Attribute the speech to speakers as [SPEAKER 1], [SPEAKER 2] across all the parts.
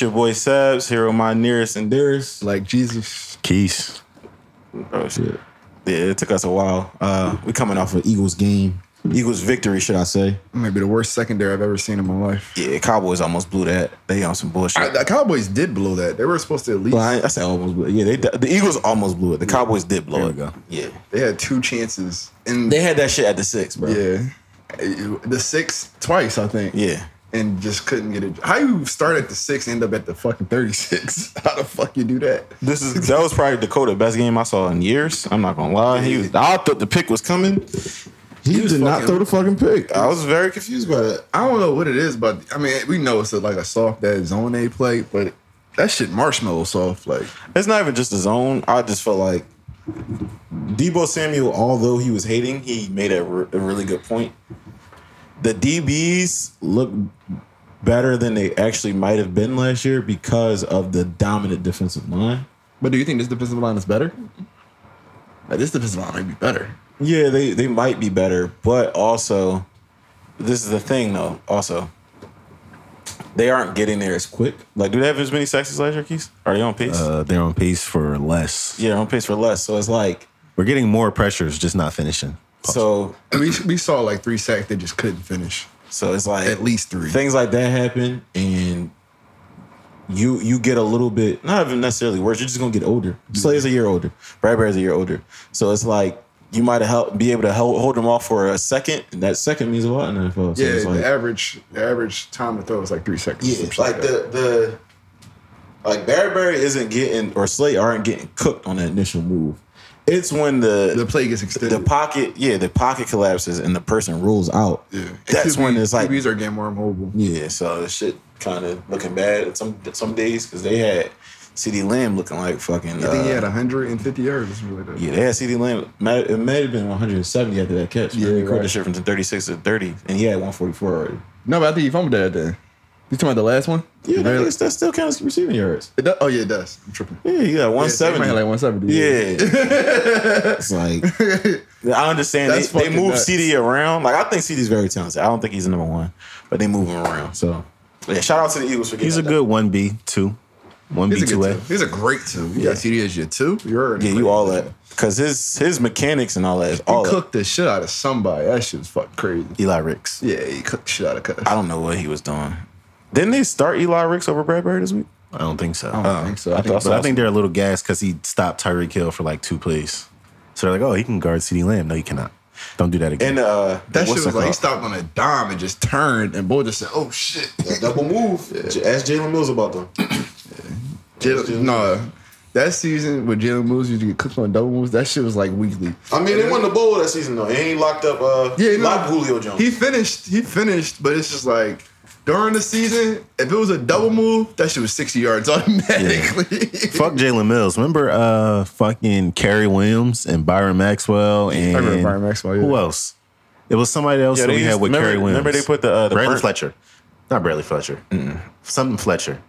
[SPEAKER 1] your boy Sabs, hero my nearest and dearest.
[SPEAKER 2] Like Jesus.
[SPEAKER 3] Keys.
[SPEAKER 1] Oh shit. Yeah, it took us a while. Uh we coming off of Eagles game. Eagles victory, should I say.
[SPEAKER 2] Maybe the worst secondary I've ever seen in my life.
[SPEAKER 1] Yeah, Cowboys almost blew that. They on some bullshit.
[SPEAKER 2] I, the Cowboys did blow that. They were supposed to at least.
[SPEAKER 1] Well, I, I said almost blew it. Yeah, they, the Eagles almost blew it. The Cowboys did blow
[SPEAKER 3] There
[SPEAKER 1] it.
[SPEAKER 3] we go.
[SPEAKER 1] Yeah.
[SPEAKER 2] They had two chances. And
[SPEAKER 1] They had that shit at the six, bro.
[SPEAKER 2] yeah. The six twice, I think.
[SPEAKER 1] Yeah.
[SPEAKER 2] And just couldn't get it. How you start at the six, end up at the fucking 36? How the fuck you do that?
[SPEAKER 1] This is that was probably Dakota best game I saw in years. I'm not gonna lie. He was, I thought the pick was coming.
[SPEAKER 3] He,
[SPEAKER 2] was
[SPEAKER 3] did not
[SPEAKER 2] fucking-
[SPEAKER 3] throw the fucking pick.
[SPEAKER 1] I was very confused by that.
[SPEAKER 2] I don't know what it is, but I mean, we know it's a, like a soft that zone they play, but that shit marshmallow soft. Like,
[SPEAKER 1] It's not even just his own. I just felt like Debo Samuel, although he was hating, he made a, re- a really good point. The DBs look better than they actually might have been last year because of the dominant defensive line.
[SPEAKER 2] but do you think this defensive line is better? Like, this defensive line might be better.
[SPEAKER 1] Yeah, they, they might be better, but also, this is the thing though. Also, they aren't getting there as quick. Like, do they have as many sacks as last year, Keys? Are they on pace?
[SPEAKER 3] Uh, they're on pace for less.
[SPEAKER 1] yeah, on pace for less. So it's like,
[SPEAKER 3] We're getting more pressures, just not finishing.
[SPEAKER 1] so
[SPEAKER 2] And we, we saw like three sacks they just couldn't finish.
[SPEAKER 1] so it's like
[SPEAKER 2] At least three.
[SPEAKER 1] things like that happen and you you get a little bit not even necessarily worse you're just gonna get older slay's a year older bradbury's a year older so it's like you might help be able to help, hold them off for a second and that second means a lot in the nfl so
[SPEAKER 2] yeah,
[SPEAKER 1] it's
[SPEAKER 2] the
[SPEAKER 1] like,
[SPEAKER 2] average the average time to throw is like three seconds.
[SPEAKER 1] yeah,
[SPEAKER 2] some shit
[SPEAKER 1] like
[SPEAKER 2] that.
[SPEAKER 1] the the like bradbury isn't getting or slay aren't getting cooked on that initial move it's when the
[SPEAKER 2] the play gets
[SPEAKER 1] the
[SPEAKER 2] extended.
[SPEAKER 1] pocket, yeah, the pocket collapses and the person rules out.
[SPEAKER 2] yeah.
[SPEAKER 1] That's when it's like
[SPEAKER 2] QBs are getting more mobile.
[SPEAKER 1] Yeah, so the shit kind of looking bad at some some days because they had CD Lamb looking like fucking.
[SPEAKER 2] I think he
[SPEAKER 1] uh,
[SPEAKER 2] had 150 yards. or something like that.
[SPEAKER 1] yeah, they had CD Lamb. Might- It may have been 170 after that catch.
[SPEAKER 2] Yeah,
[SPEAKER 1] Yeah, he
[SPEAKER 2] right.
[SPEAKER 1] right. the shit from the 36 to 30, and he had 144 already.
[SPEAKER 2] No, but I think you fumbled that then. You talking about the last one?
[SPEAKER 1] Yeah, that,
[SPEAKER 2] Really?
[SPEAKER 1] that still counts as receiving yards.
[SPEAKER 2] It does- oh yeah, it does. I'm tripping.
[SPEAKER 1] Yeah, he got
[SPEAKER 2] Yeah, so
[SPEAKER 1] 170.
[SPEAKER 2] he might have like 170.
[SPEAKER 1] yeah, it's like I understand
[SPEAKER 2] That's
[SPEAKER 1] they, they
[SPEAKER 2] fucking
[SPEAKER 1] move
[SPEAKER 2] nuts.
[SPEAKER 1] CD around. Like I think CD's very talented. I don't think he's the number one, but they move him around. So yeah, shout out to the Eagles for getting
[SPEAKER 3] He's a
[SPEAKER 1] that
[SPEAKER 3] good 1B, 2.
[SPEAKER 2] He's
[SPEAKER 3] 1B,
[SPEAKER 2] a good
[SPEAKER 3] 2A.
[SPEAKER 2] two. He's a great two. You
[SPEAKER 1] Yeah.
[SPEAKER 2] got TD as your two. You're already
[SPEAKER 1] done. Yeah,
[SPEAKER 2] great.
[SPEAKER 1] you all that because his his mechanics and all that is
[SPEAKER 2] He
[SPEAKER 1] all that.
[SPEAKER 2] cooked the shit out of somebody. That shit was fucking crazy.
[SPEAKER 3] Eli Ricks.
[SPEAKER 2] Yeah, he cooked shit out of cuz.
[SPEAKER 1] I don't know what he was doing. Didn't they start Eli Ricks over Bradbury this week?
[SPEAKER 3] I don't think so.
[SPEAKER 2] don't think so. I
[SPEAKER 3] I,
[SPEAKER 2] think-
[SPEAKER 3] but I think they're a little gassed because he stopped Tyreek Hill for like two plays. So they're like, oh, he can guard CeeDee Lamb. No, he cannot. Don't do that again.
[SPEAKER 1] And uh,
[SPEAKER 2] That
[SPEAKER 1] what's
[SPEAKER 2] shit was like he
[SPEAKER 1] called?
[SPEAKER 2] stopped on a dime and just turned, and boy just said, "Oh shit!"
[SPEAKER 1] That double move. J- Ask Jalen Mills about them.
[SPEAKER 2] Jalen, no, that season when Jalen Moves used to get cooked on double moves, that shit was like weekly.
[SPEAKER 1] I mean, they won the bowl that season though, and he locked up. Uh,
[SPEAKER 2] Yeah, no.
[SPEAKER 1] locked Julio Jones.
[SPEAKER 2] He finished. He finished, but it's just like during the season, if it was a double move, that shit was sixty yards automatically.
[SPEAKER 3] Fuck Jalen Mills. Remember uh, fucking Kerry Williams and Byron Maxwell and
[SPEAKER 2] remember Byron Maxwell, yeah.
[SPEAKER 3] Who else? It was somebody else
[SPEAKER 1] Yeah,
[SPEAKER 3] that
[SPEAKER 1] they
[SPEAKER 3] we had
[SPEAKER 1] used-
[SPEAKER 3] with
[SPEAKER 1] remember-
[SPEAKER 3] Kerry Williams.
[SPEAKER 1] remember they put the, uh, the
[SPEAKER 3] Bradley
[SPEAKER 1] burnt-
[SPEAKER 3] Fletcher, not Bradley Fletcher, something Fletcher.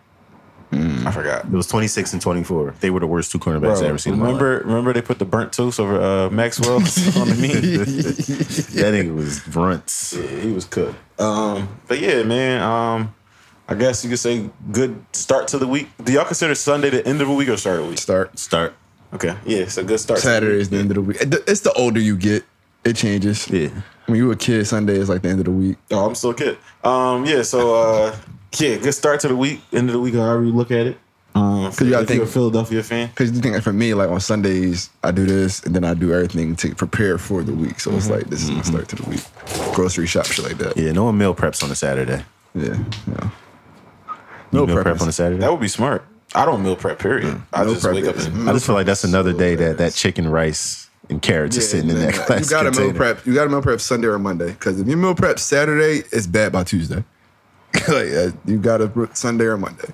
[SPEAKER 1] I forgot.
[SPEAKER 3] It was twenty six and twenty four. They were the worst two cornerbacks I ever seen. in my
[SPEAKER 1] remember, remember they put the burnt toast over uh, Maxwell on the mean.
[SPEAKER 3] life. that nigga was runts.
[SPEAKER 1] Yeah, he was cooked. Um, but yeah, man. Um, I guess you could say good start to the week. Do y'all consider Sunday the end of the week or start of the week?
[SPEAKER 2] Start
[SPEAKER 3] Start.
[SPEAKER 1] Okay, yeah, it's a good start. to the
[SPEAKER 2] Saturday
[SPEAKER 1] week.
[SPEAKER 2] is the end of the week. It- It's the older you get, it changes.
[SPEAKER 3] Yeah.
[SPEAKER 2] When you were a kid, Sunday is like the end of the week.
[SPEAKER 1] Oh, I'm still a kid. Um, yeah, so uh, yeah, good start to the week, end of the week, however you look at it. Um, if
[SPEAKER 2] you gotta think-
[SPEAKER 1] you're a Philadelphia fan,
[SPEAKER 2] Because you think like, for me, like on Sundays, I do this and then I do everything to prepare for the week. So it's like, this is my start to the week. Grocery shop, shit like that. Mm-hmm. Yeah.
[SPEAKER 3] Yeah. No one meal preps on a Saturday.
[SPEAKER 2] yeah,
[SPEAKER 3] No meal
[SPEAKER 2] preppers.
[SPEAKER 3] prep on a Saturday.
[SPEAKER 1] that would be smart. I don't meal prep, period. I
[SPEAKER 2] Meal
[SPEAKER 1] just
[SPEAKER 2] prep
[SPEAKER 1] wake up
[SPEAKER 2] is-
[SPEAKER 1] and
[SPEAKER 2] mm.
[SPEAKER 3] I just feel like that's another day that
[SPEAKER 2] hilarious.
[SPEAKER 3] that chicken rice and carrots is sitting in that
[SPEAKER 2] Yeah,
[SPEAKER 3] glass
[SPEAKER 2] You gotta
[SPEAKER 3] container.
[SPEAKER 2] meal prep. You gotta meal prep Sunday or Monday. Because if you meal prep Saturday, it's bad by Tuesday. like uh, you gotta br- Sunday or Monday.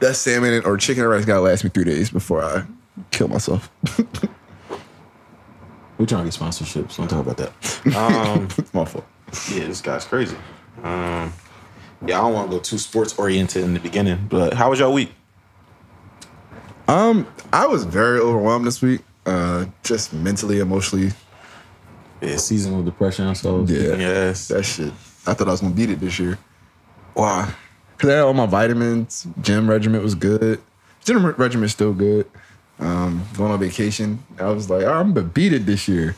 [SPEAKER 2] That salmon or chicken and rice gotta last me three days before I kill myself.
[SPEAKER 1] we're trying to get sponsorships. Don't talk about that. Um,
[SPEAKER 2] it's my fault.
[SPEAKER 1] yeah, this guy's crazy. Um, yeah, I don't want to go too sports oriented in the beginning, but how was your week?
[SPEAKER 2] Um, I was very overwhelmed this week. Uh, just mentally, emotionally.
[SPEAKER 1] Yeah, seasonal depression. So
[SPEAKER 2] Yeah.
[SPEAKER 1] yes.
[SPEAKER 2] That shit. I thought I was gonna beat it this year.
[SPEAKER 1] Why?
[SPEAKER 2] Cause I had all my vitamins. Gym regiment was good. Gym regiment's still good. Um, going on vacation, I was like, oh, I'm defeated this year.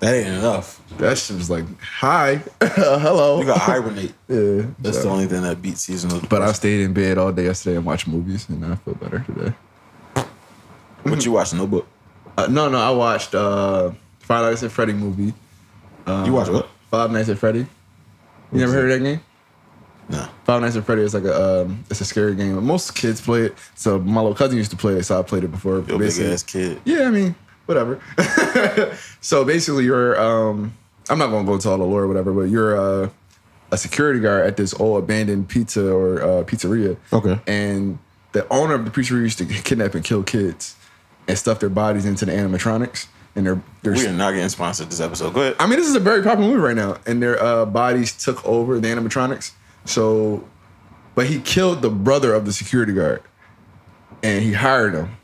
[SPEAKER 1] That ain't enough.
[SPEAKER 2] That shit was like, hi, hello.
[SPEAKER 1] You got hibernate.
[SPEAKER 2] yeah,
[SPEAKER 1] That's
[SPEAKER 2] so-
[SPEAKER 1] the only thing that beats seasonal.
[SPEAKER 2] But I
[SPEAKER 1] depression.
[SPEAKER 2] stayed in bed all day yesterday and watched movies, and I feel better today.
[SPEAKER 1] What you watching? No book.
[SPEAKER 2] Uh, no, no, I watched uh, Five Nights at Freddy movie. Um,
[SPEAKER 1] you watch what?
[SPEAKER 2] Five Nights at Freddy. You never heard of that game?
[SPEAKER 1] Nah.
[SPEAKER 2] Five Nights at Freddy is like a um, it's a scary game. Most kids play it. So my little cousin used to play it, so I played it before.
[SPEAKER 1] Yo, big
[SPEAKER 2] Basically-
[SPEAKER 1] ass kid.
[SPEAKER 2] Yeah, I mean, whatever. so basically, you're um, I'm not gonna go into all the lore or whatever, but you're uh, a security guard at this old abandoned pizza or uh, pizzeria.
[SPEAKER 1] Okay.
[SPEAKER 2] And the owner of the pizzeria used to kidnap and kill kids and stuff their bodies into the animatronics. And they're, they're
[SPEAKER 1] We are not getting sponsored this episode. Go ahead.
[SPEAKER 2] I mean, this is a very popular movie right now, and their uh, bodies took over the animatronics. So, but he killed the brother of the security guard, and he hired him.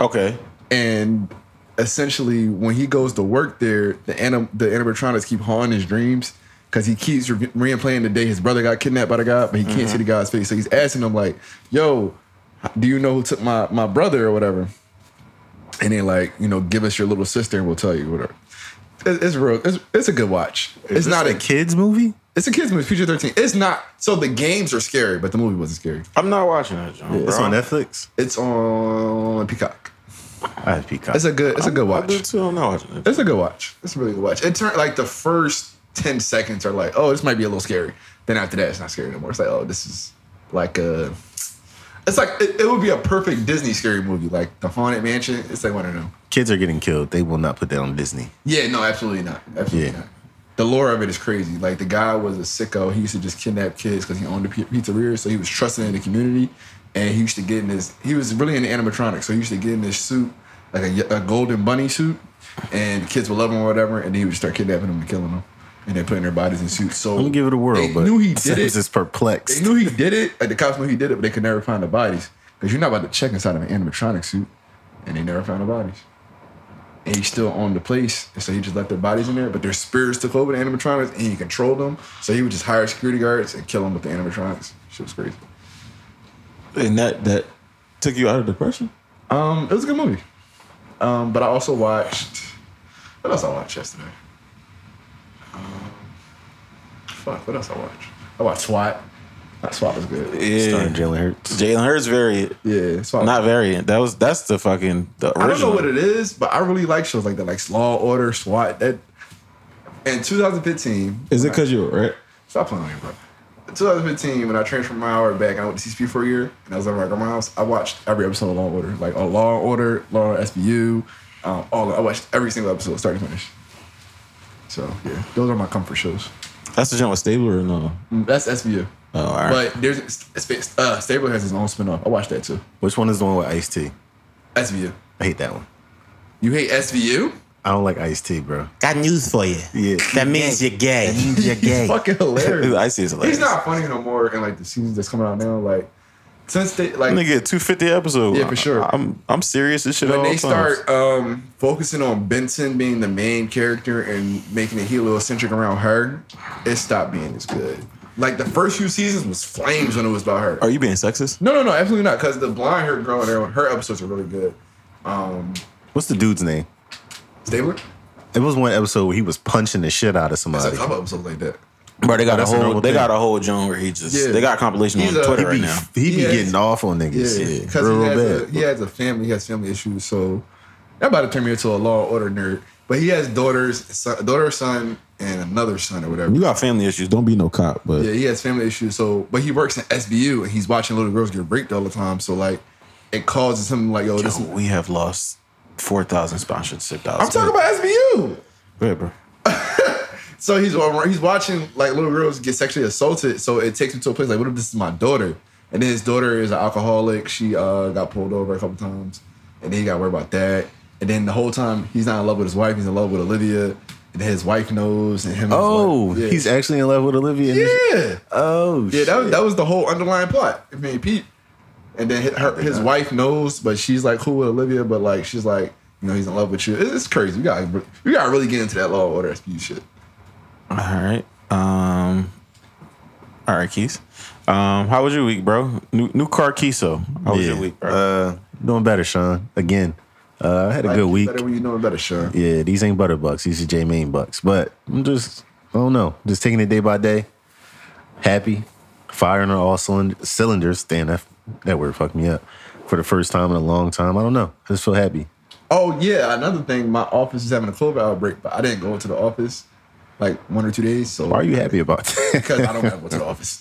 [SPEAKER 1] Okay.
[SPEAKER 2] And essentially, when he goes to work there, the anim- the animatronics keep haunting his dreams because he keeps re- replaying the day his brother got kidnapped by the guy, but he
[SPEAKER 1] Mm-hmm.
[SPEAKER 2] can't see the guy's face. So he's asking him like, "Yo, do you know who took my my brother or whatever?" And then like, you know, give us your little sister and we'll tell you whatever. It- It's real. It's, it's a good watch. It's not a.
[SPEAKER 3] kids movie.
[SPEAKER 2] It's a kids movie. PG thirteen. It's not. So the games are scary, but the movie wasn't scary.
[SPEAKER 1] I'm not watching that, John.
[SPEAKER 3] It's
[SPEAKER 1] bro.
[SPEAKER 3] on Netflix.
[SPEAKER 2] It's on Peacock.
[SPEAKER 3] I have Peacock.
[SPEAKER 2] It's a good. It's a good watch.
[SPEAKER 1] I do too. I'm not watching it.
[SPEAKER 2] It's a good watch. It's a really good watch. It turned like the first 10 seconds are like, oh, this might be a little scary. Then after that, it's not scary anymore. It's like, oh, this is like a. It's like, it, it would be a perfect Disney scary movie. Like The Haunted Mansion. It's like one of them.
[SPEAKER 3] kids are getting killed. They will not put that on Disney.
[SPEAKER 2] Yeah, no, absolutely not. Absolutely
[SPEAKER 3] Yeah.
[SPEAKER 2] not. The lore of it is crazy. Like the guy was a sicko. He used to just kidnap kids because he owned a pi- pizzeria, so he was trusted in the community. And he used to get in his. He was really into animatronics, so he used to get in this suit, like a, ye- a golden bunny suit, and the kids would love him or whatever. And then he would start kidnapping them and killing them, and then putting their bodies in suits. So
[SPEAKER 3] I'm gonna give it a whirl,
[SPEAKER 2] They
[SPEAKER 3] but
[SPEAKER 2] knew he
[SPEAKER 3] I
[SPEAKER 2] did
[SPEAKER 3] was
[SPEAKER 2] it.
[SPEAKER 3] just perplexed.
[SPEAKER 2] They knew he did it. Like the cops knew he did it, but they could never find the bodies because you're not about to check inside of an animatronic suit, and they never found the bodies. And he still owned the place, and so he just left their bodies in there. But their spirits took over the animatronics, and he controlled them. So he would just hire security guards and kill them with the animatronics. Shit was crazy.
[SPEAKER 1] And that that took you out of depression.
[SPEAKER 2] Um, it was a good movie. Um, but I also watched. What else I watched yesterday? Um, fuck. What else I watched? I watched SWAT. That SWAT was good.
[SPEAKER 3] Starring Jalen Hurts.
[SPEAKER 1] Jalen Hurts variant.
[SPEAKER 2] Yeah, SWAT. was
[SPEAKER 1] Not variant. That was that's the fucking the original.
[SPEAKER 2] I don't know what it is, but I really like shows like that, like Law Order, SWAT. That in 2015,
[SPEAKER 1] Is it because you were right?
[SPEAKER 2] stop playing with me, bro. In 2015, when I transferred my hour back, and I went to CCP for a year, and I was at my grandma's house. I watched every episode of Law and Order, like a Law and Order, Law and SBU, um, all. I watched every single episode, start to finish. So yeah, those are my comfort shows.
[SPEAKER 1] That's the joint with Stabler or no?
[SPEAKER 2] Mm, That's SBU.
[SPEAKER 1] Oh, all right.
[SPEAKER 2] But there's it's- uh, Stabler has his own spinoff. I watched that too.
[SPEAKER 3] Which one is the one with Ice T?
[SPEAKER 2] SVU.
[SPEAKER 3] I hate that one.
[SPEAKER 2] You hate SVU?
[SPEAKER 3] I don't like Ice T, bro.
[SPEAKER 4] Got news for you.
[SPEAKER 3] Yeah.
[SPEAKER 4] That means you're gay. That means you're
[SPEAKER 2] It's fucking hilarious.
[SPEAKER 1] I see it's hilarious.
[SPEAKER 2] He's not funny no more in like the seasons that's coming out now. Like since they like
[SPEAKER 1] Nigga, two fifty episode.
[SPEAKER 2] Yeah, for sure.
[SPEAKER 1] I'm I'm serious. This shit.
[SPEAKER 2] when
[SPEAKER 1] all
[SPEAKER 2] they
[SPEAKER 1] the time.
[SPEAKER 2] start um focusing on Benson being the main character and making it heliocentric around her, it stopped being as good. Like the first few seasons was flames when it was about her.
[SPEAKER 1] Are you being sexist?
[SPEAKER 2] No, no, no, absolutely not. Because the blonde hair girl, in there, her episodes are really good. Um,
[SPEAKER 3] What's the dude's name?
[SPEAKER 2] Stabler,
[SPEAKER 3] It was one episode where he was punching the shit out of
[SPEAKER 2] it's a
[SPEAKER 3] somebody.
[SPEAKER 2] couple episodes like that.
[SPEAKER 1] Bro, they got a
[SPEAKER 3] that's a
[SPEAKER 1] whole
[SPEAKER 3] normal
[SPEAKER 1] they
[SPEAKER 3] thing.
[SPEAKER 1] got a whole joint where he just
[SPEAKER 2] Yeah.
[SPEAKER 1] they got a compilation
[SPEAKER 2] He's
[SPEAKER 1] on
[SPEAKER 2] a-
[SPEAKER 1] Twitter right
[SPEAKER 2] he
[SPEAKER 3] He,
[SPEAKER 1] now.
[SPEAKER 3] he be
[SPEAKER 2] Yeah.
[SPEAKER 3] getting off on niggas.
[SPEAKER 2] Yeah,
[SPEAKER 3] Yeah,
[SPEAKER 2] because
[SPEAKER 3] real,
[SPEAKER 2] he,
[SPEAKER 3] real
[SPEAKER 2] has a-
[SPEAKER 3] bad.
[SPEAKER 2] he has a family, he has family issues. So that about to turn me into a law and order nerd. But he has daughters, son, daughter, son, and another son or whatever.
[SPEAKER 1] You got family issues. Don't be no cop, but
[SPEAKER 2] Yeah, he has family issues. So, but he works in SBU and he's watching little girls get raped all the time. So like, it causes him like, yo, this.
[SPEAKER 1] Yo, we have lost four thousand sponsorship dollars.
[SPEAKER 2] I'm talking about SBU.
[SPEAKER 1] Go ahead, bro.
[SPEAKER 2] So he's over- he's watching like little girls get sexually assaulted. So it takes him to a place like, what if this is my daughter? And then his daughter is an alcoholic. She uh, got pulled over a couple times, and then he got worried about that. And then the whole time he's not in love with his wife. He's in love with Olivia, and his wife knows. And him. and his
[SPEAKER 3] Oh,
[SPEAKER 2] wife- yeah.
[SPEAKER 3] he's actually in love with Olivia. in this-
[SPEAKER 2] yeah.
[SPEAKER 3] Oh,
[SPEAKER 2] Yeah,
[SPEAKER 3] shit.
[SPEAKER 2] that, that was the whole underlying plot. I mean, Pete, and then his, her, his wife knows, but she's like cool with Olivia, but like she's like, you know, he's in love with you. It's, it's crazy. You got you got to really get into that law and order SPU shit.
[SPEAKER 1] All right. Um All right, Keys. Um, how was your week, bro? New new car Kiso. How was
[SPEAKER 3] yeah.
[SPEAKER 1] your week, bro?
[SPEAKER 3] Uh, doing better, Sean. Again, uh, I had a
[SPEAKER 2] Life
[SPEAKER 3] good
[SPEAKER 2] is
[SPEAKER 3] week.
[SPEAKER 2] Better when you know it better, Sean.
[SPEAKER 3] Yeah, these ain't butter bucks. These are J Main bucks. But I'm just, I don't know. Just taking it day by day. Happy, firing on all cylind- cylinders. Damn, that, that word fucked me up. For the first time in a long time. I don't know. I just feel happy.
[SPEAKER 2] Oh yeah, another thing. My office is having a COVID outbreak, but I didn't go to the office like one or two days. So
[SPEAKER 3] Why are you happy about that?
[SPEAKER 2] Because I don't gotta go to the office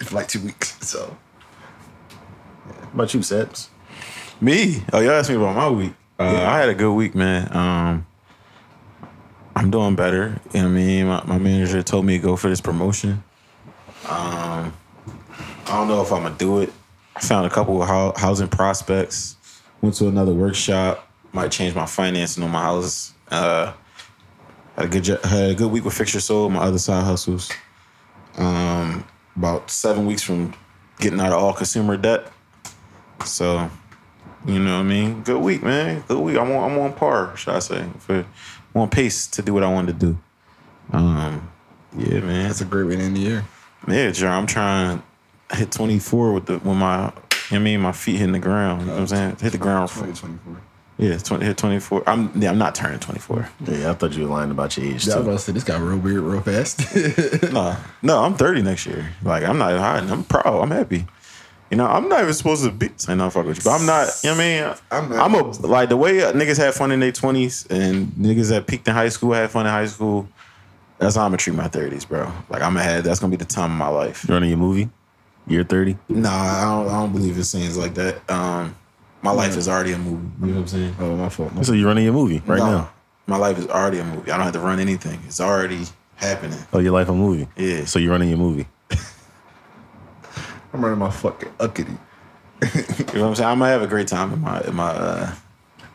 [SPEAKER 2] for like two weeks. So
[SPEAKER 3] What about you, Seps?
[SPEAKER 1] Me? Oh, you all asked me about my week. Uh, I had a good week, man. Um, I'm doing better. You know what I mean? My, my manager told me to go for this promotion. Um, I don't know if I'm gonna do it. I found a couple of hou- housing prospects. Went to another workshop. Might change my financing on my house. Uh, had a good jo- had a good week with Fixture Soul. My other side hustles. Um, about seven weeks from getting out of all consumer debt. So you know what I mean? Good week, man. Good week. I'm on, I'm on par, should I say, for I'm on pace to do what I wanted to do. Um, yeah, man.
[SPEAKER 2] that's a great way to end the year.
[SPEAKER 1] Yeah, Jer, I'm trying to hit 24 with the with my, you know what I mean, my feet hitting the ground. You know what I'm saying? Hit the ground. For,
[SPEAKER 2] 2024.
[SPEAKER 1] yeah, 20, hit 24. I'm yeah, I'm not turning 24.
[SPEAKER 3] Yeah, I thought you were lying about your age,
[SPEAKER 2] Yeah, I was
[SPEAKER 3] too.
[SPEAKER 2] about to say this got real weird real fast.
[SPEAKER 1] No, no, I'm 30 next year. Like I'm not hiding. I'm proud. I'm happy. You know, I'm not even supposed to be saying no fuck with you, but I'm not. You know what I
[SPEAKER 2] I'm
[SPEAKER 1] mean,
[SPEAKER 2] not.
[SPEAKER 1] I'm, a like the way niggas had fun in their 20s and niggas that peaked in high school had fun in high school. That's how I'm gonna treat my 30s, bro. Like I'm ahead. That's gonna be the time of my life.
[SPEAKER 3] You running your movie? Year 30?
[SPEAKER 1] Nah, I don't. I don't believe in scenes like that. Um, my life is already a movie. You know what I'm saying?
[SPEAKER 2] oh my fault.
[SPEAKER 3] So you're running your movie right
[SPEAKER 1] Nah,
[SPEAKER 3] now.
[SPEAKER 1] my life is already a movie. I don't have to run anything. It's already happening.
[SPEAKER 3] Oh, your life a movie?
[SPEAKER 1] Yeah.
[SPEAKER 3] So you're running your movie?
[SPEAKER 2] I'm running my fucking uckity.
[SPEAKER 1] You know what I'm saying? I'm gonna have a great time in my in my uh,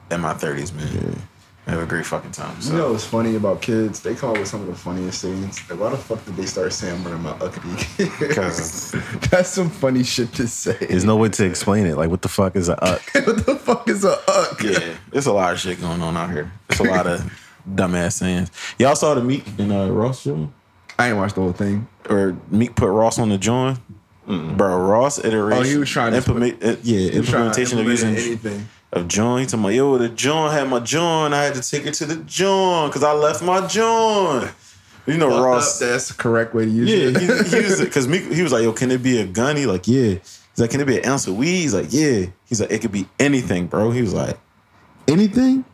[SPEAKER 1] in my thirties, man. I have a great fucking time. So
[SPEAKER 2] You know what's funny about kids? They come up with some of the funniest things. Like, why the fuck did they start saying I'm running my uckity?
[SPEAKER 1] because
[SPEAKER 2] That's some funny shit to say.
[SPEAKER 3] There's no way to explain it. Like, what the fuck is a uck?
[SPEAKER 2] what the fuck is a uck?
[SPEAKER 1] yeah, it's a lot of shit going on out here. It's a lot of dumbass sayings. Y'all saw the Meek and uh, Ross joint?
[SPEAKER 2] I ain't watched the whole thing.
[SPEAKER 1] or Meek put Ross on the joint. Bro, Ross iteration.
[SPEAKER 2] Oh, he was trying to-
[SPEAKER 1] implement. uh, yeah,
[SPEAKER 2] You trying to
[SPEAKER 1] implementation of
[SPEAKER 2] implement
[SPEAKER 1] using
[SPEAKER 2] anything.
[SPEAKER 1] of joint. to my yo, the joint had my joint. I had to take it to the joint because I left my joint. You know,
[SPEAKER 2] Fucked
[SPEAKER 1] Ross.
[SPEAKER 2] up, that's the correct way to use
[SPEAKER 1] Yeah,
[SPEAKER 2] it.
[SPEAKER 1] he, he was because he was like, "Yo, can it be a gun?" He like, "Yeah." He's like, "Can it be an ounce of weed?" He's like, "Yeah." He's like, "It could be anything, bro." He was like, "Anything?"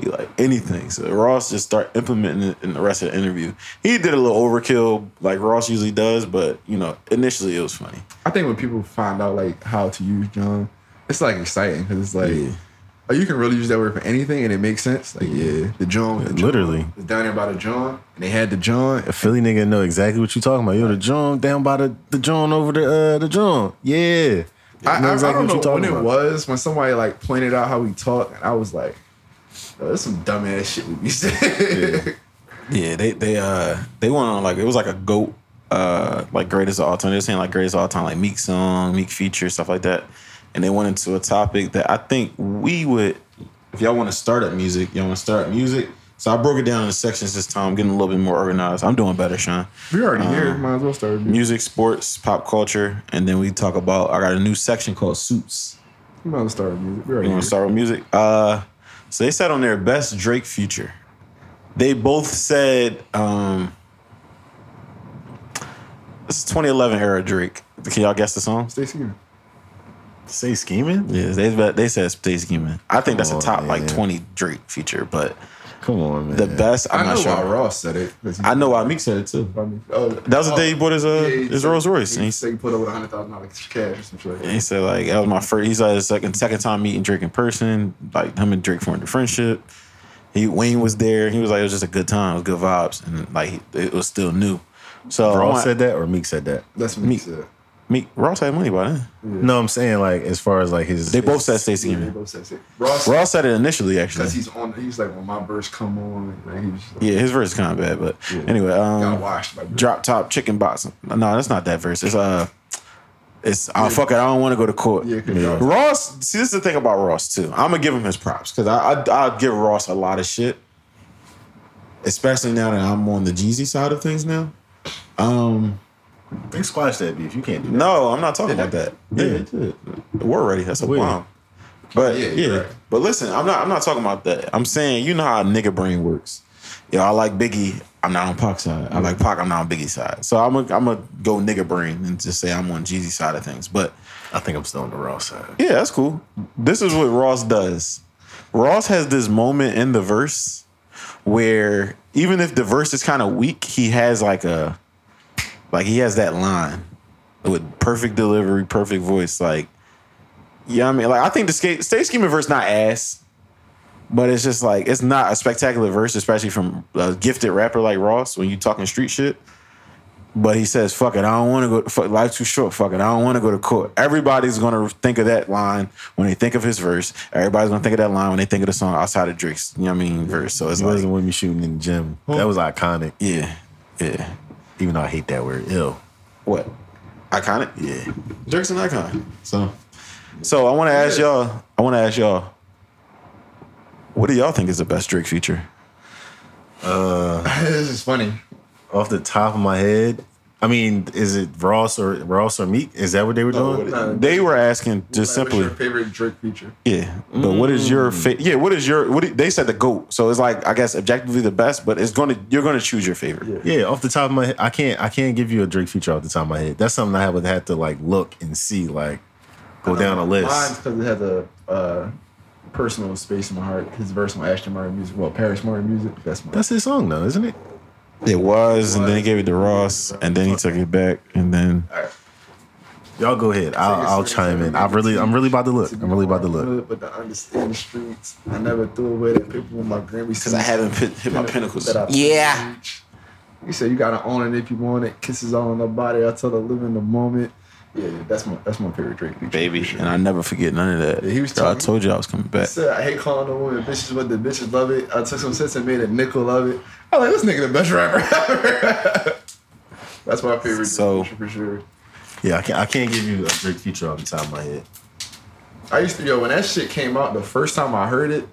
[SPEAKER 1] He like anything. So Ross just start implementing it in the rest of the interview. He did a little overkill, like Ross usually does, but you know, initially it was funny.
[SPEAKER 2] I think when people find out like how to use John, it's like exciting because it's like,
[SPEAKER 1] Yeah.
[SPEAKER 2] oh, you can really use that word for anything and it makes sense. Like, yeah, the John, the John.
[SPEAKER 3] Literally.
[SPEAKER 2] It's down there by the John, and they had the John.
[SPEAKER 3] A Philly nigga know exactly what you talking about. Yo, the drum down by the the drum over the uh, the drum. Yeah,
[SPEAKER 2] I, I,
[SPEAKER 3] know exactly
[SPEAKER 2] I don't
[SPEAKER 3] what you
[SPEAKER 2] know
[SPEAKER 3] talking
[SPEAKER 2] when it
[SPEAKER 3] about.
[SPEAKER 2] was when somebody like pointed out how we talk, and I was like, oh, "That's some dumbass shit we be saying."
[SPEAKER 1] Yeah, they they uh they went on like it was like a goat uh like greatest of all time. They were saying like greatest of all time, like Meek song, Meek feature, stuff like that. And they went into a topic that I think we would if y'all want to start up music, y'all want to start up music. So I broke it down into sections this time. I'm getting a little bit more organized. I'm doing better, Sean.
[SPEAKER 2] we already
[SPEAKER 1] Uh,
[SPEAKER 2] here. Might as well start. Might
[SPEAKER 1] Music, sports, pop culture, and then we talk about I got a new section called Suits.
[SPEAKER 2] as well start with music. We already
[SPEAKER 1] You
[SPEAKER 2] here.
[SPEAKER 3] Mm-hmm.
[SPEAKER 1] want to start with music? Uh, so they said on their best Drake feature, they both said um, this is 2011 era Drake. Can y'all guess the song?
[SPEAKER 2] Stay tuned.
[SPEAKER 3] Say scheming?
[SPEAKER 1] Yeah, they they said Stay Scheming. I think that's a
[SPEAKER 3] Oh,
[SPEAKER 1] top like
[SPEAKER 3] yeah.
[SPEAKER 1] 20 Drake feature, but
[SPEAKER 3] Come on, man.
[SPEAKER 1] the best I'm
[SPEAKER 2] I know
[SPEAKER 1] not
[SPEAKER 2] why
[SPEAKER 1] sure.
[SPEAKER 2] Ross said it. 'cause he-
[SPEAKER 1] I know why Meek said it too.
[SPEAKER 2] I mean, oh,
[SPEAKER 1] That was the
[SPEAKER 2] oh,
[SPEAKER 1] day he bought his uh,
[SPEAKER 2] yeah, he
[SPEAKER 1] his
[SPEAKER 2] said-
[SPEAKER 1] Rolls Royce. And
[SPEAKER 2] He
[SPEAKER 1] he
[SPEAKER 2] said he put over hundred thousand dollars cash or some shit. like that.
[SPEAKER 1] And he said like that was my first. He's like second second time meeting Drake in person. Like him and Drake formed a friendship. He Wayne was there. He was like it was just a good time, it was good vibes, and like he- it was still new. So
[SPEAKER 3] Raw
[SPEAKER 1] I-
[SPEAKER 3] said that or Meek said that?
[SPEAKER 2] That's what he
[SPEAKER 1] Me.
[SPEAKER 2] said.
[SPEAKER 1] Meek Ross had money by then.
[SPEAKER 3] No, I'm saying like as far as like his.
[SPEAKER 1] They both said
[SPEAKER 3] his-
[SPEAKER 1] Stacey
[SPEAKER 2] Yeah, they
[SPEAKER 1] Scheming.
[SPEAKER 2] both said it. Ross,
[SPEAKER 1] Ross said it initially actually.
[SPEAKER 2] because he's on. He's like, when my verse come on, like, he was just like,
[SPEAKER 1] Yeah, his verse is kind of bad, but anyway,
[SPEAKER 2] got
[SPEAKER 1] um,
[SPEAKER 2] washed by.
[SPEAKER 1] drop top chicken box. No, that's not that verse. It's uh, it's oh fuck it. I don't want to go to court.
[SPEAKER 2] Yeah, 'cause y'all-
[SPEAKER 1] Ross, see, this is the thing about Ross too. I'm gonna give him his props because I, I I give Ross a lot of shit, especially now that I'm on the Jeezy side of things now. Um,
[SPEAKER 3] They squash that beef. You can't do that.
[SPEAKER 1] No, I'm not talking about that.
[SPEAKER 3] Yeah,
[SPEAKER 1] Yeah,
[SPEAKER 3] it did.
[SPEAKER 1] we're already. That's a
[SPEAKER 3] Weird.
[SPEAKER 1] bomb. But
[SPEAKER 2] Yeah,
[SPEAKER 1] yeah,
[SPEAKER 2] you're right.
[SPEAKER 1] but listen, I'm not. I'm not talking about that. I'm saying you know how a nigga brain works. Yo, I like Biggie. I'm not on Pac's side. I like Pac. I'm not on Biggie's side. So I'm gonna I'm gonna go nigga brain and just say I'm on Jeezy side of things. But
[SPEAKER 3] I think I'm still on the raw side.
[SPEAKER 1] yeah, that's cool. This is what Ross does. Ross has this moment in the verse where even if the verse is kind of weak, he has like a like he has that line with perfect delivery, perfect voice. Like, you know what I mean? Like I think the skate state scheming verse not ass, but it's just like it's not a spectacular verse, especially from a gifted rapper like Ross when you talking street shit. But he says, "Fuck it, I don't want to go. Fuck, life's too short. Fuck it, I don't want to go to court." Everybody's gonna think of that line when they think of his verse. Everybody's gonna think of that line when they think of the song outside of Drake's. You know what I mean? Verse. So it's
[SPEAKER 3] He
[SPEAKER 1] like,
[SPEAKER 3] wasn't with me shooting in the gym. That was iconic.
[SPEAKER 1] yeah, yeah.
[SPEAKER 3] Even though I hate that word. Ill.
[SPEAKER 1] What? Iconic.
[SPEAKER 3] Yeah.
[SPEAKER 1] Drake's an icon. So, so I want to ask y'all. I want to ask y'all. What do y'all think is the best Drake feature?
[SPEAKER 2] this is funny.
[SPEAKER 3] Off the top of my head. I mean, is it Ross or Ross or Meek? Is that what they were
[SPEAKER 2] Oh,
[SPEAKER 3] doing?
[SPEAKER 1] They were asking just
[SPEAKER 2] Like, what's
[SPEAKER 1] simply,
[SPEAKER 2] your favorite Drake feature.
[SPEAKER 1] yeah. But what is your fa- yeah? What is your what? do- They said the goat, so it's like I guess objectively the best, but it's gonna you're gonna choose your favorite.
[SPEAKER 3] Yeah, off the top of my head, I can't I can't give you a Drake feature off the top of my head. That's something I would have to like look and see, like go down a list.
[SPEAKER 2] Mine's because it has a uh, personal space in my heart. His verse on Ashton Martin music, well, Paris Martin music. That's my.
[SPEAKER 3] That's his song though, isn't it?
[SPEAKER 1] It was, and then he gave it to Ross, and then he took it back, and then
[SPEAKER 2] all right.
[SPEAKER 3] Y'all go ahead. I'll, I'll chime in. I really I'm really about to look. I'm really about to look.
[SPEAKER 2] But to understand the streets, I never threw away that paper with my Grammy.
[SPEAKER 1] because I haven't pit, hit my pinnacles.
[SPEAKER 2] that I-
[SPEAKER 4] Yeah.
[SPEAKER 2] You say you gotta own it if you want it. Kisses all on the body. I tell her live in the moment. Yeah, that's my that's my favorite Drake feature.
[SPEAKER 1] Baby, and I never forget none of that.
[SPEAKER 2] Yeah, he was
[SPEAKER 1] So I
[SPEAKER 2] talking-
[SPEAKER 1] told you I was coming back.
[SPEAKER 2] Said, I hate calling the women bitches, but the bitches love it. I took some sense and made a nickel of it. I was like, this nigga the best rapper ever. That's my favorite
[SPEAKER 1] So-
[SPEAKER 2] feature for sure.
[SPEAKER 3] Yeah, I can't I can't give you a Drake feature off the top of my head.
[SPEAKER 2] I used to yo when that shit came out the first time I heard it,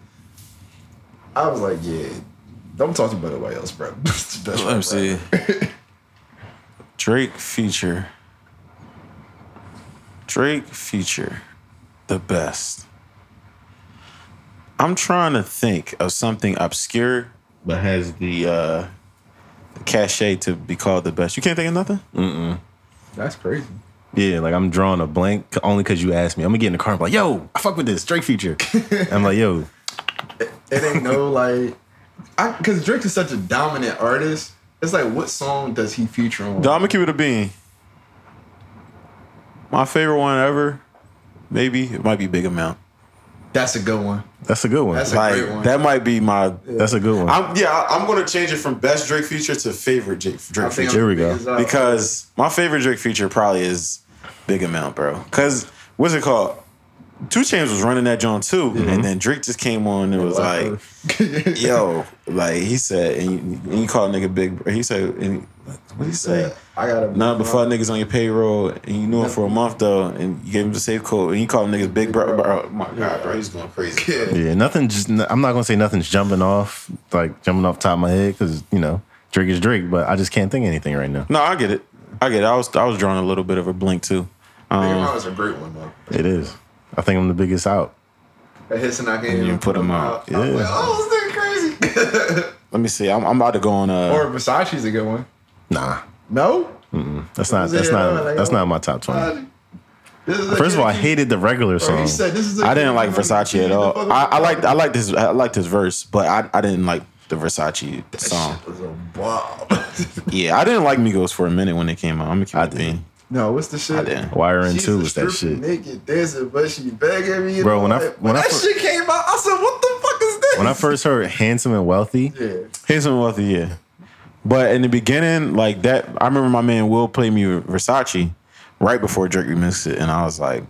[SPEAKER 2] I was like, yeah, don't talk to me about nobody else, bro. It's the best
[SPEAKER 1] Let me see.
[SPEAKER 2] rapper ever.
[SPEAKER 1] Drake feature. Drake feature. The best. I'm trying to think of something obscure but has the uh the cachet to be called the best. You can't think of nothing?
[SPEAKER 2] That's crazy.
[SPEAKER 3] Yeah, like I'm drawing a blank c- only because you asked me. I'm gonna get in the car and be like, yo, I fuck with this Drake feature. I'm like, yo,
[SPEAKER 2] It ain't no like, I because Drake is such a dominant artist. It's like, what song does he feature on?
[SPEAKER 1] Dom keep it a bean. My favorite one ever, maybe it might be Big Amount.
[SPEAKER 2] That's a good one.
[SPEAKER 3] that's a good one.
[SPEAKER 2] That's
[SPEAKER 3] That's
[SPEAKER 2] a
[SPEAKER 3] a,
[SPEAKER 1] Like
[SPEAKER 2] great one.
[SPEAKER 1] that might be my.
[SPEAKER 3] good one.
[SPEAKER 1] I'm yeah. I- I'm gonna change it from best Drake feature to favorite Drake,
[SPEAKER 2] I
[SPEAKER 1] Drake feature.
[SPEAKER 2] think I'm
[SPEAKER 3] Here we
[SPEAKER 2] the
[SPEAKER 3] go.
[SPEAKER 2] biggest, uh,
[SPEAKER 1] Because my favorite Drake feature probably is Big Amount, bro. Cause what's it called? Two Chains was running that joint too, and then Drake just came on and was like, "Yo, like he said, and you, and you call a nigga big." He said, and he, "What he say?"
[SPEAKER 2] I gotta
[SPEAKER 1] Nah, but five niggas on your payroll, and you knew him for a month though, and you gave him the safe code, and you called niggas big bro. bro. Oh my god, bro, he's going crazy.
[SPEAKER 2] Yeah.
[SPEAKER 3] yeah, nothing. Just I'm not gonna say nothing's jumping off, like jumping off the top of my head, because you know Drake is Drake, but I just can't think of anything right now.
[SPEAKER 1] No, I get it. I get it. I was I was drawing a little bit of a blink too.
[SPEAKER 2] Big
[SPEAKER 1] Um,
[SPEAKER 2] Mouth is a great one though.
[SPEAKER 3] It is. I think I'm the biggest out.
[SPEAKER 2] That hits and I can't
[SPEAKER 1] you
[SPEAKER 2] even
[SPEAKER 1] put him out.
[SPEAKER 2] I was
[SPEAKER 3] Yeah.
[SPEAKER 2] like, oh, this nigga crazy.
[SPEAKER 1] let me see. I'm, I'm about to go on. Uh,
[SPEAKER 2] or Versace's a good one.
[SPEAKER 3] Nah,
[SPEAKER 2] No.
[SPEAKER 3] that's not. That's not. That's not my top twenty.
[SPEAKER 2] This is a
[SPEAKER 3] First of all, I
[SPEAKER 2] kid-
[SPEAKER 3] hated the regular
[SPEAKER 2] Bro,
[SPEAKER 3] song.
[SPEAKER 2] he said this is a
[SPEAKER 1] I didn't
[SPEAKER 2] kid
[SPEAKER 1] like
[SPEAKER 2] who wanted to
[SPEAKER 1] Versace
[SPEAKER 2] be
[SPEAKER 1] at
[SPEAKER 2] the
[SPEAKER 1] all.
[SPEAKER 2] fucking-
[SPEAKER 1] I, I liked I liked his I liked his verse, but I, I didn't like the Versace
[SPEAKER 2] That
[SPEAKER 1] song.
[SPEAKER 2] shit was a bomb.
[SPEAKER 1] Yeah, I didn't like Migos for a minute when they came out. I'm gonna keep it being.
[SPEAKER 2] no, what's the shit?
[SPEAKER 1] I didn't.
[SPEAKER 3] Wire in
[SPEAKER 2] She's
[SPEAKER 3] two
[SPEAKER 2] a
[SPEAKER 3] is
[SPEAKER 2] stripper,
[SPEAKER 3] that shit.
[SPEAKER 2] Naked dancing, but she begging me.
[SPEAKER 3] Bro, when I- when I
[SPEAKER 2] that
[SPEAKER 3] fir-
[SPEAKER 2] shit came out, I said, "What the fuck is this?"
[SPEAKER 3] When I first heard "Handsome and Wealthy,"
[SPEAKER 2] yeah,
[SPEAKER 1] Here's some wealthy, yeah. But in the beginning, like that, I remember my man Will played me Versace right before Drake remixed it, and I was like,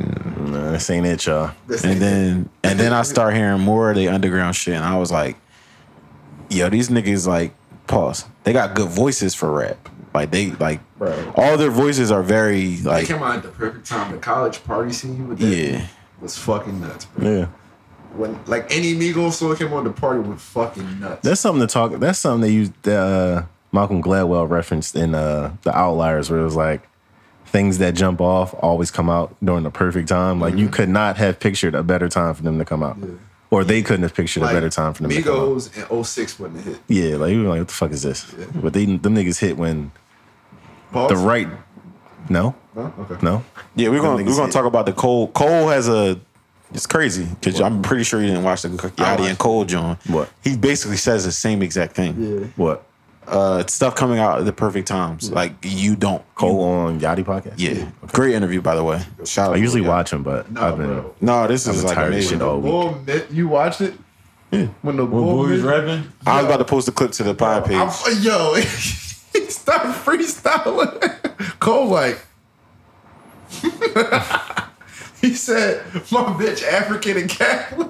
[SPEAKER 3] nah, this ain't uh, it, y'all.
[SPEAKER 2] This
[SPEAKER 1] and
[SPEAKER 2] nigga-
[SPEAKER 1] then and then I start hearing more of the underground shit, and I was like, yo, these niggas like pause. They got good voices for rap. Like they like
[SPEAKER 2] Bro.
[SPEAKER 1] all their voices are very
[SPEAKER 2] They
[SPEAKER 1] like
[SPEAKER 2] came out at the perfect time. The college party scene with that
[SPEAKER 1] yeah.
[SPEAKER 2] was fucking nuts, bro.
[SPEAKER 3] Yeah.
[SPEAKER 2] When like any Migos song came on, the party went fucking nuts.
[SPEAKER 3] That's something to talk. That's something that you uh, Malcolm Gladwell referenced in uh, the Outliers, where it was like things that jump off always come out during the perfect time. Like
[SPEAKER 1] Mm-hmm.
[SPEAKER 3] you could not have pictured a better time for them to come out, or they couldn't have pictured a better time for them to come out.
[SPEAKER 2] Migos in 06 wouldn't have hit.
[SPEAKER 3] Yeah, like you were like, what the fuck is this? But they them niggas hit when
[SPEAKER 2] Pause?
[SPEAKER 3] the right. No,
[SPEAKER 2] Huh? Okay.
[SPEAKER 3] no.
[SPEAKER 1] Yeah, we're gonna
[SPEAKER 3] niggas
[SPEAKER 1] we're gonna
[SPEAKER 3] hit.
[SPEAKER 1] talk about the Cole. Cole has a it's crazy because I'm pretty sure you didn't watch the Yachty and
[SPEAKER 2] watched
[SPEAKER 1] Cole John.
[SPEAKER 3] What?
[SPEAKER 1] he basically says the same exact thing.
[SPEAKER 3] What?
[SPEAKER 1] Uh, it's stuff coming out at the perfect times. Like you don't
[SPEAKER 3] Cole Oh, on Yachty podcast?
[SPEAKER 1] Yeah, great interview by the way. Shout out.
[SPEAKER 3] I
[SPEAKER 1] to
[SPEAKER 3] usually
[SPEAKER 1] Yachty.
[SPEAKER 3] watch him, but
[SPEAKER 2] Nah,
[SPEAKER 3] I've been.
[SPEAKER 2] bro.
[SPEAKER 1] No, this is
[SPEAKER 3] been
[SPEAKER 1] like
[SPEAKER 3] tired of
[SPEAKER 1] amazing.
[SPEAKER 3] shit all week.
[SPEAKER 2] Bull Mid- you watched it? When the Bull Mid-
[SPEAKER 1] I was about to post a clip to the pod page.
[SPEAKER 2] I'm- yo, he started freestyling. Cole like, he said, "My bitch African and Catholic,"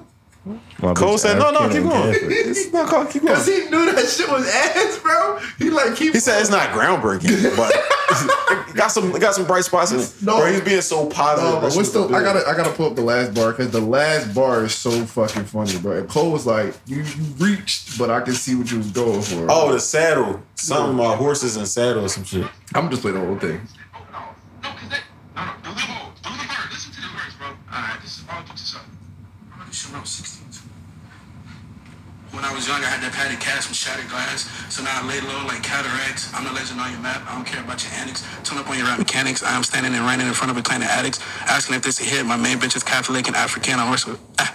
[SPEAKER 3] My
[SPEAKER 1] Cole
[SPEAKER 3] bitch
[SPEAKER 1] said, "No, no,
[SPEAKER 3] African
[SPEAKER 1] keep
[SPEAKER 3] and
[SPEAKER 1] going.
[SPEAKER 3] Catholic.
[SPEAKER 1] It's not called keep going."
[SPEAKER 2] cause he knew that shit was ass, bro. He like, keep
[SPEAKER 1] He said it's not groundbreaking, but it got some it got some bright spots. In it.
[SPEAKER 2] No.
[SPEAKER 1] Bro, he's being so positive.
[SPEAKER 2] No,
[SPEAKER 1] That
[SPEAKER 2] but what's
[SPEAKER 1] shit's
[SPEAKER 2] the? I
[SPEAKER 1] good.
[SPEAKER 2] gotta, I gotta pull up the last bar because the last bar is so fucking funny, bro. And Cole was like, "You, you reached, but I can see what you was going for."
[SPEAKER 1] Oh, the saddle. Something about horses and saddle or some shit.
[SPEAKER 2] I'm just playing the whole thing.
[SPEAKER 5] No, cause they, no, no, do the move, do the bird, listen to the birds, bro. Alright, this is all due to something. I'm gonna shoot around 16. When I was young, I had that padded cast with shattered glass. So now I laid low like cataracts. I'm the legend on your map. I don't care about your antics. Turn up on your rap mechanics. I am standing and running in front of a clan of addicts, asking if this a hit. My main bitch is Catholic and African. I'm worse with. Ah.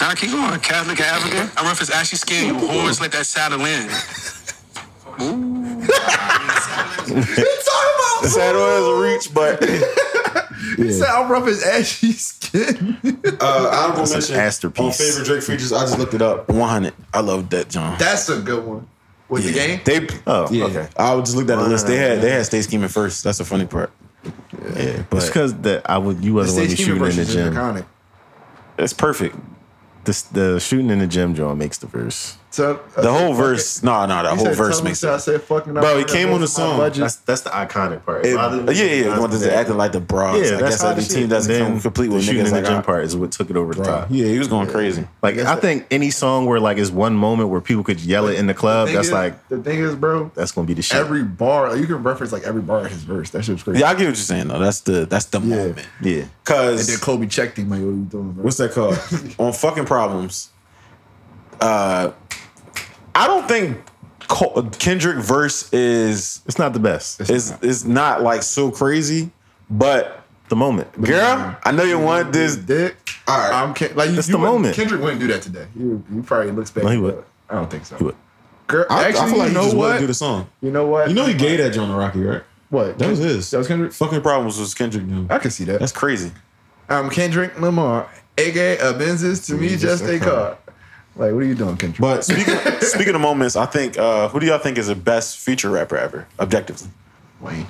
[SPEAKER 5] Nah, keep going. Catholic and African. I'm rough as ashy skin. You whores let that saddle in.
[SPEAKER 2] Talking about
[SPEAKER 1] Saddle is a reach, but
[SPEAKER 2] he said, "I'm rough as ashy skin."
[SPEAKER 1] uh, honorable
[SPEAKER 3] That's
[SPEAKER 1] mention
[SPEAKER 3] an
[SPEAKER 1] on
[SPEAKER 3] masterpiece.
[SPEAKER 1] favorite Drake features. I just looked it up. 100. I love that, John.
[SPEAKER 2] That's a good one. With the game,
[SPEAKER 1] They
[SPEAKER 3] Oh,
[SPEAKER 1] yeah.
[SPEAKER 3] okay.
[SPEAKER 1] I just looked at the list. They had they had stay scheming first. That's the funny part. Yeah,
[SPEAKER 3] It's
[SPEAKER 1] but
[SPEAKER 3] because that I would you wasn't
[SPEAKER 2] Stage
[SPEAKER 3] let me
[SPEAKER 2] Human
[SPEAKER 3] shooting
[SPEAKER 2] versus
[SPEAKER 3] in the
[SPEAKER 2] is
[SPEAKER 3] gym.
[SPEAKER 2] iconic.
[SPEAKER 1] it's perfect.
[SPEAKER 3] The, the shooting in the gym, John makes the verse.
[SPEAKER 2] So,
[SPEAKER 1] The whole verse, no, no, that
[SPEAKER 2] He
[SPEAKER 1] whole
[SPEAKER 2] said,
[SPEAKER 1] verse
[SPEAKER 2] "Tell me
[SPEAKER 1] makes
[SPEAKER 2] that I
[SPEAKER 1] sense.
[SPEAKER 2] said, fucking
[SPEAKER 1] Bro, he came on the
[SPEAKER 2] Oh,
[SPEAKER 1] song.
[SPEAKER 3] That's that's the iconic part.
[SPEAKER 1] It-
[SPEAKER 3] Rather than-
[SPEAKER 1] yeah, yeah, going to acting like the bras.
[SPEAKER 3] Yeah,
[SPEAKER 1] I
[SPEAKER 3] that's
[SPEAKER 1] guess
[SPEAKER 3] how
[SPEAKER 1] that the
[SPEAKER 3] the
[SPEAKER 1] team
[SPEAKER 3] shit-
[SPEAKER 1] doesn't
[SPEAKER 3] then
[SPEAKER 1] come complete
[SPEAKER 3] the
[SPEAKER 1] with
[SPEAKER 3] shooting
[SPEAKER 1] niggas
[SPEAKER 3] in the
[SPEAKER 1] like ah.
[SPEAKER 3] gym
[SPEAKER 1] I-
[SPEAKER 3] part is what took it over the
[SPEAKER 1] Bro,
[SPEAKER 3] top.
[SPEAKER 1] Yeah, he was going crazy.
[SPEAKER 3] Like I
[SPEAKER 2] That's it.
[SPEAKER 3] think any song where like it's one moment where people could yell it in the club, that's like
[SPEAKER 2] the thing is, bro.
[SPEAKER 3] that's gonna be the shit.
[SPEAKER 2] Every bar, like, you can reference like every bar in his verse. That shit's crazy.
[SPEAKER 1] Yeah, I get what you're saying though. That's the that's the moment.
[SPEAKER 3] yeah.
[SPEAKER 2] And then
[SPEAKER 1] Cause
[SPEAKER 2] Kobe checked him like, "What are you doing?" Bro?
[SPEAKER 1] what's that called? on fucking problems. Uh, I don't think Col- Kendrick verse is
[SPEAKER 3] It's not the best. It's
[SPEAKER 1] is is not like so crazy, but
[SPEAKER 3] the moment.
[SPEAKER 1] girl, I know you want this.
[SPEAKER 2] dick.
[SPEAKER 1] All right.
[SPEAKER 2] I'm Ken- like you,
[SPEAKER 3] It's
[SPEAKER 2] you
[SPEAKER 3] the
[SPEAKER 2] wouldn't-
[SPEAKER 3] moment.
[SPEAKER 2] Kendrick wouldn't do that today. You, you probably looks back.
[SPEAKER 3] No, he
[SPEAKER 2] and
[SPEAKER 3] would.
[SPEAKER 2] go, I don't think so.
[SPEAKER 3] He would.
[SPEAKER 2] Girl,
[SPEAKER 1] I,
[SPEAKER 2] actually,
[SPEAKER 1] I feel like
[SPEAKER 2] you
[SPEAKER 1] he
[SPEAKER 2] know
[SPEAKER 1] just wanted to
[SPEAKER 2] what?
[SPEAKER 1] do the song.
[SPEAKER 2] You know what?
[SPEAKER 1] You know he gave that John the Rocky, right?
[SPEAKER 2] what?
[SPEAKER 1] That was his.
[SPEAKER 2] That was Kendrick.
[SPEAKER 1] Fucking problems was Kendrick doing.
[SPEAKER 2] I can see that.
[SPEAKER 1] That's crazy.
[SPEAKER 2] I'm Kendrick Lamar, aka a Benz is to me just a car. Like, what are you doing, Kendrick?
[SPEAKER 1] But speaking speaking of moments, I think uh, who do y'all think is the best feature rapper ever, objectively?
[SPEAKER 2] Wayne.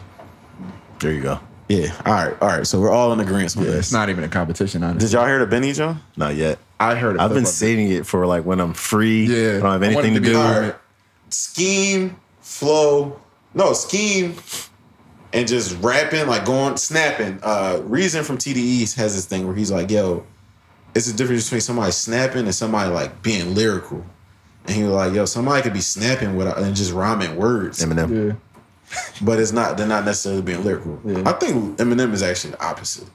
[SPEAKER 3] There you go.
[SPEAKER 1] Yeah. All right. All right. So we're all in agreement with
[SPEAKER 2] It's
[SPEAKER 1] this.
[SPEAKER 2] not even a competition, honestly.
[SPEAKER 1] Did y'all hear the Benny John?
[SPEAKER 3] Not yet.
[SPEAKER 2] I heard it.
[SPEAKER 3] I've been
[SPEAKER 2] Fuck.
[SPEAKER 3] saving it for like when I'm free.
[SPEAKER 2] Yeah.
[SPEAKER 3] I don't have
[SPEAKER 2] I want
[SPEAKER 3] anything
[SPEAKER 2] it
[SPEAKER 3] to,
[SPEAKER 2] be
[SPEAKER 3] do.
[SPEAKER 2] hard.
[SPEAKER 1] Scheme, flow, no scheme, and just rapping like going snapping. Uh, Reason from TDE has this thing where he's like, "Yo, it's a difference between somebody snapping and somebody like being lyrical." And he was like, "Yo, somebody could be snapping without and just rhyming words."
[SPEAKER 3] Eminem.
[SPEAKER 2] Yeah.
[SPEAKER 1] but it's not they're not necessarily being lyrical.
[SPEAKER 2] Yeah.
[SPEAKER 1] I think Eminem is actually the opposite.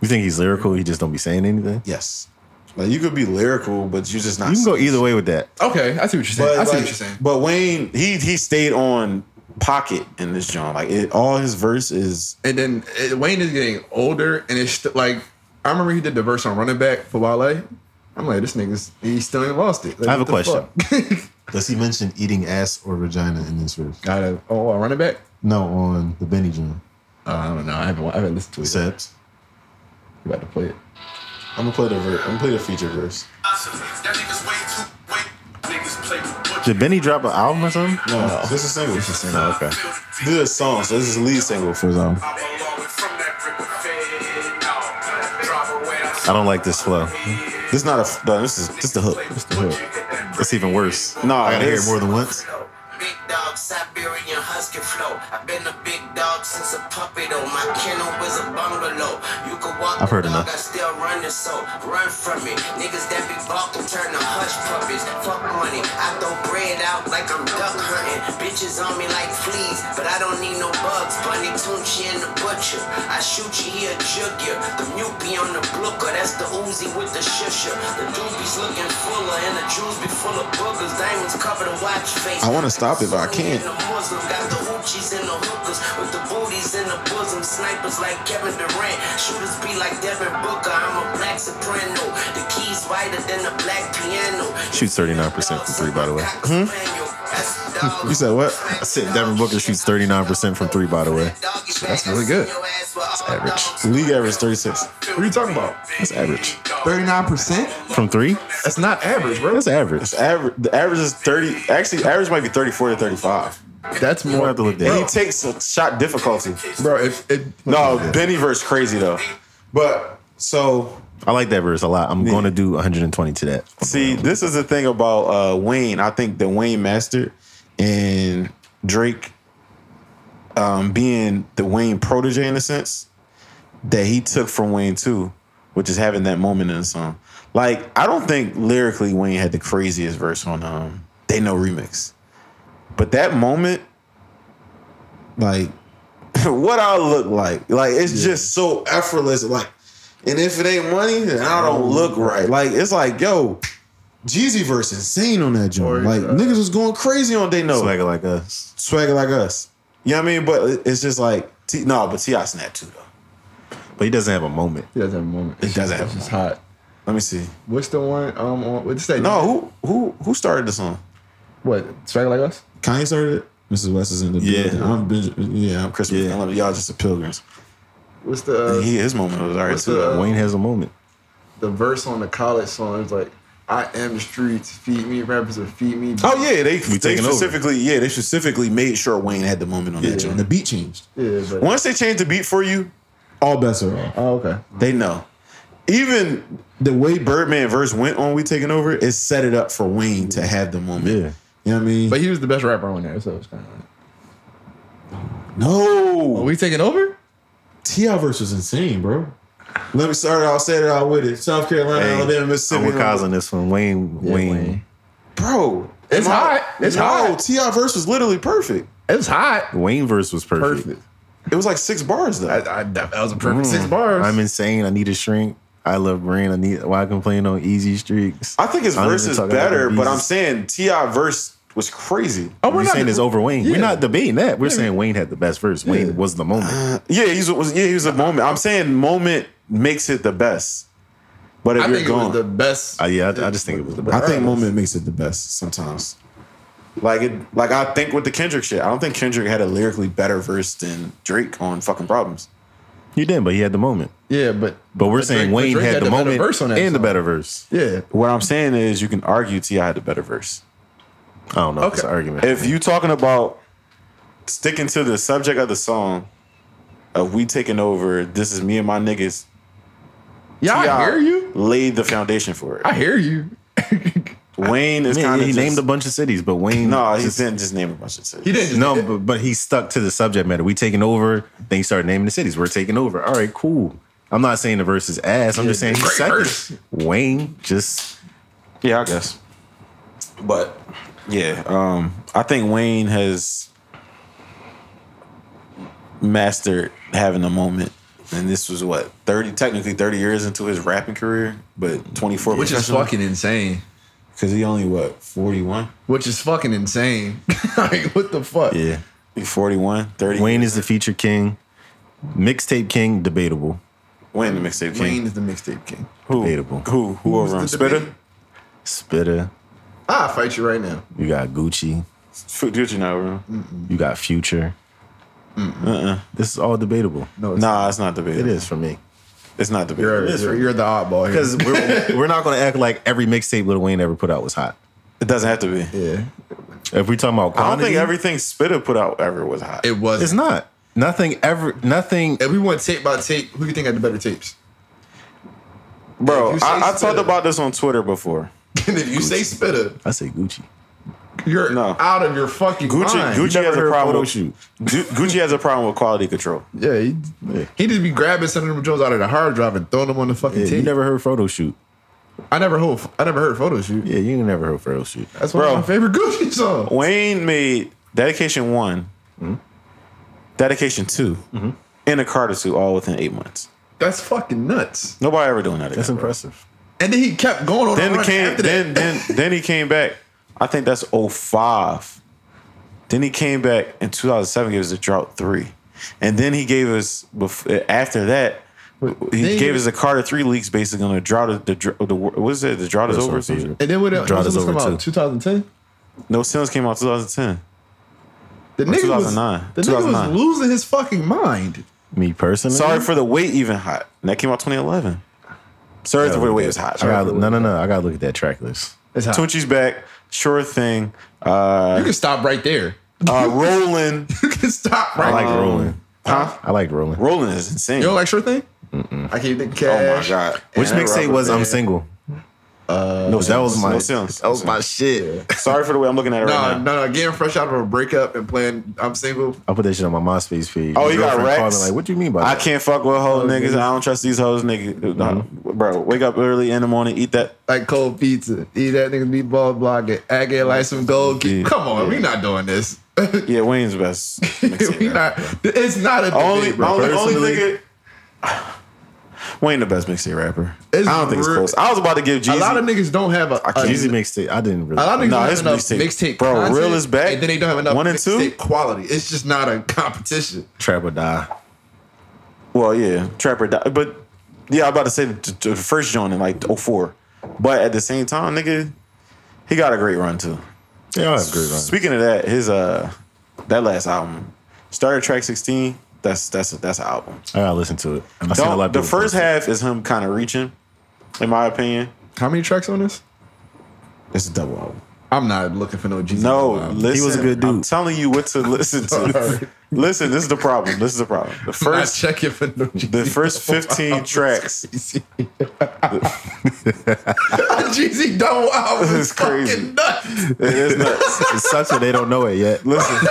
[SPEAKER 3] You think he's lyrical? He just don't be saying anything.
[SPEAKER 1] Yes, like you could be lyrical, but you're just not.
[SPEAKER 3] You can go either way with that.
[SPEAKER 2] Okay, I see what you're saying.
[SPEAKER 1] But,
[SPEAKER 2] I see
[SPEAKER 1] like,
[SPEAKER 2] what you're saying.
[SPEAKER 1] but Wayne, he he stayed on pocket in this joint. Like it, all his verse is
[SPEAKER 2] And then uh, Wayne is getting older, and it's st- like I remember he did the verse on running back for Wale. I'm like, this nigga's he still ain't lost it. Like,
[SPEAKER 3] I have
[SPEAKER 2] what
[SPEAKER 3] a
[SPEAKER 2] the fuck?
[SPEAKER 6] Does he mention eating ass or vagina in this verse?
[SPEAKER 2] Got a oh a running back?
[SPEAKER 6] No, on the Benny John.
[SPEAKER 2] Uh, I don't know. I haven't I haven't listened to it. yet.
[SPEAKER 6] Except
[SPEAKER 2] You about to play it?
[SPEAKER 1] I'm gonna play the verse. I'm gonna play the feature verse.
[SPEAKER 5] That nigga's way too, way, niggas play for what
[SPEAKER 3] Did Benny drop an album or something?
[SPEAKER 1] No,
[SPEAKER 2] Oh.
[SPEAKER 1] this is a single. This is
[SPEAKER 3] No, okay.
[SPEAKER 1] a song. So this is the lead single for his album.
[SPEAKER 3] I don't like this flow.
[SPEAKER 1] This is not a. No, this is this is the hook.
[SPEAKER 3] It's even worse.
[SPEAKER 1] No,
[SPEAKER 6] I gotta hear
[SPEAKER 1] this-
[SPEAKER 6] it more than once.
[SPEAKER 7] Big dog Siberian husky flow. I've been a big dog since a puppy though. My kennel was a bungalow. You could walk
[SPEAKER 3] I've heard
[SPEAKER 7] the dog,
[SPEAKER 3] enough.
[SPEAKER 7] I still run this so run from it. Niggas that be balking turn to hush puppies. Fuck money. I throw bread out like I'm duck hunting. Bitches on me like fleas, but I don't need no bugs. Bunny Tunchi and the butcher. I shoot you, he'll jug you. The mupey on the blooker, that's the Uzi with the shusher. The doobies looking fuller, and the jewels be full of boogers. Diamonds cover the watch face.
[SPEAKER 1] I wanna stop it, but I can't.
[SPEAKER 7] The Muslim got the hoochies and the hookers with the booties in the bosom. Snipers like Kevin Durant, shooters be like Devin Booker. I'm a black soprano. The keys wider than a black piano.
[SPEAKER 3] Shoots 39% from three, by the way.
[SPEAKER 7] Hmm?
[SPEAKER 1] You said what?
[SPEAKER 3] I said Devin Booker shoots 39% from three, by the way.
[SPEAKER 7] That's
[SPEAKER 2] really good.
[SPEAKER 7] That's
[SPEAKER 3] average.
[SPEAKER 1] League average 36.
[SPEAKER 2] What are you talking about?
[SPEAKER 1] That's average.
[SPEAKER 2] 39%?
[SPEAKER 3] From three?
[SPEAKER 2] That's not average, bro.
[SPEAKER 3] That's average.
[SPEAKER 1] It's average. The average is 30. Actually, average might be 34 to 35.
[SPEAKER 2] That's
[SPEAKER 3] We'll
[SPEAKER 2] more.
[SPEAKER 3] have to look
[SPEAKER 1] And he
[SPEAKER 3] that up.
[SPEAKER 1] takes a shot difficulty.
[SPEAKER 2] Bro, if, if
[SPEAKER 1] No, Bennyverse crazy though. But so
[SPEAKER 3] I like that verse a lot. I'm going to do 120 to that.
[SPEAKER 1] see, this is the thing about uh, Wayne. I think the Wayne master and Drake um, being the Wayne protege in a sense that he took from Wayne too, which is having that moment in the song. Like I don't think lyrically Wayne had the craziest verse on um, "They Know" remix, but that moment, like what I look like, like it's just so effortless. Like, and if it ain't money, then I don't look right. Like it's like yo. Jeezy verse insane on that joint. Like niggas was going crazy on they know
[SPEAKER 3] Swagger like us.
[SPEAKER 1] swagger like us. You know what I mean? But it- it's just like T, no, but Ti snapped too though.
[SPEAKER 3] But he doesn't have a moment.
[SPEAKER 2] he doesn't have a moment. It
[SPEAKER 1] doesn't have a
[SPEAKER 2] It's just hot.
[SPEAKER 1] Let me see.
[SPEAKER 2] What's the one? Um, on, what's that?
[SPEAKER 1] No, who who who started the song?
[SPEAKER 2] What? Swagger like us?
[SPEAKER 1] Kanye started it. Mrs. West is in the
[SPEAKER 3] Yeah.
[SPEAKER 1] building. I'm Benjamin, yeah, I'm Christmas.
[SPEAKER 3] Yeah.
[SPEAKER 1] I love y'all just the pilgrims.
[SPEAKER 2] What's the uh,
[SPEAKER 1] he his moment was alright
[SPEAKER 2] what's
[SPEAKER 1] too.
[SPEAKER 2] the-
[SPEAKER 1] though.
[SPEAKER 3] Wayne has a moment.
[SPEAKER 2] the verse on the college song? It's like, I am the streets. Feed me, rappers will feed me.
[SPEAKER 1] Oh yeah, they, they
[SPEAKER 3] taking over.
[SPEAKER 1] specifically yeah they specifically made sure Wayne had the moment on that joint.
[SPEAKER 6] And the beat changed.
[SPEAKER 2] yeah but,
[SPEAKER 1] Once they change the beat for you,
[SPEAKER 6] All bets are off.
[SPEAKER 2] Oh okay.
[SPEAKER 1] they know. Even the way Birdman verse went on "We Taking Over" it set it up for Wayne to have the moment.
[SPEAKER 3] Yeah.
[SPEAKER 1] You know what I mean?
[SPEAKER 2] But he was the best rapper on there, so it's kind of.
[SPEAKER 3] Oh,
[SPEAKER 1] no,
[SPEAKER 2] Are we taking over?
[SPEAKER 6] Ti verse was insane, bro.
[SPEAKER 1] Let me start out, set it out with it. South Carolina,
[SPEAKER 3] Hey,
[SPEAKER 1] Alabama, Mississippi.
[SPEAKER 3] I'm with Cos on this one. Wayne, Wayne. Wayne.
[SPEAKER 1] Bro.
[SPEAKER 2] It's
[SPEAKER 1] am I-
[SPEAKER 2] hot. It's
[SPEAKER 1] no,
[SPEAKER 2] hot.
[SPEAKER 1] T.I. verse was literally perfect.
[SPEAKER 2] It's hot.
[SPEAKER 3] verse was perfect. Mm.
[SPEAKER 2] Perfect.
[SPEAKER 1] It was like six bars, though.
[SPEAKER 2] I, I, that was a perfect six bars.
[SPEAKER 3] I'm insane. I need a shrink. I love rain. I need why I complain on easy streaks.
[SPEAKER 1] I think his
[SPEAKER 3] don't
[SPEAKER 1] verse
[SPEAKER 3] even
[SPEAKER 1] is
[SPEAKER 3] talk about
[SPEAKER 1] better,
[SPEAKER 3] these-
[SPEAKER 1] but I'm saying T.I. verse was crazy.
[SPEAKER 2] oh,
[SPEAKER 3] We're saying it's over Wayne.
[SPEAKER 2] yeah.
[SPEAKER 3] We're not debating that. We're saying Wayne had the best verse. Wayne was the moment.
[SPEAKER 2] Uh,
[SPEAKER 1] Yeah, he's was yeah, he was a moment. I'm saying moment makes it the best. But if
[SPEAKER 2] I
[SPEAKER 1] you're
[SPEAKER 2] think it
[SPEAKER 1] gone,
[SPEAKER 2] was the best.
[SPEAKER 3] Uh, yeah, I, I just think it was the best.
[SPEAKER 1] I think moment makes it the best sometimes. Like it, like I think with the Kendrick shit, I don't think Kendrick had a lyrically better verse than Drake on fucking problems.
[SPEAKER 3] You did, but he had the moment.
[SPEAKER 2] Yeah, but
[SPEAKER 3] But we're
[SPEAKER 2] but
[SPEAKER 3] saying
[SPEAKER 2] Drake- but
[SPEAKER 3] Wayne
[SPEAKER 2] Drake
[SPEAKER 3] had, the,
[SPEAKER 2] better
[SPEAKER 3] moment
[SPEAKER 2] verse on that
[SPEAKER 3] and the
[SPEAKER 2] song.
[SPEAKER 3] better verse.
[SPEAKER 2] Yeah,
[SPEAKER 1] What I'm saying is, you can argue Ti had the better verse.
[SPEAKER 3] I don't know. if It's
[SPEAKER 2] Okay.
[SPEAKER 3] an argument.
[SPEAKER 1] If you talking about sticking to the subject of the song of we taking over, this is me and my niggas.
[SPEAKER 2] yeah, I hear you.
[SPEAKER 1] Laid the foundation for it.
[SPEAKER 2] I hear you.
[SPEAKER 1] Wayne is
[SPEAKER 3] Man,
[SPEAKER 1] kind of
[SPEAKER 3] he named a bunch of cities, but Wayne.
[SPEAKER 1] No, he
[SPEAKER 3] just-
[SPEAKER 1] didn't just name a bunch of cities.
[SPEAKER 2] He didn't.
[SPEAKER 3] No, but, but he stuck to the subject matter. We taking over. Then he started naming the cities. We're taking over. All right, cool. I'm not saying the verse is ass. I'm just saying he's
[SPEAKER 2] great verse.
[SPEAKER 3] second. Wayne just
[SPEAKER 1] Yeah, I guess. But yeah, um, I think Wayne has mastered having a moment. And this was what thirty, technically thirty years into his rapping career, but twenty four,
[SPEAKER 2] Which is fucking insane.
[SPEAKER 1] because he only what forty one.
[SPEAKER 2] Which is fucking insane. like, what the fuck?
[SPEAKER 3] yeah.
[SPEAKER 1] He's 41, 30.
[SPEAKER 3] Wayne is the feature king. Mixtape king, debatable.
[SPEAKER 1] Wayne the mixtape king.
[SPEAKER 2] Wayne is the mixtape king.
[SPEAKER 1] who?
[SPEAKER 3] debatable.
[SPEAKER 1] Who? Who over him?
[SPEAKER 2] Who's the
[SPEAKER 1] Spitter?
[SPEAKER 2] debate?
[SPEAKER 3] Spitter.
[SPEAKER 2] I'll fight you right now.
[SPEAKER 3] You got Gucci.
[SPEAKER 1] Fu- Gucci not over him.
[SPEAKER 3] You got Future. Uh-uh. This is all debatable.
[SPEAKER 2] No, it's
[SPEAKER 1] Nah, it's not debatable.
[SPEAKER 3] It is for me.
[SPEAKER 1] It's not debatable.
[SPEAKER 2] You're,
[SPEAKER 1] It is
[SPEAKER 2] you're,
[SPEAKER 1] for-
[SPEAKER 2] you're the oddball here.
[SPEAKER 3] Because we're, we're not going to act like every mixtape Lil Wayne ever put out was hot.
[SPEAKER 1] It doesn't have to be.
[SPEAKER 2] Yeah,
[SPEAKER 3] If we talking about
[SPEAKER 1] I don't
[SPEAKER 3] quantity,
[SPEAKER 1] think everything Spitter put out ever was hot.
[SPEAKER 2] it was.
[SPEAKER 3] it's not. Nothing ever, nothing.
[SPEAKER 2] If we went tape by tape, who you think had the better tapes?
[SPEAKER 1] Bro,
[SPEAKER 2] If you say
[SPEAKER 1] I, I talked
[SPEAKER 2] Spitter-
[SPEAKER 1] about this on Twitter before.
[SPEAKER 2] And if you say Spitter,
[SPEAKER 3] I say Gucci.
[SPEAKER 2] You're
[SPEAKER 1] No.
[SPEAKER 2] out of your fucking
[SPEAKER 1] Gucci
[SPEAKER 2] mind. You
[SPEAKER 1] Gucci
[SPEAKER 2] never
[SPEAKER 1] has a
[SPEAKER 2] heard
[SPEAKER 1] problem
[SPEAKER 2] photo
[SPEAKER 1] with
[SPEAKER 2] shoot.
[SPEAKER 1] Gu- Gucci has a problem with quality control.
[SPEAKER 2] Yeah, he, he just be grabbing some of them Jones out of the hard drive and throwing them on the fucking
[SPEAKER 3] Yeah,
[SPEAKER 2] tape.
[SPEAKER 3] you never heard photo shoot.
[SPEAKER 2] I never heard. I never heard photo shoot.
[SPEAKER 3] Yeah, you never heard photo shoot.
[SPEAKER 2] That's one
[SPEAKER 1] Bro.
[SPEAKER 2] of my favorite Gucci songs.
[SPEAKER 1] Wayne made Dedication one
[SPEAKER 2] Mm-hmm.
[SPEAKER 1] Dedication 2 and a Carter two, all within eight months.
[SPEAKER 2] That's fucking nuts.
[SPEAKER 1] Nobody ever doing that again.
[SPEAKER 3] That's
[SPEAKER 1] bro.
[SPEAKER 3] impressive.
[SPEAKER 2] And then he kept going on.
[SPEAKER 1] Then
[SPEAKER 2] the
[SPEAKER 1] it
[SPEAKER 2] run
[SPEAKER 1] came.
[SPEAKER 2] after
[SPEAKER 1] Then
[SPEAKER 2] that.
[SPEAKER 1] then then he came back. I think that's 05. Then he came back in 2007. Gave us a drought three, and then he gave us bef- after that. He
[SPEAKER 2] then he-
[SPEAKER 1] gave us the Carter three leaks, basically on the drought. of- The, dr- the what is it? The drought is
[SPEAKER 3] That's
[SPEAKER 1] over. or
[SPEAKER 3] what I'm saying.
[SPEAKER 1] something?
[SPEAKER 2] And then what else
[SPEAKER 3] Draw this
[SPEAKER 2] was come
[SPEAKER 3] over,
[SPEAKER 2] out? 2010.
[SPEAKER 1] No sins came out 2010.
[SPEAKER 2] The nigga was
[SPEAKER 1] 2009.
[SPEAKER 2] the nigga
[SPEAKER 1] 2009.
[SPEAKER 2] was losing his fucking mind.
[SPEAKER 3] Me personally.
[SPEAKER 1] Sorry for the wait, even hot. And that came out 2011. Sorry for the wait was hot.
[SPEAKER 3] I gotta, no, no, no. I gotta look at that track list.
[SPEAKER 2] It's hot.
[SPEAKER 1] Tunchi's back. Sure thing. Uh,
[SPEAKER 2] You can stop right there.
[SPEAKER 1] uh, Rolling.
[SPEAKER 2] You can stop right.
[SPEAKER 3] I like
[SPEAKER 2] there.
[SPEAKER 3] rolling.
[SPEAKER 1] Huh?
[SPEAKER 3] I like rolling.
[SPEAKER 1] Rolling is insane.
[SPEAKER 2] You don't like sure thing? I keep thinking
[SPEAKER 1] oh
[SPEAKER 2] cash.
[SPEAKER 1] my god.
[SPEAKER 3] Which
[SPEAKER 1] And that
[SPEAKER 3] mixtape
[SPEAKER 1] rubber
[SPEAKER 3] was I'm
[SPEAKER 1] band.
[SPEAKER 3] single? Uh, no, that was my
[SPEAKER 1] No Sims.
[SPEAKER 3] that was my shit.
[SPEAKER 1] Sorry for the way I'm looking at it
[SPEAKER 2] No,
[SPEAKER 1] right now.
[SPEAKER 2] no, no. Getting fresh out of a breakup and playing "I'm Single."
[SPEAKER 3] I put that shit on my MySpace page.
[SPEAKER 1] Oh,
[SPEAKER 3] My
[SPEAKER 1] you got
[SPEAKER 3] girlfriend called
[SPEAKER 1] racks?
[SPEAKER 3] me Like, what do you mean by
[SPEAKER 1] I
[SPEAKER 3] that?
[SPEAKER 1] can't fuck with hoe niggas. I don't trust these hoes niggas.
[SPEAKER 2] Mm-hmm.
[SPEAKER 1] Bro, wake up early in the morning, eat that.
[SPEAKER 2] Like cold pizza, eat that nigga meatball block it. I get like some gold. key.
[SPEAKER 1] Yeah.
[SPEAKER 2] Come on, we not doing this.
[SPEAKER 1] Yeah, Wayne's best. mixtape
[SPEAKER 2] we
[SPEAKER 1] ever.
[SPEAKER 2] not. It's not a debate,
[SPEAKER 1] Only,
[SPEAKER 2] bro.
[SPEAKER 1] only, only
[SPEAKER 2] Personally,
[SPEAKER 1] nigga. Wayne the best mixtape rapper.
[SPEAKER 2] It's
[SPEAKER 1] I don't think
[SPEAKER 2] real-
[SPEAKER 1] it's close. I was about to give Jeezy.
[SPEAKER 2] A lot of niggas don't have a. a-
[SPEAKER 3] Jeezy mixtape. I didn't really.
[SPEAKER 2] A lot of niggas
[SPEAKER 1] Nah,
[SPEAKER 2] don't have
[SPEAKER 1] his mixtape-
[SPEAKER 2] enough mixtape,
[SPEAKER 1] bro,
[SPEAKER 2] content,
[SPEAKER 1] Real is back.
[SPEAKER 2] and then they don't have enough
[SPEAKER 1] One and two?
[SPEAKER 2] mixtape quality. It's just not a competition.
[SPEAKER 3] Trap or die.
[SPEAKER 1] Well, yeah, Trapper died. But yeah, I'm about to say the, the first joint in like 04. But at the same time, nigga, he got a great run too.
[SPEAKER 3] Yeah, I have good runs.
[SPEAKER 1] Speaking of that, his uh that last album, started track 16. That's that's that's an album.
[SPEAKER 3] I gotta listen to it. I seen a lot
[SPEAKER 1] Don't,
[SPEAKER 3] of
[SPEAKER 1] the
[SPEAKER 3] people
[SPEAKER 1] first
[SPEAKER 3] post it.
[SPEAKER 1] half is him kind of reaching, in my opinion.
[SPEAKER 2] How many tracks on this?
[SPEAKER 1] It's a double album.
[SPEAKER 2] I'm not looking for no Jesus.
[SPEAKER 1] No,
[SPEAKER 2] album.
[SPEAKER 1] listen,
[SPEAKER 3] was a good
[SPEAKER 1] I'm
[SPEAKER 3] dude.
[SPEAKER 1] telling you what to listen to.
[SPEAKER 2] Sorry.
[SPEAKER 1] listen, this is the problem. This is the problem. The
[SPEAKER 2] I'm not
[SPEAKER 1] first
[SPEAKER 2] checking for no Jesus.
[SPEAKER 1] the first 15 tracks
[SPEAKER 2] Jeezy double album
[SPEAKER 1] This
[SPEAKER 2] is
[SPEAKER 1] is crazy.
[SPEAKER 2] crazy. Nuts.
[SPEAKER 1] it is nuts.
[SPEAKER 3] It sucks that they don't know it yet.
[SPEAKER 1] Listen.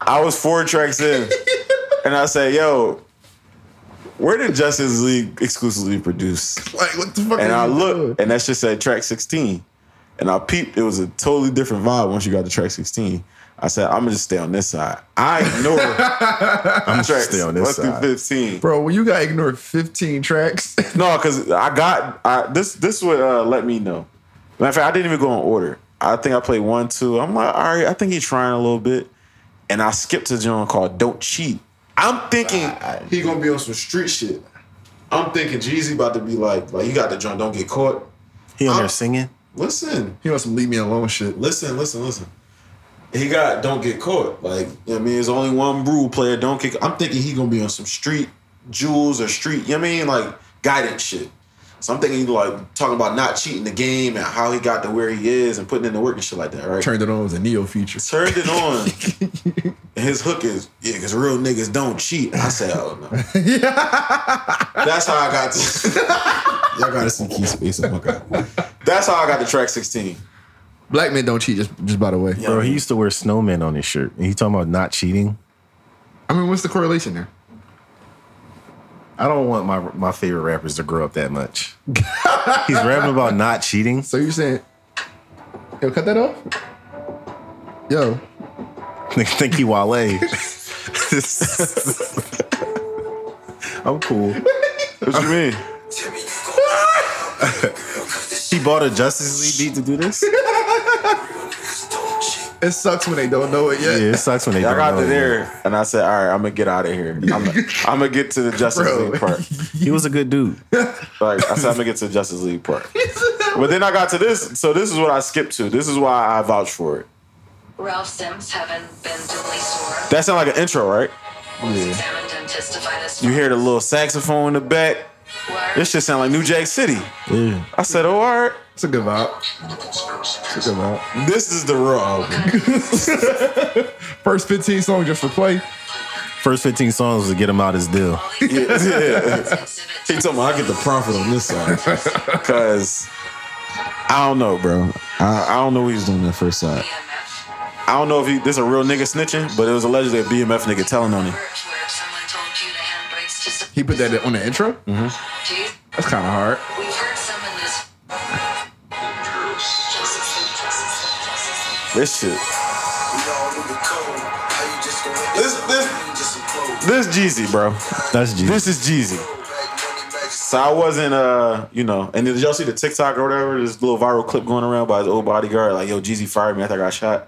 [SPEAKER 1] I was four tracks in, and I said, "Yo, where did Justice League exclusively produce?"
[SPEAKER 2] Like what the fuck?
[SPEAKER 1] And
[SPEAKER 2] are
[SPEAKER 1] I
[SPEAKER 2] you
[SPEAKER 1] looked,
[SPEAKER 2] doing?
[SPEAKER 1] and that shit said track sixteen, and I peeped. It was a totally different vibe once you got to track sixteen. I said, "I'm gonna just stay on this side." I ignore I'm tracks
[SPEAKER 3] stay on this
[SPEAKER 1] one
[SPEAKER 3] side.
[SPEAKER 1] through fifteen.
[SPEAKER 2] bro. When you got ignored 15 tracks,
[SPEAKER 1] No, because I got I, this. This would uh, let me know. Matter of fact, I didn't even go in order. I think I played one, two. I'm like, all right. I think he's trying a little bit, and I skipped a joint called "Don't Cheat." I'm thinking he gonna be on some street shit. I'm thinking Jeezy about to be like, like you got the joint, don't get caught.
[SPEAKER 3] He on
[SPEAKER 1] I'm-
[SPEAKER 3] there singing.
[SPEAKER 1] Listen,
[SPEAKER 2] he wants some leave me alone shit.
[SPEAKER 1] listen, listen, listen. He got don't get caught. Like you know what I mean, there's only one rule player. Don't get. I'm thinking he gonna be on some street jewels or street. You know what I mean, like guidance shit. So I'm thinking he like talking about not cheating the game and how he got to where he is and putting in the work and shit like that. Right.
[SPEAKER 2] Turned it on as a Neo feature.
[SPEAKER 1] Turned it on. And his hook is yeah, because real niggas don't cheat. I said, oh no. That's how I got to.
[SPEAKER 6] Y'all gotta see Key Space. Oh my god.
[SPEAKER 1] That's how I got to track 16.
[SPEAKER 2] Black men don't cheat. Just, just by the way.
[SPEAKER 1] Yeah.
[SPEAKER 3] Bro, he used to wear snowmen on his shirt. And he talking about not cheating.
[SPEAKER 2] I mean, what's the correlation there?
[SPEAKER 3] I don't want my my favorite rappers to grow up that much. He's rapping about not cheating.
[SPEAKER 2] So you saying, yo, cut that off? Yo,
[SPEAKER 3] Nigga think he Wale. I'm cool.
[SPEAKER 1] What you mean?
[SPEAKER 3] He bought a Justice League beat to do this. Yeah,
[SPEAKER 2] it sucks when they don't know it yet.
[SPEAKER 3] it sucks when they.
[SPEAKER 1] I
[SPEAKER 3] don't
[SPEAKER 1] got
[SPEAKER 3] know
[SPEAKER 1] to
[SPEAKER 3] it.
[SPEAKER 1] there and I said, "All right, I'm gonna get out of here. I'm gonna, I'm gonna get to the Justice
[SPEAKER 2] Bro.
[SPEAKER 1] League part."
[SPEAKER 3] He was a good dude.
[SPEAKER 1] Like I said, I'm gonna get to the Justice League part. But then I got to this, so this is what I skipped to. This is why I vouch for it.
[SPEAKER 8] Ralph Sims, having been duly sworn,
[SPEAKER 1] That sounds like an intro, right?
[SPEAKER 8] was examined and testified as
[SPEAKER 1] You hear the little saxophone in the back.
[SPEAKER 8] Wire-
[SPEAKER 1] This shit sound like New Jack City.
[SPEAKER 3] Yeah.
[SPEAKER 1] I said, "Oh, all right,
[SPEAKER 2] It's a good vibe. It's a good vibe.
[SPEAKER 1] this is the raw." album.
[SPEAKER 2] First 15 song just for play.
[SPEAKER 3] First 15 songs was to get him out his deal.
[SPEAKER 1] Yeah, yeah.
[SPEAKER 8] Exhibit E
[SPEAKER 1] He told me I get the
[SPEAKER 6] Profit on this side.
[SPEAKER 1] because I don't know, bro. I, I don't know what he's doing that first side.
[SPEAKER 8] BMF.
[SPEAKER 1] I don't know if he this a real nigga snitching, but it was allegedly a BMF nigga telling on him.
[SPEAKER 8] Works where someone told you the handbrakes to
[SPEAKER 2] He put that on the intro?
[SPEAKER 1] Mm-hmm.
[SPEAKER 8] subdue.
[SPEAKER 2] That's kind of hard.
[SPEAKER 8] We've heard some in this.
[SPEAKER 1] This shit.
[SPEAKER 7] We all knew the code. How you just gonna win
[SPEAKER 1] This- this-
[SPEAKER 7] Just some clothes.
[SPEAKER 1] This Jeezy, bro.
[SPEAKER 3] That's G.
[SPEAKER 1] This is Jeezy.
[SPEAKER 7] Bag money, bag
[SPEAKER 1] So I wasn't, uh, you know, and did y'all see the TikTok or whatever? This little viral clip going around by his old bodyguard, like, "Yo, Jeezy fired me after I got shot."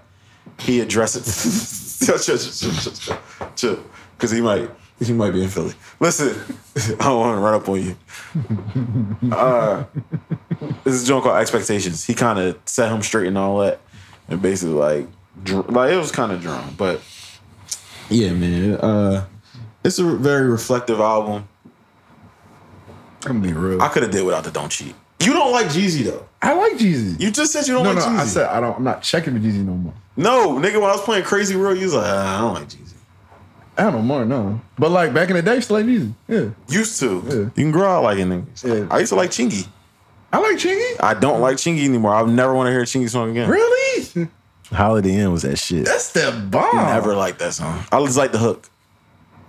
[SPEAKER 1] He addressed it. Yo, chill, chill, chill, chill, chill, because he might, he might be in Philly. Listen, I don't want to run up on you. Uh, this is a joint called Expectations. He kind of set him straight and all that, and basically like, dr- like it was kind of drunk, but yeah, man. Uh, it's a very reflective album.
[SPEAKER 2] I'm gonna be real.
[SPEAKER 1] I
[SPEAKER 2] I,
[SPEAKER 1] could have did without the don't cheat. You don't like Jeezy though.
[SPEAKER 2] like Jeezy.
[SPEAKER 1] You just said you don't
[SPEAKER 2] no,
[SPEAKER 1] like
[SPEAKER 2] no,
[SPEAKER 1] Jeezy.
[SPEAKER 2] I said I don't. I'm not checking for Jeezy no more.
[SPEAKER 1] no, nigga. When I was playing Crazy World, you was like, "Ah, I don't like Jeezy.
[SPEAKER 2] I don't know more, no. But like back in the day, I used to like Jeezy. Yeah,
[SPEAKER 1] Used to.
[SPEAKER 2] Yeah.
[SPEAKER 1] You can grow out like a nigga.
[SPEAKER 2] Yeah.
[SPEAKER 1] I used to like Chingy.
[SPEAKER 2] I like Chingy.
[SPEAKER 1] I don't like Chingy anymore. I never want to hear a Chingy song again.
[SPEAKER 2] Really?
[SPEAKER 3] Holiday Inn was that shit.
[SPEAKER 2] That's the bomb.
[SPEAKER 1] Never liked that song. I just like the hook.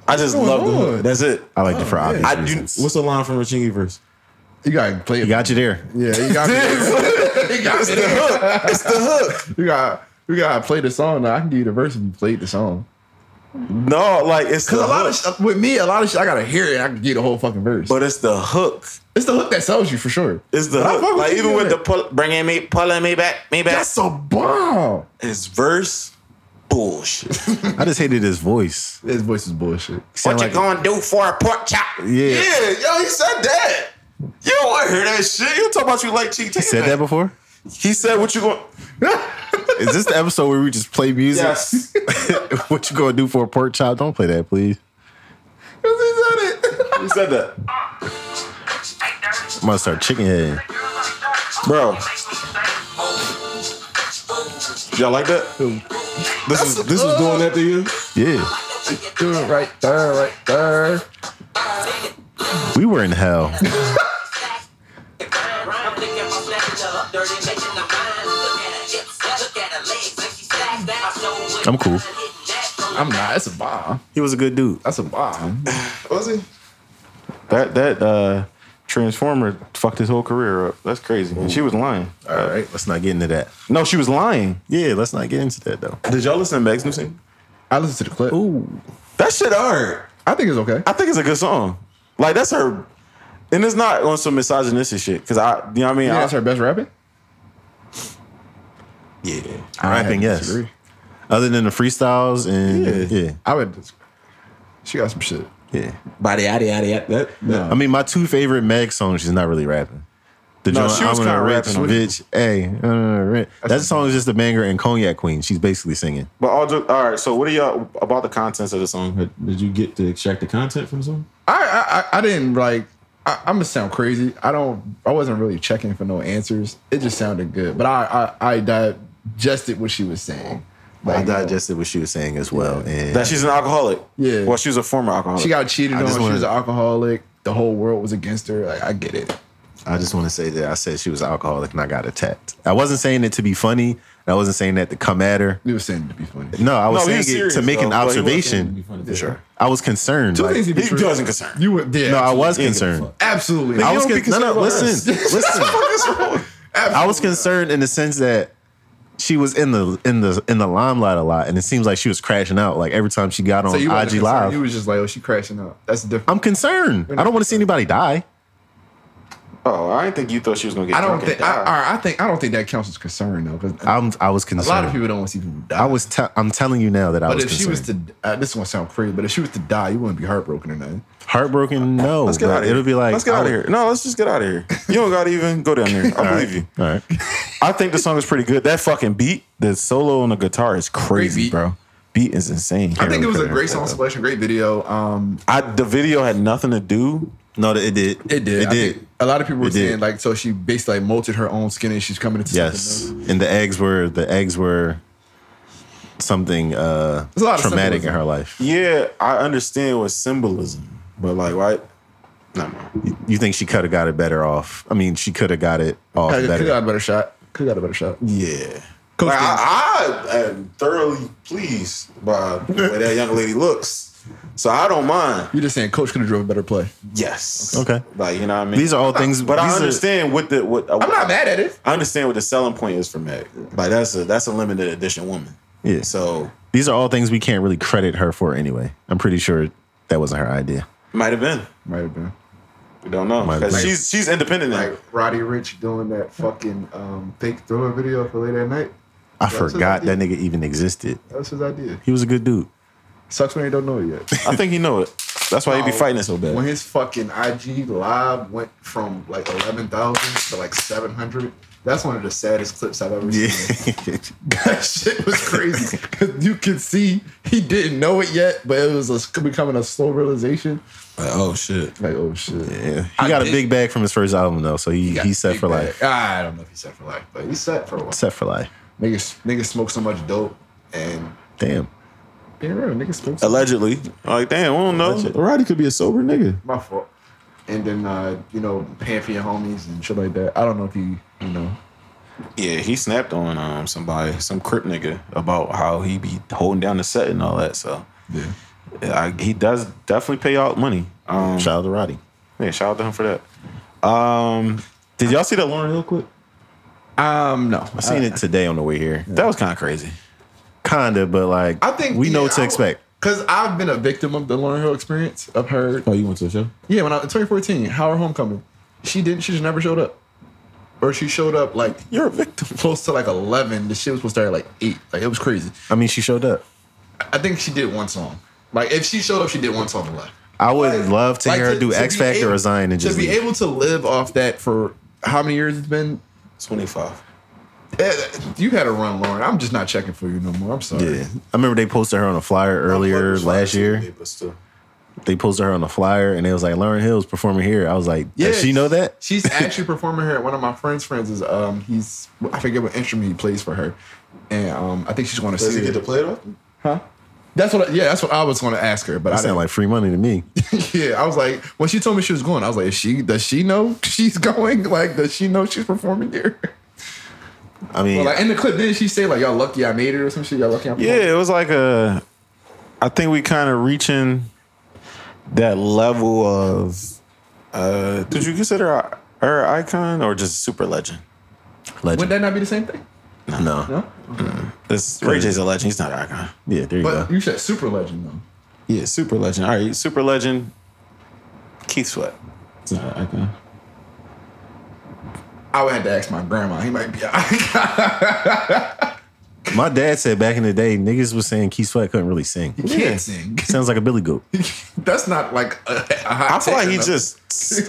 [SPEAKER 1] I just
[SPEAKER 2] What's
[SPEAKER 1] love
[SPEAKER 2] going
[SPEAKER 1] the
[SPEAKER 2] on?
[SPEAKER 1] hook. That's it.
[SPEAKER 3] I like the for
[SPEAKER 2] yeah.
[SPEAKER 3] obvious
[SPEAKER 1] Oh, I do.
[SPEAKER 3] reasons.
[SPEAKER 1] What's the line from a Chingy verse?
[SPEAKER 2] You gotta play it.
[SPEAKER 3] he got you there.
[SPEAKER 2] yeah, you got. you got
[SPEAKER 1] It's the hook. It's the hook.
[SPEAKER 2] You got. You gotta play the song. Now I can give you the verse if you played the song.
[SPEAKER 1] No, like it's the
[SPEAKER 2] Cause a lot of
[SPEAKER 1] hook.
[SPEAKER 2] sh- with me, a lot of shit I gotta hear it. I can get the whole fucking verse. But
[SPEAKER 1] but it's the hook.
[SPEAKER 2] it's the hook that sells you for sure.
[SPEAKER 1] It's the
[SPEAKER 2] But I
[SPEAKER 1] hook.
[SPEAKER 2] fuck with
[SPEAKER 1] Like
[SPEAKER 2] Jeezy
[SPEAKER 1] even
[SPEAKER 2] on
[SPEAKER 1] with the
[SPEAKER 2] that.
[SPEAKER 1] pull, bringing me, pulling me back, me back.
[SPEAKER 2] That's a bomb.
[SPEAKER 1] His verse, bullshit.
[SPEAKER 3] I just hated his voice.
[SPEAKER 2] His voice is bullshit.
[SPEAKER 3] Sound like-
[SPEAKER 1] gonna do for a pork chop?
[SPEAKER 3] Yeah.
[SPEAKER 1] yeah, yo, he said that. You don't want to hear that shit. You talking about you like cheek?
[SPEAKER 3] He said that before?
[SPEAKER 1] He said what you going?
[SPEAKER 3] Is this the episode where we just play music?
[SPEAKER 1] Yes.
[SPEAKER 3] what you gonna do for a pork chop? Don't play that, please.
[SPEAKER 1] he said that,
[SPEAKER 3] I'm gonna start chicken head.
[SPEAKER 1] bro. Y'all like that?
[SPEAKER 6] This is this is doing that to you.
[SPEAKER 3] Yeah.
[SPEAKER 2] Do it right there, right there.
[SPEAKER 3] We were in hell.
[SPEAKER 7] I'm thinking my flesh up dirty, making the mind. Look at her hips, look at her legs, like she's stacked. I know what
[SPEAKER 3] I'm cool.
[SPEAKER 7] hitting that.
[SPEAKER 2] I'm not. It's a bomb.
[SPEAKER 3] He was a good dude.
[SPEAKER 2] That's a bomb.
[SPEAKER 1] Was he? That that uh, transformer fucked his whole career up. That's crazy. And She was lying.
[SPEAKER 2] All right.
[SPEAKER 3] Let's not get into that.
[SPEAKER 1] No, she was lying.
[SPEAKER 3] Yeah, let's not get into that though.
[SPEAKER 1] Did y'all listen to Megs new single?
[SPEAKER 2] I listened to the clip.
[SPEAKER 1] That shit hurt.
[SPEAKER 2] I think it's okay.
[SPEAKER 1] I think it's a good song. Like that's her, and it's not on some misogynistic shit. Cause I, you know what I mean.
[SPEAKER 2] Yeah,
[SPEAKER 1] I-
[SPEAKER 2] that's her best rapping.
[SPEAKER 1] Yeah.
[SPEAKER 3] Rapping,
[SPEAKER 2] I
[SPEAKER 3] yes.
[SPEAKER 2] disagree.
[SPEAKER 3] Other than the freestyles and
[SPEAKER 1] Yeah.
[SPEAKER 3] yeah,
[SPEAKER 2] I would. disagree. She got some shit.
[SPEAKER 3] yeah.
[SPEAKER 6] Body, yaddy, yaddy, yaddy. That, that.
[SPEAKER 3] I mean, my two favorite Meg songs. She's not really rapping. The
[SPEAKER 1] No,
[SPEAKER 3] joint,
[SPEAKER 1] she was
[SPEAKER 3] I'm gonna
[SPEAKER 1] kinda
[SPEAKER 3] rip
[SPEAKER 1] rapping on
[SPEAKER 3] Bitch, hey, I'm gonna rip. that song is just a banger. And Cognac Queen, she's basically singing.
[SPEAKER 1] But all, jo- all right. So what are y'all about the contents of the song?
[SPEAKER 6] But Did you get to extract the content from someone?
[SPEAKER 2] I I, I didn't like. I, I'm gonna sound crazy. I don't. I wasn't really checking for no answers. It just sounded good, but I I, I digested what she was saying. Like,
[SPEAKER 3] I
[SPEAKER 2] you know,
[SPEAKER 3] digested what she was saying as well. And
[SPEAKER 1] That she's an alcoholic.
[SPEAKER 2] Yeah.
[SPEAKER 1] Well, she was a former alcoholic.
[SPEAKER 2] she got cheated
[SPEAKER 3] I
[SPEAKER 2] on.
[SPEAKER 3] just
[SPEAKER 2] She
[SPEAKER 3] wanna-
[SPEAKER 2] was an alcoholic. The whole world was against her. Like I get it.
[SPEAKER 3] I just want to say that I said she was an alcoholic and I got attacked. I wasn't saying it to be funny. I wasn't saying that to come at her.
[SPEAKER 2] You were saying it to be funny.
[SPEAKER 3] No, I was
[SPEAKER 1] No, he
[SPEAKER 3] saying it
[SPEAKER 1] was serious,
[SPEAKER 3] to make an
[SPEAKER 1] though. Like, he wasn't
[SPEAKER 3] observation.
[SPEAKER 6] For
[SPEAKER 2] sure.
[SPEAKER 3] I was concerned.
[SPEAKER 2] Two
[SPEAKER 3] like-
[SPEAKER 2] things you be
[SPEAKER 1] he
[SPEAKER 2] true.
[SPEAKER 1] wasn't concerned.
[SPEAKER 2] You would. Yeah.
[SPEAKER 3] no, I was
[SPEAKER 1] He didn't give a
[SPEAKER 3] concerned.
[SPEAKER 2] absolutely.
[SPEAKER 3] I was
[SPEAKER 1] don't be
[SPEAKER 3] con- no, no.
[SPEAKER 1] concerned
[SPEAKER 3] Listen, listen. I was concerned in the sense that she was in the in the in the limelight a lot, and it seems like she was crashing out. Like every time she got on
[SPEAKER 2] So you wasn't
[SPEAKER 3] IG
[SPEAKER 2] concerned.
[SPEAKER 3] Live,
[SPEAKER 2] You was just like, oh, she crashing out. That's different.
[SPEAKER 3] I'm concerned. I don't want to see anybody die.
[SPEAKER 1] Oh, I didn't think you thought she was gonna get.
[SPEAKER 2] I don't
[SPEAKER 1] drunk and
[SPEAKER 2] think. I,
[SPEAKER 1] die.
[SPEAKER 2] all right, I think. I don't think that counts as concern though, because
[SPEAKER 3] I'm I was
[SPEAKER 2] a
[SPEAKER 3] concerned.
[SPEAKER 2] lot of people don't want to see people die.
[SPEAKER 3] I was. Te- I'm telling you now that I
[SPEAKER 2] But
[SPEAKER 3] was.
[SPEAKER 2] if she
[SPEAKER 3] concerned.
[SPEAKER 2] was to, uh, this one sound crazy, but if she was to die, you wouldn't be heartbroken or nothing.
[SPEAKER 3] heartbroken, no.
[SPEAKER 1] Let's get
[SPEAKER 3] but
[SPEAKER 1] out of here.
[SPEAKER 3] It'll be like
[SPEAKER 1] let's get
[SPEAKER 3] I
[SPEAKER 1] out of
[SPEAKER 3] would-
[SPEAKER 1] here. No, let's just get out of here. You don't gotta even go down there. I believe you.
[SPEAKER 3] All right.
[SPEAKER 1] I think the song is pretty good. That fucking beat, the solo on the guitar is crazy,
[SPEAKER 2] beat.
[SPEAKER 1] bro. Beat is insane.
[SPEAKER 2] I think it was a
[SPEAKER 3] could've
[SPEAKER 2] great
[SPEAKER 3] heard
[SPEAKER 2] song
[SPEAKER 3] that.
[SPEAKER 2] selection, great video. Um,
[SPEAKER 1] I the video had nothing to do.
[SPEAKER 3] No, it did.
[SPEAKER 2] it did.
[SPEAKER 3] It
[SPEAKER 2] I
[SPEAKER 3] did.
[SPEAKER 2] think A lot of people were
[SPEAKER 3] It did.
[SPEAKER 2] saying like, so she basically like molted her own skin and she's coming into
[SPEAKER 3] Yes,
[SPEAKER 2] something new.
[SPEAKER 3] and the eggs were the eggs were something uh,
[SPEAKER 2] There's a lot of
[SPEAKER 3] traumatic
[SPEAKER 2] symbolism.
[SPEAKER 3] in her life.
[SPEAKER 1] Yeah, I understand what symbolism, but like, why? Not mine.
[SPEAKER 3] You think she could have got it better off? I mean, she could have got it off
[SPEAKER 2] Could
[SPEAKER 3] better.
[SPEAKER 2] got a better shot. Could got a better shot.
[SPEAKER 1] Yeah. Like, I, I am thoroughly pleased by the way that young lady looks. So I don't mind.
[SPEAKER 2] You're just saying coach could have drove a better play.
[SPEAKER 1] Yes.
[SPEAKER 3] Okay.
[SPEAKER 1] Like, you know what I mean?
[SPEAKER 3] These are all things.
[SPEAKER 1] but
[SPEAKER 3] these
[SPEAKER 1] I
[SPEAKER 3] are-
[SPEAKER 1] understand what the what
[SPEAKER 2] I'm not mad at it.
[SPEAKER 1] I understand what the selling point is for Meg. Like that's a that's a limited edition woman.
[SPEAKER 3] Yeah.
[SPEAKER 1] So
[SPEAKER 3] these are all things we can't really credit her for anyway. I'm pretty sure that wasn't her idea.
[SPEAKER 1] might have been.
[SPEAKER 2] Might have been.
[SPEAKER 1] We don't know.
[SPEAKER 3] Might have
[SPEAKER 1] 'Cause
[SPEAKER 3] been.
[SPEAKER 1] she's she's independent now.
[SPEAKER 2] Like Roddy Rich doing that fucking um, fake thriller video for late at night.
[SPEAKER 3] I
[SPEAKER 2] That's his
[SPEAKER 3] forgot that
[SPEAKER 2] idea.
[SPEAKER 3] nigga even existed.
[SPEAKER 2] That's his idea.
[SPEAKER 3] He was a good dude.
[SPEAKER 2] Sucks when they don't know it yet.
[SPEAKER 1] I think he know it. That's why he be
[SPEAKER 2] No.
[SPEAKER 1] fighting it so bad.
[SPEAKER 2] Oh. when his fucking IG live went from like eleven thousand to like seven hundred, that's one of the saddest clips I've ever seen. that shit was crazy. 'Cause you could see he didn't know it yet, but it was a, becoming a slow realization.
[SPEAKER 1] Like, oh shit.
[SPEAKER 2] Like, oh shit.
[SPEAKER 3] yeah. He
[SPEAKER 2] I
[SPEAKER 3] got a
[SPEAKER 2] did-
[SPEAKER 3] big bag from his first album though, so he,
[SPEAKER 2] got
[SPEAKER 3] he set
[SPEAKER 2] big
[SPEAKER 3] for
[SPEAKER 2] bag.
[SPEAKER 3] life.
[SPEAKER 2] Ah, I don't know if he's set for life, but he's set for a while.
[SPEAKER 3] Set for life.
[SPEAKER 2] Niggas, niggas smoke so much dope and
[SPEAKER 3] Damn.
[SPEAKER 2] being real, niggas smoke. So
[SPEAKER 1] Allegedly. Like, damn, we don't know.
[SPEAKER 6] Roddy could be a sober nigga.
[SPEAKER 2] my fault. And then uh, you know, paying for your homies and shit like that. I don't know if he, you know,
[SPEAKER 1] Yeah, he snapped on um somebody, some crip nigga, about how he be holding down the set and all that. So
[SPEAKER 2] yeah.
[SPEAKER 1] I, he does definitely pay out money.
[SPEAKER 2] Mm.
[SPEAKER 1] Um,
[SPEAKER 3] Shout out to Roddy.
[SPEAKER 1] yeah, shout out to him for that. Um, did y'all see that Lauren Hill clip?
[SPEAKER 2] Um, no,
[SPEAKER 3] I seen it today on the way here.
[SPEAKER 1] That was kind of crazy.
[SPEAKER 3] Kinda, but like
[SPEAKER 2] I think
[SPEAKER 3] we know what to expect.
[SPEAKER 2] Because I've been a victim of the Lauren Hill experience. I've heard,
[SPEAKER 6] Oh, you went to the show?
[SPEAKER 2] yeah, when I in 2014, Howard Homecoming, she didn't, she just never showed up, or she showed up like
[SPEAKER 1] You're a victim.
[SPEAKER 2] close to like 11. The shit was supposed to start at like eight. Like it was crazy.
[SPEAKER 3] I mean, she showed up.
[SPEAKER 2] I think she did one song. Like if she showed up, she did one song and left.
[SPEAKER 3] I would love to
[SPEAKER 2] Like,
[SPEAKER 3] hear her do
[SPEAKER 2] to
[SPEAKER 3] X
[SPEAKER 2] be
[SPEAKER 3] Factor,
[SPEAKER 2] able-
[SPEAKER 3] resign, and just
[SPEAKER 2] to be
[SPEAKER 3] leave.
[SPEAKER 2] able to live off that for how many years it's been.
[SPEAKER 1] 25.
[SPEAKER 2] Eh, You had a run, Lauren. I'm just not checking for you no more. I'm sorry.
[SPEAKER 3] Yeah. I remember they posted her on a flyer earlier last year.
[SPEAKER 1] But still.
[SPEAKER 3] They posted her on a flyer, and it was like Lauren Hill's performing here. I was like, does she know that?
[SPEAKER 2] She's actually performing here at one of my friends' friends is um he's I forget what instrument he plays for her. And um I think she's gonna
[SPEAKER 1] Does
[SPEAKER 2] see
[SPEAKER 1] he get
[SPEAKER 2] her.
[SPEAKER 1] to play it often?
[SPEAKER 2] that's what I- yeah, that's what I was gonna ask her, but I
[SPEAKER 3] That sound
[SPEAKER 2] didn't
[SPEAKER 3] like free money to me.
[SPEAKER 2] yeah, I was like when she told me she was going, I was like, is she does she know she's going? Like, does she know she's performing here?
[SPEAKER 3] I mean,
[SPEAKER 2] Well, like in the clip, didn't she say like y'all lucky I made it or some shit? Y'all lucky I
[SPEAKER 1] Yeah, it was like a. I think we kind of reaching that level of. Uh, did you consider her, her icon or just super legend?
[SPEAKER 3] legend.
[SPEAKER 2] Would that not be the same thing?
[SPEAKER 3] no.
[SPEAKER 2] No?
[SPEAKER 1] This Ray J's a legend. He's not an icon.
[SPEAKER 3] Yeah, there you
[SPEAKER 2] But
[SPEAKER 3] go.
[SPEAKER 2] you said super legend though.
[SPEAKER 1] Yeah, super legend. All right, super legend. Keith Sweat.
[SPEAKER 6] It's not an icon.
[SPEAKER 2] I would have to ask my grandma. He might be
[SPEAKER 3] My dad said back in the day, niggas was saying Keith Sweat couldn't really sing.
[SPEAKER 2] He can't sing.
[SPEAKER 3] Sounds like a Billy Goat.
[SPEAKER 2] That's not like a, a hot
[SPEAKER 1] I feel like
[SPEAKER 2] take
[SPEAKER 1] he
[SPEAKER 2] enough.
[SPEAKER 1] just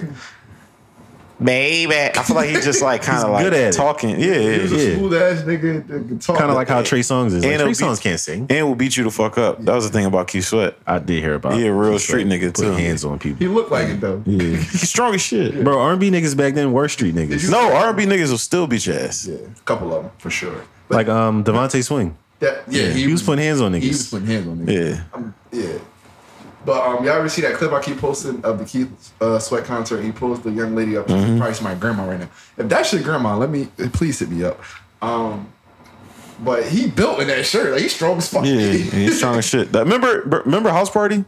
[SPEAKER 1] baby. I feel like he just like kind of
[SPEAKER 3] good at
[SPEAKER 1] like
[SPEAKER 3] it.
[SPEAKER 1] talking. Yeah, yeah,
[SPEAKER 2] He was
[SPEAKER 1] yeah.
[SPEAKER 2] a
[SPEAKER 3] Yeah.
[SPEAKER 2] smooth ass nigga that could talk.
[SPEAKER 3] Kind of like how Trey Songs is. Like,
[SPEAKER 1] And it'll
[SPEAKER 3] Trey
[SPEAKER 1] be-
[SPEAKER 3] Songs can't sing.
[SPEAKER 1] And will beat you the fuck up. That was the thing about Keith Sweat.
[SPEAKER 3] I did hear about.
[SPEAKER 1] He a real
[SPEAKER 3] Keith
[SPEAKER 1] street
[SPEAKER 3] Sweat
[SPEAKER 1] nigga,
[SPEAKER 3] putting
[SPEAKER 1] too.
[SPEAKER 3] Hands on
[SPEAKER 2] He
[SPEAKER 3] people,
[SPEAKER 2] looked like it though.
[SPEAKER 6] Yeah.
[SPEAKER 1] He's strong as shit.
[SPEAKER 3] bro. R&B niggas back then were street niggas.
[SPEAKER 1] No, R&B niggas will still beat your ass.
[SPEAKER 2] Yeah, a couple of them for sure. But
[SPEAKER 3] like um Devontae Swing.
[SPEAKER 2] that, yeah,
[SPEAKER 3] He was putting hands on niggas.
[SPEAKER 2] He was putting hands on niggas.
[SPEAKER 1] Yeah.
[SPEAKER 2] Um, yeah. But um, y'all ever see that clip I keep posting of the Keith uh, Sweat concert? He posted the young lady up. She's probably my grandma right now. If that's your grandma, let me please hit me up. Um, but he built in that shirt. Like he's strong as fuck.
[SPEAKER 1] Yeah, he's strong as shit. That- remember, br- remember House Party?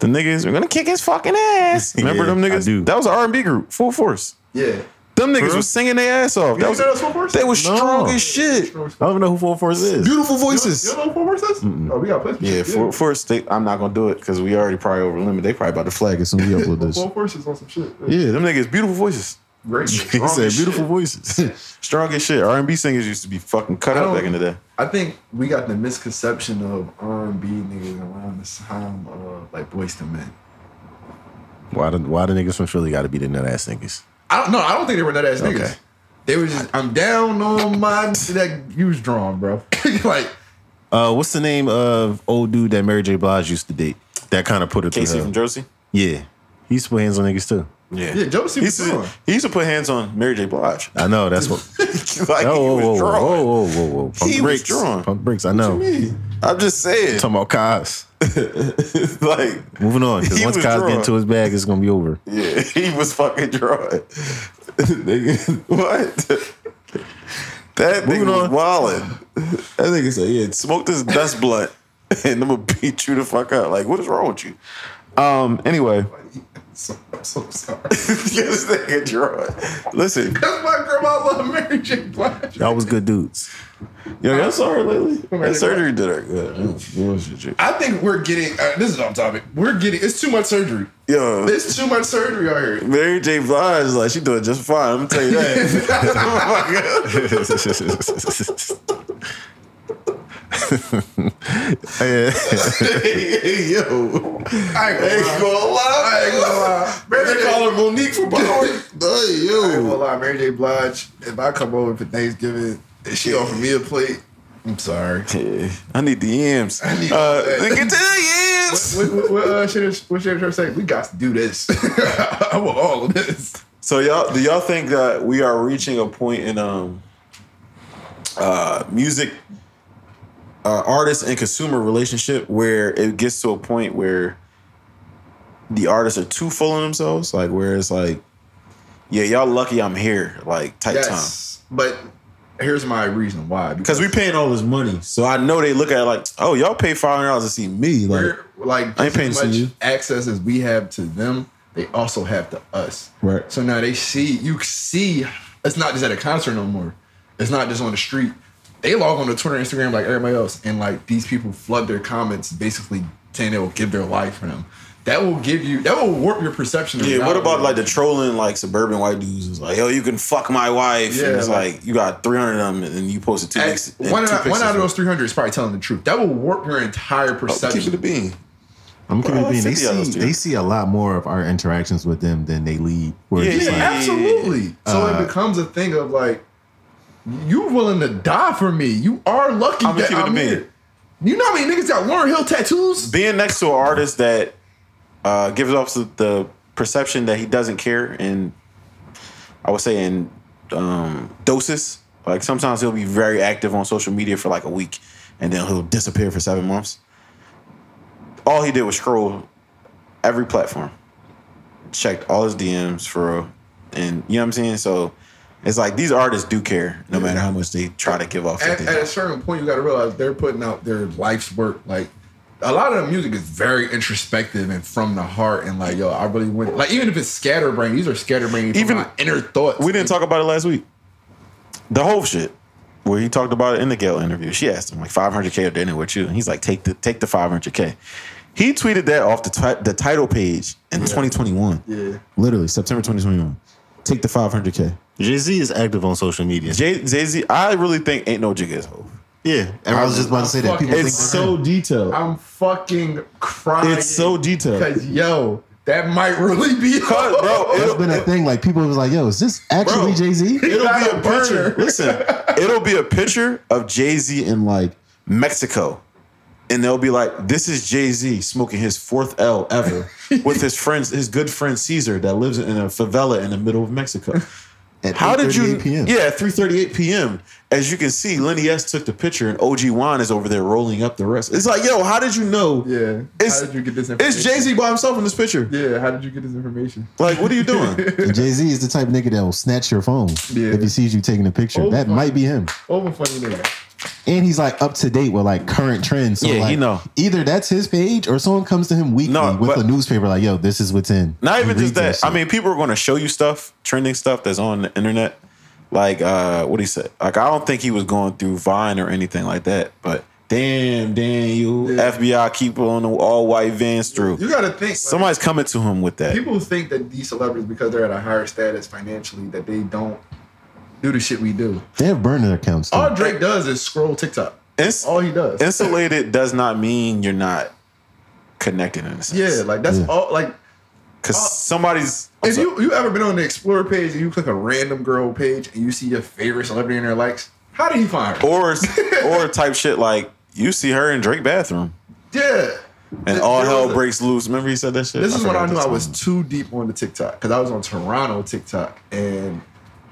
[SPEAKER 1] The niggas were gonna kick his fucking ass. Remember
[SPEAKER 3] Yeah,
[SPEAKER 1] them
[SPEAKER 3] I
[SPEAKER 1] niggas?
[SPEAKER 3] do.
[SPEAKER 1] That was an R and B group, full force.
[SPEAKER 2] yeah.
[SPEAKER 1] Them niggas was singing their ass off. That
[SPEAKER 2] didn't
[SPEAKER 1] was,
[SPEAKER 2] know that was Full Force?
[SPEAKER 1] they was
[SPEAKER 3] No.
[SPEAKER 1] strong as shit.
[SPEAKER 2] Strong as
[SPEAKER 3] I don't even know who Full Force is.
[SPEAKER 1] Beautiful
[SPEAKER 2] You
[SPEAKER 1] voices.
[SPEAKER 2] don't know Full Force is? Oh, we got to play.
[SPEAKER 1] Yeah, full force. They, I'm not gonna do it because we already probably over limit. They probably about to flag as soon as we upload this.
[SPEAKER 2] Full Force is on some shit.
[SPEAKER 1] Yeah, them niggas beautiful voices,
[SPEAKER 2] Great.
[SPEAKER 3] He
[SPEAKER 2] Strong
[SPEAKER 3] said
[SPEAKER 2] as
[SPEAKER 3] beautiful
[SPEAKER 2] shit.
[SPEAKER 3] voices.
[SPEAKER 1] strong as shit. R and B singers used to be fucking cut
[SPEAKER 2] I
[SPEAKER 1] up
[SPEAKER 2] don't-
[SPEAKER 1] back in the day.
[SPEAKER 2] I think we got the misconception of R&B niggas around the time of like Boyz II Men.
[SPEAKER 3] why the why the niggas from Philly got to be the nut ass niggas?
[SPEAKER 2] I don't know. I don't think they were that ass niggas. They were just I'm down on my that you was drawn, bro. like
[SPEAKER 3] Uh, what's the name of old dude that Mary J. Blige used to date? That kind of put her
[SPEAKER 1] Casey
[SPEAKER 3] through.
[SPEAKER 1] from
[SPEAKER 3] hell.
[SPEAKER 1] Jersey.
[SPEAKER 3] yeah, he used to put hands on niggas too.
[SPEAKER 1] Yeah.
[SPEAKER 2] Yeah, Jodeci
[SPEAKER 1] He
[SPEAKER 2] was
[SPEAKER 1] used, to,
[SPEAKER 2] drawing.
[SPEAKER 1] he used to put hands on Mary J. Blige.
[SPEAKER 3] I know that's what.
[SPEAKER 1] like
[SPEAKER 3] oh,
[SPEAKER 1] he
[SPEAKER 3] whoa,
[SPEAKER 1] was
[SPEAKER 3] whoa,
[SPEAKER 1] drawing.
[SPEAKER 3] whoa, whoa, whoa, whoa! Pump
[SPEAKER 1] He was
[SPEAKER 3] brakes,
[SPEAKER 1] drawing.
[SPEAKER 3] pump brakes. I know.
[SPEAKER 1] I'm just saying.
[SPEAKER 3] Talking about Kaz.
[SPEAKER 1] like,
[SPEAKER 3] Moving on, because
[SPEAKER 1] He
[SPEAKER 3] once
[SPEAKER 1] was
[SPEAKER 3] Kaz
[SPEAKER 1] drawing.
[SPEAKER 3] get into his bag, it's gonna be over.
[SPEAKER 1] yeah, he was fucking drawing. Nigga, what? That nigga
[SPEAKER 3] Moving
[SPEAKER 1] was
[SPEAKER 3] on.
[SPEAKER 1] wildin'. That nigga said, yeah, smoke this best blunt and I'm gonna beat you the fuck up. Like, what is wrong with you? Um, anyway,
[SPEAKER 2] So, I'm so sorry.
[SPEAKER 1] this nigga drawing. Listen,
[SPEAKER 2] That's why grandma loved Mary J. Blige.
[SPEAKER 3] Y'all was good dudes.
[SPEAKER 1] yo, y'all saw her lately?
[SPEAKER 2] Mary
[SPEAKER 1] That
[SPEAKER 2] J.
[SPEAKER 1] surgery did her good.
[SPEAKER 2] I think we're getting. Uh, this is off topic. We're getting. It's too much surgery.
[SPEAKER 1] Yo,
[SPEAKER 2] It's too much surgery out here.
[SPEAKER 1] Mary J. Blige, like she doing just fine. I'm gonna tell you that. hey, yo,
[SPEAKER 2] I ain't
[SPEAKER 1] ain't
[SPEAKER 2] gonna lie.
[SPEAKER 1] gonna
[SPEAKER 2] I ain't
[SPEAKER 1] lie.
[SPEAKER 2] gonna lie. Mary
[SPEAKER 1] They
[SPEAKER 2] J.
[SPEAKER 1] call her Monique for power. Hey,
[SPEAKER 2] I ain't gonna
[SPEAKER 1] yo,
[SPEAKER 2] lie. Mary J. Blige. If I come over for Thanksgiving and she offer me a plate, I'm sorry.
[SPEAKER 1] I need the yams.
[SPEAKER 2] I need
[SPEAKER 1] uh,
[SPEAKER 2] that.
[SPEAKER 1] get to the yams.
[SPEAKER 2] what what, what uh, should it- what should her say? We got to do this. I want all of this.
[SPEAKER 1] So y'all, do y'all think that we are reaching a point in um, uh, music, uh, artist and consumer relationship where it gets to a point where the artists are too full of themselves, like where it's like, yeah, y'all lucky I'm here, like type time.
[SPEAKER 2] Yes, but here's my reason why.
[SPEAKER 1] Because we paying all this money, so I know they look at it like, oh, y'all pay five hundred dollars to see me, like
[SPEAKER 2] we're like
[SPEAKER 1] I ain't
[SPEAKER 2] just
[SPEAKER 1] paying to
[SPEAKER 2] as
[SPEAKER 1] see
[SPEAKER 2] much
[SPEAKER 1] you.
[SPEAKER 2] access as we have to them, they also have to us.
[SPEAKER 6] Right.
[SPEAKER 2] So now they see you see it's not just at a concert no more. It's not just on the street. They log on to Twitter, Instagram like everybody else, and like these people flood their comments basically saying they will give their life for them. That will give you that will warp your perception. of
[SPEAKER 1] Yeah, what
[SPEAKER 2] reality.
[SPEAKER 1] about like the trolling like suburban white dudes? Is like, yo, you can fuck my wife. and
[SPEAKER 2] Yeah,
[SPEAKER 1] it's
[SPEAKER 2] like-
[SPEAKER 1] like, you got three hundred of them, and then you posted two.
[SPEAKER 2] And
[SPEAKER 1] pics- and
[SPEAKER 2] one,
[SPEAKER 1] two
[SPEAKER 2] out, one
[SPEAKER 1] pictures
[SPEAKER 2] out of
[SPEAKER 1] of-
[SPEAKER 2] those 300 is probably telling the truth. That will warp your entire
[SPEAKER 1] Oh, keep it
[SPEAKER 2] perception.
[SPEAKER 1] a bean.
[SPEAKER 6] I'm
[SPEAKER 1] Well, I
[SPEAKER 6] gonna be. They
[SPEAKER 1] said the others,
[SPEAKER 6] see,
[SPEAKER 1] dude.
[SPEAKER 6] they see a lot more of our interactions with them than they lead. Where it's just
[SPEAKER 1] Yeah,
[SPEAKER 2] Yeah,
[SPEAKER 6] like,
[SPEAKER 2] absolutely. So
[SPEAKER 6] Uh,
[SPEAKER 2] it becomes a thing of like, you willing to die for me. You are lucky
[SPEAKER 1] I'ma
[SPEAKER 2] that
[SPEAKER 1] keep it a
[SPEAKER 2] I'm
[SPEAKER 1] bean.
[SPEAKER 2] here. You know how many niggas got Lauren Hill tattoos?
[SPEAKER 1] Being next to an artist that uh, gives off the, the perception that he doesn't care, and I would say in um, doses. Like sometimes he'll be very active on social media for like a week, and then he'll disappear for seven months. All he did was scroll every platform, checked all his DMs for, real. and you know what I'm saying. So it's like these artists do care, no matter how much they try to give off. that
[SPEAKER 2] At,
[SPEAKER 1] they
[SPEAKER 2] at
[SPEAKER 1] don't.
[SPEAKER 2] a certain point, you got to realize they're putting out their life's work. Like a lot of the music is very introspective and from the heart. And like, yo, I really went. Like even if it's scatterbrained, these are scatterbrained. Even
[SPEAKER 1] Even-
[SPEAKER 2] my inner thoughts.
[SPEAKER 1] We didn't talk about it last week. The whole shit. Where he talked about it in the Gail interview. She asked him like 500k or dinner with you, and he's like, take the take the 500k. He tweeted that off the ti- the title page in 2021.
[SPEAKER 2] Yeah.
[SPEAKER 1] literally September 2021. Take the 500k.
[SPEAKER 3] Jay Z is active on social media.
[SPEAKER 1] Jay Z, I really think ain't no jig asshole.
[SPEAKER 3] yeah, and
[SPEAKER 6] I was just about to say that people
[SPEAKER 2] It's
[SPEAKER 6] think so detailed.
[SPEAKER 2] I'm fucking crying.
[SPEAKER 1] It's so detailed.
[SPEAKER 2] because yo, that might really be.
[SPEAKER 1] Cause, bro,
[SPEAKER 6] That's
[SPEAKER 1] it'll,
[SPEAKER 6] been a thing. Like people was like, "Yo, is this actually
[SPEAKER 1] Bro.
[SPEAKER 6] Jay Z?"
[SPEAKER 1] it'll
[SPEAKER 2] got
[SPEAKER 1] be
[SPEAKER 2] a
[SPEAKER 1] a picture.
[SPEAKER 2] burner.
[SPEAKER 1] Listen, it'll be a picture of Jay Z in like Mexico. And they'll be like, this is Jay Z smoking his fourth L ever with his friends, his good friend Caesar that lives in a favela in the middle of Mexico.
[SPEAKER 6] At
[SPEAKER 1] How did you?
[SPEAKER 6] 8:38 PM.
[SPEAKER 1] Yeah, three thirty-eight p.m. As you can see, Lenny S took the picture, and OG Juan is over there rolling up the rest. It's like, yo, how did you know?
[SPEAKER 2] Yeah.
[SPEAKER 1] it's,
[SPEAKER 2] How did you get this
[SPEAKER 1] It's Jay Z by himself in this picture.
[SPEAKER 2] Yeah, how did you get this information?
[SPEAKER 1] Like, what are you doing?
[SPEAKER 6] Jay Z is the type of nigga that will snatch your phone
[SPEAKER 2] Yeah.
[SPEAKER 6] if he sees you taking a picture.
[SPEAKER 2] Oh,
[SPEAKER 6] that
[SPEAKER 2] fuck.
[SPEAKER 6] might be him.
[SPEAKER 2] Over Oh, funny nigga.
[SPEAKER 6] And he's like up to date with like current trends. So
[SPEAKER 1] Yeah, he
[SPEAKER 6] like,
[SPEAKER 1] know.
[SPEAKER 6] Either that's his page or someone comes to him weekly
[SPEAKER 1] No,
[SPEAKER 6] with
[SPEAKER 1] but-
[SPEAKER 6] a newspaper like, "Yo, this is what's in."
[SPEAKER 1] Not
[SPEAKER 6] He
[SPEAKER 1] even
[SPEAKER 6] reads
[SPEAKER 1] just that. I
[SPEAKER 6] shit.
[SPEAKER 1] mean, people are going to show you stuff, trending stuff that's on the internet. Like, uh, what he said. Like, I don't think he was going through Vine or anything like that. But damn, damn, you
[SPEAKER 2] Yeah.
[SPEAKER 1] FBI keep on the all white vans through.
[SPEAKER 2] You gotta think like,
[SPEAKER 1] Somebody's coming to him with that.
[SPEAKER 2] people think that these celebrities because they're at a higher status financially that they don't do the shit we do.
[SPEAKER 6] they have burner accounts. Too.
[SPEAKER 2] All Drake does is scroll TikTok.
[SPEAKER 1] It's-
[SPEAKER 2] All he does.
[SPEAKER 1] insulated does not mean you're not connected in a sense.
[SPEAKER 2] yeah, like that's
[SPEAKER 6] Yeah.
[SPEAKER 2] all like
[SPEAKER 1] because somebody's. I'm
[SPEAKER 2] if
[SPEAKER 1] sorry.
[SPEAKER 2] you you ever been on the Explorer page and you click a random girl page and you see your favorite celebrity in their likes, how did he find her?
[SPEAKER 1] or or type shit like you see her in Drake bathroom.
[SPEAKER 2] yeah.
[SPEAKER 1] and all hell breaks loose. Remember he said that shit.
[SPEAKER 2] This is when
[SPEAKER 1] forgot
[SPEAKER 2] I knew
[SPEAKER 1] the
[SPEAKER 2] I
[SPEAKER 1] song.
[SPEAKER 2] was too deep on the TikTok because I was on Toronto TikTok and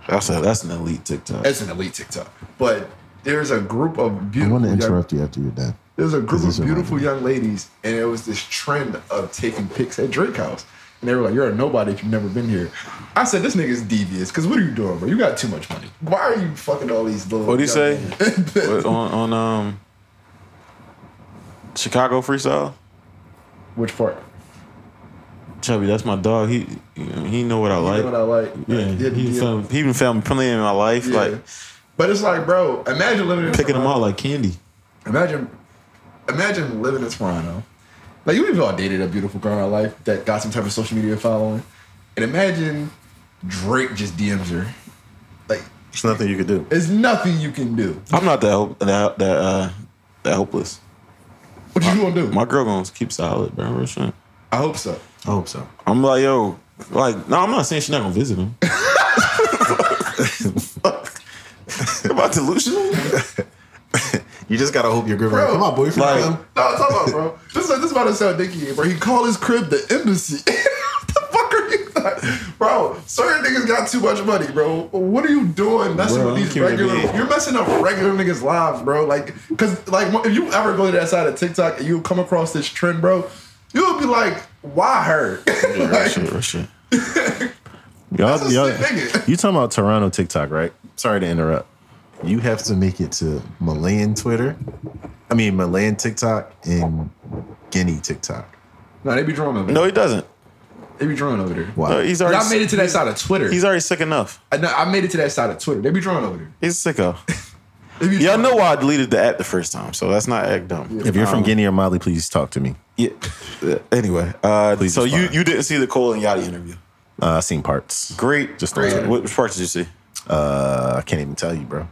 [SPEAKER 1] That's a, that's an elite TikTok.
[SPEAKER 2] that's an elite TikTok. But there's a group of
[SPEAKER 6] I
[SPEAKER 2] beautiful.
[SPEAKER 6] want to
[SPEAKER 2] young-
[SPEAKER 6] interrupt you after you're done.
[SPEAKER 2] There's a
[SPEAKER 6] This
[SPEAKER 2] group of
[SPEAKER 6] is reminding
[SPEAKER 2] beautiful
[SPEAKER 6] me.
[SPEAKER 2] young ladies, and it was this trend of taking pics at Drake House. And they were like, "You're a nobody if you've never been here." I said, "This nigga's devious. Because what are you doing, bro? You got too much money. Why are you fucking all these little?"
[SPEAKER 1] What'd he say?
[SPEAKER 2] young
[SPEAKER 1] What, on, on um Chicago freestyle.
[SPEAKER 2] Which part?
[SPEAKER 1] Chubby, that's my dog. He he know what I
[SPEAKER 2] You
[SPEAKER 1] like.
[SPEAKER 2] know what I like.
[SPEAKER 1] yeah,
[SPEAKER 2] Like,
[SPEAKER 1] he found he even found plenty in my life.
[SPEAKER 2] yeah. Uh-huh.
[SPEAKER 1] Like
[SPEAKER 2] but it's like, bro, imagine living in
[SPEAKER 1] picking them
[SPEAKER 2] Toronto.
[SPEAKER 1] all like candy.
[SPEAKER 2] Imagine, imagine living in Toronto. Like we've all dated a beautiful girl in our life that got some type of social media following, and imagine Drake just DMs her. Like
[SPEAKER 3] It's nothing you could do.
[SPEAKER 2] there's nothing you can do.
[SPEAKER 1] I'm not that hope, that that uh, that hopeless.
[SPEAKER 2] What you gonna do?
[SPEAKER 1] My girl gonna keep solid, bro. Real shit.
[SPEAKER 2] I hope so.
[SPEAKER 6] I hope so.
[SPEAKER 1] I'm like yo, like no, I'm not saying she's not gonna visit him. Am I delusional?
[SPEAKER 6] You just gotta hope your girlfriend.
[SPEAKER 2] Bro,
[SPEAKER 6] come on, boyfriend.
[SPEAKER 1] like-
[SPEAKER 6] come.
[SPEAKER 2] No, I'm talking about bro. This is, this is about to sound dicky, bro. He called his crib the embassy. What the fuck are you, like? bro? Certain niggas got too much money, bro. What are you doing messing
[SPEAKER 1] Bro,
[SPEAKER 2] with
[SPEAKER 1] I'm
[SPEAKER 2] these
[SPEAKER 1] keeping it
[SPEAKER 2] regular?
[SPEAKER 1] big.
[SPEAKER 2] You're messing up regular niggas' lives, bro. Like, cause like if you ever go to that side of TikTok and you come across this trend, bro, you'll be like, why her?
[SPEAKER 1] Real
[SPEAKER 2] like,
[SPEAKER 1] shit, real shit.
[SPEAKER 3] Y'all,
[SPEAKER 2] That's a
[SPEAKER 3] y'all,
[SPEAKER 2] sick nigga.
[SPEAKER 3] you talking about Toronto TikTok, right? Sorry to interrupt.
[SPEAKER 6] You have to make it to Malayan Twitter. I mean, Malayan TikTok and Guinea TikTok.
[SPEAKER 2] no, they be drawing over.
[SPEAKER 1] No,
[SPEAKER 2] there.
[SPEAKER 1] he doesn't.
[SPEAKER 2] they be drawing over there.
[SPEAKER 6] Wow.
[SPEAKER 1] No, he's
[SPEAKER 2] But
[SPEAKER 1] already
[SPEAKER 2] I made it to that side of Twitter.
[SPEAKER 1] he's already sick enough.
[SPEAKER 2] I, no, I made it to that side of Twitter. They be drawing over there.
[SPEAKER 1] He's a sicko.
[SPEAKER 2] They be
[SPEAKER 1] Y'all
[SPEAKER 2] drawing-
[SPEAKER 1] know why I deleted the app the first time, so that's not act dumb.
[SPEAKER 3] If you're from Guinea or Mali, please talk to me.
[SPEAKER 1] Yeah. Uh, Anyway, uh, so you
[SPEAKER 3] respond.
[SPEAKER 1] you didn't see the Cole and Yachty interview?
[SPEAKER 3] Uh, I've seen parts.
[SPEAKER 1] Great.
[SPEAKER 3] Just
[SPEAKER 1] great.
[SPEAKER 3] don't-
[SPEAKER 1] What which parts did you see?
[SPEAKER 3] Uh, I can't even tell you, bro.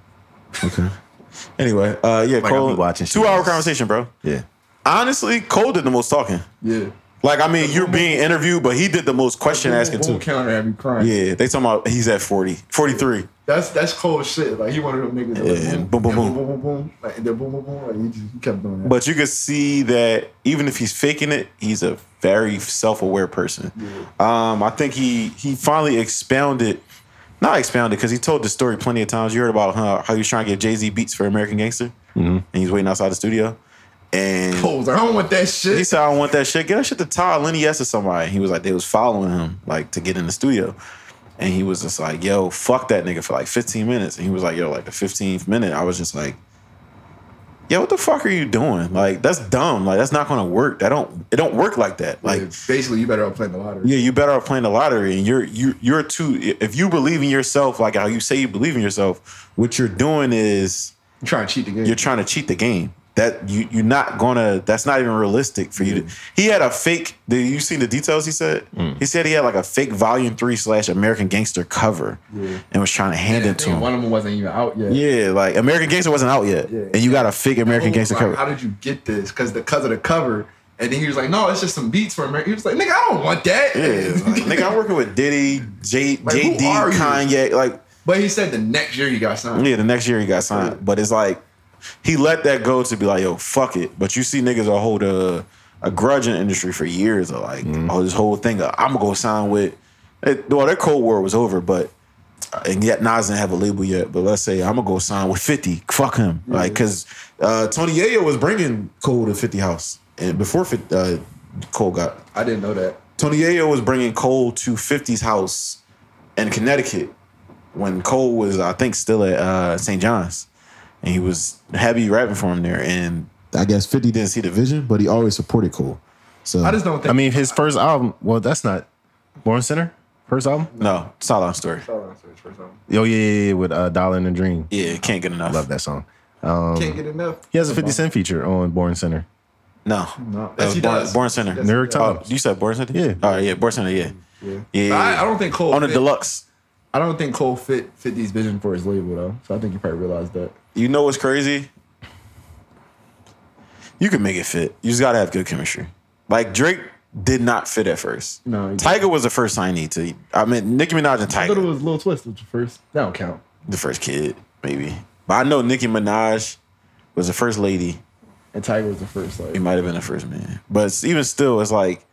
[SPEAKER 1] Anyway, uh, yeah,
[SPEAKER 3] Like, I'll
[SPEAKER 1] Cole.
[SPEAKER 3] be watching
[SPEAKER 1] two hour
[SPEAKER 3] shit.
[SPEAKER 1] conversation, bro.
[SPEAKER 3] Yeah.
[SPEAKER 1] Honestly, Cole did the most talking.
[SPEAKER 2] Yeah.
[SPEAKER 1] Like, I mean, you're being interviewed, but he did the most question asking
[SPEAKER 2] Who- who
[SPEAKER 1] too.
[SPEAKER 2] Counter have you crying?
[SPEAKER 1] Yeah, they talking about he's at 40, 43.
[SPEAKER 2] That's that's cold shit. Like he one of them niggas. that, like,
[SPEAKER 1] Yeah, boom, boom, boom.
[SPEAKER 2] and boom, boom, boom. Like and then boom, boom, boom. Like he just he kept doing that.
[SPEAKER 1] But you could see that even if he's faking it, he's a very self-aware person. Um, I think he he finally expounded, not expounded, because he told the story plenty of times. You heard about how, how he was trying to get Jay Z beats for American Gangster, and he's waiting outside the studio. And
[SPEAKER 2] Cold. Like, I don't want that shit.
[SPEAKER 1] he said, "I don't want that shit. Get that shit to Todd Lenny S or somebody." He was like, they was following him like to get in the studio, and he was just like, "Yo, fuck that nigga" for like 15 minutes. And he was like, "Yo, like the 15th minute, I was just like." Yo, what the fuck are you doing? Like, that's dumb. Like, that's not gonna work. That don't it don't work like that. Like,
[SPEAKER 2] Yeah, basically, you better off playing the lottery.
[SPEAKER 1] yeah, you better off playing the lottery. And you're you you're too if you believe in yourself, like how you say you believe in yourself, what you're doing is
[SPEAKER 2] You trying to cheat the game.
[SPEAKER 1] you're trying to cheat the game. That you you're not gonna. That's not even realistic for you. To, he had a fake. Did you see the details? He said
[SPEAKER 2] Mm.
[SPEAKER 1] he said he had like a fake Volume Three slash American Gangster cover, and was trying to hand it to
[SPEAKER 2] And
[SPEAKER 1] him.
[SPEAKER 2] one of them wasn't even out yet.
[SPEAKER 1] Yeah, like American Gangster wasn't out yet,
[SPEAKER 2] Yeah.
[SPEAKER 1] and you got a fake American
[SPEAKER 2] Cold was
[SPEAKER 1] Gangster
[SPEAKER 2] like,
[SPEAKER 1] cover.
[SPEAKER 2] How did you get this? Because the cause of the cover. And then he was like, "No, it's just some beats for America." He was like, "Nigga, I don't want that."
[SPEAKER 1] Yeah, like, nigga, I'm working with Diddy, J,
[SPEAKER 2] Like, who
[SPEAKER 1] JD,
[SPEAKER 2] are you?
[SPEAKER 1] Kanye. Like,
[SPEAKER 2] but he said the next year he got signed.
[SPEAKER 1] yeah, the next year he got signed, but it's like he let that go to be like, yo, fuck it. But you see, niggas will hold a a grudge in the industry for years, or like, oh, this whole thing. Of, I'm gonna go sign with. It, well, their Cold War was over, but uh, and yet Nas didn't have a label yet. But let's say I'm gonna go sign with 50. Fuck him, like because uh, Tony Yayo was bringing Cole to 50 House, and before 50, uh, Cole got
[SPEAKER 2] I didn't know that.
[SPEAKER 1] Tony Yayo was bringing Cole to 50's house in Connecticut when Cole was, I think, still at uh, St. John's. And he was heavy rapping for him there. And I guess 50 didn't see the vision, but he always supported Cole. So,
[SPEAKER 2] I just don't think.
[SPEAKER 3] I mean, his first album. Well, that's not Born Center. First album.
[SPEAKER 1] no, solid story.
[SPEAKER 2] Hold on, search for something.
[SPEAKER 3] Oh yeah, yeah, yeah with uh, Dollar and a Dream.
[SPEAKER 1] Yeah, can't get enough.
[SPEAKER 3] Love that song.
[SPEAKER 1] Oh.
[SPEAKER 2] can't get enough.
[SPEAKER 3] He has a 50 Cent feature on Born Center.
[SPEAKER 1] No.
[SPEAKER 2] No,
[SPEAKER 1] That
[SPEAKER 2] yes,
[SPEAKER 1] was
[SPEAKER 2] he
[SPEAKER 1] Born,
[SPEAKER 2] does.
[SPEAKER 1] Born Center.
[SPEAKER 2] Yes,
[SPEAKER 3] New York
[SPEAKER 2] he does.
[SPEAKER 1] Oh,
[SPEAKER 3] Times.
[SPEAKER 1] you said Born Center?
[SPEAKER 3] Yeah.
[SPEAKER 1] All right, yeah, Born Center, yeah.
[SPEAKER 2] Yeah.
[SPEAKER 1] Yeah.
[SPEAKER 2] But I, I don't think Cole
[SPEAKER 1] On the
[SPEAKER 2] fit-
[SPEAKER 1] deluxe.
[SPEAKER 2] I don't think Cole fit fit these vision for his label though. So I think he probably realized that.
[SPEAKER 1] You know what's crazy? You can make it fit. You just gotta have good chemistry. Like Drake did not fit at first.
[SPEAKER 2] No, he
[SPEAKER 1] Tiger was the first signee to. I mean, Nicki Minaj and
[SPEAKER 2] I thought
[SPEAKER 1] Tiger,
[SPEAKER 2] it was Lil Twist was the first. That don't count.
[SPEAKER 1] the first kid, maybe. But I know Nicki Minaj was the first lady,
[SPEAKER 2] and Tiger was the first. Like,
[SPEAKER 1] He might have been the first man, but even still, it's like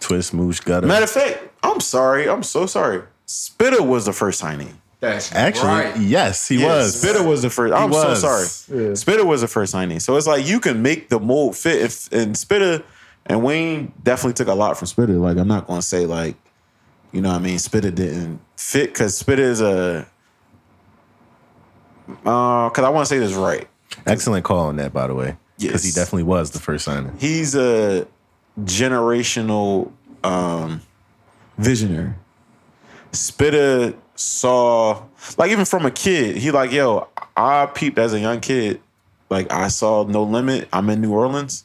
[SPEAKER 3] Twist, moosh, gutter.
[SPEAKER 1] matter of fact. I'm sorry. I'm so sorry. Spitter was the first signee.
[SPEAKER 2] that's
[SPEAKER 3] Actually,
[SPEAKER 2] right.
[SPEAKER 3] yes, he
[SPEAKER 1] Yeah,
[SPEAKER 3] was.
[SPEAKER 1] Spitter was the first. I'm
[SPEAKER 3] was.
[SPEAKER 1] so sorry.
[SPEAKER 2] Yeah.
[SPEAKER 1] Spitter was the first signee. So it's like you can make the mold fit. If and Spitter and Wayne definitely took a lot from Spitter. Like I'm not gonna say like, you know, what I mean, Spitter didn't fit because Spitter is a. Because I want to say this right.
[SPEAKER 3] Excellent call on that, by the way. Because he
[SPEAKER 1] Yes.
[SPEAKER 3] definitely was the first signing.
[SPEAKER 1] He's a generational um, visionary. Spitter saw like even from a kid, he like, yo, I peeped as a young kid. Like I saw No Limit. I'm in New Orleans.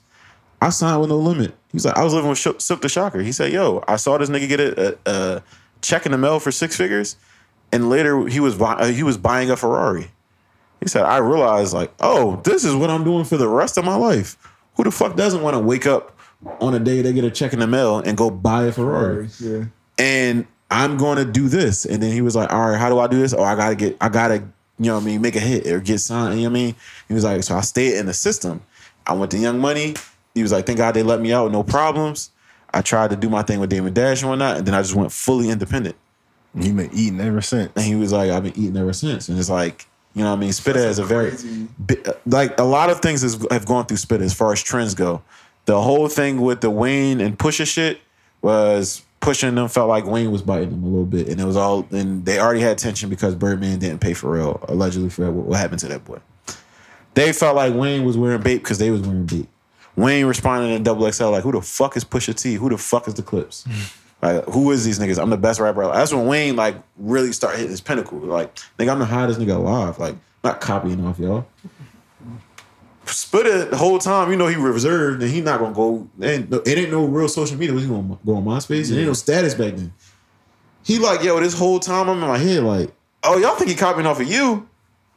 [SPEAKER 1] I signed with No Limit. He was like, I was living with Shook, Silk the Shocker. He said, yo, I saw this nigga get a, a, a check in the mail for six figures, and later he was buy, uh, he was buying a Ferrari. He said, I realized like, oh, this is what I'm doing for the rest of my life. Who the fuck doesn't want to wake up on a day they get a check in the mail and go buy a Ferrari?
[SPEAKER 2] Yeah.
[SPEAKER 1] and I'm going to do this. And then he was like, all right, how do I do this? Oh, I gotta get, I gotta, you know what I mean, make a hit or get signed. You know what I mean? He was like, so I stayed in the system. I went to Young Money. He was like, thank God they let me out, no problems. I tried to do my thing with Damon Dash and whatnot, and then I just went fully independent.
[SPEAKER 3] He's been eating ever since.
[SPEAKER 1] And he was like, I've been eating ever since. And it's like, you know what I mean? Spitter is a very, bi- like, a lot of things is, have gone through Spitter as far as trends go. The whole thing with the Wayne and Pusha shit was pushing them felt like Wayne was biting them a little bit. And it was all, and they already had tension because Birdman didn't pay Pharrell, allegedly for what, what happened to that boy. They felt like Wayne was wearing bait because they was wearing bait. Wayne responded in double XL like, who the fuck is Pusha T? Who the fuck is the Clips? Like, who is these niggas? I'm the best rapper. alive. That's when Wayne like really started hitting his pinnacle. Like, nigga, I'm the hottest nigga alive. Like, not copying off y'all. Spitter the whole time, you know, he reserved and he not gonna go. And it ain't no real social media. Was he gonna go on MySpace? It ain't no status back then. He like, yo, this whole time I'm in my head like, oh, y'all think he copying off of you?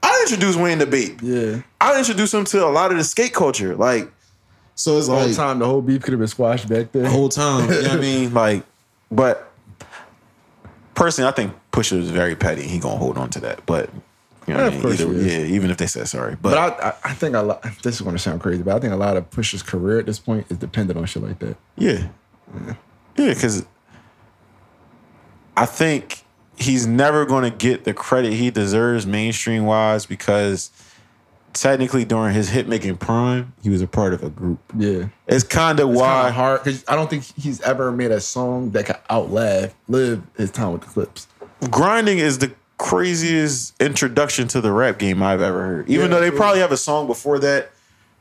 [SPEAKER 1] I introduced Wayne to Beat.
[SPEAKER 2] Yeah.
[SPEAKER 1] I introduced him to a lot of the skate culture. Like, so it's
[SPEAKER 2] The
[SPEAKER 1] like
[SPEAKER 2] whole time, the whole beef could have been squashed back there.
[SPEAKER 1] the whole time. You know what I mean? Like, but personally, I think Pusha is very petty. He gonna hold on to that. But you know,
[SPEAKER 2] Yeah,
[SPEAKER 1] what
[SPEAKER 2] of
[SPEAKER 1] I mean?
[SPEAKER 2] course
[SPEAKER 1] Either-
[SPEAKER 2] he is.
[SPEAKER 1] yeah, even if they said sorry, but,
[SPEAKER 2] But I, I, I think a lot. This is going to sound crazy, but I think a lot of Pusha's career at this point is dependent on shit like that.
[SPEAKER 1] yeah, yeah, because I think he's never gonna get the credit he deserves mainstream wise because technically during his hit making prime, he was a part of a group.
[SPEAKER 2] Yeah,
[SPEAKER 1] It's kind of
[SPEAKER 2] why
[SPEAKER 1] why.
[SPEAKER 2] hard? Because I don't think he's ever made a song that could outlast live his time with the Clips.
[SPEAKER 1] grinding is the craziest introduction to the rap game I've ever heard. Even
[SPEAKER 2] Yeah,
[SPEAKER 1] though they
[SPEAKER 2] absolutely.
[SPEAKER 1] probably have a song before that.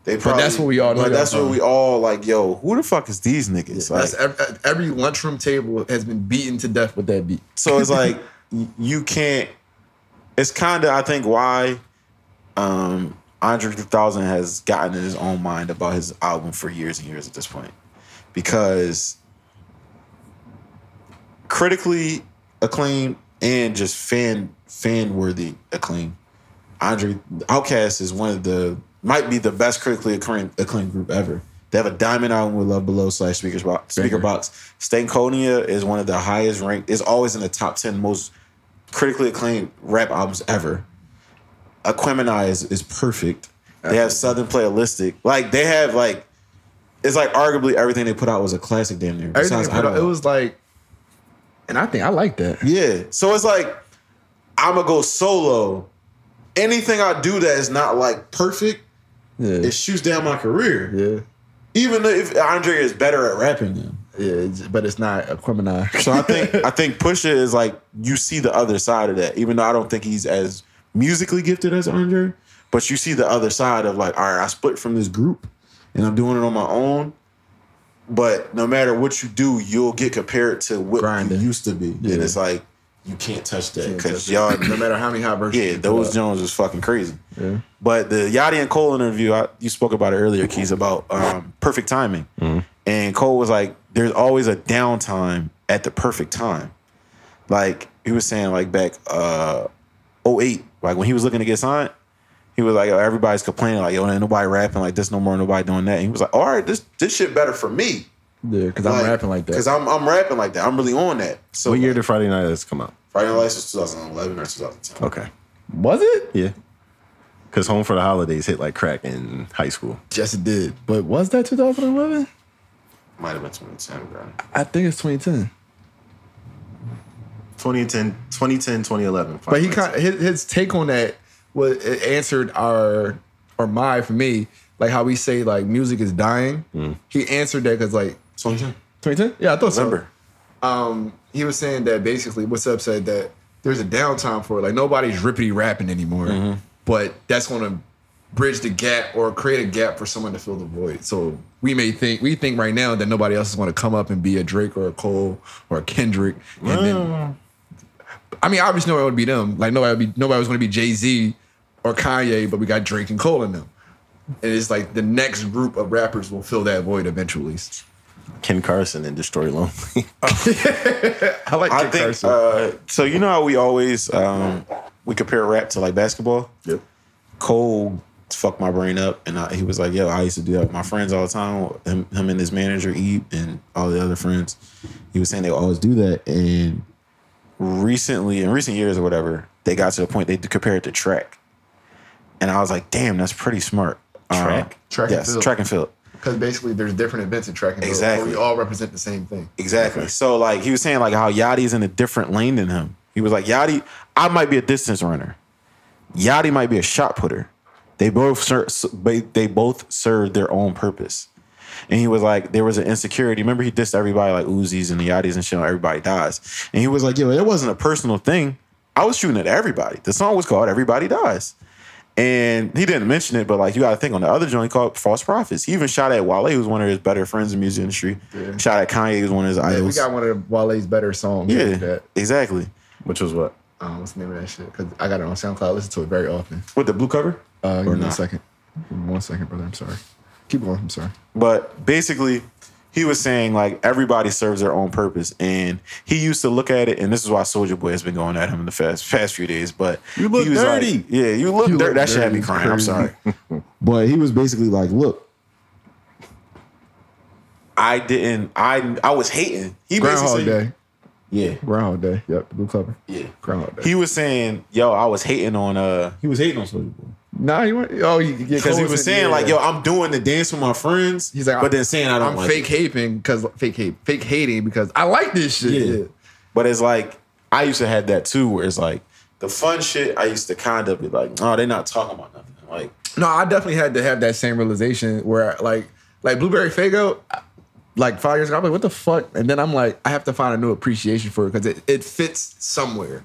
[SPEAKER 1] They probably,
[SPEAKER 2] that's what we all know
[SPEAKER 1] But
[SPEAKER 2] that
[SPEAKER 1] that's what
[SPEAKER 2] song.
[SPEAKER 1] we all like. Yo, who the fuck is these niggas? Like,
[SPEAKER 2] That's every, every lunchroom table has been beaten to death with that beat.
[SPEAKER 1] so it's like y- you can't. It's kind of I think why um Andre 3000 has gotten in his own mind about his album for years and years at this point because critically acclaimed and just fan fan worthy acclaim. Andre Outcast is one of the might be the best critically acclaimed, acclaimed group ever. They have a diamond album with Love Below slash speakers box, speaker
[SPEAKER 2] Banger.
[SPEAKER 1] box. Stankonia is one of the highest ranked. Is always in the top ten most critically acclaimed rap albums ever. Aquemini is, is perfect. They have Southern Playalistic. Like they have like it's like arguably everything they put out was a classic damn near.
[SPEAKER 2] Everything
[SPEAKER 1] Besides,
[SPEAKER 2] they put out- it
[SPEAKER 1] Idlewild.
[SPEAKER 2] was like, and I think I like that.
[SPEAKER 1] Yeah. So it's like I'm gonna go solo. Anything I do that is not like perfect,
[SPEAKER 2] Yeah,
[SPEAKER 1] it shoots down my career.
[SPEAKER 2] yeah,
[SPEAKER 1] Even if Andre is better at rapping now.
[SPEAKER 2] yeah. it's- But it's not a criminal.
[SPEAKER 1] So I think I think Pusha is like you see the other side of that. Even though I don't think he's as musically gifted as Andre, but you see the other side of like, all right, I split from this group and I'm doing it on my own. But no matter what you do, you'll get compared to what
[SPEAKER 2] Grinding.
[SPEAKER 1] you used to be,
[SPEAKER 2] Yeah.
[SPEAKER 1] and it's like you can't touch that because y'all
[SPEAKER 2] no matter how many hot verses.
[SPEAKER 1] Yeah,
[SPEAKER 2] you put
[SPEAKER 1] those
[SPEAKER 2] out.
[SPEAKER 1] Jones was fucking crazy.
[SPEAKER 2] Yeah.
[SPEAKER 1] But the Yachty and Cole interview, I, you spoke about it earlier, Keys, about um, perfect timing.
[SPEAKER 2] Mm-hmm.
[SPEAKER 1] And Cole was like, there's always a downtime at the perfect time. Like, he was saying, like, back uh 08, like, when he was looking to get signed, he was like, "Yo, everybody's complaining, like, yo, ain't nobody rapping, like, this no more, nobody doing that. And he was like, all right, this, this shit better for me.
[SPEAKER 2] Yeah, because I'm rapping like that.
[SPEAKER 1] Because I'm, I'm rapping like that. I'm really on that. So,
[SPEAKER 3] What year
[SPEAKER 1] like,
[SPEAKER 3] did Friday Night Lights come out?
[SPEAKER 1] Friday Night Lights was 2011 or 2010.
[SPEAKER 3] Okay.
[SPEAKER 2] Was it?
[SPEAKER 3] Yeah. Because Home for the Holidays hit like crack in high school.
[SPEAKER 2] Yes, it did. But was that 2011?
[SPEAKER 1] Might have been 2010, bro.
[SPEAKER 2] I think it's 2010.
[SPEAKER 6] 2010, 2010 2011.
[SPEAKER 2] But he kind his, his take on that was it answered our or my for me like how we say like music is dying. He answered that because like
[SPEAKER 1] 2010.
[SPEAKER 2] 2010. Yeah, I thought so. Um,
[SPEAKER 1] Remember?
[SPEAKER 2] he was saying that basically what's up said that there's a downtime for it. Like nobody's rippity rapping anymore. But that's gonna bridge the gap or create a gap for someone to fill the void. So we may think we think right now that nobody else is gonna come up and be a Drake or a Cole or a Kendrick. And then I mean obviously nobody would be them. Like nobody would be nobody was gonna be Jay-Z or Kanye, but we got Drake and Cole in them. And it's like the next group of rappers will fill that void eventually.
[SPEAKER 3] Ken Carson and Destroy Lonely.
[SPEAKER 2] I like
[SPEAKER 1] I
[SPEAKER 2] Kid
[SPEAKER 1] think
[SPEAKER 2] Carson.
[SPEAKER 1] uh, so. You know how we always um, we compare rap to like basketball.
[SPEAKER 2] Yep.
[SPEAKER 1] Cole fucked my brain up, and I, he was like, "Yo, I used to do that with my friends all the time. Him, him and his manager, Eve, and all the other friends. He was saying they would always do that. And recently, in recent years or whatever, they got to the point they compared it to track. And I was like, "Damn, that's pretty smart." Um,
[SPEAKER 3] Track?
[SPEAKER 2] Track and
[SPEAKER 1] yes,
[SPEAKER 2] field.
[SPEAKER 1] track and field.
[SPEAKER 2] Because basically, there's different events in track and field, but
[SPEAKER 1] Exactly.
[SPEAKER 2] we all represent the same thing.
[SPEAKER 1] Exactly. So like he was saying like how Yachty's in a different lane than him. He was like Yachty, I might be a distance runner. Yachty might be a shot putter. They both ser- s- they they both serve their own purpose. And he was like, there was an insecurity. Remember, he dissed everybody like Uzis and the Yachty's and shit. like, everybody dies. And he was like, yo, it wasn't a personal thing. I was shooting at everybody. The song was called Everybody Dies. And he didn't mention it, but like you got to think on the other joint called False Prophets. He even shot at Wale, who's one of his better friends in the music industry. Shot at Kanye, who's one of his
[SPEAKER 2] Yeah, we
[SPEAKER 1] idols.
[SPEAKER 2] got one of Wale's better songs.
[SPEAKER 1] Yeah,
[SPEAKER 2] Yeah. That.
[SPEAKER 1] exactly.
[SPEAKER 3] Which was what?
[SPEAKER 2] Um, what's the name of that shit? Because I got it on SoundCloud. I listen to it very often.
[SPEAKER 1] With the blue cover.
[SPEAKER 2] Uh, give me one
[SPEAKER 1] not.
[SPEAKER 2] second. Give me One second, brother. I'm sorry. Keep going. I'm sorry.
[SPEAKER 1] But basically, he was saying like everybody serves their own purpose, and he used to look at it, and this is why Soldier Boy has been going at him in the past past few days. But
[SPEAKER 2] You look
[SPEAKER 1] he was like,
[SPEAKER 2] dirty.
[SPEAKER 1] yeah, you look
[SPEAKER 2] You
[SPEAKER 1] dirty.
[SPEAKER 2] look
[SPEAKER 1] That shit had me
[SPEAKER 2] dirty.
[SPEAKER 1] crying. I'm
[SPEAKER 2] Crazy.
[SPEAKER 1] sorry. but he was basically like, look. I didn't. I I was hating. He
[SPEAKER 2] Groundhog
[SPEAKER 1] basically
[SPEAKER 2] Day.
[SPEAKER 1] yeah.
[SPEAKER 2] Groundhog Day. Yep. Blue cover.
[SPEAKER 1] Yeah.
[SPEAKER 2] Groundhog Day.
[SPEAKER 1] He was saying, "Yo, I was hating on uh." He was hating on Soldier Boy.
[SPEAKER 2] nah, you want? Oh, you yeah,
[SPEAKER 1] Because he was
[SPEAKER 2] Cole in-
[SPEAKER 1] saying
[SPEAKER 2] yeah.
[SPEAKER 1] like, "Yo, I'm doing the dance with my friends."
[SPEAKER 2] He's like,
[SPEAKER 1] but then saying I don't
[SPEAKER 2] I'm
[SPEAKER 1] like
[SPEAKER 2] fake
[SPEAKER 1] it.
[SPEAKER 2] hating because fake hate, fake hating because I like this shit.
[SPEAKER 1] Yeah.
[SPEAKER 2] Yeah.
[SPEAKER 1] But it's like I used to have that too, where it's like the fun shit. I used to kind of be like, "Oh, they're not talking about nothing." Like,
[SPEAKER 2] No, I definitely had to have that same realization where like like Blueberry Fago, like five years ago, I'm like, what the fuck? And then I'm like, I have to find a new appreciation for it because it, it fits somewhere.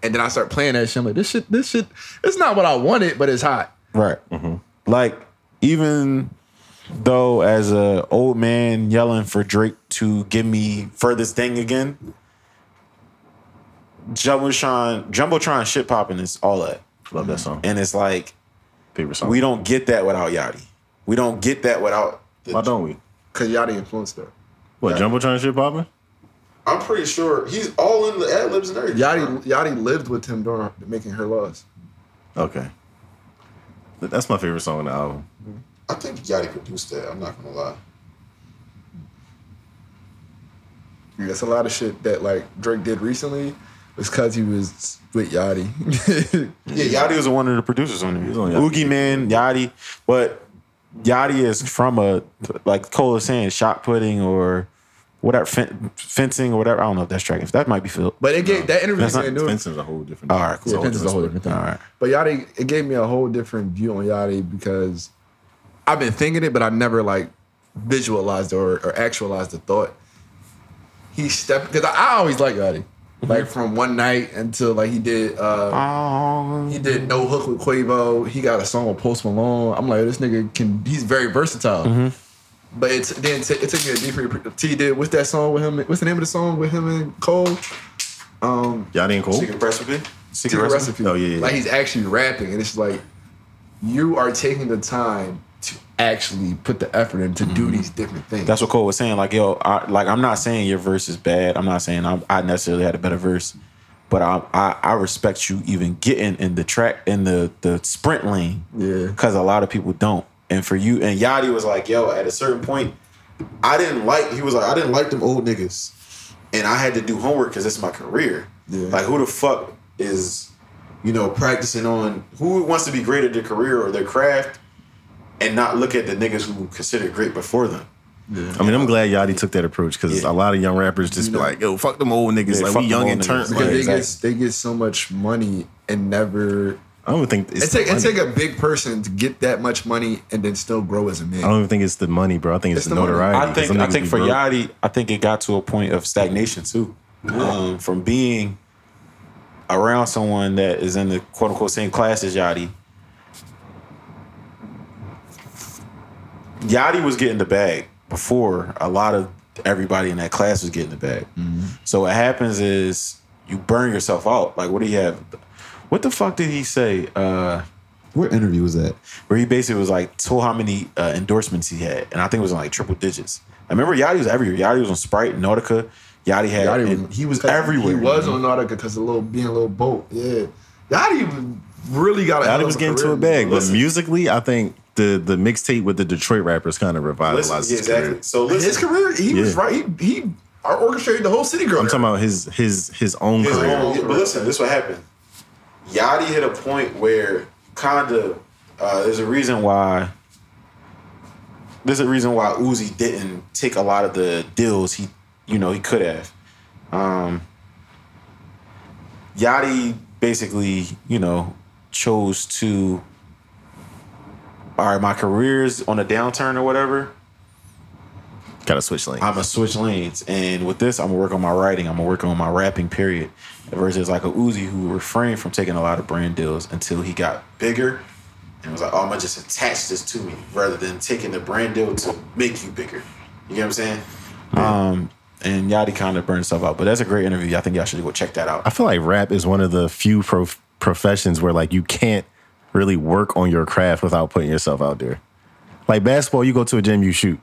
[SPEAKER 2] And then I start playing that shit. I'm like, this shit, this shit, it's not what I wanted, but it's hot.
[SPEAKER 1] right? Like, even though as a old man yelling for Drake to give me furthest thing again, Jumbotron, Jumbotron, shit popping is all that,
[SPEAKER 3] Love that song.
[SPEAKER 1] and it's like
[SPEAKER 3] Favorite song.
[SPEAKER 1] we don't get that without Yachty. We don't get that without. The,
[SPEAKER 3] Why don't we?
[SPEAKER 2] Cause y'all the influence though.
[SPEAKER 3] What, Jumbo trying to shit popping?
[SPEAKER 1] I'm pretty sure he's all in the ad libs and everything.
[SPEAKER 2] Yachty, Yachty lived with him during making her laws.
[SPEAKER 3] Okay. Th- That's my favorite song on the album.
[SPEAKER 1] I think Yachty produced that. I'm not gonna lie.
[SPEAKER 2] That's a lot of shit that like Drake did recently. It's cause he was with Yachty.
[SPEAKER 1] Yeah, Yachty was one of the producers on there.
[SPEAKER 3] was on Yachty.
[SPEAKER 1] Oogie Man, Yachty, but Yachty is from a like Cole is saying shot putting or whatever fen- fencing or whatever. I don't know if that's tracking. That might be Phil.
[SPEAKER 2] but it gave that interview
[SPEAKER 1] That's not
[SPEAKER 2] saying, dude,
[SPEAKER 3] Fences a whole different.
[SPEAKER 1] All right,
[SPEAKER 3] it's a
[SPEAKER 1] cool.
[SPEAKER 3] whole
[SPEAKER 2] Fence is a whole
[SPEAKER 3] different
[SPEAKER 2] different thing.
[SPEAKER 1] All right.
[SPEAKER 2] But Yachty, it gave me a whole different view on Yachty because I've been thinking it, but I never like visualized or, or actualized the thought. He stepped because I, I always like Yachty. Like from one night until like he did uh
[SPEAKER 1] Um,
[SPEAKER 2] he did No Hook with Quavo. He got a song with Post Malone. I'm like, this nigga can he's very versatile. But it's then t- it took me a deeper T did what's that song with him? What's the name of the song with him and Cole?
[SPEAKER 3] thing. Y'all ain't cool?
[SPEAKER 1] secret recipe. Secret
[SPEAKER 2] secret
[SPEAKER 1] recipe.
[SPEAKER 2] recipe.
[SPEAKER 3] Oh, yeah, yeah,
[SPEAKER 2] Like
[SPEAKER 3] yeah.
[SPEAKER 2] he's actually rapping, and it's like you are taking the time to actually put the effort in to
[SPEAKER 3] Mm-hmm.
[SPEAKER 2] do these different things.
[SPEAKER 1] That's what Cole was saying. Like, yo, I, like I'm not saying your verse is bad. I'm not saying I'm, I necessarily had a better verse, but I, I I respect you even getting in the track in the the sprint lane.
[SPEAKER 2] Yeah.
[SPEAKER 1] because a lot of people don't. And for you and Yachty was like, yo, at a certain point, I didn't like. He was like, I didn't like them old niggas, and I had to do homework because that's my career.
[SPEAKER 2] Yeah.
[SPEAKER 1] Like, who the fuck is you know, practicing on who wants to be great at their career or their craft and not look at the niggas who were considered great before them.
[SPEAKER 3] I mean, I'm glad Yachty took that approach because
[SPEAKER 1] Yeah.
[SPEAKER 3] a lot of young rappers just be like, "Yo, fuck them old niggas,
[SPEAKER 1] Yeah,
[SPEAKER 3] like
[SPEAKER 1] fuck
[SPEAKER 3] we
[SPEAKER 1] them
[SPEAKER 3] young
[SPEAKER 1] old
[SPEAKER 3] and turned."
[SPEAKER 1] niggas.
[SPEAKER 2] Because
[SPEAKER 1] Right,
[SPEAKER 3] Like,
[SPEAKER 2] they
[SPEAKER 1] exactly.
[SPEAKER 2] get they get so much money and never.
[SPEAKER 3] I don't think it's
[SPEAKER 2] It take
[SPEAKER 3] the
[SPEAKER 2] it
[SPEAKER 3] money.
[SPEAKER 2] take a big person to get that much money and then still grow as a man.
[SPEAKER 3] I don't even think it's the money, bro. I think it's,
[SPEAKER 2] It's
[SPEAKER 3] the
[SPEAKER 2] the money.
[SPEAKER 3] notoriety.
[SPEAKER 1] I
[SPEAKER 3] 'cause
[SPEAKER 1] think
[SPEAKER 3] them
[SPEAKER 1] I
[SPEAKER 3] niggas
[SPEAKER 1] think
[SPEAKER 3] be
[SPEAKER 1] for
[SPEAKER 3] broke.
[SPEAKER 1] Yachty, I think it got to a point of stagnation too, um, from being around someone that is in the quote unquote same class as Yachty. Yachty was getting the bag before a lot of everybody in that class was getting the bag.
[SPEAKER 3] Mm-hmm.
[SPEAKER 1] So what happens is you burn yourself out. Like what do you have? What the fuck did he say? Uh,
[SPEAKER 6] What interview was that?
[SPEAKER 1] where he basically was like told how many uh, endorsements he had, and I think it was in like triple digits. I remember Yachty was everywhere. Yachty was on Sprite, Nautica. Yachty had
[SPEAKER 2] Yachty
[SPEAKER 1] and he was everywhere.
[SPEAKER 2] He was on Nautica because of little being a little boat. Yeah, Yachty really got. a hell
[SPEAKER 3] Yachty
[SPEAKER 2] of
[SPEAKER 3] was
[SPEAKER 2] a
[SPEAKER 3] getting to
[SPEAKER 2] career.
[SPEAKER 3] a bag, but
[SPEAKER 1] Listen.
[SPEAKER 3] musically, I think the the mixtape with the Detroit rappers kind of revitalized
[SPEAKER 1] Listen, yeah,
[SPEAKER 3] his career.
[SPEAKER 1] exactly. So
[SPEAKER 2] his
[SPEAKER 1] listen,
[SPEAKER 2] career, he was
[SPEAKER 3] Yeah.
[SPEAKER 2] right. He, he orchestrated the whole city girl.
[SPEAKER 3] I'm talking about his his his own
[SPEAKER 1] his
[SPEAKER 3] career.
[SPEAKER 1] own- but listen, this what happened. Yachty hit a point where kinda uh, there's a reason why. There's a reason why Uzi didn't take a lot of the deals he, you know, he could have. Um, Yachty basically, you know, chose to. All right, my career's on a downturn or whatever.
[SPEAKER 3] Gotta switch lanes.
[SPEAKER 1] I'm gonna switch lanes, and with this, I'm gonna work on my writing. I'm gonna work on my rapping. Period. Versus like a Uzi who refrained from taking a lot of brand deals until he got bigger, and was like, "Oh, I'm gonna just attach this to me rather than taking the brand deal to make you bigger." You get what I'm saying? Um, and Yachty kind of burned himself out, but that's a great interview. I think y'all should go check that out.
[SPEAKER 3] I feel like rap is one of the few prof- professions where like you can't really work on your craft without putting yourself out there. Like basketball, you go to a gym, you shoot,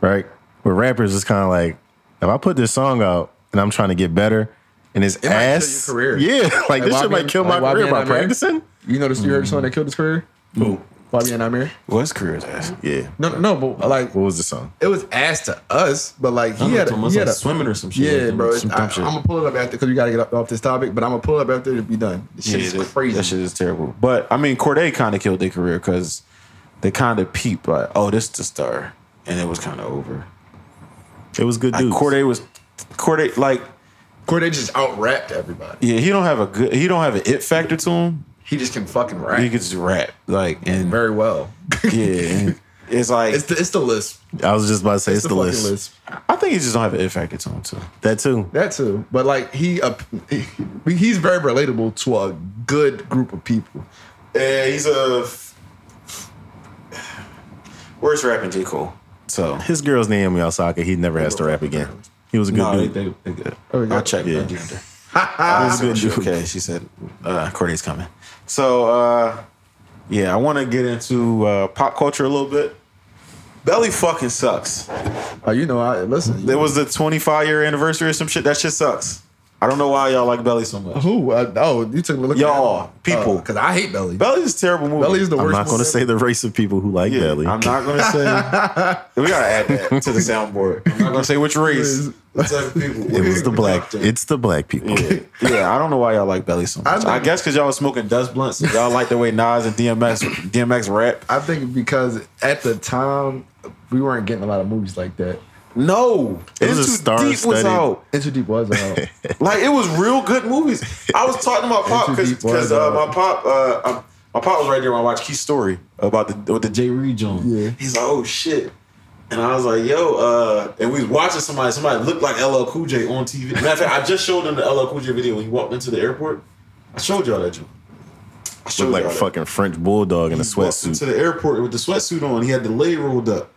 [SPEAKER 3] right? With rappers, it's kind of like if I put this song out and I'm trying to get better, and it's
[SPEAKER 2] might kill
[SPEAKER 3] ass
[SPEAKER 2] your career.
[SPEAKER 3] yeah, like, this
[SPEAKER 2] Like
[SPEAKER 3] shit might
[SPEAKER 2] YBN
[SPEAKER 3] kill my
[SPEAKER 2] like
[SPEAKER 3] career
[SPEAKER 2] YBN
[SPEAKER 3] by
[SPEAKER 2] Nightmare?
[SPEAKER 3] practicing.
[SPEAKER 2] You notice you heard someone that killed his career? Who? Fabian Amir.
[SPEAKER 1] What's career ass?
[SPEAKER 3] Yeah,
[SPEAKER 2] No, no, but like
[SPEAKER 3] what was the song?
[SPEAKER 2] it was asked to us, but like he had, a, he had a,
[SPEAKER 1] swimming or some shit.
[SPEAKER 2] yeah, bro. it's-
[SPEAKER 1] Some
[SPEAKER 2] I,
[SPEAKER 1] dumb
[SPEAKER 2] am
[SPEAKER 1] shit.
[SPEAKER 2] gonna pull it up after because we gotta get up- off this topic, but I'm gonna pull it up after to be done. This shit
[SPEAKER 1] that,
[SPEAKER 2] is crazy.
[SPEAKER 1] That shit is terrible. But I mean, Corday kind of killed their career because they kind of peeped like, oh, this the star, and it was kind of over.
[SPEAKER 3] It was good,
[SPEAKER 1] Like,
[SPEAKER 3] dude.
[SPEAKER 1] Corday was Corday like
[SPEAKER 2] Corday just out rapped everybody.
[SPEAKER 1] yeah, he don't have a good he don't have an it factor to him.
[SPEAKER 2] He just can fucking rap
[SPEAKER 1] He could just rap like and
[SPEAKER 2] very well.
[SPEAKER 1] yeah. and It's like
[SPEAKER 2] It's the it's the list.
[SPEAKER 3] I was just about to say it's, the
[SPEAKER 2] fucking
[SPEAKER 3] list.
[SPEAKER 1] I think he just don't have an it factor to him too.
[SPEAKER 3] That too.
[SPEAKER 2] That too, but like he, uh, he's very relatable to a good group of people.
[SPEAKER 1] Yeah, he's a where's rapping J Cole. So
[SPEAKER 3] His girl's Naomi Osaka. He never has to rap again. He was a good
[SPEAKER 1] no,
[SPEAKER 3] dude.
[SPEAKER 1] they, they, they good.
[SPEAKER 2] Oh, yeah.
[SPEAKER 1] I'll check
[SPEAKER 3] Yeah.
[SPEAKER 1] that gender. Ah, she okay, she said uh, Courtney's coming. So uh, yeah, I want to get into uh, pop culture a little bit. Belly fucking sucks.
[SPEAKER 2] Oh, you know, I listen.
[SPEAKER 1] There was the 25 year anniversary or some shit. That shit sucks. I don't know why y'all like Belly so much.
[SPEAKER 2] Who? I, oh, you took a look.
[SPEAKER 1] Y'all, people.
[SPEAKER 2] because I hate Belly.
[SPEAKER 1] Belly is a terrible movie.
[SPEAKER 2] Belly is the
[SPEAKER 3] I'm
[SPEAKER 2] worst.
[SPEAKER 3] not going to
[SPEAKER 2] one.
[SPEAKER 3] say the race of people who like
[SPEAKER 1] yeah,
[SPEAKER 3] Belly.
[SPEAKER 1] I'm not gonna say. we gotta add that to the soundboard. I'm not gonna say which race. What type of people?
[SPEAKER 3] It was the black. It's the black people.
[SPEAKER 1] Yeah. yeah, I don't know why y'all like Belly so
[SPEAKER 2] I
[SPEAKER 1] much.
[SPEAKER 2] think-
[SPEAKER 1] I, guess because y'all was smoking dust blunts. and y'all like the way Nas and DMX DMX rap.
[SPEAKER 2] I think because at the time we weren't getting a lot of movies like that.
[SPEAKER 1] No,
[SPEAKER 3] It was a
[SPEAKER 1] Into
[SPEAKER 3] star
[SPEAKER 1] Deep was
[SPEAKER 3] studded-
[SPEAKER 1] out.
[SPEAKER 2] Into Deep was uh, out.
[SPEAKER 1] Like it was real good movies. I was talking about pop
[SPEAKER 2] Into
[SPEAKER 1] because
[SPEAKER 2] Deep was
[SPEAKER 1] because uh,
[SPEAKER 2] out.
[SPEAKER 1] my pop uh, um, my pop was right there when I watched Key Story about the with the J Reed joint.
[SPEAKER 2] Yeah.
[SPEAKER 1] He's like, oh shit. And I was like, yo, uh, and we was watching somebody, somebody looked like LL Cool J on TV. Matter of fact, I just showed them the LL Cool J video when he walked into the airport. I showed y'all that joint. I showed
[SPEAKER 3] Looked like a
[SPEAKER 1] y'all that.
[SPEAKER 3] fucking French bulldog in a
[SPEAKER 1] He walked into
[SPEAKER 3] sweatsuit.
[SPEAKER 1] the airport with the sweatsuit on. He had the leg rolled up.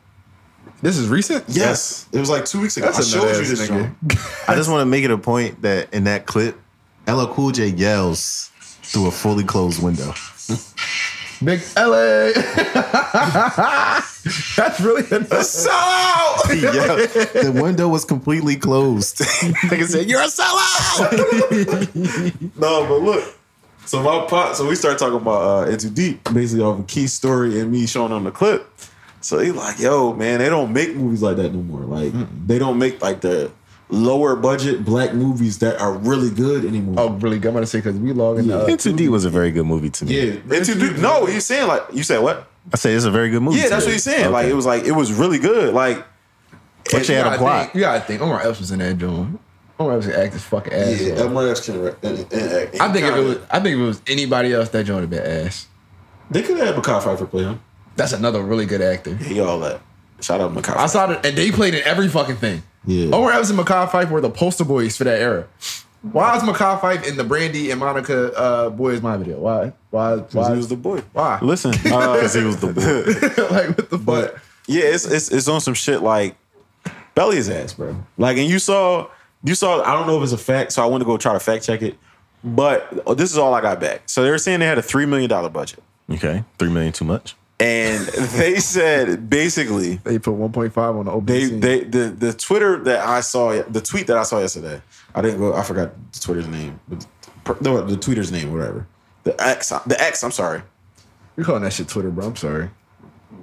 [SPEAKER 2] this is recent.
[SPEAKER 1] Yes. It was like two weeks ago.
[SPEAKER 2] That's
[SPEAKER 1] I showed
[SPEAKER 2] another
[SPEAKER 1] you
[SPEAKER 2] ass
[SPEAKER 1] this
[SPEAKER 2] nigga.
[SPEAKER 1] joint.
[SPEAKER 6] I just want to make it a point that in that clip, LL Cool J yells through a fully closed window.
[SPEAKER 2] Big LA. That's really another.
[SPEAKER 6] The window was completely closed.
[SPEAKER 3] Nigga said, "You're a sellout."
[SPEAKER 1] No, but look. So my pop, so we start talking about uh Into Deep, basically off of Key's story and me showing on the clip. So he like, yo, man, they don't make movies like that no more. Like they don't make like the lower budget black movies that are really good anymore.
[SPEAKER 2] Oh, really good. I'm gonna say because we log in. Uh,
[SPEAKER 3] Into D was a very good movie to me.
[SPEAKER 1] yeah. Into Duke. No, he's saying like you said what?
[SPEAKER 3] I say it's a very good movie.
[SPEAKER 1] Yeah,
[SPEAKER 3] to
[SPEAKER 1] that's
[SPEAKER 3] me.
[SPEAKER 1] what he's saying.
[SPEAKER 3] Okay.
[SPEAKER 1] Like it was like it was really good. Like
[SPEAKER 3] But she
[SPEAKER 2] you
[SPEAKER 3] had
[SPEAKER 2] gotta
[SPEAKER 3] a plot.
[SPEAKER 2] Think, you gotta think. Omar Epps was in that joint. Omar Epps act his fucking ass. off.
[SPEAKER 1] Epps can. I think
[SPEAKER 2] I think if it was, I think if it was anybody else, that joint would have been ass.
[SPEAKER 1] they could have had Makai Pfeiffer play him.
[SPEAKER 2] That's another really good actor.
[SPEAKER 1] He all that. Shout out Makai.
[SPEAKER 2] I saw that, and they played in every fucking thing.
[SPEAKER 6] Yeah.
[SPEAKER 2] Omar Epps and Makai Fife were the poster boys for that era. Why is Makai Fife in the Brandy and Monica uh, boys my video? Why? Why? Why?
[SPEAKER 1] He was the boy.
[SPEAKER 2] why?
[SPEAKER 3] Listen,
[SPEAKER 1] Uh,
[SPEAKER 3] because he was the boy.
[SPEAKER 2] like what the fuck?
[SPEAKER 1] But yeah, it's it's it's on some shit like belly his ass, bro. Like, and you saw you saw. I don't know if it's a fact, so I want to go try to fact check it. But this is all I got back. So they were saying they had a three million dollar budget,
[SPEAKER 3] Okay, three million too much.
[SPEAKER 1] and they said basically
[SPEAKER 2] They put 1.5 on the opening
[SPEAKER 1] they
[SPEAKER 2] scene.
[SPEAKER 1] they the the Twitter that I saw the tweet that I saw yesterday. I didn't go. I forgot the Twitter's name, but per- no, the tweeter's name, whatever. The X, the X. I'm sorry.
[SPEAKER 2] You're calling that shit Twitter, bro. I'm sorry.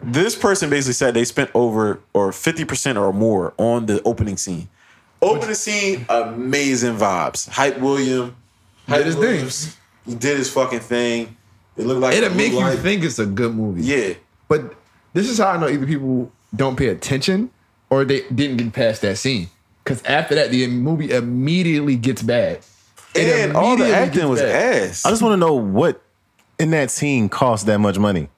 [SPEAKER 1] This person basically said they spent over or 50% or more on the opening scene. Opening scene, amazing vibes. Hype William. Hype
[SPEAKER 2] his
[SPEAKER 1] Williams, He did his fucking thing. It looked like
[SPEAKER 2] It'll
[SPEAKER 1] blue
[SPEAKER 2] make you
[SPEAKER 1] light.
[SPEAKER 2] think it's a good movie.
[SPEAKER 1] Yeah.
[SPEAKER 2] But this is how I know either people don't pay attention or they didn't get past that scene. Because after that, the movie immediately gets bad. It
[SPEAKER 1] And all the
[SPEAKER 2] immediately
[SPEAKER 1] acting
[SPEAKER 2] gets
[SPEAKER 1] was
[SPEAKER 2] bad.
[SPEAKER 1] ass.
[SPEAKER 3] I just want to know what in that scene cost that much money.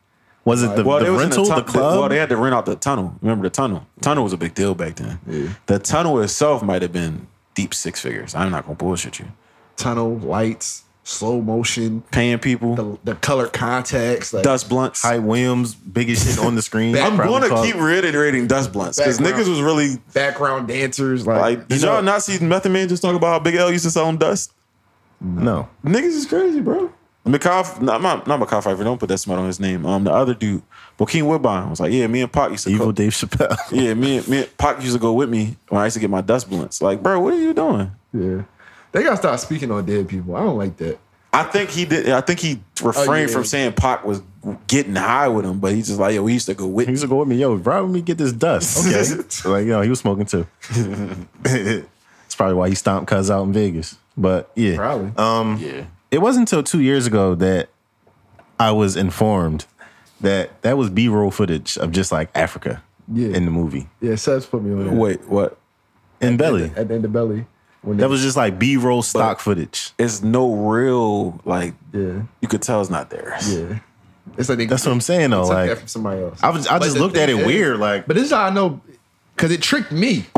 [SPEAKER 3] Was it the,
[SPEAKER 1] well, they
[SPEAKER 3] the
[SPEAKER 1] was in
[SPEAKER 3] rental,
[SPEAKER 1] the,
[SPEAKER 3] the,
[SPEAKER 1] tun-
[SPEAKER 3] club?
[SPEAKER 1] Well, they had to rent out the tunnel. Remember the tunnel? Tunnel was a big deal back then. The tunnel itself might have been deep six figures. I'm not gonna bullshit you.
[SPEAKER 2] Tunnel, lights, slow motion,
[SPEAKER 1] Paying people,
[SPEAKER 2] the, the color contacts. Like,
[SPEAKER 1] dust blunts.
[SPEAKER 3] Ty Williams, biggest shit on the screen.
[SPEAKER 1] I'm
[SPEAKER 3] probably
[SPEAKER 1] gonna
[SPEAKER 3] cost-
[SPEAKER 1] keep reiterating dust blunts because
[SPEAKER 2] Background.
[SPEAKER 1] niggas was really
[SPEAKER 2] background dancers. Like,
[SPEAKER 1] Like, did y'all not see Method Man just talk about how Big L used to sell him dust?
[SPEAKER 3] No.
[SPEAKER 1] Niggas is crazy, bro. McCall, not not not McCall Pfeiffer. Don't put that smut on his name. Um, the other dude, Joaquin Woodbine, was like, yeah, me and Pac used to.
[SPEAKER 3] Evil
[SPEAKER 1] go-
[SPEAKER 3] Dave Chappelle.
[SPEAKER 1] yeah, me and me and Pac used to go with me when I used to get my dust blunts. Like, bro, what are you doing?
[SPEAKER 2] yeah. They got to start speaking on dead people. I don't like that.
[SPEAKER 1] I think he did. I think he refrained
[SPEAKER 2] Oh, yeah.
[SPEAKER 1] from saying Pac was getting high with him, but he's just like, yo, we used to go with.
[SPEAKER 3] He used to go with me, yo, ride with me, get this dust. Okay. like, you know, he was smoking too. it's probably why he stomped cuz out in Vegas. But yeah. Um,
[SPEAKER 2] Probably.
[SPEAKER 1] Yeah,
[SPEAKER 3] It wasn't until two years ago that I was informed that that was B roll footage of just like Africa
[SPEAKER 2] Yeah.
[SPEAKER 3] in the movie.
[SPEAKER 2] yeah, Seth put me on that.
[SPEAKER 1] Wait, what?
[SPEAKER 3] In Belly.
[SPEAKER 2] At the end of Belly. When
[SPEAKER 3] That was just like B roll stock footage.
[SPEAKER 1] It's no real. Like,
[SPEAKER 2] Yeah.
[SPEAKER 1] you could tell it's not theirs.
[SPEAKER 2] Yeah. It's like they,
[SPEAKER 3] That's what I'm saying though.
[SPEAKER 2] took that
[SPEAKER 3] Like
[SPEAKER 2] from somebody else.
[SPEAKER 3] I was I
[SPEAKER 2] But
[SPEAKER 3] just
[SPEAKER 2] the
[SPEAKER 3] looked at
[SPEAKER 2] thing
[SPEAKER 3] it
[SPEAKER 2] is-
[SPEAKER 3] weird, like
[SPEAKER 2] But this is how I know, because it tricked me.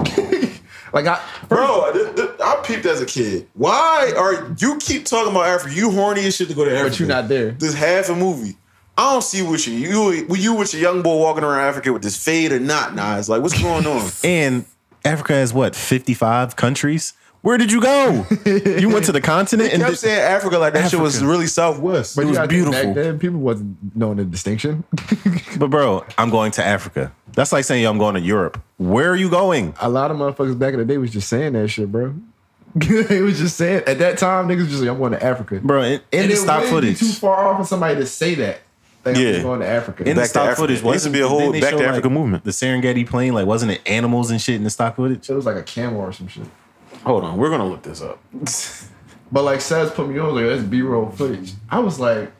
[SPEAKER 2] like I,
[SPEAKER 1] Bro, th- th- I peeped as a kid. Why are you keep talking about Africa? You horny as shit to go to Africa,
[SPEAKER 2] you not there.
[SPEAKER 1] This half a movie. I don't see what you you were you with your young boy walking around Africa with this fade or not? Nah, it's like what's going on?
[SPEAKER 3] and Africa has what, 55 countries? Where did you go? you went to the continent and
[SPEAKER 1] I'm
[SPEAKER 3] did-
[SPEAKER 1] saying Africa like that shit was
[SPEAKER 3] Africa.
[SPEAKER 1] really Southwest.
[SPEAKER 2] but
[SPEAKER 1] it
[SPEAKER 2] you
[SPEAKER 1] was
[SPEAKER 2] gotta think Back
[SPEAKER 1] beautiful.
[SPEAKER 2] then, people wasn't knowing the distinction.
[SPEAKER 3] But bro, I'm going to Africa. That's like saying, yo, I'm going to Europe. Where are you going?
[SPEAKER 2] A lot of motherfuckers back in the day was just saying that shit, bro. they was just saying at that time, niggas was just like, I'm going to Africa,
[SPEAKER 3] Bro, in, in
[SPEAKER 2] And
[SPEAKER 3] the
[SPEAKER 2] it
[SPEAKER 3] stock
[SPEAKER 2] wouldn't be
[SPEAKER 3] footage.
[SPEAKER 2] too far off for somebody to say that. Like, I'm
[SPEAKER 1] Yeah.
[SPEAKER 2] just going to Africa.
[SPEAKER 3] In the
[SPEAKER 1] Back to
[SPEAKER 3] stock
[SPEAKER 1] Africa.
[SPEAKER 3] footage,
[SPEAKER 1] It used to be a whole
[SPEAKER 3] didn't they
[SPEAKER 1] Back to
[SPEAKER 3] show,
[SPEAKER 1] Africa movement.
[SPEAKER 3] The Serengeti plane, like, wasn't it animals and shit in the stock footage?
[SPEAKER 2] it was like a camel or some shit.
[SPEAKER 1] Hold on, we're gonna look this up.
[SPEAKER 2] But like Saz put me on like that's B roll footage. I was like,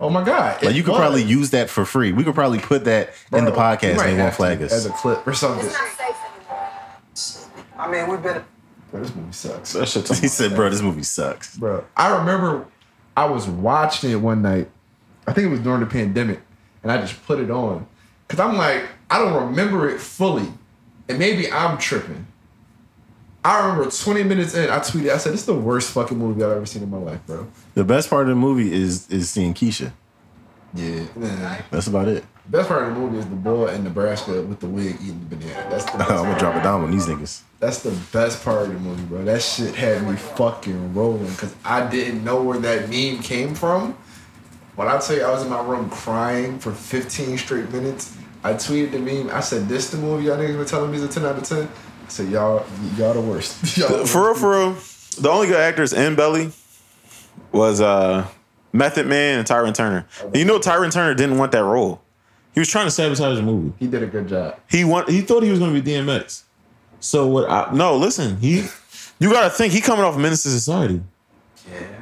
[SPEAKER 2] oh my god!
[SPEAKER 3] Like,
[SPEAKER 2] it
[SPEAKER 3] you could
[SPEAKER 2] was.
[SPEAKER 3] probably use that for free. We could probably put that in the
[SPEAKER 2] Bro, you
[SPEAKER 3] podcast
[SPEAKER 2] might have
[SPEAKER 3] and they won't
[SPEAKER 2] to
[SPEAKER 3] flag us.
[SPEAKER 2] as a clip or something.
[SPEAKER 7] I mean, we've been.
[SPEAKER 2] Bro, this movie sucks.
[SPEAKER 1] That shit's
[SPEAKER 3] he said, bro, this movie sucks.
[SPEAKER 2] Bro, I remember I was watching it one night. I think it was during the pandemic, and I just put it on because I'm like, I don't remember it fully, and maybe I'm tripping. I remember 20 minutes in, I tweeted, I said, "This is the worst fucking movie I've ever seen in my life, bro."
[SPEAKER 3] The best part of the movie is is seeing Keisha.
[SPEAKER 2] Yeah.
[SPEAKER 3] That's about it.
[SPEAKER 2] Best part of the movie is the boy in Nebraska with the wig eating the banana. That's the
[SPEAKER 3] I'm
[SPEAKER 2] best
[SPEAKER 3] gonna drop a dime on these niggas.
[SPEAKER 2] That's the best part of the movie, bro. That shit had me fucking rolling because I didn't know where that meme came from. When I tell you I was in my room crying for 15 straight minutes, I tweeted the meme. I said, "This the movie y'all niggas been telling me is a 10 out of 10." I said, "Y'all, y'all the worst." y'all the worst.
[SPEAKER 1] For real, for real, the only good actors in Belly was uh, Method Man and Tyron Turner. And you know, Tyron Turner didn't want that role. He was trying to sabotage the movie.
[SPEAKER 2] he did a good job.
[SPEAKER 1] He want, he thought he was going to be DMX. So what? I, no, listen. He, you gotta think he coming off Menace to Society.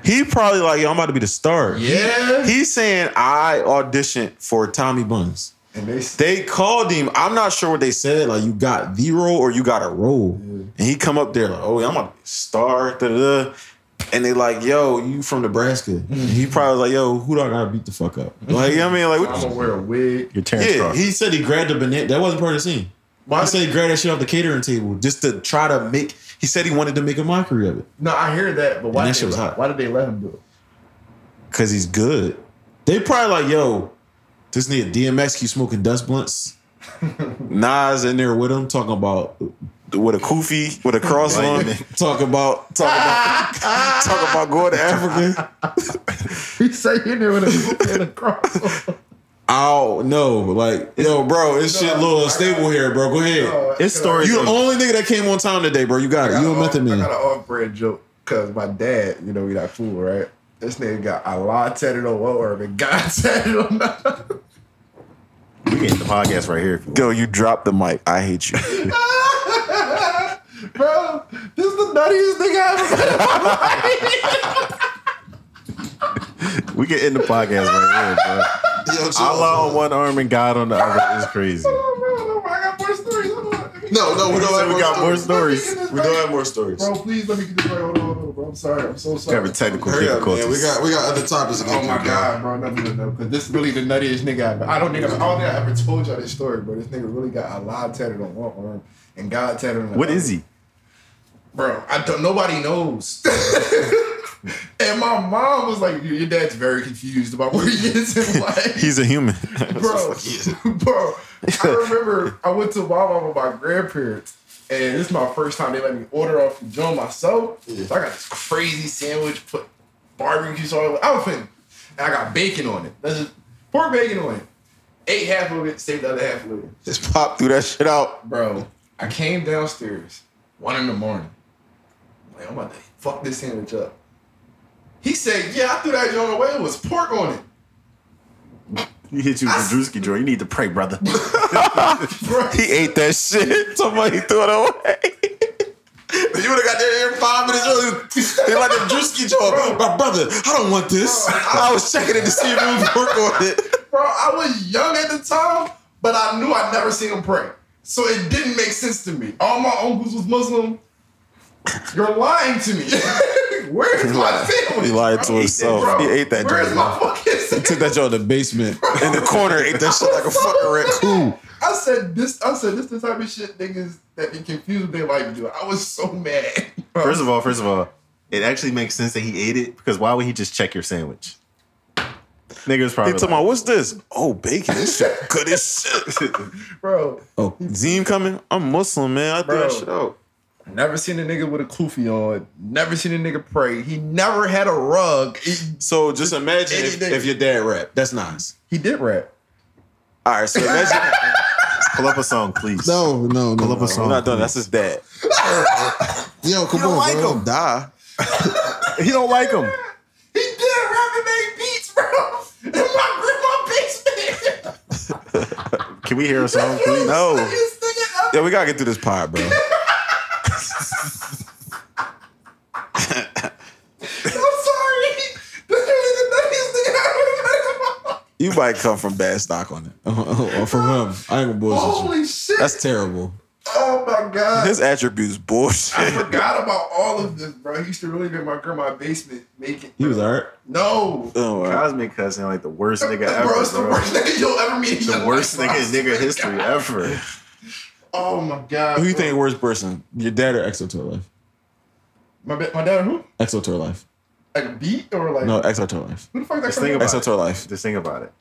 [SPEAKER 1] He probably like, yo, I'm about to be the star.
[SPEAKER 2] Yeah.
[SPEAKER 1] He's saying I auditioned for Tommy Buns.
[SPEAKER 2] And they,
[SPEAKER 1] They called him. I'm not sure what they said. Like you got the role or you got a role, and he come up there like, oh, yeah, I'm a star. Da, da, da. And they like, yo, you from Nebraska? And he probably was like, yo, who do I gotta beat the fuck up? Like, you know what I mean, like,
[SPEAKER 2] I'm
[SPEAKER 1] what,
[SPEAKER 2] gonna wear a wig.
[SPEAKER 3] You're Terrence
[SPEAKER 1] yeah.
[SPEAKER 3] Crawford.
[SPEAKER 1] He said he grabbed a banana. That wasn't part of the scene. Why? He said he grabbed that shit off the catering table just to try to make. He said he wanted to make a mockery of it
[SPEAKER 2] No, I hear that, but why?
[SPEAKER 1] And that
[SPEAKER 2] did
[SPEAKER 1] shit was
[SPEAKER 2] they,
[SPEAKER 1] hot.
[SPEAKER 2] Why did they let him do it?
[SPEAKER 1] because he's good. They probably like, yo, this nigga DMX keep smoking dust blunts. Nas in there with him talking about with a kufi with a cross on, talking about talking about talking about going to Africa.
[SPEAKER 2] He said you knew it in a cross.
[SPEAKER 1] Oh no, like yo, bro, this shit a little unstable here, bro. Go ahead.
[SPEAKER 3] It's story.
[SPEAKER 1] You the only nigga that came on time today, bro. You got it. You a method
[SPEAKER 2] I
[SPEAKER 1] man.
[SPEAKER 2] got an off-brand joke because my dad, you know, we not fool, right? This nigga got a lot tatted on one arm and God tatted on the other.
[SPEAKER 3] We can end the podcast right here. If you want.
[SPEAKER 1] Yo, you dropped the mic. I hate you.
[SPEAKER 2] Bro, this is the nuttiest nigga I ever met.
[SPEAKER 3] We can end the podcast right here, bro. Allah on one arm and God on the other is crazy.
[SPEAKER 2] Oh, bro, I got more stories. Hold on. Let me-
[SPEAKER 1] no, no, we don't have
[SPEAKER 3] We got more
[SPEAKER 2] Let me
[SPEAKER 3] stories.
[SPEAKER 2] get this
[SPEAKER 1] We don't
[SPEAKER 2] right.
[SPEAKER 1] have more stories.
[SPEAKER 2] Bro, please let me get this right. Hold on, hold on, bro. I'm sorry. I'm so sorry.
[SPEAKER 3] Every technical
[SPEAKER 1] Hurry up, man. We
[SPEAKER 3] difficulties.
[SPEAKER 1] got we got other topics. to get
[SPEAKER 2] Oh my
[SPEAKER 1] through, bro.
[SPEAKER 2] god, bro, no, no, no, because this is really the nuttiest nigga I've I don't think I've, I don't think I ever told y'all this story, bro. This nigga really got a lot tatted on one arm and God tatted on the
[SPEAKER 3] What
[SPEAKER 2] other.
[SPEAKER 3] is he?
[SPEAKER 2] bro, I don't. Nobody knows. and my mom was like, "Your your dad's very confused about where he is in life."
[SPEAKER 1] He's a human.
[SPEAKER 2] bro, bro. I remember I went to Wawa with my grandparents, and this is my first time they let me order off from Joe myself. So I got this crazy sandwich, put barbecue sauce. I was finna, and I got bacon on it. That's just pork bacon on it. Ate half of it, saved the other half later.
[SPEAKER 1] Just pop through that shit out.
[SPEAKER 2] Bro, I came downstairs one in the morning. Like, I'm about to fuck this sandwich up. He said, Yeah, I threw that joint away. It was pork on it.
[SPEAKER 3] He hit you with the Drewski joint. You need to pray, brother.
[SPEAKER 2] Bro,
[SPEAKER 1] He ate that shit. Somebody threw it away. you would have got there in five minutes early. They like the Drewski joint. My brother, I don't want this. I was checking it to see if it was work on it.
[SPEAKER 2] bro, I was young at the time, but I knew I'd never seen him pray. So it didn't make sense to me. All my uncles was Muslim. You're lying to me. Where's my family?
[SPEAKER 1] He lied to himself. He ate that
[SPEAKER 2] Where's
[SPEAKER 1] joint,
[SPEAKER 2] my fucking
[SPEAKER 1] He took that joint in the basement in the corner. Ate that shit like a fucking raccoon.
[SPEAKER 2] I said this. I said this. The type of shit niggas that get confused with their life do. I was so mad. bro.
[SPEAKER 3] First of all, first of all, it actually makes sense that he ate it because why would he just check your sandwich? Niggas
[SPEAKER 1] He
[SPEAKER 3] probably.
[SPEAKER 1] told me,
[SPEAKER 3] like,
[SPEAKER 1] "What's this? Oh, bacon. This shit good as shit."
[SPEAKER 2] bro,
[SPEAKER 1] Oh, Zim coming? I'm Muslim, man. I threw
[SPEAKER 2] Bro.
[SPEAKER 1] that shit Oh. out.
[SPEAKER 2] never seen a nigga with a kufi on. Never seen a nigga pray. He never had a rug. He,
[SPEAKER 1] So just imagine if,
[SPEAKER 2] Anything.
[SPEAKER 1] if your dad rapped. That's nice.
[SPEAKER 2] he did rap.
[SPEAKER 1] All right, so imagine.
[SPEAKER 3] pull up a song, please.
[SPEAKER 6] No, no, no.
[SPEAKER 3] Pull up
[SPEAKER 6] no.
[SPEAKER 3] a song.
[SPEAKER 1] I'm not done. That's his dad.
[SPEAKER 6] Yo, come on, bro.
[SPEAKER 1] Die.
[SPEAKER 3] He don't like him.
[SPEAKER 2] He did rap and make beats, bro. In my grandma basement.
[SPEAKER 3] Can we hear a song, please?
[SPEAKER 1] No.
[SPEAKER 2] This nigga up.
[SPEAKER 1] Yeah, we gotta get through this pod, bro.
[SPEAKER 2] I'm sorry. This nigga is the nuttiest nigga I ever met in my life.
[SPEAKER 1] You might come from bad stock on it. Oh, or from him. I ain't gonna bullshit you.
[SPEAKER 2] Holy shit.
[SPEAKER 1] That's terrible.
[SPEAKER 2] oh my god.
[SPEAKER 1] His attributes
[SPEAKER 2] I
[SPEAKER 1] bullshit.
[SPEAKER 2] forgot about all of this, bro. He used to really be in my grandma's basement making.
[SPEAKER 1] He was alright.
[SPEAKER 2] No.
[SPEAKER 1] Oh, all right.
[SPEAKER 3] Cosmic cousin like the worst nigga
[SPEAKER 2] bro,
[SPEAKER 3] ever. Bro,
[SPEAKER 2] it's the worst nigga you'll ever Oh meet. in
[SPEAKER 3] The
[SPEAKER 2] your
[SPEAKER 3] worst
[SPEAKER 2] life,
[SPEAKER 3] nigga
[SPEAKER 2] bro.
[SPEAKER 3] in nigga history ever.
[SPEAKER 2] Oh my god.
[SPEAKER 1] Who you
[SPEAKER 2] bro.
[SPEAKER 1] think worst person? Your dad or Exo Tour Life?
[SPEAKER 2] My, ba- my dad, who?
[SPEAKER 1] Exo Tour Life.
[SPEAKER 2] Like a beat or like.
[SPEAKER 1] No, Exo Tour Life.
[SPEAKER 2] Who the fuck that
[SPEAKER 3] Just
[SPEAKER 2] from?
[SPEAKER 3] think about-
[SPEAKER 1] Exo Tour Life.
[SPEAKER 3] Just think about it.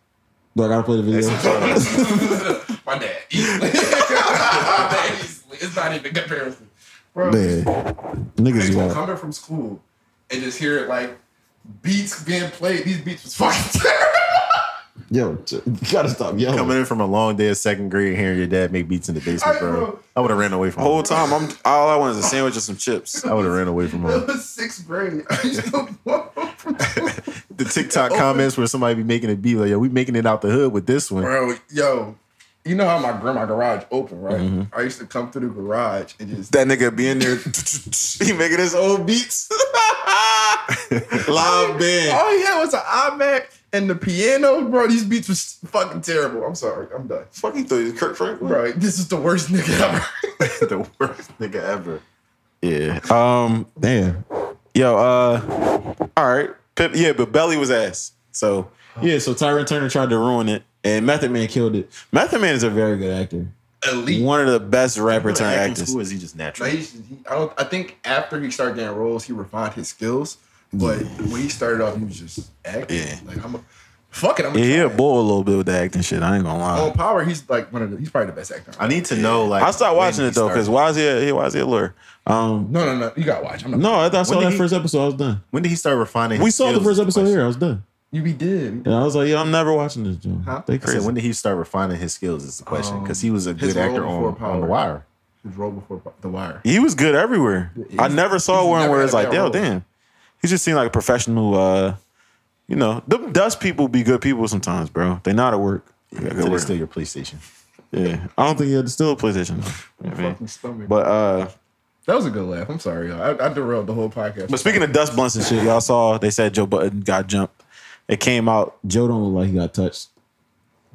[SPEAKER 1] Do I gotta play the video?
[SPEAKER 2] my dad. Easily. my dad easily. It's not even comparison. Bro,
[SPEAKER 6] Man. Niggas
[SPEAKER 2] niggas will
[SPEAKER 6] wild.
[SPEAKER 2] come back from school and just hear like beats being played. These beats was fucking terrible.
[SPEAKER 6] Yo, t- you gotta stop yelling.
[SPEAKER 3] Coming in from a long day of second grade, hearing your dad make beats in the basement,
[SPEAKER 2] I
[SPEAKER 3] bro.
[SPEAKER 2] know.
[SPEAKER 3] I would have ran away from
[SPEAKER 1] Whole
[SPEAKER 3] home.
[SPEAKER 1] time, I'm all I want is a sandwich and some chips.
[SPEAKER 3] I would have ran away from
[SPEAKER 2] It
[SPEAKER 3] home.
[SPEAKER 2] was sixth grade. I used to walk from school.
[SPEAKER 3] The TikTok comments where somebody be making a beat like, "Yo, we making it out the hood with this one."
[SPEAKER 2] Bro, yo, you know how my grandma garage open, right?
[SPEAKER 1] Mm-hmm.
[SPEAKER 2] I used to come through the garage and just
[SPEAKER 1] That nigga be in there, he making his old beats. Live band.
[SPEAKER 2] all he had was an iMac and the piano, bro. These beats was fucking terrible. I'm sorry, I'm done.
[SPEAKER 1] Fuck you, thought you was Kirk Franklin.
[SPEAKER 2] Bro, this is the worst nigga ever.
[SPEAKER 6] the worst nigga ever.
[SPEAKER 1] Yeah. Um. Damn. Yo. Uh. All right. Pip, yeah, but Belly was ass. So yeah. So Tyron Turner tried to ruin it, and Method Man killed it. Method Man is a very good actor.
[SPEAKER 2] Elite.
[SPEAKER 1] One of the best rapper turned actors.
[SPEAKER 6] Who is he just natural?
[SPEAKER 2] Like, he, he- I, don't, I think after he started getting roles, he refined his skills. But when he started off, he was just acting.
[SPEAKER 1] Yeah.
[SPEAKER 2] Like I'm, a, fuck it, I'm. a
[SPEAKER 1] Yeah, he a
[SPEAKER 2] try.
[SPEAKER 1] bull a little bit with the acting shit. I ain't gonna
[SPEAKER 2] On
[SPEAKER 1] lie.
[SPEAKER 2] power, he's like one of the. He's probably the best actor.
[SPEAKER 6] I need to know like
[SPEAKER 1] Oh, I stopped watching
[SPEAKER 6] when
[SPEAKER 1] it though,
[SPEAKER 6] he started.
[SPEAKER 1] because why is he? A, why is he a lure? Um.
[SPEAKER 2] no, no, no. You gotta watch. I'm not,
[SPEAKER 1] No, I, I saw
[SPEAKER 6] did
[SPEAKER 1] that
[SPEAKER 6] he-
[SPEAKER 1] first episode. I was done.
[SPEAKER 6] when did he start refining?
[SPEAKER 1] We
[SPEAKER 6] his
[SPEAKER 1] saw the
[SPEAKER 6] skills
[SPEAKER 1] first
[SPEAKER 6] is
[SPEAKER 1] episode
[SPEAKER 6] question.
[SPEAKER 1] here. I was done.
[SPEAKER 2] you be dead.
[SPEAKER 1] And I was like, yo, I'm never watching this. Joe.
[SPEAKER 2] Huh?
[SPEAKER 1] They
[SPEAKER 2] I
[SPEAKER 6] I
[SPEAKER 1] crazy.
[SPEAKER 6] said, when did he start refining his skills? Is the question because he was a
[SPEAKER 2] his
[SPEAKER 6] good actor
[SPEAKER 2] role
[SPEAKER 6] on,
[SPEAKER 2] before
[SPEAKER 6] on The
[SPEAKER 2] Power.
[SPEAKER 6] Wire.
[SPEAKER 2] His role before The Wire.
[SPEAKER 1] he was good everywhere. I never saw
[SPEAKER 2] he's
[SPEAKER 1] one
[SPEAKER 2] never
[SPEAKER 1] where
[SPEAKER 2] had
[SPEAKER 1] it's
[SPEAKER 2] a
[SPEAKER 1] like,
[SPEAKER 2] bad
[SPEAKER 1] yo,
[SPEAKER 2] role."
[SPEAKER 1] damn. He just seemed like a professional. Uh, you know, them dust people be good people sometimes, bro. They know how to work. Yeah,
[SPEAKER 6] Did they steal your PlayStation?
[SPEAKER 1] yeah. I don't think he had to steal a PlayStation. though. You know what I mean?
[SPEAKER 2] Fucking stomach.
[SPEAKER 1] But uh,
[SPEAKER 2] that was a good laugh. I'm sorry, y'all. I, I derailed the whole podcast.
[SPEAKER 1] but speaking of dust blunts and shit, y'all saw they said Joe Button got jumped. It came out. Joe don't look like he got touched.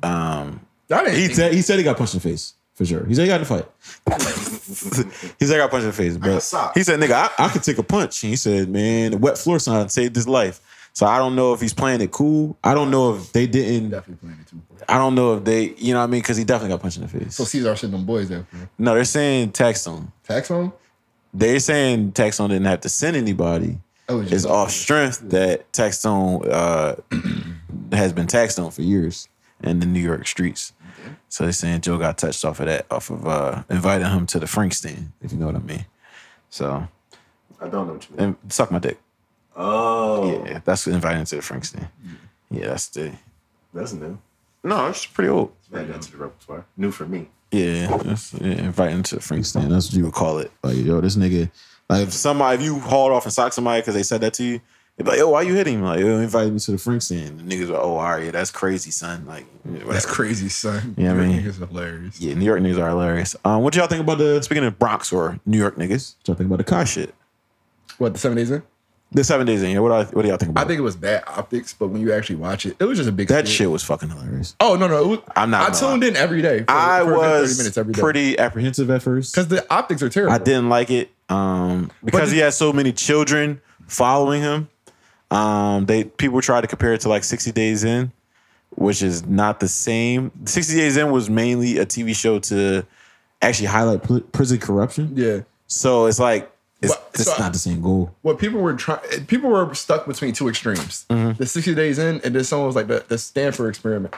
[SPEAKER 2] I didn't
[SPEAKER 1] He
[SPEAKER 2] think-
[SPEAKER 1] said he said he got punched in the face for sure. He said he got in a fight. he said I got punched in the face, but
[SPEAKER 6] sock.
[SPEAKER 1] he said, "Nigga, I, I could take a punch." And he said, "Man, the wet floor sign saved his life." So I don't know if he's playing it cool. I don't know if they didn't.
[SPEAKER 2] definitely playing it too.
[SPEAKER 1] I don't know if they, you know what I mean? Because he definitely got punched in the face.
[SPEAKER 2] So Caesar shit them boys after
[SPEAKER 1] no, they're saying text him.
[SPEAKER 2] tax on.
[SPEAKER 1] They're saying Texon didn't have to send anybody.
[SPEAKER 2] Oh, it's
[SPEAKER 1] It's
[SPEAKER 2] just-
[SPEAKER 1] off strength that Texon uh, has been taxed on for years in the New York streets. So they're saying Joe got touched off of that, off of uh, inviting him to the Frank stand, if you know what I mean. So,
[SPEAKER 6] I don't know what you mean.
[SPEAKER 1] and suck my dick.
[SPEAKER 6] Oh,
[SPEAKER 1] Yeah, that's inviting him to the Frank stand. Yeah, that's the.
[SPEAKER 6] that's new.
[SPEAKER 1] No, it's pretty old.
[SPEAKER 6] Add that to the repertoire. New for me.
[SPEAKER 1] Yeah, that's, yeah, inviting to the Frank stand. That's what you would call it. Like, yo, this nigga. Like, if somebody, if you hauled off and socked somebody because they said that to you, they'd be like, yo, why you hitting him? Like, yo, invited me to the Frank stand. The niggas are, oh, all right, yeah, that's crazy, son. Like, yeah,
[SPEAKER 2] That's
[SPEAKER 1] whatever.
[SPEAKER 2] crazy, son.
[SPEAKER 1] Yeah, I mean-
[SPEAKER 2] niggas hilarious.
[SPEAKER 1] Yeah, New York niggas are hilarious. Um, what y'all think about the speaking of Bronx or New York niggas? What y'all think about the car shit?
[SPEAKER 2] What the seven days in?
[SPEAKER 1] The seven days in here. What do I, what do y'all think about?
[SPEAKER 2] I think it was bad optics, but when you actually watch it, it was just a big
[SPEAKER 1] it? that
[SPEAKER 2] skit.
[SPEAKER 1] shit was fucking hilarious.
[SPEAKER 2] Oh no, no, it was,
[SPEAKER 1] I'm not
[SPEAKER 2] I
[SPEAKER 1] gonna lie.
[SPEAKER 2] tuned in every day. for-
[SPEAKER 1] I
[SPEAKER 2] for a good 30
[SPEAKER 1] was pretty apprehensive at first.
[SPEAKER 2] because the optics are terrible.
[SPEAKER 1] I didn't like it um, because
[SPEAKER 2] the-
[SPEAKER 1] he has so many children following him. Um, they people tried to compare it to like 60 Days In, which is not the same. 60 Days In was mainly a TV show to actually highlight pl- prison corruption.
[SPEAKER 2] Yeah,
[SPEAKER 1] So it's like it's,
[SPEAKER 2] But-
[SPEAKER 1] it's
[SPEAKER 2] so I-
[SPEAKER 1] not the same goal.
[SPEAKER 2] what people were trying, people were stuck between two extremes. The sixty days in, and then someone was like the, the Stanford experiment.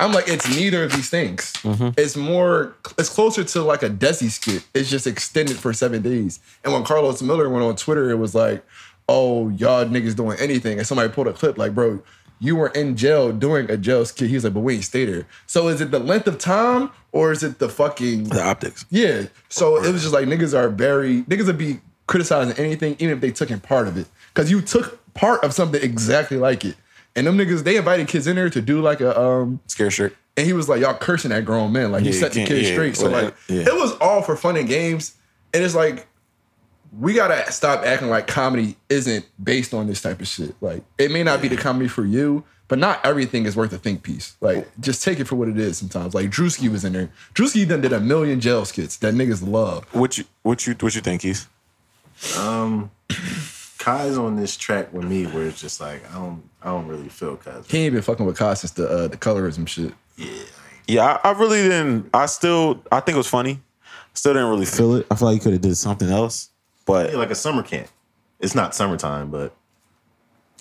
[SPEAKER 2] I'm like, it's neither of these things. It's more, it's closer to like a Desi skit. It's just extended for seven days. And when Carlos Miller went on Twitter, it was like, oh, y'all niggas doing anything. And somebody pulled a clip like, bro, you were in jail doing a jail skit. He was like, but we ain't stay there. So is it the length of time or is it the fucking
[SPEAKER 1] The optics.
[SPEAKER 2] Yeah. So it was just like niggas are very niggas would be criticizing anything, even if they took in part of it. Cause you took part of something exactly like it. And them niggas, they invited kids in there to do like a um
[SPEAKER 1] Scare shirt.
[SPEAKER 2] and he was like, Y'all cursing at grown men. Like you
[SPEAKER 1] Yeah,
[SPEAKER 2] set the
[SPEAKER 1] you can't-
[SPEAKER 2] kids
[SPEAKER 1] yeah,
[SPEAKER 2] straight. So
[SPEAKER 1] well,
[SPEAKER 2] like
[SPEAKER 1] yeah.
[SPEAKER 2] it was all for fun and games. And it's like we gotta stop acting like comedy isn't based on this type of shit. Like it may not be the comedy for you, but not everything is worth a think piece. Like just take it for what it is sometimes. Like Drewski was in there. Drewski done did a million jail skits that niggas love.
[SPEAKER 1] What you what you what you think, Keith?
[SPEAKER 6] Kai's on this track with me where it's just like I don't I don't really feel Kai's.
[SPEAKER 2] He ain't been fucking with Kai since the uh, the colorism shit.
[SPEAKER 1] Yeah, I, I really didn't. I still I think it was funny. Still didn't really feel it. I feel like he could have did something else. But
[SPEAKER 6] like a summer camp. It's not summertime, but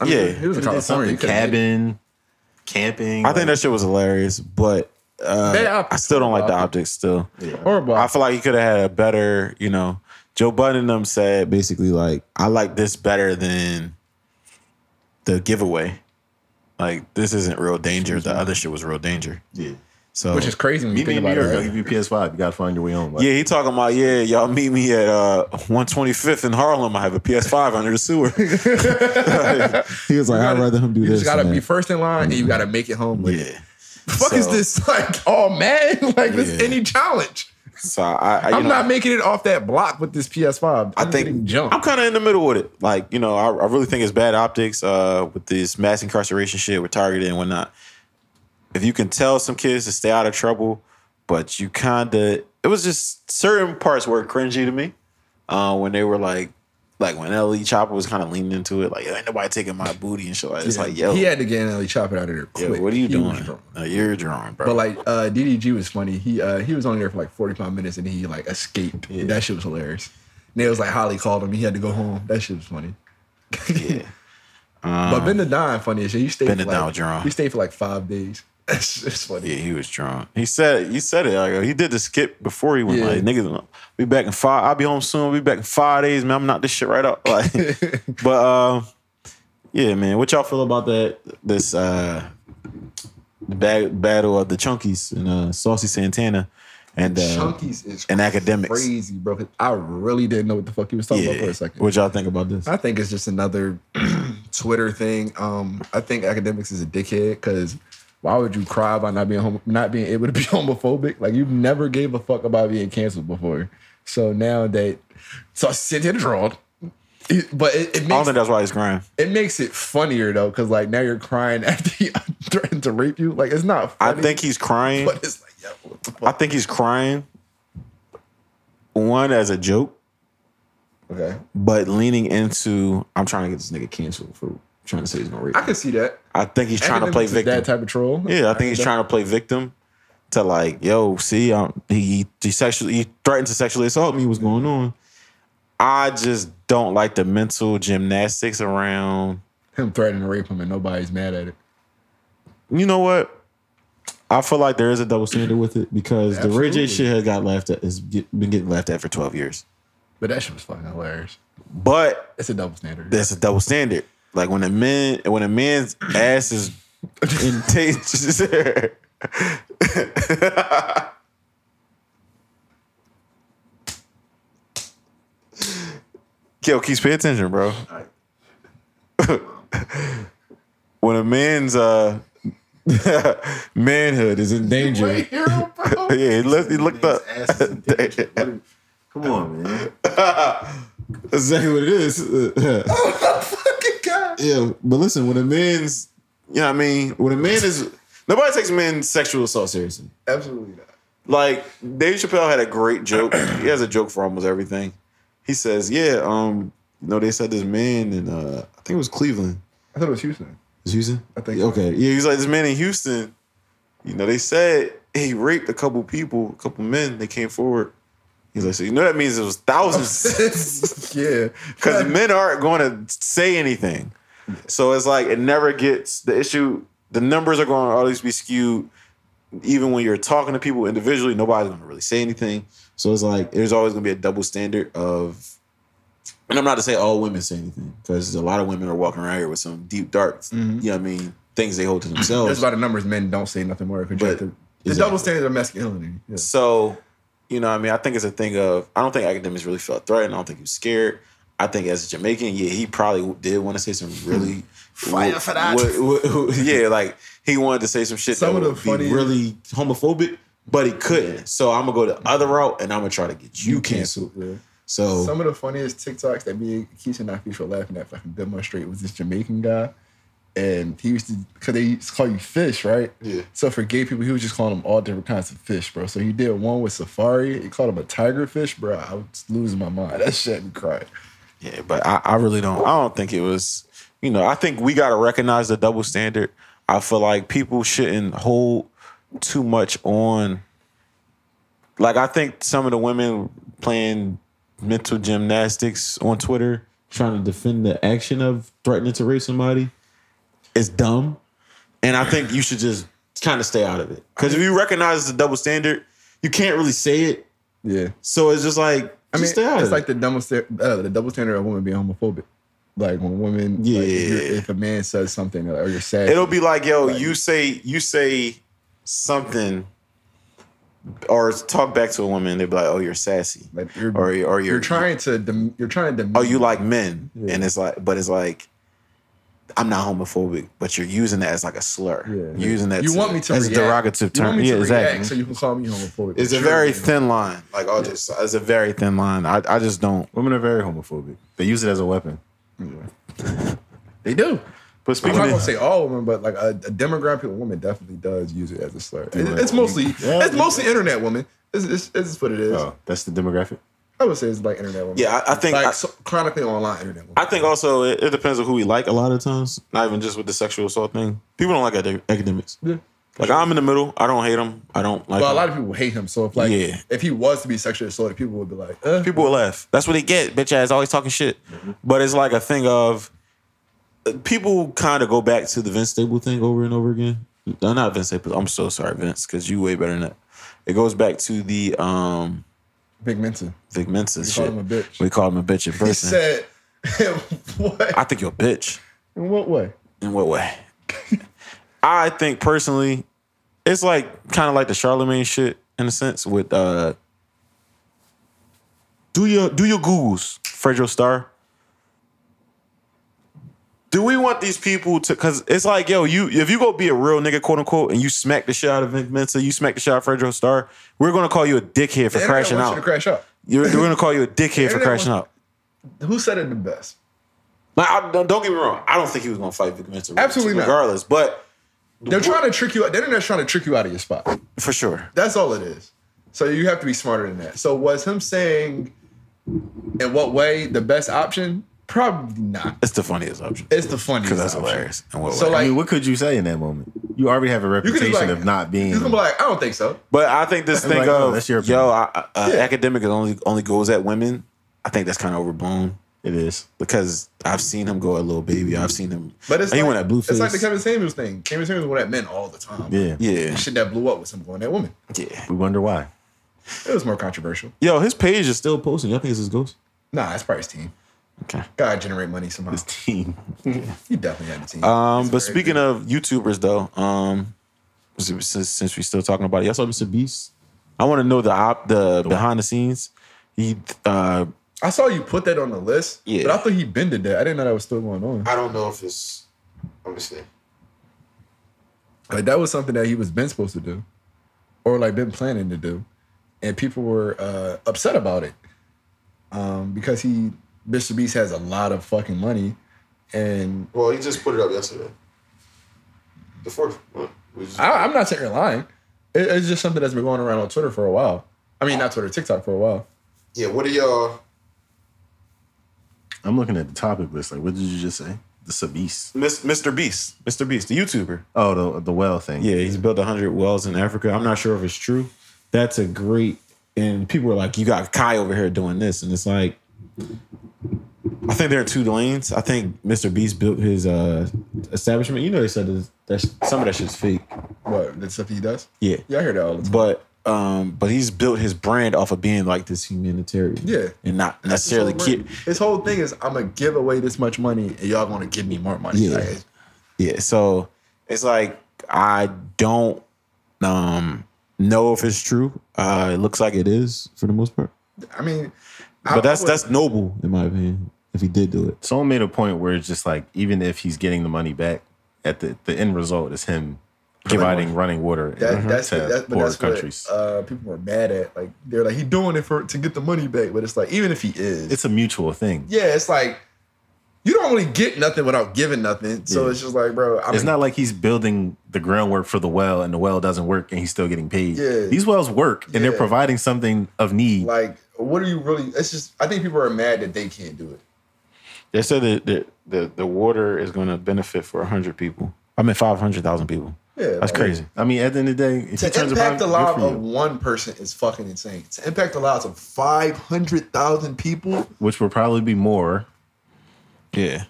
[SPEAKER 2] I mean,
[SPEAKER 1] Yeah.
[SPEAKER 2] he was in
[SPEAKER 6] They did
[SPEAKER 2] California.
[SPEAKER 6] something
[SPEAKER 2] He could've did-
[SPEAKER 6] cabin, camping.
[SPEAKER 1] I think that shit was hilarious, but
[SPEAKER 2] Bad
[SPEAKER 1] uh,
[SPEAKER 2] optics.
[SPEAKER 1] I still don't like the optics. Still,
[SPEAKER 2] Horrible.
[SPEAKER 1] I feel like he could have had a better. You know, Joe Budden and them said basically like, I like this better than the giveaway. Like this isn't real danger. The other shit was real danger.
[SPEAKER 6] yeah.
[SPEAKER 1] So
[SPEAKER 2] which is crazy when you
[SPEAKER 6] Meet me
[SPEAKER 2] think
[SPEAKER 6] in New
[SPEAKER 2] about it.
[SPEAKER 6] York. I'll
[SPEAKER 2] right?
[SPEAKER 6] give you PS Five. You gotta find your way home. Like,
[SPEAKER 1] Yeah, he talking about yeah, y'all meet me at uh 125th in Harlem. I have a PS5 under the sewer.
[SPEAKER 6] he was like,
[SPEAKER 2] gotta-
[SPEAKER 6] him do
[SPEAKER 2] You
[SPEAKER 6] than
[SPEAKER 2] just gotta
[SPEAKER 6] that."
[SPEAKER 1] Mm-hmm.
[SPEAKER 2] be first in line and you gotta make it home with it. fuck is
[SPEAKER 1] So-
[SPEAKER 2] this like all mad? like this
[SPEAKER 1] Yeah.
[SPEAKER 2] any challenge?
[SPEAKER 1] So I, I you
[SPEAKER 2] I'm
[SPEAKER 1] know,
[SPEAKER 2] not making it off that block with this PS5.
[SPEAKER 1] I
[SPEAKER 2] I'm
[SPEAKER 1] think
[SPEAKER 2] getting jumped.
[SPEAKER 1] I'm kind of in the middle with it. Like you know, I, I really think it's bad optics uh, with this mass incarceration shit with Target and whatnot. If you can tell some kids to stay out of trouble, but you kind of it was just certain parts were cringy to me uh, when they were like. Like when Ellie Chopper was kind of leaning into it, like ain't nobody taking my booty and shit. Like, that. It's like yo,
[SPEAKER 2] he had to get Ellie chop it out of there
[SPEAKER 1] yo,
[SPEAKER 2] quick.
[SPEAKER 1] what are you
[SPEAKER 2] He was
[SPEAKER 1] doing?
[SPEAKER 2] drunk.
[SPEAKER 1] Uh, you're drawing, bro.
[SPEAKER 2] But like uh, DDG was funny. He uh, he was only there for like 45 minutes and he like escaped. That shit was hilarious. And it was like Holly called him. He had to go home. That shit was funny.
[SPEAKER 1] yeah,
[SPEAKER 2] but Ben the Don funny as shit. He stayed
[SPEAKER 1] Ben
[SPEAKER 2] for
[SPEAKER 1] the Don
[SPEAKER 2] like,
[SPEAKER 1] drunk.
[SPEAKER 2] He stayed for like five days. That's it's funny.
[SPEAKER 1] Yeah, he was drunk. He said he said it. Like, he did the skip before he went
[SPEAKER 2] Yeah.
[SPEAKER 1] like niggas be back in five. I'll be home soon. I'll be back in five days, man. I'm not this shit right up. Like but um yeah, man. What y'all feel about that this uh ba- battle of the chunkies and uh Saucy Santana and uh
[SPEAKER 2] Chunkies is
[SPEAKER 1] and academics.
[SPEAKER 2] crazy, bro. I really didn't know what the fuck he was talking about for
[SPEAKER 1] yeah.
[SPEAKER 2] a second.
[SPEAKER 1] What y'all think about this?
[SPEAKER 2] I think it's just another Twitter thing. Um, I think academics is a dickhead because why would you cry about not being home, not being able to be homophobic? Like you never gave a fuck about being canceled before. So now that so I sit here and draw. It- But it, it
[SPEAKER 1] I don't
[SPEAKER 2] makes
[SPEAKER 1] think that's why he's crying.
[SPEAKER 2] it makes it funnier though, because like now you're crying after he threatened to rape you. Like it's not.
[SPEAKER 1] I
[SPEAKER 2] Funny,
[SPEAKER 1] think he's crying.
[SPEAKER 2] but it's like, yo, what the
[SPEAKER 1] I
[SPEAKER 2] fuck?
[SPEAKER 1] think he's crying. One as a joke.
[SPEAKER 2] Okay,
[SPEAKER 1] but leaning into I'm trying to get this nigga canceled for trying to say he's gonna rape.
[SPEAKER 2] I
[SPEAKER 1] me.
[SPEAKER 2] can see that.
[SPEAKER 1] I think he's trying to play
[SPEAKER 2] Academics is that
[SPEAKER 1] victim.
[SPEAKER 2] type of troll.
[SPEAKER 1] Yeah, I think he's trying to play victim to like, yo, see, um, he he sexually he threatened to sexually assault me. What's going on? I just don't like the mental gymnastics around.
[SPEAKER 2] him threatening to rape him and nobody's mad at it.
[SPEAKER 1] You know what? I feel like there is a double standard with it because the Ray J
[SPEAKER 2] Absolutely.
[SPEAKER 1] shit has got laughed at, has get, been getting laughed at for twelve years.
[SPEAKER 2] But that shit was fucking hilarious.
[SPEAKER 1] But
[SPEAKER 2] It's a double standard.
[SPEAKER 1] that's a double standard. Like when a man when a man's ass is in taste. Yo, Keith, pay attention, bro. when a man's uh manhood is in danger. yeah, he, looked, he looked up.
[SPEAKER 6] Ass is in danger. What do- Come on, man.
[SPEAKER 1] That's exactly what it is. Oh, Yeah, but listen, when a man's, you know what I mean? When a man is, nobody takes men's sexual assault seriously.
[SPEAKER 2] Absolutely not.
[SPEAKER 1] Like, Dave Chappelle had a great joke. he has a joke for almost everything. He says, yeah, um, you know, they said this man in, uh, I think it was Cleveland.
[SPEAKER 2] I thought it was Houston.
[SPEAKER 1] It was Houston?
[SPEAKER 2] I think so.
[SPEAKER 1] Okay. Yeah, he was like, this man in Houston, you know, they said he raped a couple people, a couple men. They came forward. He's like, so you know that means it was thousands.
[SPEAKER 2] yeah.
[SPEAKER 1] because men aren't going to say anything. So it's like it never gets the issue. The numbers are going to always be skewed. Even when you're talking to people individually, nobody's going to really say anything. So it's like there's always going to be a double standard of. And I'm not to say all women say anything because a lot of women are walking around here with some deep dark, you know what I mean, things they hold to
[SPEAKER 2] That's
[SPEAKER 1] themselves.
[SPEAKER 2] why the numbers men don't say nothing more. But,
[SPEAKER 1] But-
[SPEAKER 2] the
[SPEAKER 1] Exactly.
[SPEAKER 2] double standards of masculinity. Yeah.
[SPEAKER 1] So, you know, what I mean, I think it's a thing of I don't think academics really felt threatened. I don't think he was scared. I think as a Jamaican, yeah, he probably did want to say some really Hmm. fire for that. yeah, like he wanted to say some shit
[SPEAKER 2] Some
[SPEAKER 1] that
[SPEAKER 2] of the
[SPEAKER 1] would
[SPEAKER 2] funny-
[SPEAKER 1] be really homophobic, but he couldn't. So I'm gonna go the other route and I'm gonna try to get you Oh. canceled. So
[SPEAKER 2] Some of the funniest TikToks that me and Keisha and I feature laughing at fucking good much straight was this Jamaican guy. And he used to, because they used to call you fish, right? Yeah. So for gay people, he was just calling them all different kinds of fish, bro. So he did one with safari. He called him a tiger fish, bro. I was losing my mind. That shit and cried.
[SPEAKER 1] Yeah, but I, I really don't. I don't think it was. You know, I think we gotta recognize the double standard. I feel like people shouldn't hold too much on. Like I think some of the women playing mental gymnastics on Twitter, trying to defend the action of threatening to rape somebody, is dumb. And I think you should just kind of stay out of it because if you recognize the double standard, you can't really say it.
[SPEAKER 2] Yeah.
[SPEAKER 1] So it's just like
[SPEAKER 2] I
[SPEAKER 1] just
[SPEAKER 2] mean,
[SPEAKER 1] stay out
[SPEAKER 2] it's
[SPEAKER 1] of it.
[SPEAKER 2] like the double sta- uh, the double standard of women being homophobic. Like when women, yeah, like if, you're-
[SPEAKER 1] Yeah.
[SPEAKER 2] if a man says something or you're sad,
[SPEAKER 1] It'll be like, yo, you say you say something or talk back to a woman, they'll be like, Oh, you're sassy.
[SPEAKER 2] like you're,
[SPEAKER 1] or or you're,
[SPEAKER 2] you're trying to dem- you're trying to
[SPEAKER 1] Oh, you like men.
[SPEAKER 2] Yeah.
[SPEAKER 1] And it's like but it's like I'm not homophobic, but you're using that as like a slur.
[SPEAKER 2] Yeah.
[SPEAKER 1] You're using that
[SPEAKER 2] You
[SPEAKER 1] to-
[SPEAKER 2] want me to
[SPEAKER 1] as
[SPEAKER 2] react.
[SPEAKER 1] a derogative
[SPEAKER 2] You
[SPEAKER 1] term.
[SPEAKER 2] want me
[SPEAKER 1] yeah,
[SPEAKER 2] to
[SPEAKER 1] exactly.
[SPEAKER 2] react so you can call me homophobic.
[SPEAKER 1] It's a
[SPEAKER 2] Sure.
[SPEAKER 1] very thin line. Like I'll just it's a very thin line. I, I just don't
[SPEAKER 3] Women are very homophobic. They use it as a weapon.
[SPEAKER 2] They do.
[SPEAKER 3] But
[SPEAKER 2] I'm
[SPEAKER 3] speaking
[SPEAKER 2] not gonna
[SPEAKER 3] of,
[SPEAKER 2] say all women, but like a, a demographic of women definitely does use it as a slur. It-
[SPEAKER 3] Right.
[SPEAKER 2] It's mostly
[SPEAKER 3] Yeah.
[SPEAKER 2] it's mostly internet women. It's, it's, it's what it is.
[SPEAKER 3] oh, that's the demographic.
[SPEAKER 2] I would say it's like internet women.
[SPEAKER 1] Yeah, I, I think
[SPEAKER 2] like
[SPEAKER 1] I,
[SPEAKER 2] so, chronically online internet women.
[SPEAKER 1] I think also it, it depends on who we like a lot of times. Not even just with the sexual assault thing. People don't like acad- academics.
[SPEAKER 2] Yeah.
[SPEAKER 1] Like I'm in the middle. I don't hate them. I don't like.
[SPEAKER 2] But a
[SPEAKER 1] 'em.
[SPEAKER 2] lot of people hate him. So if like
[SPEAKER 1] Uh-huh. Yeah.
[SPEAKER 2] if he was to be sexually assaulted, people would be like, uh,
[SPEAKER 1] people will laugh. That's what they get. Bitch ass always talking shit.
[SPEAKER 2] Mm-hmm.
[SPEAKER 1] But it's like a thing of uh, people kind of go back to the Vince Staple thing over and over again. No, not Vince Staple. I'm so sorry, Vince, because you way better than that. It goes back to the um
[SPEAKER 2] big mentor.
[SPEAKER 1] Vic Mensa
[SPEAKER 2] called
[SPEAKER 1] shit.
[SPEAKER 2] him a bitch.
[SPEAKER 1] We called him a bitch in
[SPEAKER 2] He
[SPEAKER 1] person.
[SPEAKER 2] said, "What?
[SPEAKER 1] I think you're a bitch.
[SPEAKER 2] In what way?"
[SPEAKER 1] In what way? I think personally, it's like kind of like the Charlemagne shit in a sense with uh do your do your Googles, Fredro Star. Do we want these people to cause it's like, yo, you if you go be a real nigga, quote unquote, and you smack the shit out of Vic Mensa, you smack the shit out of Fredro Star, we're gonna call you a dickhead for
[SPEAKER 2] The internet
[SPEAKER 1] crashing
[SPEAKER 2] wants you
[SPEAKER 1] out.
[SPEAKER 2] to crash out.
[SPEAKER 1] You're, we're gonna call you a dickhead for
[SPEAKER 2] internet
[SPEAKER 1] crashing
[SPEAKER 2] wants-
[SPEAKER 1] out.
[SPEAKER 2] Who said it the best?
[SPEAKER 1] Like, I, don't, don't get me wrong. I don't think he was gonna fight Vic Mensa.
[SPEAKER 2] Absolutely not.
[SPEAKER 1] regardless, but
[SPEAKER 2] They're trying to trick you out. The internet's trying to trick you out of your spot.
[SPEAKER 1] for sure.
[SPEAKER 2] That's all it is. So you have to be smarter than that. So was him saying in what way the best option? Probably not.
[SPEAKER 1] It's the funniest option.
[SPEAKER 2] It's the funniest.
[SPEAKER 1] Because that's
[SPEAKER 2] option.
[SPEAKER 1] hilarious. And what
[SPEAKER 2] So
[SPEAKER 1] way.
[SPEAKER 3] I
[SPEAKER 2] like
[SPEAKER 3] mean, what could you say in that moment? You already have a
[SPEAKER 2] you can
[SPEAKER 3] reputation
[SPEAKER 2] be like
[SPEAKER 3] of not being.
[SPEAKER 2] You can be like, I don't think so.
[SPEAKER 1] but I think this thing
[SPEAKER 3] Like, oh,
[SPEAKER 1] of
[SPEAKER 3] that's your opinion.
[SPEAKER 1] yo, I, I- uh, academic is only only goes at women. I think that's kind of overblown
[SPEAKER 3] it is.
[SPEAKER 1] because I've seen him go at little baby. I've seen him.
[SPEAKER 2] But it's
[SPEAKER 1] he
[SPEAKER 2] like,
[SPEAKER 1] went at Blueface.
[SPEAKER 2] It's like the Kevin Samuels thing. Kevin Samuels went at men all the time.
[SPEAKER 3] Yeah.
[SPEAKER 1] yeah,
[SPEAKER 2] Shit that blew up was him going at women.
[SPEAKER 1] yeah.
[SPEAKER 3] We wonder why.
[SPEAKER 2] It was more controversial.
[SPEAKER 1] Yo, his page is still posting. Y'all think it's his ghost?
[SPEAKER 2] Nah, it's probably his team.
[SPEAKER 1] Okay.
[SPEAKER 2] Gotta generate money somehow.
[SPEAKER 3] This team.
[SPEAKER 2] He definitely had a team.
[SPEAKER 1] Um, but
[SPEAKER 2] very
[SPEAKER 1] speaking of YouTubers though, um, since, since we're still talking about it, y'all saw Mr. Beast. I want to know the op, the behind the scenes. He uh,
[SPEAKER 2] I saw you put that on the list,
[SPEAKER 1] Yeah.
[SPEAKER 2] but I thought he bended that. I didn't know that was still going on.
[SPEAKER 1] I don't know if it's. Let me see.
[SPEAKER 2] Like that was something that he was been supposed to do, or like been planning to do, and people were uh, upset about it, um, because he Mr. Beast has a lot of fucking money, and
[SPEAKER 1] Well, he just put it up yesterday. The fourth. We just-
[SPEAKER 2] I, I'm not saying you're lying. It- it's just something that's been going around on Twitter for a while. I mean, not Twitter, TikTok for a while.
[SPEAKER 1] yeah. What are y'all?
[SPEAKER 3] I'm looking at the topic list. Like, what did you just say? The Sabis.
[SPEAKER 1] Mis- Mr. Beast. Mr. Beast, the YouTuber.
[SPEAKER 3] Oh, the the well thing.
[SPEAKER 1] Yeah, he's built 100 wells in Africa. I'm not sure if it's true. That's a great. And people are like, you got Kai over here doing this. And it's like, I think there are two lanes. I think Mr. Beast built his uh establishment. You know, they said that that's- some of that shit's fake.
[SPEAKER 2] What the stuff he does?
[SPEAKER 1] Yeah.
[SPEAKER 2] Yeah, I hear that all the time.
[SPEAKER 1] But. Um, but he's built his brand off of being like this humanitarian,
[SPEAKER 2] Yeah.
[SPEAKER 1] and not
[SPEAKER 2] His whole
[SPEAKER 1] necessarily
[SPEAKER 2] brand-
[SPEAKER 1] keep,
[SPEAKER 2] His whole thing is I'm gonna give away this much money, and y'all gonna give me more money.
[SPEAKER 1] Yeah.
[SPEAKER 2] Like,
[SPEAKER 1] Yeah, so it's like I don't um know if it's true. Uh it looks like it is for the most part.
[SPEAKER 2] I mean,
[SPEAKER 1] But that's that's noble in my opinion, if he did do it.
[SPEAKER 3] Someone made a point where it's just like, even if he's getting the money back, at the the end result is him providing running water
[SPEAKER 2] That, that's
[SPEAKER 3] Mhm. to
[SPEAKER 2] that, but
[SPEAKER 3] poor
[SPEAKER 2] that's
[SPEAKER 3] countries.
[SPEAKER 2] what uh, people were mad at. Like they're like, he doing it for to get the money back, but it's like even if he is,
[SPEAKER 3] it's a mutual thing.
[SPEAKER 2] yeah, it's like you don't really get nothing without giving nothing. So
[SPEAKER 3] Yeah.
[SPEAKER 2] it's just like, bro, I
[SPEAKER 3] It's
[SPEAKER 2] mean,
[SPEAKER 3] not like he's building the groundwork for the well and the well doesn't work and he's still getting paid.
[SPEAKER 2] Yeah.
[SPEAKER 3] These wells work and they're
[SPEAKER 2] Yeah.
[SPEAKER 3] providing something of need.
[SPEAKER 2] like what are you really? It's just I think people are mad that they can't do it.
[SPEAKER 1] They said that the the, the water is gonna benefit for hundred people. I mean five hundred thousand people.
[SPEAKER 2] Yeah,
[SPEAKER 1] That's
[SPEAKER 2] like,
[SPEAKER 1] crazy.
[SPEAKER 3] I mean, at the end of the day, if
[SPEAKER 2] To
[SPEAKER 3] he turns
[SPEAKER 2] impact
[SPEAKER 3] around,
[SPEAKER 2] the
[SPEAKER 3] good
[SPEAKER 2] lives
[SPEAKER 3] for
[SPEAKER 2] of
[SPEAKER 3] you.
[SPEAKER 2] one person is fucking insane. To impact the lives of five hundred thousand people,
[SPEAKER 3] which will probably be more.
[SPEAKER 1] Yeah.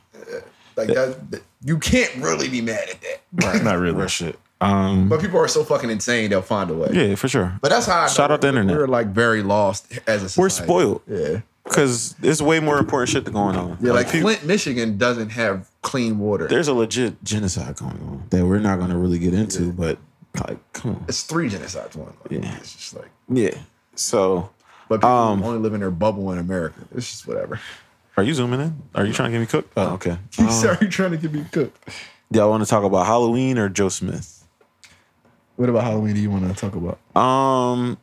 [SPEAKER 2] like that, that- you can't really be mad at that.
[SPEAKER 3] Not really.
[SPEAKER 1] Real shit. Um
[SPEAKER 2] But people are so fucking insane; they'll find a way.
[SPEAKER 1] yeah, for sure.
[SPEAKER 2] But that's how I know
[SPEAKER 1] Shout out the
[SPEAKER 2] we're-
[SPEAKER 1] internet.
[SPEAKER 2] We're like very lost as a society.
[SPEAKER 1] We're spoiled.
[SPEAKER 2] Yeah.
[SPEAKER 1] Because there's way more important shit going on.
[SPEAKER 2] Yeah, like
[SPEAKER 1] people-
[SPEAKER 2] Flint, Michigan doesn't have clean water.
[SPEAKER 1] there's a legit genocide going on that we're not gonna really get into, but like come on.
[SPEAKER 2] it's three genocides going on.
[SPEAKER 1] Yeah.
[SPEAKER 2] It's just like
[SPEAKER 1] Yeah. So
[SPEAKER 2] but people
[SPEAKER 1] Um,
[SPEAKER 2] only live in their bubble in America. It's just whatever.
[SPEAKER 1] Are you zooming in? Are you trying to get me cooked? Oh, okay.
[SPEAKER 2] You sorry trying to get me cooked.
[SPEAKER 1] Do y'all want to talk about Halloween or Joe Smith?
[SPEAKER 2] What about Halloween do you want to talk about?
[SPEAKER 1] Um,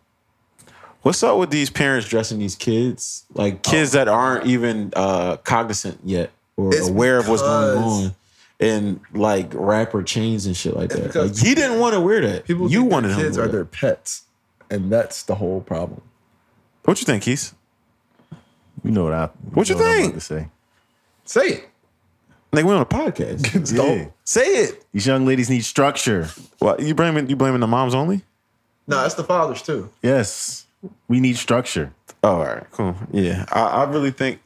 [SPEAKER 1] what's up with these parents dressing these kids like kids that aren't even uh, cognizant yet or
[SPEAKER 2] It's
[SPEAKER 1] aware of what's going
[SPEAKER 2] because-
[SPEAKER 1] on, and like rapper chains and shit like that.
[SPEAKER 2] because
[SPEAKER 1] Like, he didn't want to wear that.
[SPEAKER 2] People
[SPEAKER 1] you
[SPEAKER 2] think their
[SPEAKER 1] wanted him.
[SPEAKER 2] kids
[SPEAKER 1] to wear
[SPEAKER 2] are
[SPEAKER 1] that.
[SPEAKER 2] their pets, and that's the whole problem.
[SPEAKER 1] What you think, Keith?
[SPEAKER 3] You know what I?
[SPEAKER 1] What you
[SPEAKER 3] know I'm about
[SPEAKER 1] think?
[SPEAKER 3] to say.
[SPEAKER 2] Say it.
[SPEAKER 1] Like we on a podcast.
[SPEAKER 3] Yeah.
[SPEAKER 1] Say it.
[SPEAKER 3] These young ladies need structure.
[SPEAKER 1] What you blaming? You blaming the moms only?
[SPEAKER 2] No, that's the fathers too.
[SPEAKER 3] Yes, we need structure.
[SPEAKER 1] Oh, all right, cool. Yeah, I, I really think.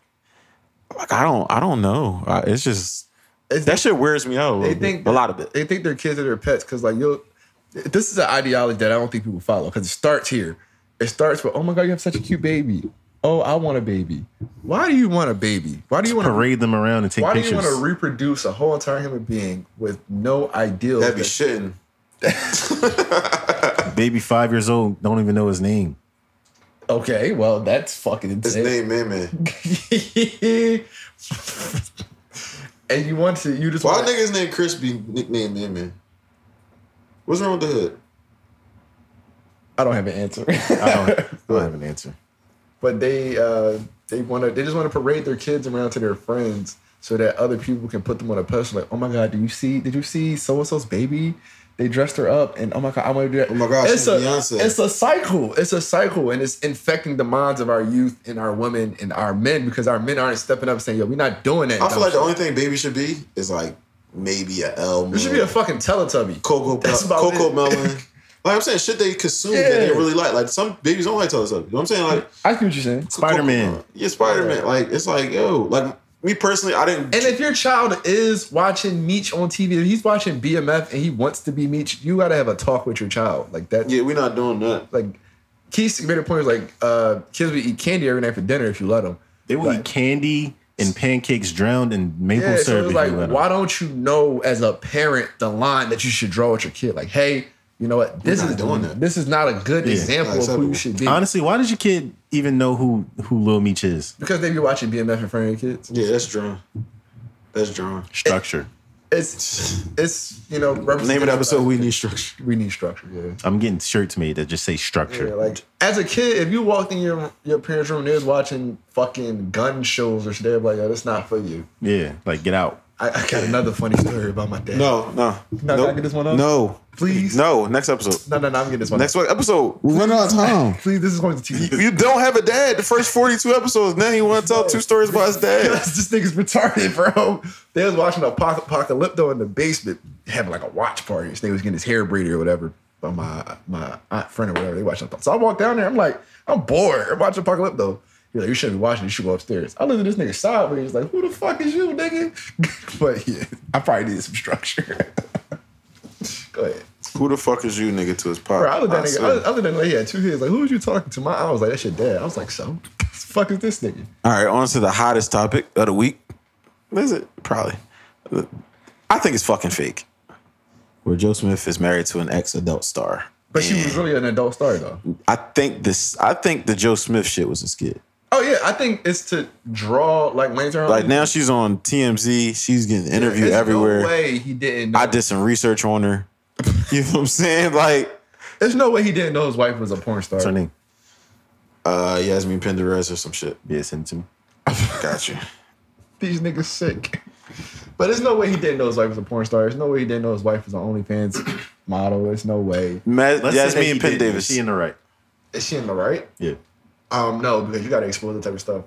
[SPEAKER 1] Like I don't, I don't know. I, it's just
[SPEAKER 2] It's-
[SPEAKER 1] that shit wears me out. A,
[SPEAKER 2] they
[SPEAKER 1] little
[SPEAKER 2] think
[SPEAKER 1] bit, a lot of it.
[SPEAKER 2] They think their kids are their pets because like you. This is an ideology that I don't think people follow because it starts here. It starts with oh my god, you have such a cute baby. Oh, I want a baby. Why do you want a baby? Why do you want to?
[SPEAKER 3] Parade them around and take
[SPEAKER 2] Why do
[SPEAKER 3] pictures.
[SPEAKER 2] you want to reproduce a whole entire human being with no ideals?
[SPEAKER 1] That'd be
[SPEAKER 2] that-
[SPEAKER 1] shitting.
[SPEAKER 3] Baby five years old, don't even know his name.
[SPEAKER 2] Okay, well that's fucking
[SPEAKER 1] His
[SPEAKER 2] insane.
[SPEAKER 1] name, man, man.
[SPEAKER 2] and you want to, you just
[SPEAKER 1] Why
[SPEAKER 2] want
[SPEAKER 1] niggas named Chris be nicknamed man, man? What's wrong with the hood?
[SPEAKER 2] I don't have an answer.
[SPEAKER 3] I don't, I don't have an answer.
[SPEAKER 2] but they uh, they want to, they just want to parade their kids around to their friends so that other people can put them on a pedestal. Like, oh my god, do you see? Did you see so and so's baby? They dressed her up, and oh my god, I want to do that. Oh
[SPEAKER 1] my God,
[SPEAKER 2] it's
[SPEAKER 1] she's
[SPEAKER 2] a
[SPEAKER 1] Beyonce.
[SPEAKER 2] it's a cycle. It's a cycle, and it's infecting the minds of our youth and our women and our men because our men aren't stepping up and saying, "Yo, we're not doing that."
[SPEAKER 1] I feel
[SPEAKER 2] dumb
[SPEAKER 1] like the
[SPEAKER 2] shit."
[SPEAKER 1] only thing baby should be is like maybe a Elmo.
[SPEAKER 2] It should be a fucking Teletubby.
[SPEAKER 1] cocoa,
[SPEAKER 2] That's
[SPEAKER 1] pe-
[SPEAKER 2] about
[SPEAKER 1] cocoa
[SPEAKER 2] it.
[SPEAKER 1] melon. Like I'm saying, shit they consume that they
[SPEAKER 2] Yeah.
[SPEAKER 1] really like. Like some babies don't like Teletubbies. You know what I'm saying? Like
[SPEAKER 2] I see what you're saying.
[SPEAKER 3] Spider-Man.
[SPEAKER 1] Yeah, Spider Man. Like it's like yo, like me personally, I didn't.
[SPEAKER 2] And if your child is watching Meech on TV, if he's watching BMF and he wants to be Meech, you gotta have a talk with your child. Like that.
[SPEAKER 1] yeah, we're not doing that.
[SPEAKER 2] Like Keith made a point. Was like uh, kids would eat candy every night for dinner if you let them.
[SPEAKER 3] They will eat candy and pancakes drowned in maple
[SPEAKER 2] Yeah, so
[SPEAKER 3] syrup.
[SPEAKER 2] it's
[SPEAKER 3] if
[SPEAKER 2] like,
[SPEAKER 3] you let 'em.
[SPEAKER 2] why don't you know as a parent the line that you should draw with your kid? Like, hey, you know what? This
[SPEAKER 1] not
[SPEAKER 2] is
[SPEAKER 1] doing that.
[SPEAKER 2] This is not a good
[SPEAKER 3] Yeah,
[SPEAKER 2] example
[SPEAKER 1] not
[SPEAKER 2] of
[SPEAKER 1] acceptable.
[SPEAKER 2] who you should be.
[SPEAKER 3] Honestly, why does your kid even know who who Lil Meech is?
[SPEAKER 2] Because they be watching BMF in front of your kids.
[SPEAKER 1] Yeah, that's drawn. That's drawn.
[SPEAKER 3] Structure.
[SPEAKER 2] It's it's you know
[SPEAKER 1] Name of
[SPEAKER 2] representative
[SPEAKER 1] the
[SPEAKER 2] of
[SPEAKER 1] episode:
[SPEAKER 2] our-
[SPEAKER 1] We need structure.
[SPEAKER 2] we need structure. Yeah.
[SPEAKER 3] I'm getting shirts made that just say structure.
[SPEAKER 2] Yeah, like as a kid, if you walked in your your parents' room, they was watching fucking gun shows or shit. They're like, "Yo, that's not for you."
[SPEAKER 3] yeah, like get out.
[SPEAKER 2] I, I got another funny story about my dad.
[SPEAKER 1] No, no,
[SPEAKER 2] No, can I get this one up?
[SPEAKER 1] No,
[SPEAKER 2] Please?
[SPEAKER 1] No, next episode.
[SPEAKER 2] no, no, no I'm getting this one.
[SPEAKER 1] Next one episode.
[SPEAKER 2] one.
[SPEAKER 1] running out of time.
[SPEAKER 2] Please, this is going to TV.
[SPEAKER 1] You don't have a dad. The first forty-two episodes. Now you want to tell two stories about his dad.
[SPEAKER 2] this nigga's retarded, bro. They was watching a Apoc- Apocalypto in the basement, having like a watch party. This nigga was getting his hair braided or whatever by my my aunt friend or whatever. They watching. So I walked down there. I'm like, I'm bored. I'm watching Apocalypto. He's like, you shouldn't be watching. You should go upstairs. I looked at this nigga sideways, like, who the fuck is you, nigga? but yeah, I probably needed some structure. go ahead.
[SPEAKER 1] Who the fuck is you, nigga? To his pop.
[SPEAKER 2] Bro, I looked at that nigga. I
[SPEAKER 1] swear.
[SPEAKER 2] looked- I looked at that nigga. He had two kids. Like, who was you talking to? My aunt was like, that's your dad. I was like, so, the fuck is this nigga?
[SPEAKER 1] All right, on to the hottest topic of the week. Is it probably? I think it's fucking fake. Where Joe Smith is married to an ex-adult star.
[SPEAKER 2] But she was really an adult star though.
[SPEAKER 1] I think this. I think the Joe Smith shit was a skit.
[SPEAKER 2] Oh yeah, I think it's to draw like Wayne Turner.
[SPEAKER 1] Like now she's on TMZ. She's getting interviewed
[SPEAKER 2] There's
[SPEAKER 1] everywhere.
[SPEAKER 2] No way he didn't. Know,
[SPEAKER 1] I did some research on her. You know what I'm saying? Like
[SPEAKER 2] There's no way he didn't know his wife was a porn star.
[SPEAKER 3] What's her name?
[SPEAKER 1] uh Yasmin Penderez or some shit.
[SPEAKER 3] Yeah, send it to me.
[SPEAKER 1] Got you.
[SPEAKER 2] These niggas sick. But there's no way he didn't know his wife was a porn star. There's no way he didn't know his wife was an OnlyFans model. There's no way.
[SPEAKER 1] Ma-
[SPEAKER 3] Let's say that
[SPEAKER 1] Yasmin
[SPEAKER 3] he
[SPEAKER 1] Penn
[SPEAKER 3] did. Is
[SPEAKER 1] Davis.
[SPEAKER 3] She in the right.
[SPEAKER 2] Is she in the right?
[SPEAKER 3] Yeah.
[SPEAKER 2] Um, no, because you gotta expose that type of stuff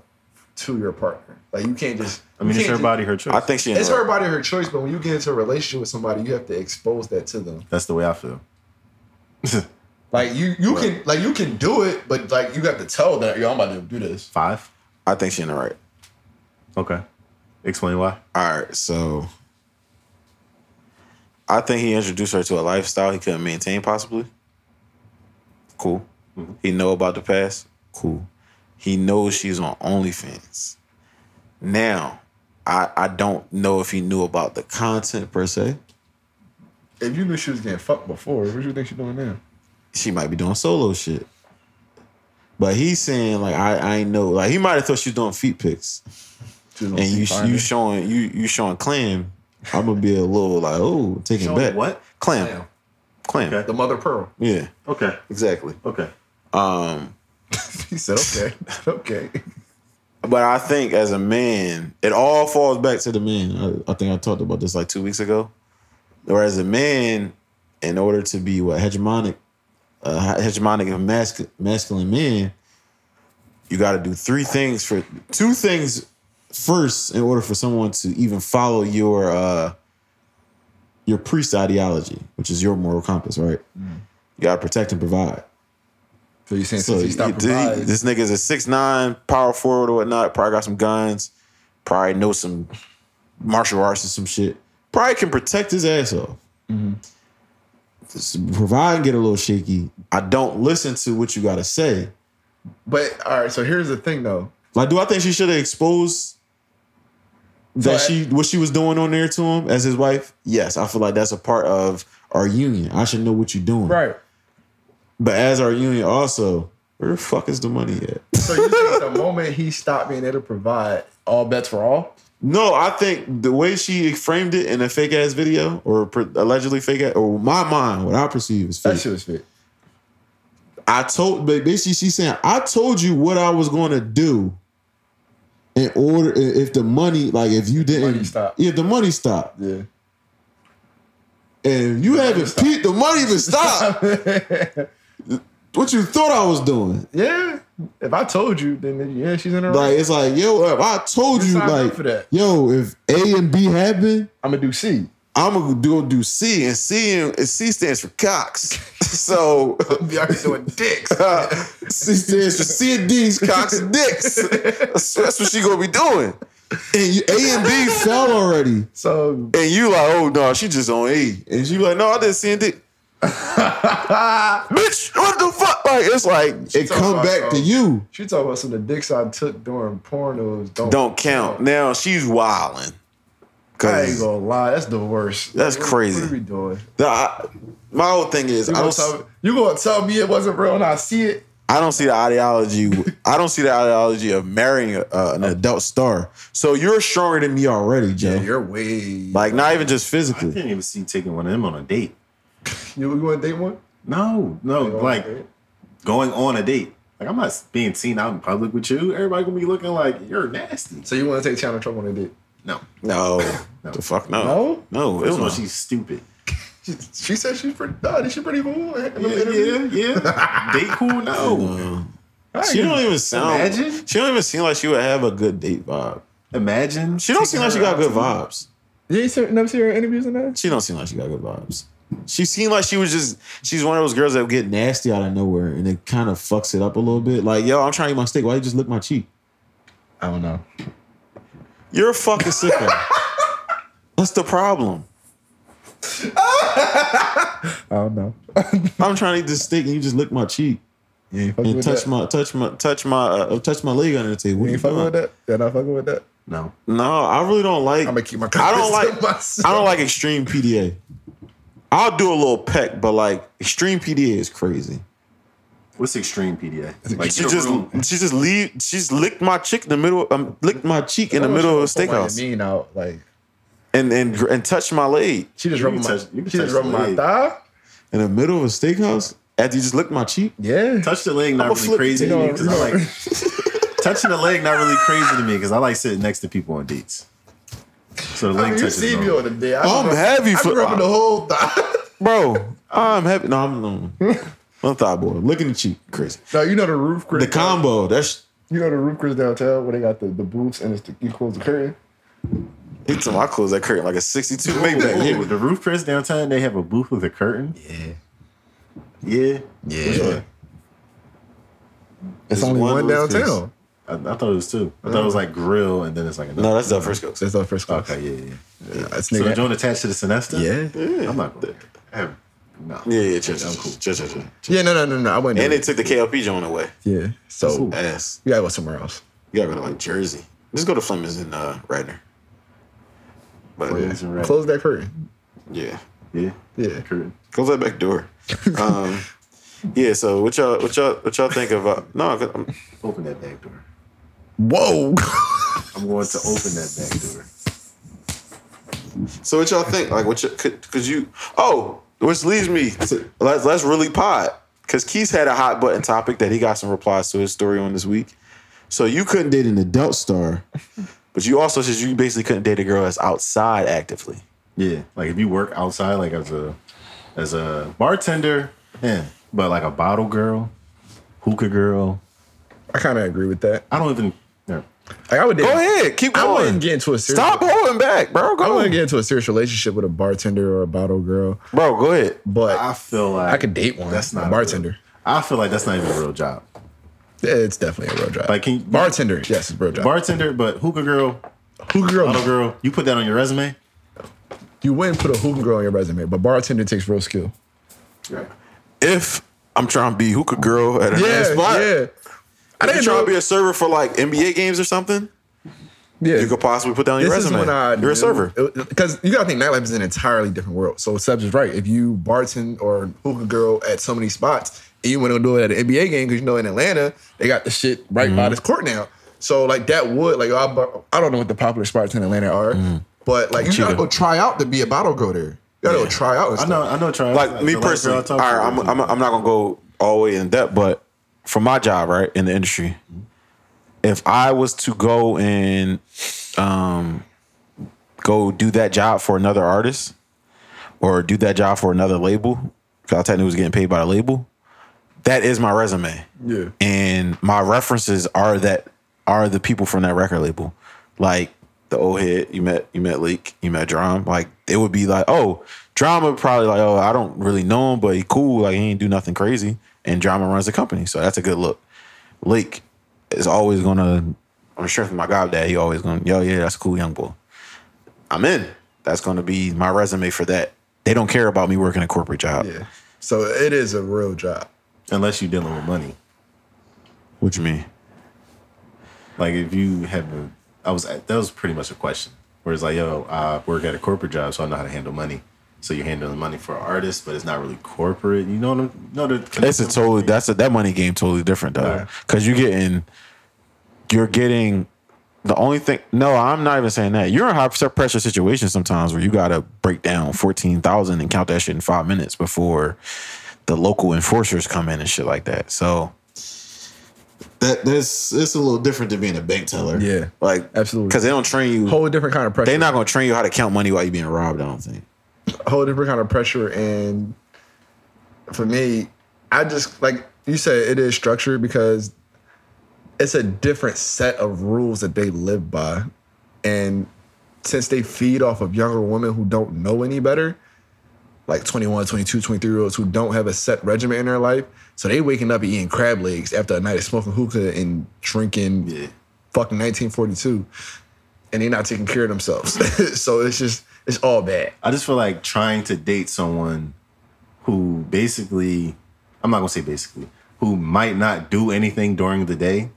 [SPEAKER 2] to your partner. Like you can't just.
[SPEAKER 3] I mean,
[SPEAKER 2] you
[SPEAKER 3] it's
[SPEAKER 2] can't
[SPEAKER 3] her
[SPEAKER 2] ju-
[SPEAKER 3] body, her choice.
[SPEAKER 1] I think she. In
[SPEAKER 2] It's
[SPEAKER 1] the
[SPEAKER 2] her
[SPEAKER 1] right.
[SPEAKER 2] body, her choice. But when you get into a relationship with somebody, you have to expose that to them.
[SPEAKER 3] that's the way I feel.
[SPEAKER 2] Like you, you can, like you can do it, but like you have to tell that yo, I'm about to do this.
[SPEAKER 3] Five.
[SPEAKER 1] I think she in the right.
[SPEAKER 3] Okay. Explain why.
[SPEAKER 1] All right, so I think he introduced her to a lifestyle he couldn't maintain, possibly. Cool. He know about the past. Cool. He knows she's on OnlyFans. Now, I I don't know if he knew about the content per se.
[SPEAKER 2] If you knew she was getting fucked before, what do you think she doing now?
[SPEAKER 1] She might be doing solo shit. But he's saying like I I ain't know like he might have thought she was doing feet pics.
[SPEAKER 2] Just don't
[SPEAKER 1] and you
[SPEAKER 2] see fire.
[SPEAKER 1] you showing you you showing clam, I'm gonna be a little like oh taking
[SPEAKER 3] Showing
[SPEAKER 1] back
[SPEAKER 3] what?
[SPEAKER 1] clam clam
[SPEAKER 3] Okay.
[SPEAKER 2] the mother pearl.
[SPEAKER 1] yeah
[SPEAKER 3] Okay.
[SPEAKER 1] exactly
[SPEAKER 3] Okay.
[SPEAKER 1] um
[SPEAKER 2] He said, "Okay, okay."
[SPEAKER 1] but I think as a man it all falls back to the man I, I think I talked about this like two weeks ago or as a man in order to be what hegemonic uh, hegemonic of masculine masculine men you got to do three things for two things first in order for someone to even follow your uh your priest ideology which is your moral compass right you got to protect and provide
[SPEAKER 2] So you're saying
[SPEAKER 1] so
[SPEAKER 2] since he
[SPEAKER 1] you-
[SPEAKER 2] stopped
[SPEAKER 1] th-
[SPEAKER 2] providing,
[SPEAKER 1] this nigga's a six nine power forward or whatnot probably got some guns probably knows some martial arts or some shit probably can protect his ass off Just Mm-hmm. provide and get a little shaky i don't listen to what you got to say
[SPEAKER 2] but all right. So here's the thing, though.
[SPEAKER 1] like, do I think she should have exposed that
[SPEAKER 2] So I-
[SPEAKER 1] she what she was doing on there to him as his wife? Yes, I feel like that's a part of our union. I should know what you're doing. But as our union also, where the fuck is the money at?
[SPEAKER 2] So you think the moment he stopped being able to provide, all bets were all?
[SPEAKER 1] No, I think the way she framed it in a fake ass video or per- allegedly fake ass, or my mind, what I perceive is
[SPEAKER 2] That
[SPEAKER 1] fake.
[SPEAKER 2] shit was fit.
[SPEAKER 1] I told, but basically she's saying, I told you what I was going to do in order if the money, like if you didn't,
[SPEAKER 2] Money stopped.
[SPEAKER 1] if the money stopped.
[SPEAKER 2] Yeah.
[SPEAKER 1] and you haven't
[SPEAKER 2] stop.
[SPEAKER 1] peeped the money even stop. what you thought I was doing?
[SPEAKER 2] Yeah. If I told you, then yeah, she's in her
[SPEAKER 1] Like
[SPEAKER 2] right.
[SPEAKER 1] it's like, yo, if I told
[SPEAKER 2] You
[SPEAKER 1] you,
[SPEAKER 2] signed up
[SPEAKER 1] like,
[SPEAKER 2] for that.
[SPEAKER 1] yo, if A and B happen,
[SPEAKER 2] I'm gonna do C.
[SPEAKER 1] I'm gonna do do C, and C and C stands for Cox. so
[SPEAKER 2] Y'all doing dicks.
[SPEAKER 1] uh, C stands for C and D's Cox and Dicks. That's that's what she gonna be doing. And you, A and B fell already,
[SPEAKER 2] so
[SPEAKER 1] and you like, oh no, she just on A, and she like, no, I didn't see D. Bitch, what the fuck? Like it's like it
[SPEAKER 2] talking
[SPEAKER 1] come
[SPEAKER 2] about,
[SPEAKER 1] back to
[SPEAKER 2] um,
[SPEAKER 1] you.
[SPEAKER 2] she talking about some of the dicks I took during pornos don't
[SPEAKER 1] don't count. Now she's wilding.
[SPEAKER 2] I ain't
[SPEAKER 1] Cause
[SPEAKER 2] gonna lie, that's the worst.
[SPEAKER 1] That's
[SPEAKER 2] What-
[SPEAKER 1] crazy.
[SPEAKER 2] What are we doing?
[SPEAKER 1] the- I- my whole thing is
[SPEAKER 2] You
[SPEAKER 1] I don't,
[SPEAKER 2] gonna,
[SPEAKER 1] s-
[SPEAKER 2] tell, you gonna tell me it wasn't real and I see it?
[SPEAKER 1] I don't see the ideology. I don't see the ideology of marrying a, uh, an adult star. So you're stronger than me already, Joe.
[SPEAKER 2] way.
[SPEAKER 1] like not even just
[SPEAKER 3] I
[SPEAKER 1] physically.
[SPEAKER 3] didn't even see taking one of them on a date.
[SPEAKER 2] You, you wanna date one?
[SPEAKER 3] No, no, like
[SPEAKER 2] Okay.
[SPEAKER 3] going on a date. Like I'm not being seen out in public with you. Everybody gonna be looking like you're nasty.
[SPEAKER 2] So you wanna take Tiana Trump on a date?
[SPEAKER 3] No,
[SPEAKER 1] No, the fuck no,
[SPEAKER 2] No?
[SPEAKER 1] no,
[SPEAKER 3] first
[SPEAKER 1] no.
[SPEAKER 3] of all, she's stupid.
[SPEAKER 2] She, she said she's pretty done. She pretty cool. Yeah,
[SPEAKER 3] Yeah, yeah. date cool? No.
[SPEAKER 1] she don't even sound.
[SPEAKER 3] Imagine?
[SPEAKER 1] She don't even seem like she would have a good date vibe.
[SPEAKER 3] Imagine
[SPEAKER 1] She don't
[SPEAKER 3] taking
[SPEAKER 1] seem like she
[SPEAKER 3] her
[SPEAKER 1] got
[SPEAKER 3] out
[SPEAKER 1] good
[SPEAKER 3] to-
[SPEAKER 1] vibes.
[SPEAKER 2] You ain't see- never see her in interviews in that?
[SPEAKER 1] She don't seem like she got good vibes. She seemed like she was just she's one of those girls that get nasty out of nowhere and it kind of fucks it up a little bit. Like, yo, I'm trying to eat my steak. Why you just lick my cheek?
[SPEAKER 2] I don't know.
[SPEAKER 1] You're a fucking sicko. That's the problem.
[SPEAKER 2] I don't know.
[SPEAKER 1] I'm trying to eat this steak and you just lick my cheek
[SPEAKER 2] You ain't fucking
[SPEAKER 1] and
[SPEAKER 2] with
[SPEAKER 1] touch
[SPEAKER 2] that?
[SPEAKER 1] my touch my touch my uh, touch my leg under the table. What are
[SPEAKER 2] You
[SPEAKER 1] you
[SPEAKER 2] ain't fucking
[SPEAKER 1] doing?
[SPEAKER 2] with that? You're not fucking with that?
[SPEAKER 3] No.
[SPEAKER 1] No, I really don't like.
[SPEAKER 2] I'ma keep my
[SPEAKER 1] I don't
[SPEAKER 2] comments to
[SPEAKER 1] like.
[SPEAKER 2] myself.
[SPEAKER 1] I don't like extreme PDA. I'll do a little peck, but like extreme PDA is crazy.
[SPEAKER 3] What's extreme PDA? Like
[SPEAKER 1] She
[SPEAKER 3] in a
[SPEAKER 1] just
[SPEAKER 3] room.
[SPEAKER 1] she just leave. She just licked my chick in the middle. Um, licked my cheek in the
[SPEAKER 2] I
[SPEAKER 1] middle of a
[SPEAKER 2] don't know what
[SPEAKER 1] steakhouse
[SPEAKER 2] you mean out like
[SPEAKER 1] and and and touched my leg
[SPEAKER 2] she just
[SPEAKER 3] You
[SPEAKER 2] rubbing
[SPEAKER 3] can
[SPEAKER 2] my
[SPEAKER 3] touch- you
[SPEAKER 2] she
[SPEAKER 3] can
[SPEAKER 2] just
[SPEAKER 3] touch
[SPEAKER 2] rubbing
[SPEAKER 3] the
[SPEAKER 2] my
[SPEAKER 3] leg.
[SPEAKER 2] thigh.
[SPEAKER 1] in the middle of a steakhouse after you just licked my cheek.
[SPEAKER 2] Yeah.
[SPEAKER 3] touch the leg not
[SPEAKER 1] I'ma
[SPEAKER 3] really
[SPEAKER 1] flip
[SPEAKER 3] crazy
[SPEAKER 1] it
[SPEAKER 3] to me
[SPEAKER 2] over.
[SPEAKER 3] because I like touching the leg not really crazy to me because I like sitting next to people on dates. So the
[SPEAKER 2] I
[SPEAKER 3] leg
[SPEAKER 2] mean, you
[SPEAKER 3] touches.
[SPEAKER 2] see me
[SPEAKER 3] normal.
[SPEAKER 2] on the day. I
[SPEAKER 1] I'm
[SPEAKER 2] be rub-
[SPEAKER 1] heavy
[SPEAKER 2] I be
[SPEAKER 1] for-
[SPEAKER 2] rubbing the whole thigh.
[SPEAKER 1] Bro, I'm happy. No, I'm no. I'm thigh boy. Licking the cheek, crazy.
[SPEAKER 2] no, you know the roof Chris.
[SPEAKER 1] The combo. That's
[SPEAKER 2] You know the roof Chris downtown where they got the, the booths and it's the, you close the curtain.
[SPEAKER 1] it's my clothes that curtain like a 62 make that.
[SPEAKER 3] Ooh, the roof press downtown, they have a booth with a curtain.
[SPEAKER 4] Yeah.
[SPEAKER 3] Yeah.
[SPEAKER 4] Yeah.
[SPEAKER 2] It's
[SPEAKER 1] There's one roof Chris.
[SPEAKER 3] I, I thought it was two. I thought it was like grill and then it's like another.
[SPEAKER 1] No, that's Del Frisco's.
[SPEAKER 2] That's our first class.
[SPEAKER 3] Okay, yeah, yeah.
[SPEAKER 2] yeah. That's
[SPEAKER 3] So the
[SPEAKER 2] nigga.
[SPEAKER 3] joint attached to the Sinesta?
[SPEAKER 2] yeah.
[SPEAKER 3] I'm not going there. No.
[SPEAKER 1] Yeah, yeah, sure, sure, sure, sure, sure.
[SPEAKER 2] Yeah, no, no, no, no. I wouldn't.
[SPEAKER 1] And
[SPEAKER 2] do
[SPEAKER 1] they took the KLP joint away.
[SPEAKER 2] yeah. So
[SPEAKER 1] Ass.
[SPEAKER 2] you gotta go somewhere else.
[SPEAKER 1] You gotta go to like Jersey. Just go to Fleming's and uh, Radnor. But
[SPEAKER 3] Yeah. Right.
[SPEAKER 2] Close that curtain.
[SPEAKER 1] yeah,
[SPEAKER 3] Yeah.
[SPEAKER 2] Yeah.
[SPEAKER 3] Curtain.
[SPEAKER 1] close that back door. Um, yeah. So what y'all, what y'all, what y'all think of? Uh, no, 'cause I'm-
[SPEAKER 3] Open that back door.
[SPEAKER 2] Whoa.
[SPEAKER 6] I'm going to open that back door.
[SPEAKER 1] So what y'all think? Like, what? You, could, could you? Oh, which leads me to let's let's really pod because Keith had a hot button topic that he got some replies to his story on this week. So you couldn't date an adult star, but you also said you basically couldn't date a girl that's outside actively.
[SPEAKER 3] Yeah, like if you work outside, like as a as a bartender, yeah. But like a bottle girl, hookah girl,
[SPEAKER 2] I kind of agree with that.
[SPEAKER 3] I don't even. No.
[SPEAKER 2] Like, I would
[SPEAKER 1] Go ahead, keep
[SPEAKER 2] I
[SPEAKER 1] going.
[SPEAKER 2] wouldn't get into a serious.
[SPEAKER 1] Stop holding back, bro.
[SPEAKER 2] I
[SPEAKER 1] Go
[SPEAKER 2] wouldn't
[SPEAKER 1] ahead,
[SPEAKER 2] get into a serious relationship with a bartender or a bottle girl,
[SPEAKER 1] bro. Go ahead.
[SPEAKER 2] but
[SPEAKER 3] I
[SPEAKER 2] I,
[SPEAKER 3] feel like
[SPEAKER 2] could date one.
[SPEAKER 3] That's not
[SPEAKER 2] a
[SPEAKER 3] a
[SPEAKER 2] bartender.
[SPEAKER 3] real- I feel like that's not even a real job.
[SPEAKER 2] Yeah, it's definitely a road job.
[SPEAKER 3] Like, can you-
[SPEAKER 2] bartender, yes, it's a road job.
[SPEAKER 3] Bartender, but hookah girl,
[SPEAKER 2] hookah girl,
[SPEAKER 3] bottle girl. You put that on your resume.
[SPEAKER 2] you wouldn't put a hookah girl on your resume, but bartender takes real skill.
[SPEAKER 1] If I'm trying to be hookah girl at a nice spot,
[SPEAKER 2] yeah. I
[SPEAKER 1] if you
[SPEAKER 2] didn't
[SPEAKER 1] trying
[SPEAKER 2] know.
[SPEAKER 1] to be a server for like NBA games or something,
[SPEAKER 2] yeah.
[SPEAKER 1] you could possibly put that on your
[SPEAKER 2] this
[SPEAKER 1] resume.
[SPEAKER 2] is when I
[SPEAKER 1] You're a server.
[SPEAKER 2] because you gotta think nightlife is an entirely different world. So Seb's is right. If you bartend or hookah girl at so many spots, and you want to do it at an NBA game because you know in Atlanta they got the shit right by
[SPEAKER 1] Mm-hmm.
[SPEAKER 2] this court now. So like that would like I, bar- I don't know what the popular spots in Atlanta are,
[SPEAKER 1] Mm-hmm.
[SPEAKER 2] but like you gotta go try out to be a bottle girl there. You gotta go try out. and
[SPEAKER 3] I
[SPEAKER 2] stuff.
[SPEAKER 3] know, I know. Try
[SPEAKER 1] like me personally, all right, I'm, I'm, I'm not gonna go all the way in depth, but for my job, right in the industry, if I was to go and um, go do that job for another artist or do that job for another label, because I technically was getting paid by the label, that is my resume.
[SPEAKER 2] Yeah.
[SPEAKER 1] and my references are that are the people from that record label, like. The old head you met, you met Leak, you met Drum. Like it would be like, oh, Drama probably like, oh, I don't really know him, but he cool. Like he ain't do nothing crazy. And Drama runs the company, so that's a good look. Lake is always gonna. I'm sure for my goddad, he always gonna. Yo, yeah, that's a cool young boy. I'm in. That's gonna be my resume for that. They don't care about me working a corporate job.
[SPEAKER 2] Yeah. So it is a real job.
[SPEAKER 3] unless you're dealing with money.
[SPEAKER 1] What you mean?
[SPEAKER 3] Like if you have a, I was that was pretty much a question. Where it's like, yo, I work at a corporate job, so I know how to handle money. So you're handling money for artists, but it's not really corporate. You know what I'm? No, the
[SPEAKER 1] It's a totally. That's a that money game totally different though, because you're getting, you're getting. The only thing, no, I'm not even saying that. You're in high pressure situations sometimes where you gotta break down fourteen thousand and count that shit in five minutes before the local enforcers come in and shit like that. So
[SPEAKER 6] That that's it's a little different than being a bank teller.
[SPEAKER 2] Yeah.
[SPEAKER 1] like,
[SPEAKER 2] Absolutely.
[SPEAKER 1] because they don't train you.
[SPEAKER 2] Whole different kind of pressure.
[SPEAKER 1] They're not gonna train you how to count money while you're being robbed. I don't think.
[SPEAKER 2] whole different kind of pressure. And for me, I just like you said, it is structured because it's a different set of rules that they live by. And since they feed off of younger women who don't know any better, like 21, 22, 23 year olds who don't have a set regimen in their life. So they waking up and eating crab legs after a night of smoking hookah and drinking
[SPEAKER 3] Yeah.
[SPEAKER 2] fucking 1942. And they're not taking care of themselves. so it's just, it's all bad.
[SPEAKER 3] I just feel like trying to date someone who basically, I'm not gonna say basically, who might not do anything during the day,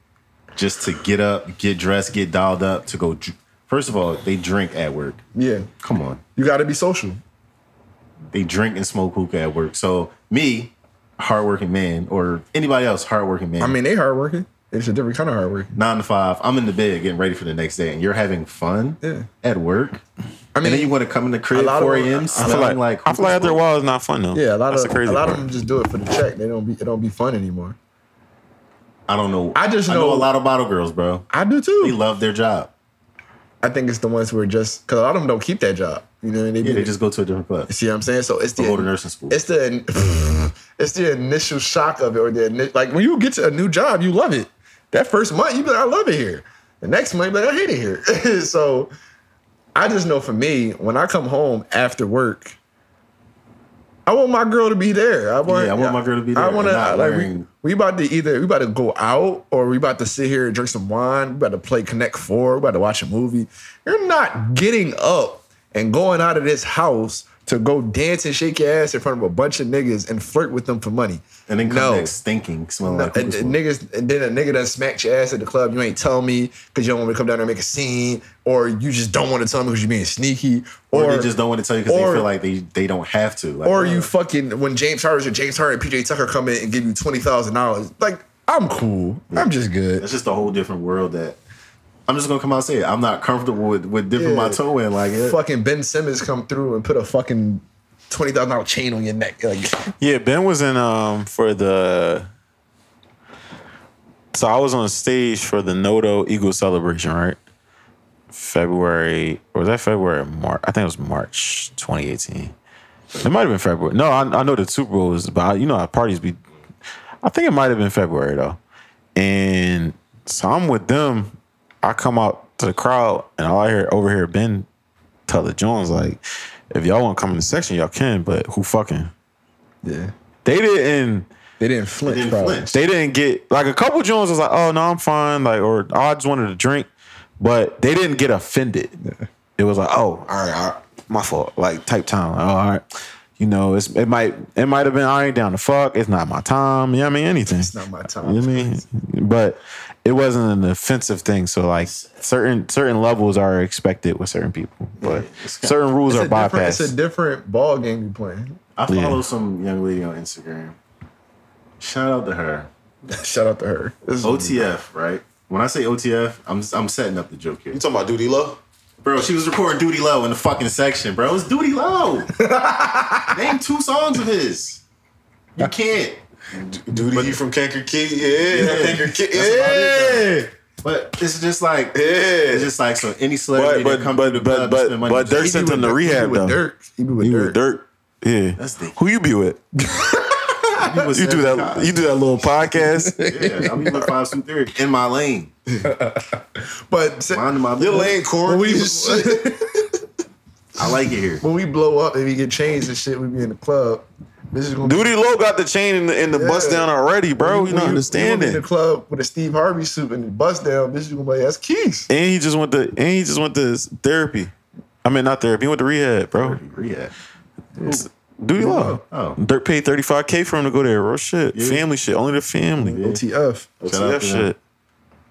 [SPEAKER 3] just to get up, get dressed, get dialed up to go. dr- First of all, they drink at work.
[SPEAKER 2] Yeah.
[SPEAKER 3] Come on,
[SPEAKER 2] You got to be social.
[SPEAKER 3] they drink and smoke hookah at work. So me, hardworking man, or anybody else, hardworking man.
[SPEAKER 2] I mean, they hardworking. It's a different kind of hardworking.
[SPEAKER 3] nine to five. I'm in the bed getting ready for the next day, and you're having fun
[SPEAKER 2] Yeah.
[SPEAKER 3] at work.
[SPEAKER 2] I mean,
[SPEAKER 3] and then you want to come in the crib
[SPEAKER 2] lot
[SPEAKER 3] at
[SPEAKER 2] of-
[SPEAKER 3] 4
[SPEAKER 2] I
[SPEAKER 3] a.m.
[SPEAKER 1] I feel like,
[SPEAKER 3] smelling like,
[SPEAKER 1] I feel like after a while it's not fun though.
[SPEAKER 2] yeah, a lot
[SPEAKER 1] That's
[SPEAKER 2] of
[SPEAKER 1] the crazy
[SPEAKER 2] a lot
[SPEAKER 1] part.
[SPEAKER 2] of them just do it for the check. They don't be it don't be fun anymore.
[SPEAKER 3] I don't know.
[SPEAKER 2] I just
[SPEAKER 3] I know
[SPEAKER 2] know-
[SPEAKER 3] a lot of bottle girls, bro.
[SPEAKER 2] I do
[SPEAKER 3] They
[SPEAKER 2] too.
[SPEAKER 3] love their job.
[SPEAKER 2] I think it's the ones who are just because a lot of them don't keep that job. You know, and they, be
[SPEAKER 3] Yeah, they just go to a different club.
[SPEAKER 2] see what I'm saying. So it's the
[SPEAKER 3] Or go to nursing school.
[SPEAKER 2] It's the it's the initial shock of it, or the ini- like when you get to a new job, you love it. That first month, you be like, I love it here. The next month, you be like, I hate it here. so I just know for me, when I come home after work, I want my girl to be there. I want,
[SPEAKER 3] Yeah, I want my girl to be
[SPEAKER 2] I
[SPEAKER 3] there
[SPEAKER 2] want
[SPEAKER 3] and not
[SPEAKER 2] to like we,
[SPEAKER 3] wearing-
[SPEAKER 2] we about to either we about to go out or we about to sit here and drink some wine. We about to play Connect Four. We about to watch a movie. You're not getting up and going out of this house to go dance and shake your ass in front of a bunch of niggas and flirt with them for money.
[SPEAKER 3] And then come
[SPEAKER 2] no.
[SPEAKER 3] back stinking, smelling
[SPEAKER 2] No,
[SPEAKER 3] like
[SPEAKER 2] and,
[SPEAKER 3] hookah
[SPEAKER 2] and
[SPEAKER 3] smoke.
[SPEAKER 2] niggas, and then a nigga done smacked your ass at the club. You ain't tell me because you don't want me to come down there and make a scene, or you just don't want to tell me because you're being sneaky,
[SPEAKER 3] Or, they just don't want to tell you because they
[SPEAKER 2] or-
[SPEAKER 3] feel like they, they don't have to. Like,
[SPEAKER 2] or
[SPEAKER 3] uh,
[SPEAKER 2] you fucking when James Harden or James Harden and PJ Tucker come in and give you twenty thousand dollars. Like I'm cool. I'm just good.
[SPEAKER 3] It's just a whole different world that I'm just gonna come out and say it. I'm not comfortable with, with dipping my
[SPEAKER 2] Yeah.
[SPEAKER 3] toe in like it.
[SPEAKER 2] Fucking Ben Simmons come through and put a fucking twenty thousand dollar chain on your neck. Like
[SPEAKER 1] Yeah, Ben was in um for the. So I was on stage for the Noto Eagle Celebration, right? February or was that February or March? I think it was March 2018. It might have been February. No, I, I know the Super Bowl was about. You know how parties be. I think it might have been February though, and so I'm with them. I come out to the crowd and all I hear over here Ben tell the Jones like, if y'all want to come in the section, y'all can, but who fucking?
[SPEAKER 2] yeah,
[SPEAKER 1] they didn't
[SPEAKER 2] they didn't flinch.
[SPEAKER 3] didn't
[SPEAKER 2] probably.
[SPEAKER 3] flinch.
[SPEAKER 1] they didn't get like a couple Jones was like, oh no, I'm fine, like or oh, I just wanted a drink, but they didn't get offended. It was like, oh, all right, all right, my fault, like type time, like, oh, all right. You know, it's it might it might have been I ain't down to fuck. It's not my time. You know what I mean? Anything. It's
[SPEAKER 2] not my time.
[SPEAKER 1] You know what I mean? But it wasn't an offensive thing. So like certain certain levels are expected with certain people. But certain rules
[SPEAKER 2] It's
[SPEAKER 1] are
[SPEAKER 2] a different- It's a
[SPEAKER 1] bypassed.
[SPEAKER 2] different ball game you playing.
[SPEAKER 3] I follow
[SPEAKER 1] Yeah.
[SPEAKER 3] some young lady on Instagram. Shout out to her.
[SPEAKER 2] Shout out to her. This
[SPEAKER 1] Oh,
[SPEAKER 2] is-
[SPEAKER 3] OTF, right? When I say OTF, I'm I'm setting up the joke here.
[SPEAKER 1] talking about duty low?
[SPEAKER 3] Bro, she was recording Duty Low in the fucking section, bro. It's Duty Low. Name two songs of his. You can't.
[SPEAKER 1] Duty
[SPEAKER 3] But-
[SPEAKER 1] from Kanker Key? Yeah, Kanker Key.
[SPEAKER 3] That's about it, But it's just like
[SPEAKER 1] Yeah.
[SPEAKER 3] it's just like so any
[SPEAKER 1] But
[SPEAKER 3] celebrity
[SPEAKER 1] but
[SPEAKER 3] that come
[SPEAKER 1] but
[SPEAKER 3] to the
[SPEAKER 1] but
[SPEAKER 3] club and
[SPEAKER 1] but
[SPEAKER 3] spend money
[SPEAKER 1] but Dirk
[SPEAKER 2] He
[SPEAKER 1] sent
[SPEAKER 2] be
[SPEAKER 1] them
[SPEAKER 2] with
[SPEAKER 1] to
[SPEAKER 2] Dirk- he be
[SPEAKER 1] rehab
[SPEAKER 2] with
[SPEAKER 1] though.
[SPEAKER 2] Dirk. He be with
[SPEAKER 1] You
[SPEAKER 2] Dirk.
[SPEAKER 1] with Dirk? Yeah.
[SPEAKER 3] That's the-
[SPEAKER 1] Who you be with?
[SPEAKER 3] He was
[SPEAKER 1] You do
[SPEAKER 3] seven
[SPEAKER 1] that.
[SPEAKER 3] times.
[SPEAKER 1] You do that little podcast.
[SPEAKER 3] Yeah, I mean with five some theory in my lane.
[SPEAKER 2] But se-
[SPEAKER 3] Mind my
[SPEAKER 2] Lil
[SPEAKER 3] business.
[SPEAKER 2] ain't corny. When we,
[SPEAKER 3] I like it here.
[SPEAKER 2] when we blow up and we get changed and shit, we be in the club. This is gonna be-
[SPEAKER 1] Duty Low got the chain in the, in the bust
[SPEAKER 2] Yeah.
[SPEAKER 1] down already, bro.
[SPEAKER 2] when
[SPEAKER 1] You not
[SPEAKER 2] when when we
[SPEAKER 1] understanding.
[SPEAKER 2] In the club with a Steve Harvey suit and the bust down, bitch, you gonna be like, that's Keys.
[SPEAKER 1] And he just went to and he just went to therapy. I mean, not therapy. He went to rehab, bro.
[SPEAKER 3] Rehab.
[SPEAKER 1] Duty Low.
[SPEAKER 3] Oh.
[SPEAKER 1] Dirk paid thirty five k for him to go there. Real shit.
[SPEAKER 3] Yeah.
[SPEAKER 1] Family shit. Only the family.
[SPEAKER 2] OTF.
[SPEAKER 3] Shout
[SPEAKER 1] that
[SPEAKER 3] out to them.
[SPEAKER 1] shit.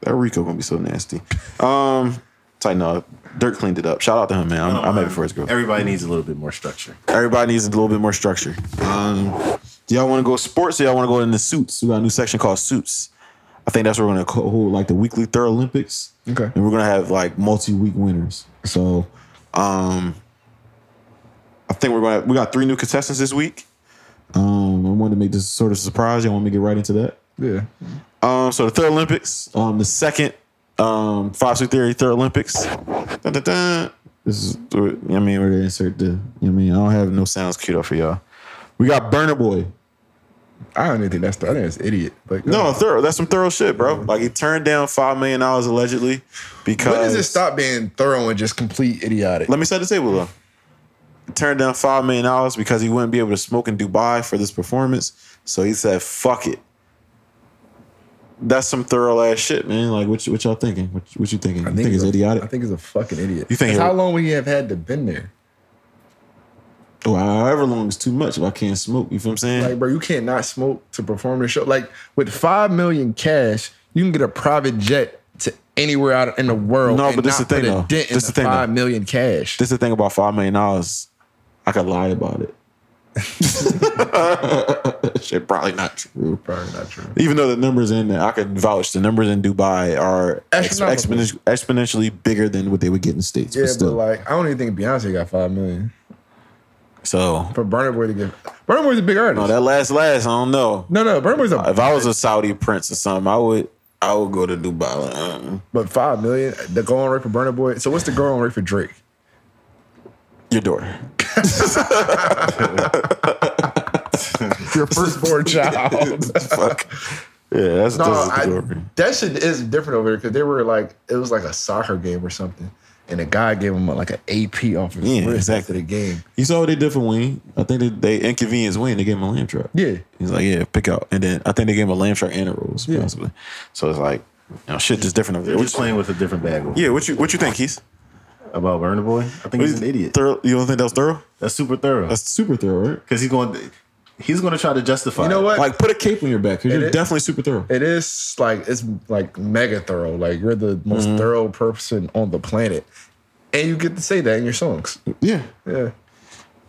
[SPEAKER 1] That Rico gonna be so nasty. Um, tighten up. Dirk cleaned it up. Shout out to him, man. I'm, I'm happy for his girl.
[SPEAKER 3] Everybody needs a little bit more structure.
[SPEAKER 1] Everybody needs a little bit more structure. Um, do y'all want to go sports? Or y'all want to go into suits? We got a new section called suits. I think that's where we're gonna co- hold like the weekly Third Olympics.
[SPEAKER 2] Okay.
[SPEAKER 1] And we're gonna have like multi-week winners. So, um, I think we're gonna we got three new contestants this week. Um, I wanted to make this sort of surprise. Y'all want me to get right into that?
[SPEAKER 2] Yeah.
[SPEAKER 1] Um, so the Third Olympics, um, the second um, Five Sweet Theory Third Olympics. Dun, dun, dun. This is, I mean, we're gonna insert the. I mean, I don't have no sounds queued up for y'all. We got Burner Boy.
[SPEAKER 2] I don't even think that's the I think that's idiot. Like
[SPEAKER 1] No, thorough. That's some thorough shit, bro. Like he turned down five million dollars allegedly because.
[SPEAKER 2] When does it stop being thorough and just complete idiotic?
[SPEAKER 1] Let me set the table though. He turned down five million dollars because he wouldn't be able to smoke in Dubai for this performance. So he said, "Fuck it." That's some thorough ass shit, man. Like, what, you- what y'all thinking? What, what you thinking? I you think it's
[SPEAKER 2] he's a-
[SPEAKER 1] idiotic.
[SPEAKER 2] I think he's a fucking idiot.
[SPEAKER 1] You think
[SPEAKER 2] Because
[SPEAKER 1] it-
[SPEAKER 2] how long would he have had to been there?
[SPEAKER 1] Well, however long is too much if I can't smoke. You feel what I'm saying?
[SPEAKER 2] Like, bro, you can't not smoke to perform the show. Like, with five million cash, you can get a private jet to anywhere out in the world.
[SPEAKER 1] No,
[SPEAKER 2] and
[SPEAKER 1] but this
[SPEAKER 2] not
[SPEAKER 1] the thing,
[SPEAKER 2] put a
[SPEAKER 1] though.
[SPEAKER 2] Dent in
[SPEAKER 1] This
[SPEAKER 2] the
[SPEAKER 1] the thing, though.
[SPEAKER 2] five million cash.
[SPEAKER 1] this is the thing about five million dollars. I could lie about it. shit, probably not true.
[SPEAKER 2] probably not true.
[SPEAKER 1] Even though the numbers in there, I could vouch the numbers in Dubai are ex-
[SPEAKER 2] Astronomical.
[SPEAKER 1] exponenti- exponentially bigger than what they would get in the states.
[SPEAKER 2] Yeah,
[SPEAKER 1] but
[SPEAKER 2] but,
[SPEAKER 1] still.
[SPEAKER 2] like, I don't even think Beyonce got five million
[SPEAKER 1] so
[SPEAKER 2] for Burner Boy to get. Burner Boy's a big artist.
[SPEAKER 1] no, that last last, I don't know.
[SPEAKER 2] no, no, Burner Boy's a.
[SPEAKER 1] If I was a Saudi prince or something, I would I would go to Dubai. Like, uh-uh.
[SPEAKER 2] but five million, the go on rate for Burner Boy. So what's the go on rate for Drake?
[SPEAKER 1] Your daughter.
[SPEAKER 2] Your firstborn child.
[SPEAKER 1] Fuck. Yeah, that's
[SPEAKER 2] No,
[SPEAKER 1] that's
[SPEAKER 2] I,
[SPEAKER 1] the daughter.
[SPEAKER 2] that shit is different over here because they were like it was like a soccer game or something, and a guy gave him like an AP off his
[SPEAKER 1] Yeah,
[SPEAKER 2] wrist
[SPEAKER 1] exactly.
[SPEAKER 2] after the game.
[SPEAKER 1] You saw what they did for Wayne. I think they, they inconvenienced Wayne. They gave him a lamb truck.
[SPEAKER 2] Yeah.
[SPEAKER 1] He's like, yeah, pick out. And then I think they gave him a lamb truck and a rose,
[SPEAKER 2] Yeah.
[SPEAKER 1] possibly. So it's like, you know, shit just different over there.
[SPEAKER 3] We're
[SPEAKER 1] What
[SPEAKER 3] just
[SPEAKER 1] you-
[SPEAKER 3] playing with a different bag of-
[SPEAKER 1] yeah, what you what you think, Keith?
[SPEAKER 3] about Burner Boy. I think he's an idiot.
[SPEAKER 1] Thorough, you don't think that was thorough?
[SPEAKER 3] That's super thorough.
[SPEAKER 1] That's super thorough, right?
[SPEAKER 3] Because he's going, he's going to try to justify.
[SPEAKER 2] You know
[SPEAKER 3] it.
[SPEAKER 2] what?
[SPEAKER 1] Like, put a cape on your back because you're
[SPEAKER 2] is-
[SPEAKER 1] definitely super thorough.
[SPEAKER 2] it is like it's like mega thorough. Like you're the most
[SPEAKER 1] Mm-hmm.
[SPEAKER 2] thorough person on the planet, and you get to say that in your songs.
[SPEAKER 1] yeah.
[SPEAKER 2] Yeah,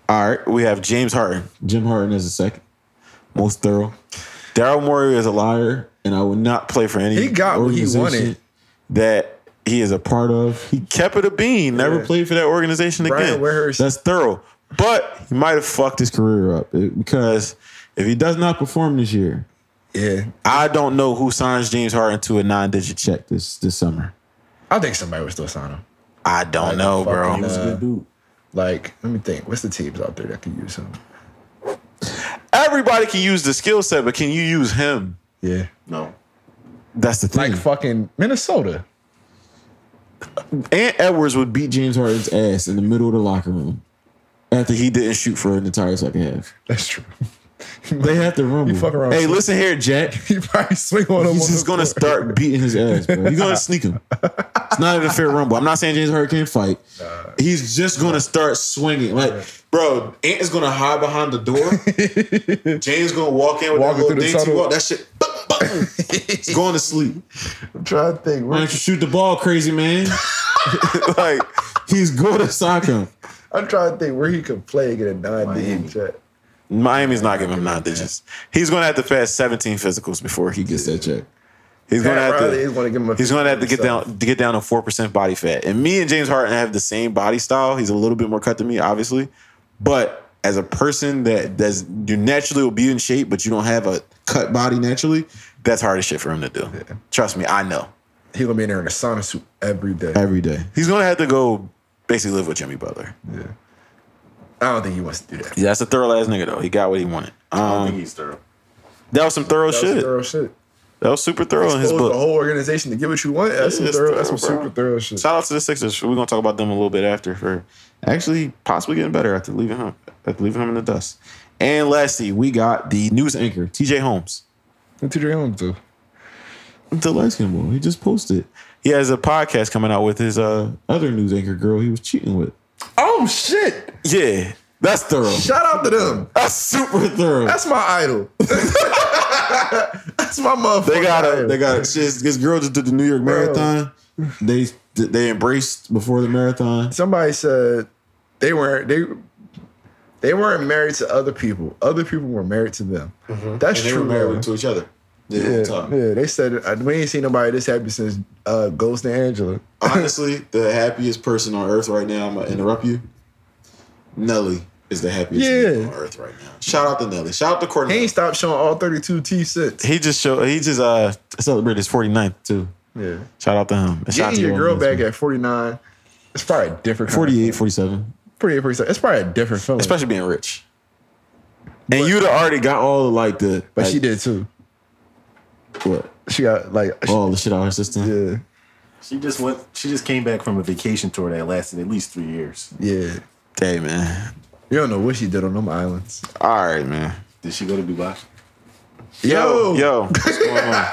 [SPEAKER 1] All right. We have James Harden. Jim Harden is the second most thorough. Daryl Morey is a liar, and I would not play for any
[SPEAKER 2] He got what he
[SPEAKER 1] organization
[SPEAKER 2] wanted.
[SPEAKER 1] That he is a part of. He kept it a bean, never
[SPEAKER 2] Yeah.
[SPEAKER 1] played for that organization
[SPEAKER 2] Brian
[SPEAKER 1] again.
[SPEAKER 2] Windhorst.
[SPEAKER 1] That's thorough. But he might have fucked his career up it- because if he does not perform this year,
[SPEAKER 2] Yeah,
[SPEAKER 1] I don't know who signs James Harden to a nine digit check this this summer.
[SPEAKER 2] I think somebody would still sign him.
[SPEAKER 1] I don't know, bro.
[SPEAKER 2] fucking, uh,
[SPEAKER 6] Good dude.
[SPEAKER 2] Like, let me think. What's the teams out there that could use him?
[SPEAKER 1] Everybody can use the skill set, but can you use him?
[SPEAKER 2] Yeah,
[SPEAKER 1] No. That's the thing.
[SPEAKER 2] like fucking Minnesota.
[SPEAKER 1] Ant Edwards would beat James Harden's ass in the middle of the locker room after he didn't shoot for an entire second half.
[SPEAKER 2] That's true.
[SPEAKER 1] They have to rumble.
[SPEAKER 2] You fuck around.
[SPEAKER 1] hey, listen here, Jack.
[SPEAKER 2] He probably swing on him.
[SPEAKER 1] He's
[SPEAKER 2] on the
[SPEAKER 1] just gonna
[SPEAKER 2] floor.
[SPEAKER 1] start beating his ass, bro. He's gonna sneak him. It's not even a fair rumble. I'm not saying James Harden can't fight. He's just gonna start swinging. Like, bro, Ant is gonna hide behind the door. James gonna walk in with that little
[SPEAKER 2] Walking through the
[SPEAKER 1] dainty
[SPEAKER 2] tunnel.
[SPEAKER 1] walk. That shit, boom, boom. He's going to sleep.
[SPEAKER 2] I'm trying to think.
[SPEAKER 1] Why
[SPEAKER 2] Where,
[SPEAKER 1] don't you shoot the ball, crazy man? like, he's going to sock him.
[SPEAKER 2] I'm trying to think where he could play and get a nine D check.
[SPEAKER 1] Miami's not giving him nine digits. He's going to have to pass 17 physicals before he gets that check. He's going to
[SPEAKER 2] Pat
[SPEAKER 1] have
[SPEAKER 2] Riley is gonna give him
[SPEAKER 1] to.
[SPEAKER 2] a
[SPEAKER 1] He's going to have to get
[SPEAKER 2] 50%.
[SPEAKER 1] down to get down to four percent body fat. And me and James Harden have the same body style. He's a little bit more cut than me, obviously, but as a person that does you naturally will be in shape, but you don't have a cut body naturally, that's hard as shit for him to do. Trust me, I know.
[SPEAKER 2] He gonna be in there in a sauna suit every day.
[SPEAKER 1] Every day, he's going to have to go basically live with Jimmy Butler.
[SPEAKER 2] I don't think he wants to do that.
[SPEAKER 1] Yeah, that's a thorough ass nigga though. He got what he wanted. Um,
[SPEAKER 3] he's thorough.
[SPEAKER 1] that was some thorough
[SPEAKER 2] That's
[SPEAKER 1] shit.
[SPEAKER 2] some thorough shit.
[SPEAKER 1] That was super thorough in his
[SPEAKER 2] Expose the
[SPEAKER 1] book.
[SPEAKER 2] whole organization to get what you want. That's some
[SPEAKER 1] It's
[SPEAKER 2] thorough. That's some
[SPEAKER 1] thorough, bro.
[SPEAKER 2] super thorough shit.
[SPEAKER 1] Shout out to the Sixers. We're gonna talk about them a little bit after for actually possibly getting better after leaving him after leaving him in the dust. And lastly, we got the news anchor, TJ Holmes.
[SPEAKER 2] What did your own do?
[SPEAKER 1] The light skin boy. He just posted. He has a podcast coming out with his uh, other news anchor girl he was cheating with.
[SPEAKER 2] Oh shit!
[SPEAKER 1] Yeah. That's thorough.
[SPEAKER 2] Shout out to them.
[SPEAKER 1] That's super thorough.
[SPEAKER 2] That's my idol. That's my motherfucker.
[SPEAKER 1] they got a they got a, she's- this girl just did the New York
[SPEAKER 2] Bro.
[SPEAKER 1] Marathon. They they embraced before the marathon.
[SPEAKER 2] Somebody said they weren't they they weren't married to other people. Other people were married to them. That's
[SPEAKER 1] Mm-hmm. And they
[SPEAKER 2] true.
[SPEAKER 1] were married to
[SPEAKER 2] though.
[SPEAKER 1] each other. The whole time.
[SPEAKER 2] yeah, yeah, they said uh, we ain't seen nobody this happy since uh, Ghost and Angela.
[SPEAKER 1] honestly, the happiest person on earth right now, I'm gonna interrupt you. Nelly is the happiest
[SPEAKER 2] Yeah.
[SPEAKER 1] nigga on earth right now. Shout out to Nelly. Shout out to
[SPEAKER 2] He
[SPEAKER 1] Courtney.
[SPEAKER 2] ain't stopped showing all 32 T sets.
[SPEAKER 1] He just showed he just uh celebrated his 49th too.
[SPEAKER 2] Yeah.
[SPEAKER 1] Shout out to him. And shout out
[SPEAKER 2] Getting
[SPEAKER 1] to
[SPEAKER 2] your
[SPEAKER 1] your
[SPEAKER 2] girl
[SPEAKER 1] woman
[SPEAKER 2] back
[SPEAKER 1] as well.
[SPEAKER 2] at 49, it's probably a different kind of
[SPEAKER 1] 48, 47.
[SPEAKER 2] pretty pretty it's probably a different feeling.
[SPEAKER 1] Especially being rich. And you'd have already got all the like the
[SPEAKER 2] but
[SPEAKER 1] like,
[SPEAKER 2] she did too.
[SPEAKER 1] what?
[SPEAKER 2] She got like she-
[SPEAKER 1] All the shit out of her system.
[SPEAKER 2] yeah,
[SPEAKER 3] She just went. She just came back from a vacation tour that lasted at least three years.
[SPEAKER 2] yeah.
[SPEAKER 1] Hey man.
[SPEAKER 2] You don't know what she did on them islands.
[SPEAKER 1] All right, man.
[SPEAKER 3] Did she go to Dubai?
[SPEAKER 2] Yo,
[SPEAKER 1] Yo, what's going on?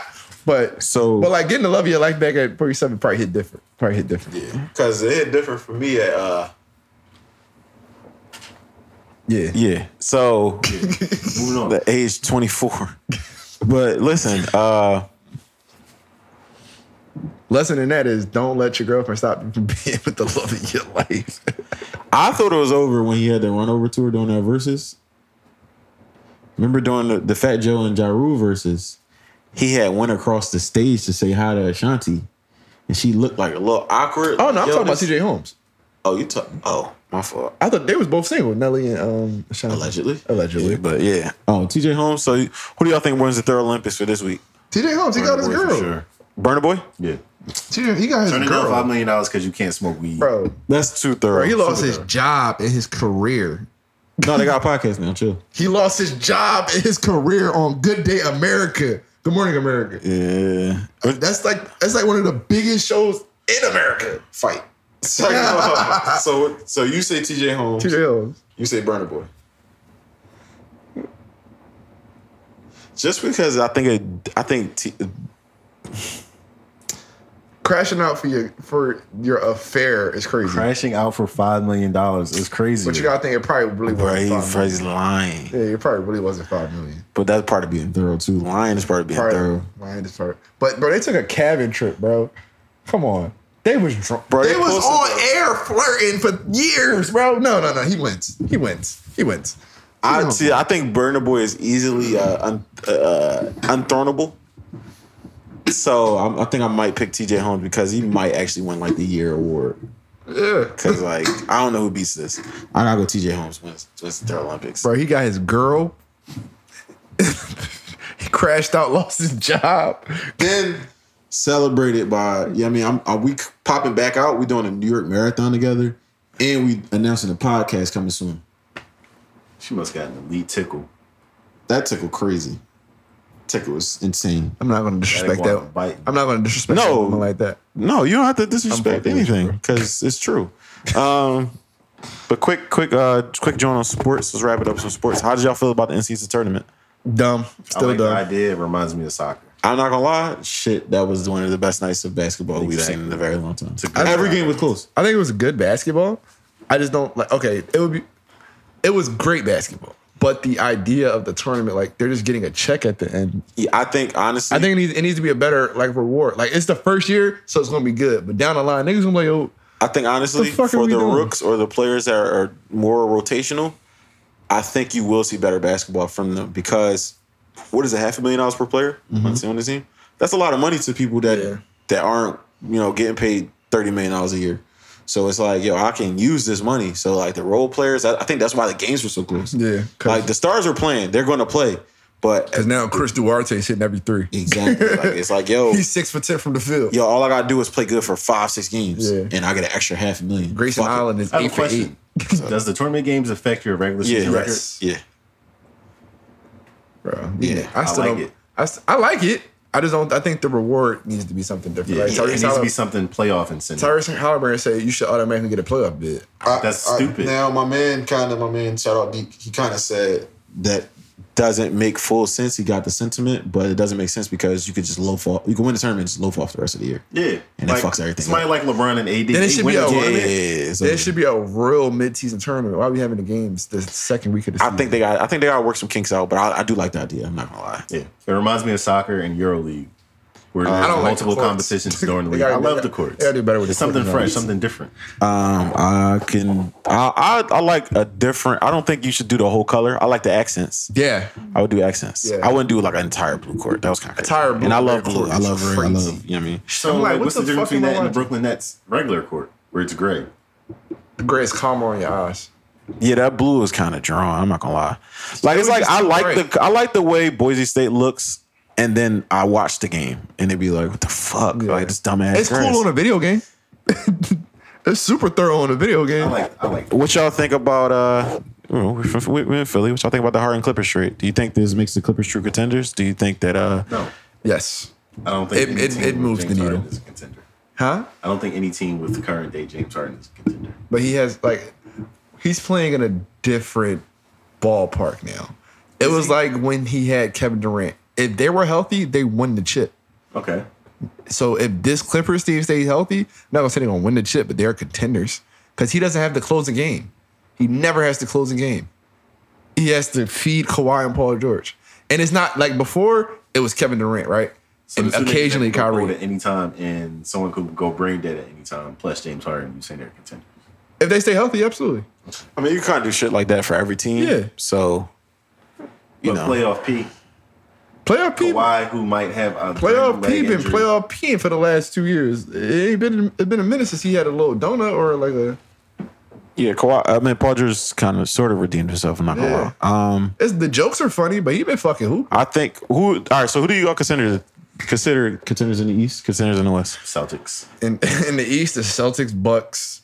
[SPEAKER 2] But
[SPEAKER 1] So-
[SPEAKER 2] but like getting the love of your life back at 47 probably hit different. Probably hit different.
[SPEAKER 1] Cause it hit different for me at uh
[SPEAKER 2] Yeah.
[SPEAKER 1] Yeah. So
[SPEAKER 3] Moving on.
[SPEAKER 1] the age 24. but listen, uh
[SPEAKER 2] Lesson in that is don't let your girlfriend stop you from being with the love of your life.
[SPEAKER 1] I thought it was over when he had the run over tour during that versus. Remember during the, the Fat Joe and Jaru versus, he had went across the stage to say hi to Ashanti. And she looked like a little awkward.
[SPEAKER 2] oh no, I'm
[SPEAKER 1] Yo,
[SPEAKER 2] talking about
[SPEAKER 1] this-
[SPEAKER 2] TJ Holmes.
[SPEAKER 1] Oh, you talk oh, my fault.
[SPEAKER 2] I thought they was both single, Nelly and um Ashanti.
[SPEAKER 1] Allegedly.
[SPEAKER 2] Allegedly.
[SPEAKER 1] Yeah, but yeah. Oh, TJ Holmes. So who do y'all think wins the third Olympics for this week?
[SPEAKER 2] TJ Holmes, he got his girl.
[SPEAKER 1] Burner Boy?
[SPEAKER 3] Yeah.
[SPEAKER 2] TJ, he got his
[SPEAKER 3] Turning down five
[SPEAKER 2] girl.
[SPEAKER 3] million dollars because you can't smoke weed.
[SPEAKER 2] Bro,
[SPEAKER 1] That's too thorough.
[SPEAKER 2] bro, he lost his
[SPEAKER 1] Super
[SPEAKER 2] job and his career.
[SPEAKER 1] thorough. No, they got a podcast now, chill.
[SPEAKER 2] He lost his job and his career on Good Day America. Good Morning America.
[SPEAKER 1] Yeah.
[SPEAKER 2] That's like that's like one of the biggest shows in America.
[SPEAKER 1] Fight. so so you say TJ Holmes.
[SPEAKER 2] TJ Holmes.
[SPEAKER 1] You say Burner Boy. Just because I think it, I think T,
[SPEAKER 2] Crashing out for your for your affair is crazy.
[SPEAKER 3] Crashing out for five million dollars is crazy.
[SPEAKER 2] But you gotta think it probably really wasn't five million.
[SPEAKER 1] lying,
[SPEAKER 2] Yeah, it probably really wasn't five million.
[SPEAKER 1] but that's part of being thorough too. Lying is part of being
[SPEAKER 2] Probably,
[SPEAKER 1] thorough.
[SPEAKER 2] mind this part. But bro, they took a cabin trip, bro. Come on. They was drunk.
[SPEAKER 1] Bro,
[SPEAKER 2] they,
[SPEAKER 1] they
[SPEAKER 2] was
[SPEAKER 1] posted-
[SPEAKER 2] on air flirting for years, bro. No, no, no. He wins. He wins. He wins.
[SPEAKER 1] I see. I think Burner Boy is easily uh, un, uh, unthronable. uh, So I'm, I think I might pick T.J. Holmes because he might actually win like the year award.
[SPEAKER 2] Yeah.
[SPEAKER 1] Because like I don't know who beats this. I gotta go. T.J. Holmes wins just their Olympics.
[SPEAKER 2] Bro, he got his girl. he crashed out, lost his job.
[SPEAKER 1] Then celebrated by yeah. I mean, I'm are we popping back out. We doing a New York Marathon together, and we announcing a podcast coming soon.
[SPEAKER 3] She must got an elite tickle.
[SPEAKER 1] That tickled crazy. Tickle was insane.
[SPEAKER 2] I'm not gonna disrespect
[SPEAKER 3] go out
[SPEAKER 2] that.
[SPEAKER 3] and bite.
[SPEAKER 2] I'm not gonna disrespect
[SPEAKER 1] No.
[SPEAKER 2] no. woman like that.
[SPEAKER 1] No, you don't have to disrespect
[SPEAKER 2] fucking with you,
[SPEAKER 1] anything because it's true. Um, but quick, quick, uh, quick, joint on sports. Let's wrap it up with some sports. How did y'all feel about the NCAA tournament?
[SPEAKER 2] Dumb.
[SPEAKER 3] Still
[SPEAKER 2] Still
[SPEAKER 3] I like the
[SPEAKER 2] dumb.
[SPEAKER 3] idea. It reminds me of soccer.
[SPEAKER 1] I'm not gonna lie, shit, that was one of the best nights of basketball we've seen in a very long time. Every game was close.
[SPEAKER 2] I think it was good basketball. I just don't like. Okay, it would be. It was great basketball, but the idea of the tournament, like they're just getting a check at the end.
[SPEAKER 1] Yeah, I think honestly,
[SPEAKER 2] I think it needs, it needs to be a better like reward. Like it's the first year, so it's gonna be good. But down the line, niggas gonna be like, oh,
[SPEAKER 1] I think honestly,
[SPEAKER 2] The fuck are
[SPEAKER 1] for
[SPEAKER 2] we
[SPEAKER 1] the
[SPEAKER 2] doing?
[SPEAKER 1] rooks or the players that are, are more rotational, I think you will see better basketball from them because what is it, half a million dollars per player on the- on the team? That's a lot of money to people that
[SPEAKER 2] Mm-hmm. Yeah.
[SPEAKER 1] that aren't you know getting paid thirty million dollars a year. So it's like, yo, I can use this money. So like the role players, I, I think that's why the games were so close.
[SPEAKER 2] Yeah, 'cause-
[SPEAKER 1] like the stars are playing; they're going to play. But
[SPEAKER 2] because now Chris Duarte's hitting every three.
[SPEAKER 1] exactly, like, it's like, yo,
[SPEAKER 2] He's six for ten from the field.
[SPEAKER 1] yo, all I gotta do is play good for five, six games,
[SPEAKER 2] Yeah.
[SPEAKER 1] and I get an extra half a million.
[SPEAKER 2] Grayson
[SPEAKER 1] Fuck it.
[SPEAKER 2] Island is
[SPEAKER 3] I have a
[SPEAKER 2] eight for eight.
[SPEAKER 3] question. Does the tournament games affect your regular
[SPEAKER 1] Yeah,
[SPEAKER 3] season record?
[SPEAKER 2] yes.
[SPEAKER 1] yeah.
[SPEAKER 2] Bro,
[SPEAKER 1] Yeah,
[SPEAKER 2] I still
[SPEAKER 3] I like
[SPEAKER 2] don't.
[SPEAKER 3] it.
[SPEAKER 2] I, s- I like it. I just don't. I think the reward needs to be something different.
[SPEAKER 3] Yeah,
[SPEAKER 2] Like,
[SPEAKER 3] it
[SPEAKER 2] Tyrese
[SPEAKER 3] needs to
[SPEAKER 2] Halliburton-
[SPEAKER 3] be something playoff incentive.
[SPEAKER 2] Tyrese Halliburton said you should automatically get a playoff bid.
[SPEAKER 3] That's
[SPEAKER 1] I-
[SPEAKER 3] stupid.
[SPEAKER 1] now my man kind of my man shout out Deke. He kind of said that doesn't make full sense. He got the sentiment, but it doesn't make sense because you could just loaf off. You can win the tournament, and just loaf off the rest of the year.
[SPEAKER 3] Yeah,
[SPEAKER 1] And it fucks everything
[SPEAKER 3] Somebody
[SPEAKER 1] up.
[SPEAKER 3] like LeBron and AD.
[SPEAKER 2] Then it
[SPEAKER 3] they
[SPEAKER 2] should
[SPEAKER 3] win
[SPEAKER 2] be
[SPEAKER 3] the
[SPEAKER 2] a
[SPEAKER 3] game.
[SPEAKER 1] yeah,
[SPEAKER 2] tournament.
[SPEAKER 1] so-
[SPEAKER 2] There should be a real mid-season tournament. Why are we having the games the second week of the
[SPEAKER 1] I
[SPEAKER 2] season?
[SPEAKER 1] think they got. I think they got to work some kinks out, but I, I do like the idea. I'm not gonna lie.
[SPEAKER 3] Yeah, it reminds me of soccer and EuroLeague, where there's
[SPEAKER 2] Uh, I don't like the
[SPEAKER 3] multiple
[SPEAKER 2] courts.
[SPEAKER 3] competitions during the
[SPEAKER 2] They
[SPEAKER 3] week.
[SPEAKER 2] gotta
[SPEAKER 3] I
[SPEAKER 2] do
[SPEAKER 3] love
[SPEAKER 2] that.
[SPEAKER 3] the courts.
[SPEAKER 2] They gotta do better with
[SPEAKER 3] it's
[SPEAKER 2] the courts
[SPEAKER 3] something
[SPEAKER 2] now.
[SPEAKER 3] fresh, something different.
[SPEAKER 1] Um, I can. I, I I like a different. I don't think you should do the whole color. I like the accents.
[SPEAKER 2] Yeah,
[SPEAKER 1] I would do accents.
[SPEAKER 2] Yeah.
[SPEAKER 1] I wouldn't do like an entire blue court. That was kind of
[SPEAKER 2] Entire blue
[SPEAKER 1] And I love
[SPEAKER 2] court
[SPEAKER 1] blue. I
[SPEAKER 2] is
[SPEAKER 1] love red. I
[SPEAKER 2] crazy.
[SPEAKER 1] love. You know what I mean?
[SPEAKER 3] So,
[SPEAKER 2] I'm like,
[SPEAKER 3] like,
[SPEAKER 2] what
[SPEAKER 3] what's
[SPEAKER 2] the
[SPEAKER 3] the, difference
[SPEAKER 2] fuck am
[SPEAKER 3] between that
[SPEAKER 2] I
[SPEAKER 3] and the
[SPEAKER 2] watching?
[SPEAKER 3] Brooklyn Nets regular court, where it's gray?
[SPEAKER 2] the gray is calmer on your eyes.
[SPEAKER 1] Yeah, that blue is kind of drawn. I'm not gonna lie. Like it's like I like the I like the way Boise State looks, and then I watch the game and they be like, "What the fuck?
[SPEAKER 2] Yeah.
[SPEAKER 1] Like this dumbass."
[SPEAKER 2] It's
[SPEAKER 1] grass.
[SPEAKER 2] cool on a video game. it's super thorough on a video game.
[SPEAKER 3] I like, I like.
[SPEAKER 1] what y'all think about? uh oh, We're from we're in Philly. What y'all think about the Harden Clippers trade? Do you think this makes the Clippers true contenders? Do you think that? uh
[SPEAKER 3] No,
[SPEAKER 2] yes.
[SPEAKER 3] I don't think
[SPEAKER 2] It-
[SPEAKER 3] any
[SPEAKER 2] it-
[SPEAKER 3] team
[SPEAKER 2] it
[SPEAKER 3] with
[SPEAKER 2] moves the
[SPEAKER 3] James Harden
[SPEAKER 2] needle.
[SPEAKER 3] is a contender.
[SPEAKER 2] Huh?
[SPEAKER 3] I don't think any team with the current day James Harden is a contender.
[SPEAKER 2] But he has like he's playing in a different ballpark now. It was like when he had Kevin Durant. If they were healthy, they won the chip.
[SPEAKER 3] Okay,
[SPEAKER 2] So if this Clippers team stays healthy, I'm not gonna say they're gonna win the chip, but they're contenders because he doesn't have to close a game. He never has to close a game. He has to feed Kawhi and Paul George, and it's not like before. It was Kevin Durant, right?
[SPEAKER 3] so
[SPEAKER 2] and
[SPEAKER 3] the two niggas that
[SPEAKER 2] occasionally
[SPEAKER 3] could go
[SPEAKER 2] Kyrie.
[SPEAKER 3] old at any time, and someone could go brain dead at any time. Plus James Harden, you saying they're a contender?
[SPEAKER 2] If they stay healthy, absolutely.
[SPEAKER 1] I mean, you can't do shit like that for every team.
[SPEAKER 2] Yeah.
[SPEAKER 1] So. You
[SPEAKER 3] But
[SPEAKER 1] know,
[SPEAKER 3] playoff P,
[SPEAKER 2] Playoff P,
[SPEAKER 3] Kawhi, who might have a
[SPEAKER 2] playoff P,
[SPEAKER 3] leg
[SPEAKER 2] been
[SPEAKER 3] injury.
[SPEAKER 2] playoff P for the last two years. It ain't been it's been a minute since he had a little donut or like a.
[SPEAKER 1] yeah, Kawhi. I mean, Paul George kind of sort of redeemed himself. I'm not gonna lie. Um,
[SPEAKER 2] It's, the jokes are funny, but he been fucking hoop.
[SPEAKER 1] I think who? All right, so who do you all consider consider contenders in the East, contenders in the West?
[SPEAKER 3] Celtics.
[SPEAKER 2] in in the East is Celtics Bucks.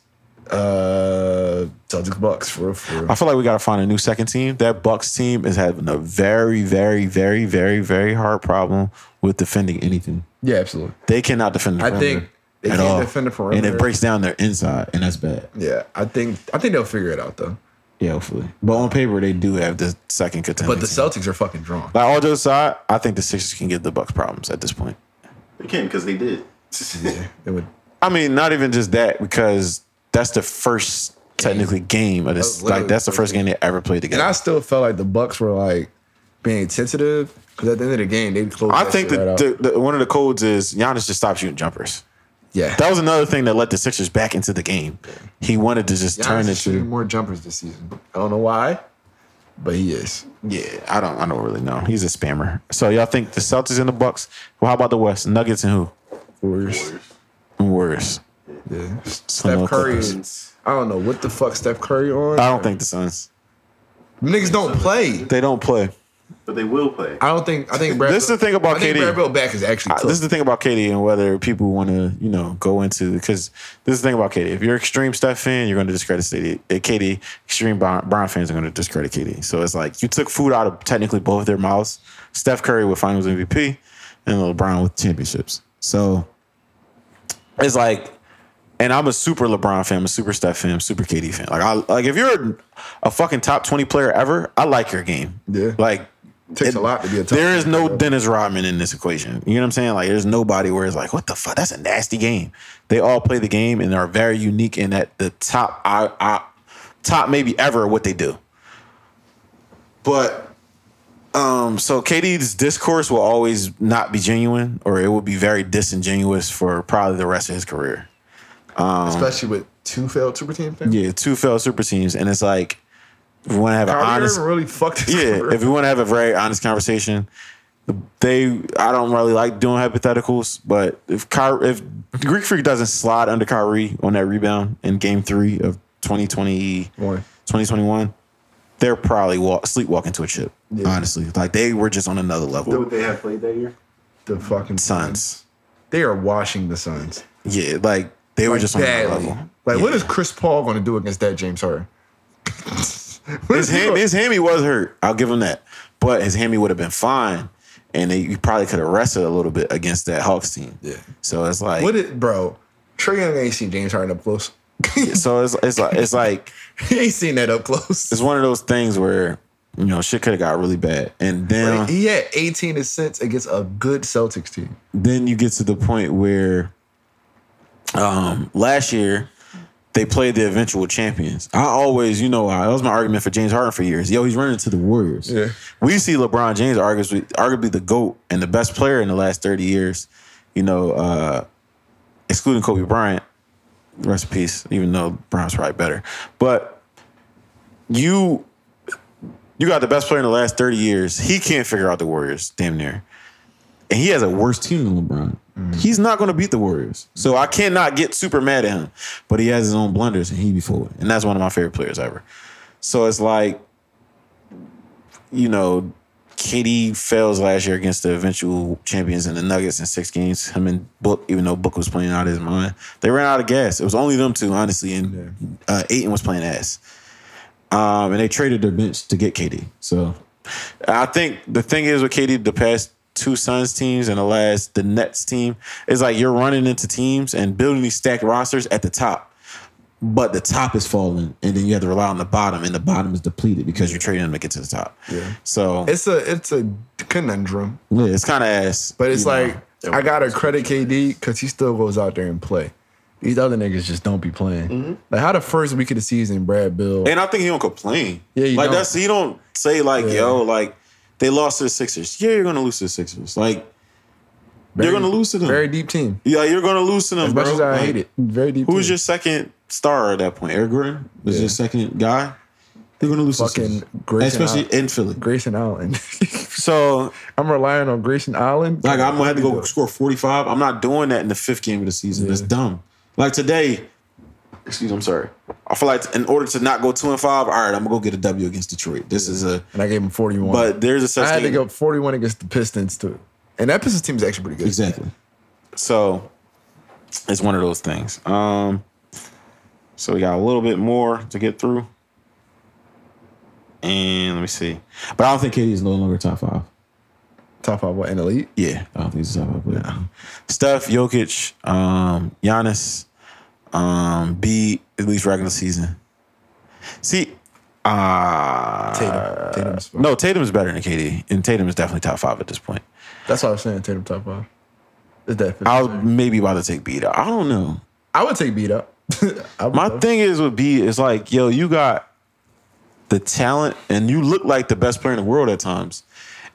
[SPEAKER 2] Uh Celtics Bucks for real, for real.
[SPEAKER 1] I feel like we gotta find a new second team. That Bucks team is having a very, very, very, very, very hard problem with defending anything.
[SPEAKER 2] Yeah, absolutely.
[SPEAKER 1] They cannot defend the
[SPEAKER 2] I
[SPEAKER 1] perimeter
[SPEAKER 2] think they
[SPEAKER 1] at
[SPEAKER 2] can't
[SPEAKER 1] all.
[SPEAKER 2] defend the
[SPEAKER 1] and
[SPEAKER 2] perimeter.
[SPEAKER 1] it breaks down their inside, and that's bad.
[SPEAKER 2] Yeah, I think I think they'll figure it out though.
[SPEAKER 1] Yeah, hopefully. But on paper, they do have the second contender.
[SPEAKER 2] But the
[SPEAKER 1] team.
[SPEAKER 2] Celtics are fucking drawn.
[SPEAKER 1] like all jokes aside, I think the Sixers can give the Bucks problems at this point.
[SPEAKER 3] They can because they did.
[SPEAKER 2] It would
[SPEAKER 1] I mean, not even just that because that's the first technically game of this.
[SPEAKER 2] That was
[SPEAKER 1] Like that's the
[SPEAKER 2] literally
[SPEAKER 1] first game they ever played together.
[SPEAKER 2] and I still felt like the Bucks were like being sensitive because at the end of the game they closed.
[SPEAKER 1] I
[SPEAKER 2] that
[SPEAKER 1] think
[SPEAKER 2] shit right
[SPEAKER 1] that
[SPEAKER 2] out.
[SPEAKER 1] the, the, one of the codes is Giannis just stopped shooting jumpers.
[SPEAKER 2] yeah
[SPEAKER 1] That was another thing that let the Sixers back into the game. He wanted to just
[SPEAKER 2] Giannis
[SPEAKER 1] turn
[SPEAKER 2] is
[SPEAKER 1] it
[SPEAKER 2] shooting
[SPEAKER 1] to
[SPEAKER 2] more jumpers this season. I don't know why. but he is.
[SPEAKER 1] Yeah, I don't. I don't really know. He's a spammer. So y'all think the Celtics and the Bucks? Well, how about the West? Nuggets and who?
[SPEAKER 2] Warriors.
[SPEAKER 1] Warriors.
[SPEAKER 2] Yeah.
[SPEAKER 1] Some
[SPEAKER 2] Steph Curry.
[SPEAKER 1] Clippers.
[SPEAKER 2] is- I don't know what the fuck Steph Curry on.
[SPEAKER 1] I don't think the Suns.
[SPEAKER 2] niggas don't play.
[SPEAKER 1] They don't play.
[SPEAKER 3] But they will play.
[SPEAKER 2] I don't think. I think Brad.
[SPEAKER 1] This is the thing about
[SPEAKER 2] I think
[SPEAKER 1] KD.
[SPEAKER 2] Brad Broback is actually.
[SPEAKER 1] I-
[SPEAKER 2] tough.
[SPEAKER 1] this is the thing about Katie and whether people want to, you know, go into because this is the thing about Katie. If you're an extreme Steph fan, you're going to discredit Katie. Katie, extreme Bron Bron fans are going to discredit Katie. So it's like you took food out of technically both their mouths. Steph Curry with Finals MVP and LeBron with championships. So it's like, and I'm a super LeBron fan, I'm a super Steph fan, I'm a super KD fan. Like I like if you're a fucking top 20 player ever, I like your game.
[SPEAKER 2] Yeah.
[SPEAKER 1] Like
[SPEAKER 2] Takes a lot to be a top
[SPEAKER 1] There is no
[SPEAKER 2] player.
[SPEAKER 1] Dennis Rodman in this equation. You know what I'm saying? Like there's nobody where it's like, what the fuck? That's a nasty game. They all play the game and are very unique in that the top I, I top maybe ever what they do. But um, so KD's discourse will always not be genuine, or it will be very disingenuous for probably the rest of his career.
[SPEAKER 2] especially with two failed super team fans.
[SPEAKER 1] Yeah, two failed super teams, and it's like if we want to have an
[SPEAKER 2] Kyrie
[SPEAKER 1] honest,
[SPEAKER 2] Irving really fucked his
[SPEAKER 1] yeah,
[SPEAKER 2] career.
[SPEAKER 1] if we want to have a very honest conversation, they I don't really like doing hypotheticals, but if Kyrie, if Greek Freak doesn't slide under Kyrie on that rebound in Game Three of 2020,
[SPEAKER 2] One.
[SPEAKER 1] 2021, they're probably walk, sleepwalking to a chip. Honestly, like they were just on another level.
[SPEAKER 3] they have played that year?
[SPEAKER 2] the fucking
[SPEAKER 1] Suns,
[SPEAKER 2] They are washing the Suns.
[SPEAKER 1] yeah, like they were just on another
[SPEAKER 2] badly.
[SPEAKER 1] level.
[SPEAKER 2] Like,
[SPEAKER 1] yeah.
[SPEAKER 2] what is Chris Paul going to do against that James Harden? What
[SPEAKER 1] his
[SPEAKER 2] is he
[SPEAKER 1] ham,
[SPEAKER 2] gonna-
[SPEAKER 1] his hammy was hurt. I'll give him that. But his hammy would have been fine, and they, you probably could have wrestled a little bit against that Hawks team.
[SPEAKER 2] Yeah.
[SPEAKER 1] So it's like,
[SPEAKER 2] What it, bro? Trey Young ain't seen James Harden up close.
[SPEAKER 1] so it's it's like it's like
[SPEAKER 2] he ain't seen that up close.
[SPEAKER 1] it's one of those things where you know shit could have got really bad, and then
[SPEAKER 2] Like, he had 18 assists against a good Celtics team.
[SPEAKER 1] then you get to the point where um last year they played the eventual champions. I always, you know, I, that was my argument for James Harden for years. Yo, he's running to the Warriors.
[SPEAKER 2] Yeah.
[SPEAKER 1] We see LeBron James arguably, arguably the GOAT and the best player in the last 30 years, you know, uh, excluding Kobe Bryant. Rest in peace, even though Brown's probably better. But you you got the best player in the last 30 years. He can't figure out the Warriors, damn near and he has a worse team than LeBron. He's not going to beat the Warriors. So I cannot get super mad at him. But he has his own blunders and he be forward. And that's one of my favorite players ever. So it's like, you know, KD fails last year against the eventual champions and the Nuggets in six games. Him and Book, even though Book was playing out of his mind, they ran out of gas. It was only them two, honestly. And uh, Aiton was playing ass. Um, and they traded their bench to get KD. So I think the thing is with KD, the past two Suns teams and the last the Nets team, is like you're running into teams and building these stacked rosters at the top. But the top is falling, and then you have to rely on the bottom, and the bottom is depleted because you're trading them to get to the top. Yeah. So it's,
[SPEAKER 2] It's a it's a conundrum,
[SPEAKER 1] yeah, it's kind of ass.
[SPEAKER 2] but it's
[SPEAKER 1] you know.
[SPEAKER 2] like I gotta credit KD because he still goes out there and play. These other niggas just don't be playing. Like how the first week of the season, Brad Bill.
[SPEAKER 1] And I think he don't complain.
[SPEAKER 2] Yeah, he
[SPEAKER 1] like
[SPEAKER 2] don't.
[SPEAKER 1] that's he don't say like,
[SPEAKER 2] Yeah.
[SPEAKER 1] yo, like they lost to the Sixers. Yeah, you're gonna lose to the Sixers. Like
[SPEAKER 2] Very-
[SPEAKER 1] you're gonna lose to them.
[SPEAKER 2] Very deep team.
[SPEAKER 1] yeah, you're gonna lose to them.
[SPEAKER 2] As much
[SPEAKER 1] bro.
[SPEAKER 2] as I
[SPEAKER 1] Like,
[SPEAKER 2] hate it, very deep.
[SPEAKER 1] Who was
[SPEAKER 2] team.
[SPEAKER 1] your second star at that point? Eric Gordon was
[SPEAKER 2] Yeah.
[SPEAKER 1] your second guy. They're gonna lose to the
[SPEAKER 2] Fucking
[SPEAKER 1] Sixers.
[SPEAKER 2] Grayson
[SPEAKER 1] especially
[SPEAKER 2] Allen.
[SPEAKER 1] in Philly.
[SPEAKER 2] Grayson Island?
[SPEAKER 1] So
[SPEAKER 2] I'm relying on Grayson Island.
[SPEAKER 1] like I'm gonna have to go score 45. I'm not doing that in the fifth game of the season. That's dumb. Like today, excuse me, I'm sorry. I feel like in order to not go two and five, all right, I'm gonna go get a W against Detroit. This is a
[SPEAKER 2] And I gave him 41.
[SPEAKER 1] but there's a such
[SPEAKER 2] I had to
[SPEAKER 1] thing-
[SPEAKER 2] go 41 against the Pistons too. And that Pistons team is actually pretty good.
[SPEAKER 1] Exactly. So it's one of those things. Um, so we got a little bit more to get through. And let me see. But I don't think KD is no longer top five.
[SPEAKER 2] Top five what? An elite.
[SPEAKER 1] Yeah, I don't think he's a top five player. Steph, Jokic, um, Giannis, um, B at least regular season. See, uh,
[SPEAKER 2] Tatum. Tatum's
[SPEAKER 1] no, Tatum is better than KD, and Tatum is definitely top five at this point.
[SPEAKER 2] That's what I was saying. Tatum top five. Is that?
[SPEAKER 1] I was maybe about to take B. though. I don't know.
[SPEAKER 2] I would take beat up. I would
[SPEAKER 1] My
[SPEAKER 2] though.
[SPEAKER 1] thing is with B is like, yo, you got the talent and you look like the best player in the world at times.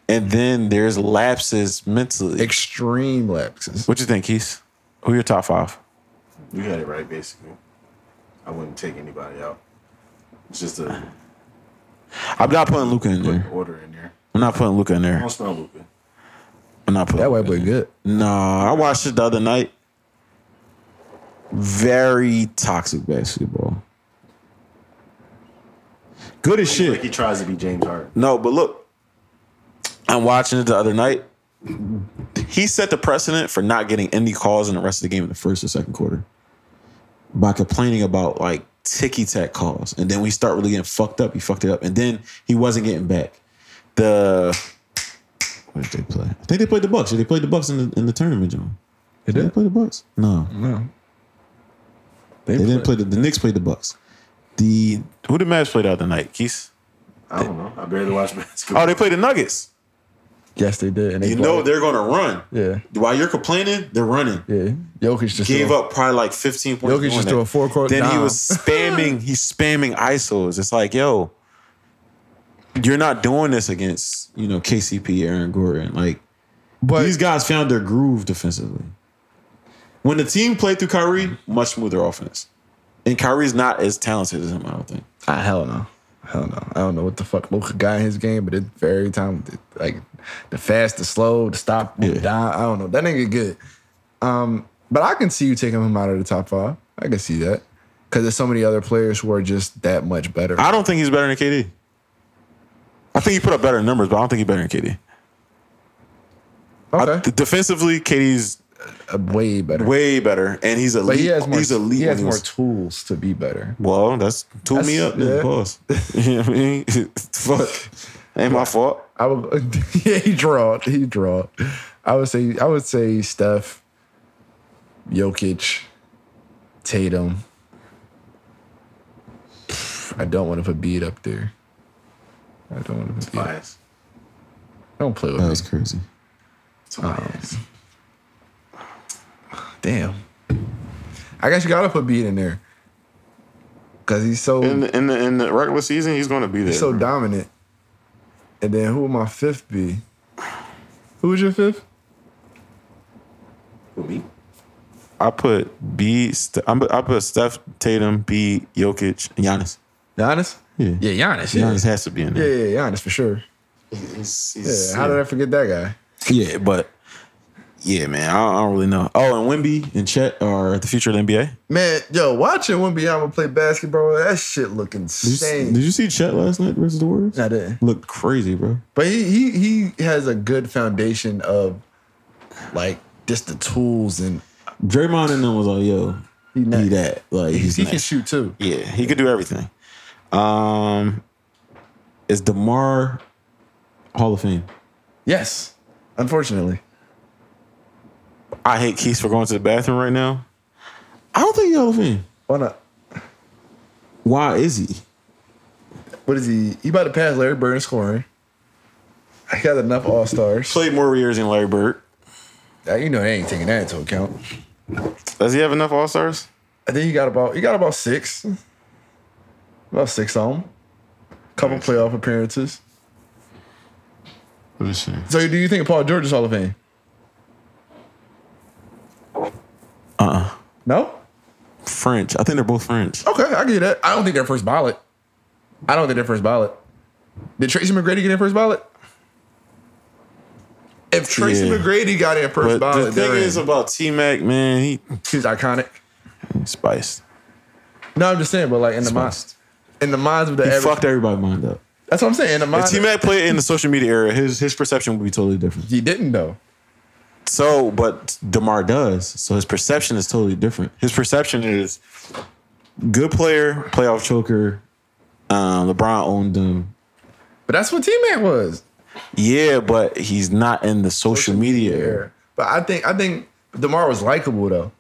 [SPEAKER 1] And then there's lapses mentally.
[SPEAKER 2] Extreme lapses.
[SPEAKER 1] What you think, Keith? Who your top five?
[SPEAKER 3] You had it right, basically. I wouldn't take anybody out. It's just a
[SPEAKER 1] I'm not putting Luca in there.
[SPEAKER 6] Order in there.
[SPEAKER 1] I'm not putting Luca in there.
[SPEAKER 6] Don't smell Luca.
[SPEAKER 1] I'm not putting
[SPEAKER 2] That white
[SPEAKER 1] Luka
[SPEAKER 2] boy
[SPEAKER 1] in there.
[SPEAKER 2] good.
[SPEAKER 1] Nah, I watched it the other night. Very toxic basketball. Good as shit.
[SPEAKER 3] Like he tries to be James Harden.
[SPEAKER 1] No, but look, I'm watching it the other night. He set the precedent for not getting any calls in the rest of the game in the first or second quarter by complaining about like ticky tack calls. And then we start really getting fucked up. He fucked it up. And then he wasn't getting back. The what did they play? I think they played the Bucks. They played the Bucks in the in the tournament, John. They did they play the Bucks? No.
[SPEAKER 2] No.
[SPEAKER 1] They, didn't play the the Knicks played the Bucks. The who the Mavs played out the night, Keith?
[SPEAKER 6] I don't know. I barely watch basketball.
[SPEAKER 1] Oh, they played the Nuggets.
[SPEAKER 2] Yes, they did. And they
[SPEAKER 1] You know
[SPEAKER 2] bought it.
[SPEAKER 1] they're gonna run.
[SPEAKER 2] Yeah.
[SPEAKER 1] While you're complaining, they're running.
[SPEAKER 2] Yeah. Jokic just
[SPEAKER 1] Gave
[SPEAKER 2] threw a-
[SPEAKER 1] up probably like 15 points.
[SPEAKER 2] Jokic
[SPEAKER 1] doing
[SPEAKER 2] just
[SPEAKER 1] that.
[SPEAKER 2] threw a four-court
[SPEAKER 1] Then he
[SPEAKER 2] dime.
[SPEAKER 1] was spamming. he's spamming ISOs. It's like, yo, you're not doing this against you know KCP, Aaron Gordon. Like
[SPEAKER 2] But
[SPEAKER 1] these guys found their groove defensively. When the team played through Kyrie, much smoother offense. And Kyrie's not as talented as him, I don't think.
[SPEAKER 2] Ah, hell no. Hell no. I don't know what the fuck Luca got in his game, but it's very time like the fast, the slow, the stop, the
[SPEAKER 1] Yeah.
[SPEAKER 2] down. I don't know. That nigga good. Um, but I can see you taking him out of the top five. I can see that. Cause there's so many other players who are just that much better.
[SPEAKER 1] I don't think he's better than KD. I think he put up better numbers, but I don't think he's better than KD. I-
[SPEAKER 2] okay.
[SPEAKER 1] defensively, KD's
[SPEAKER 2] Uh, way better.
[SPEAKER 1] way better, and he's elite.
[SPEAKER 2] but he has more
[SPEAKER 1] he's elite.
[SPEAKER 2] he has
[SPEAKER 1] when
[SPEAKER 2] more
[SPEAKER 1] he's-
[SPEAKER 2] tools to be better.
[SPEAKER 1] well, that's tool me
[SPEAKER 2] That's-
[SPEAKER 1] up. then
[SPEAKER 2] yeah.
[SPEAKER 1] Pause. you know what I mean? Fuck, ain't my fault.
[SPEAKER 2] I would yeah, he drawed. He drawed. I would say I would say Steph, Jokic, Tatum. I don't want to put Beat up there. I don't want to put Beat. Up.
[SPEAKER 6] Bias.
[SPEAKER 2] Don't play with
[SPEAKER 1] That
[SPEAKER 2] me.
[SPEAKER 1] was crazy.
[SPEAKER 6] It's bias.
[SPEAKER 2] Damn. I guess you gotta put Beat in there. Cause he's so
[SPEAKER 1] In the, in the in the regular season, he's going to be there.
[SPEAKER 2] he's so
[SPEAKER 1] bro.
[SPEAKER 2] dominant. And then who would my fifth be? Who was your fifth?
[SPEAKER 6] Who, me?
[SPEAKER 1] I put B. St- I'm, I put Steph Tatum, B. Jokic, and Giannis.
[SPEAKER 2] Giannis?
[SPEAKER 1] Yeah.
[SPEAKER 2] Yeah, Giannis. Yeah.
[SPEAKER 1] Giannis has to be in
[SPEAKER 2] Yeah,
[SPEAKER 1] there.
[SPEAKER 2] yeah, Giannis for sure.
[SPEAKER 1] He's-
[SPEAKER 2] Yeah,
[SPEAKER 1] he's-
[SPEAKER 2] how did I forget that guy?
[SPEAKER 1] Yeah, but yeah, man, I don't, I don't really know. Oh, and Wimby and Chet are the future of the NBA.
[SPEAKER 2] Man, yo, watching Wimby Yama play basketball, that shit look
[SPEAKER 1] Did you,
[SPEAKER 2] insane.
[SPEAKER 1] did you see Chet last night versus the Warriors?
[SPEAKER 2] I didn't.
[SPEAKER 1] Looked crazy, bro.
[SPEAKER 2] But he he he has a good foundation of like just the tools and
[SPEAKER 1] Draymond and them was like, yo,
[SPEAKER 2] he,
[SPEAKER 1] he
[SPEAKER 2] not-
[SPEAKER 1] that. Like he's
[SPEAKER 2] he
[SPEAKER 1] next.
[SPEAKER 2] can shoot too.
[SPEAKER 1] Yeah, he could do everything. Um, is Demar Hall of Fame?
[SPEAKER 2] Yes, unfortunately.
[SPEAKER 1] I hate Keith for going to the bathroom right now. I don't think he's Hall of Fame.
[SPEAKER 2] Why not?
[SPEAKER 1] Why is he?
[SPEAKER 2] What is he? He about to pass Larry Bird in scoring. I got enough All Stars.
[SPEAKER 1] Played more years than Larry Bird.
[SPEAKER 2] You know they ain't taking that into account.
[SPEAKER 1] Does he have enough All Stars?
[SPEAKER 2] I think he got about he got about six, about six on, couple playoff appearances.
[SPEAKER 1] Let me see.
[SPEAKER 2] So do you think Paul George is Hall of Fame?
[SPEAKER 1] Uh uh
[SPEAKER 2] No.
[SPEAKER 1] French. I think they're both French.
[SPEAKER 2] Okay, I get that. I don't think they're first ballot. I don't think they're first ballot. Did Tracy McGrady get in first ballot? If Tracy
[SPEAKER 1] Yeah.
[SPEAKER 2] McGrady got in
[SPEAKER 1] But
[SPEAKER 2] first ballot,
[SPEAKER 1] the thing is about T Mac, man, he
[SPEAKER 2] he's iconic.
[SPEAKER 1] he's spiced.
[SPEAKER 2] No, I'm just saying, but like in the minds, in the minds of the
[SPEAKER 1] He
[SPEAKER 2] average,
[SPEAKER 1] fucked everybody's mind up.
[SPEAKER 2] that's what I'm saying. In the
[SPEAKER 1] If
[SPEAKER 2] minds,
[SPEAKER 1] T Mac played in the social media era, his his perception would be totally different.
[SPEAKER 2] he didn't though.
[SPEAKER 1] So, but Demar does. So his perception is totally different. His perception is good player, playoff choker. Um, LeBron owned him.
[SPEAKER 2] But that's what T-Mac was.
[SPEAKER 1] Yeah, but he's not in the social, media era.
[SPEAKER 2] But I think I think Demar was likable though.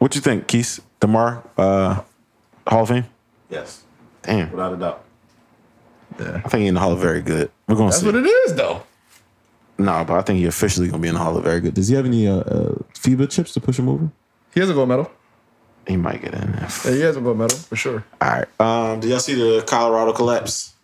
[SPEAKER 1] What you think, Keith? Demar uh, Hall of Fame?
[SPEAKER 6] Yes.
[SPEAKER 1] Damn,
[SPEAKER 6] Without a doubt.
[SPEAKER 1] I think he in the Hall of Very Good. We're gonna
[SPEAKER 2] That's
[SPEAKER 1] see.
[SPEAKER 2] what it is though.
[SPEAKER 1] nah, but I think he officially gonna be in the Hall of Very Good. Does he have any uh, uh, FIBA chips to push him over?
[SPEAKER 2] He has a gold medal.
[SPEAKER 1] He might get in. there.
[SPEAKER 2] Yeah, he has a gold medal for sure.
[SPEAKER 1] All right. Um, did y'all see the Colorado collapse?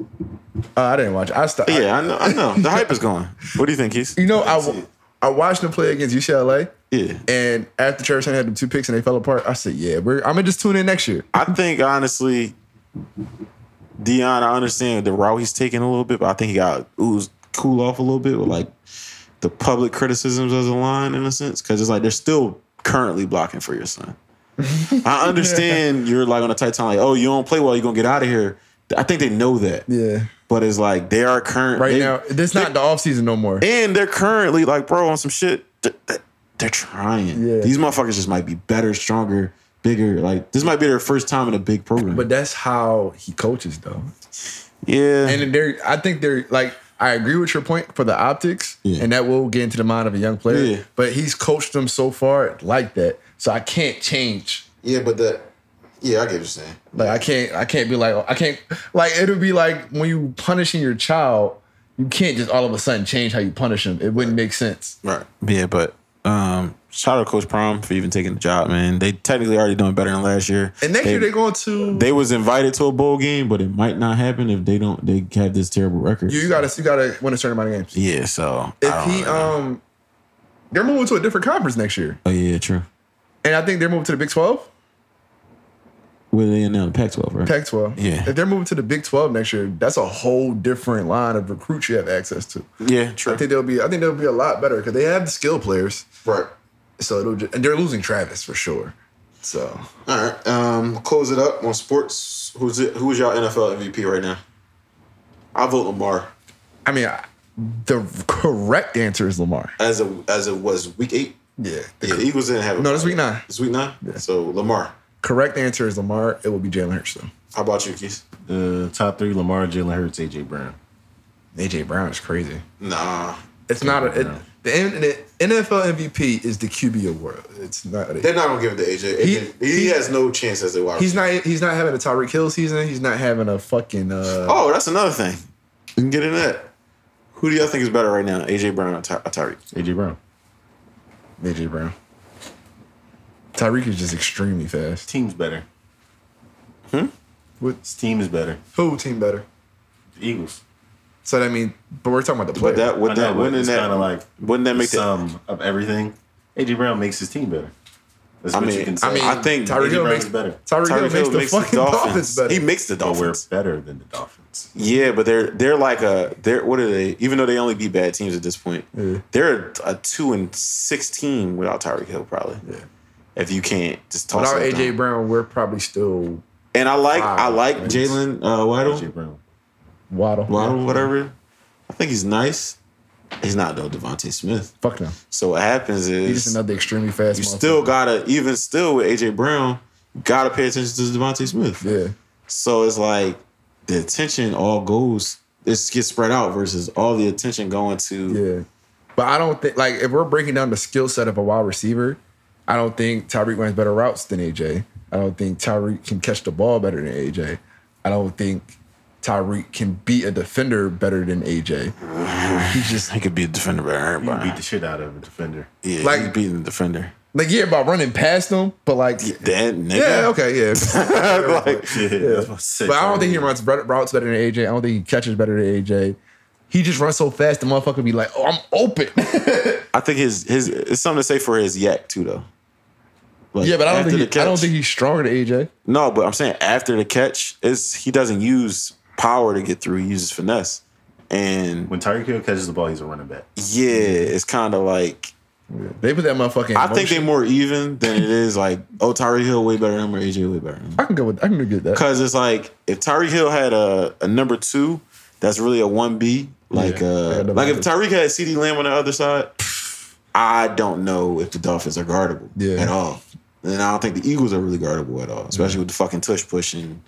[SPEAKER 2] Uh, I didn't watch. it. I stopped.
[SPEAKER 1] Yeah, I know. I know. The hype is going. What do you think, Keith?
[SPEAKER 2] You know, I, w- I watched them play against UCLA,
[SPEAKER 1] Yeah.
[SPEAKER 2] and after Travis Hunter had them two picks and they fell apart, I said, "Yeah, we're, I'm gonna just tune in next year."
[SPEAKER 1] I think honestly, Dion, I understand the route he's taking a little bit, but I think he got ooze cool off a little bit with like the public criticisms of the line in a sense, because it's like they're still currently blocking for your son. I understand you're like on a tight time, like, oh, you don't play well, you're gonna get out of here. I think they know that.
[SPEAKER 2] Yeah.
[SPEAKER 1] But it's like they are current
[SPEAKER 2] Right
[SPEAKER 1] they-
[SPEAKER 2] now, this not the off season no more.
[SPEAKER 1] and they're currently like, bro, on some shit. th- th- They're trying.
[SPEAKER 2] Yeah.
[SPEAKER 1] These motherfuckers just might be better, stronger, bigger. Like this might be their first time in a big program.
[SPEAKER 2] But that's how he coaches though.
[SPEAKER 1] yeah,
[SPEAKER 2] And they're I think they're like I agree with your point for the optics,
[SPEAKER 1] Yeah.
[SPEAKER 2] and that will get into the mind of a young player.
[SPEAKER 1] Yeah.
[SPEAKER 2] But he's coached them so far like that, so I can't change.
[SPEAKER 1] yeah, but that. Yeah, I get what you're saying.
[SPEAKER 2] Like I can't, I can't be like, I can't. Like it'll be like when you punishing your child, you can't just all of a sudden change how you punish them. It wouldn't make sense.
[SPEAKER 1] Right. Yeah, but um, shout out to Coach Prom for even taking the job, man. They technically already doing better than last year.
[SPEAKER 2] And next
[SPEAKER 1] they,
[SPEAKER 2] year they're going to.
[SPEAKER 1] they was invited to a bowl game, but it might not happen if they don't. They have this terrible record.
[SPEAKER 2] you, you gotta, you gotta win a certain amount of games.
[SPEAKER 1] yeah. So I
[SPEAKER 2] If
[SPEAKER 1] don't
[SPEAKER 2] he,
[SPEAKER 1] know.
[SPEAKER 2] um, they're moving to a different conference next year,
[SPEAKER 1] oh yeah, true.
[SPEAKER 2] and I think they're moving to the Big Twelve,
[SPEAKER 1] Where they in now? The Pac-12, right?
[SPEAKER 2] Pac Twelve.
[SPEAKER 1] Yeah.
[SPEAKER 2] If they're moving to the Big Twelve next year, that's a whole different line of recruits you have access to.
[SPEAKER 1] yeah, true.
[SPEAKER 2] I think they'll be, I think they'll be a lot better because they have the skill players.
[SPEAKER 1] right.
[SPEAKER 2] So it'll, just, and they're losing Travis for sure. So
[SPEAKER 1] All right. Um, close it up on sports. Who's it? Who's y'all NFL MVP right now? I vote Lamar
[SPEAKER 2] I mean, I, the correct answer is Lamar.
[SPEAKER 1] as a as it was week eight.
[SPEAKER 2] Yeah. The
[SPEAKER 1] Yeah, the Eagles didn't have a
[SPEAKER 2] No, this week nine.
[SPEAKER 1] It's week nine. So Lamar.
[SPEAKER 2] correct answer is Lamar. It will be Jalen Hurts though.
[SPEAKER 1] How about you, Keith?
[SPEAKER 3] The top three: Lamar, Jalen Hurts, AJ Brown.
[SPEAKER 2] AJ Brown is crazy.
[SPEAKER 1] Nah,
[SPEAKER 2] It's not a, it, the, N- the NFL MVP is the QB award. It's not. A,
[SPEAKER 1] they're not gonna give it to AJ. AJ he,
[SPEAKER 2] he-
[SPEAKER 1] has no chance as a wide.
[SPEAKER 2] he's
[SPEAKER 1] receiver.
[SPEAKER 2] not. He's not having a Tyreek Hill season. He's not having a fucking. Uh,
[SPEAKER 1] Oh, that's another thing. We can get in that. Who do y'all think is better right now, AJ Brown or, Ty- or Tyreek?
[SPEAKER 3] AJ Brown.
[SPEAKER 2] AJ Brown. Tyreek is just extremely fast.
[SPEAKER 3] Team's better.
[SPEAKER 1] Hmm?
[SPEAKER 2] What
[SPEAKER 3] His team is better.
[SPEAKER 2] who team better?
[SPEAKER 3] The Eagles.
[SPEAKER 2] So that mean, but we're talking about the player.
[SPEAKER 1] But that
[SPEAKER 3] I
[SPEAKER 1] would
[SPEAKER 3] know,
[SPEAKER 1] that
[SPEAKER 3] but
[SPEAKER 1] wouldn't
[SPEAKER 3] it's
[SPEAKER 1] that
[SPEAKER 3] kinda like
[SPEAKER 1] wouldn't that
[SPEAKER 3] The
[SPEAKER 1] make that?
[SPEAKER 3] sum of everything. AJ Brown makes his team better. That's
[SPEAKER 1] I
[SPEAKER 3] what
[SPEAKER 1] mean-
[SPEAKER 3] you can say.
[SPEAKER 2] I mean,
[SPEAKER 1] I think
[SPEAKER 2] Tyreek
[SPEAKER 1] AJ
[SPEAKER 2] Hill
[SPEAKER 3] Brown
[SPEAKER 2] makes
[SPEAKER 3] is better.
[SPEAKER 2] Tyreek Hill makes the fucking Dolphins. better.
[SPEAKER 1] He makes the
[SPEAKER 3] But Oh, we're
[SPEAKER 1] Dolphins.
[SPEAKER 3] better than the Dolphins.
[SPEAKER 1] Yeah, but they're they're like a they're what are they? Even though they only beat bad teams at this point, they're a, a two and six team without Tyreek Hill probably. Yeah. If you can't just toss
[SPEAKER 2] Without
[SPEAKER 1] that
[SPEAKER 2] AJ
[SPEAKER 1] down.
[SPEAKER 2] Brown, we're probably still
[SPEAKER 1] and I like I
[SPEAKER 2] Wow.
[SPEAKER 1] like Jalen uh, Waddle,
[SPEAKER 3] AJ Brown.
[SPEAKER 2] Waddle.
[SPEAKER 1] Waddle, whatever. I think he's nice. He's not though Devontae Smith.
[SPEAKER 2] Fuck no.
[SPEAKER 1] So what happens
[SPEAKER 2] He's
[SPEAKER 1] is
[SPEAKER 2] just another extremely fast.
[SPEAKER 1] you
[SPEAKER 2] motherfucker.
[SPEAKER 1] still gotta even still with AJ Brown, you gotta pay attention to Devontae Smith.
[SPEAKER 2] yeah.
[SPEAKER 1] So it's like the attention all goes. It gets spread out versus all the attention going to
[SPEAKER 2] Yeah. But I don't think like if we're breaking down the skill set of a wide receiver, I don't think Tyreek runs better routes than AJ. I don't think Tyreek can catch the ball better than AJ. I don't think Tyreek can beat a defender better than AJ. He just
[SPEAKER 1] He could be a defender better than
[SPEAKER 3] You beat
[SPEAKER 1] everybody.
[SPEAKER 3] the shit out of a defender.
[SPEAKER 1] Yeah,
[SPEAKER 2] Like-
[SPEAKER 1] he beating the defender.
[SPEAKER 2] like yeah about running past them, but like
[SPEAKER 1] That nigga.
[SPEAKER 2] yeah, okay, yeah.
[SPEAKER 1] like,
[SPEAKER 3] Yeah, that's what said,
[SPEAKER 2] But I don't
[SPEAKER 3] Tyreek.
[SPEAKER 2] think he runs better- routes better than AJ. I don't think he catches better than AJ. He just runs so fast, the motherfucker be like, "Oh, I'm open."
[SPEAKER 1] I think his his it's something to say for his yak too though. Like,
[SPEAKER 2] yeah, but I don't
[SPEAKER 1] after
[SPEAKER 2] think
[SPEAKER 1] the
[SPEAKER 2] he, I don't
[SPEAKER 1] catch-
[SPEAKER 2] think he's stronger than AJ.
[SPEAKER 1] No, but I'm saying after the catch, is he doesn't use power to get through. He uses finesse, and
[SPEAKER 3] when Tyreek Hill catches the ball, he's a running back.
[SPEAKER 1] yeah, it's kind of like
[SPEAKER 2] They put that motherfucker. In
[SPEAKER 1] I think they
[SPEAKER 2] motion.
[SPEAKER 1] more even than it is like oh Tyreek Hill way better than him or AJ way better than him.
[SPEAKER 2] I can go with. I can get that.
[SPEAKER 1] Because it's like if Tyreek Hill had a, a number two, that's really a one B. Like
[SPEAKER 2] Yeah.
[SPEAKER 1] uh,
[SPEAKER 2] Yeah,
[SPEAKER 1] like if Tyreek had CD Lamb on the other side, I don't know if the Dolphins are guardable
[SPEAKER 2] Yeah.
[SPEAKER 1] at all. And I don't think the Eagles are really guardable at all, especially with the fucking tush push and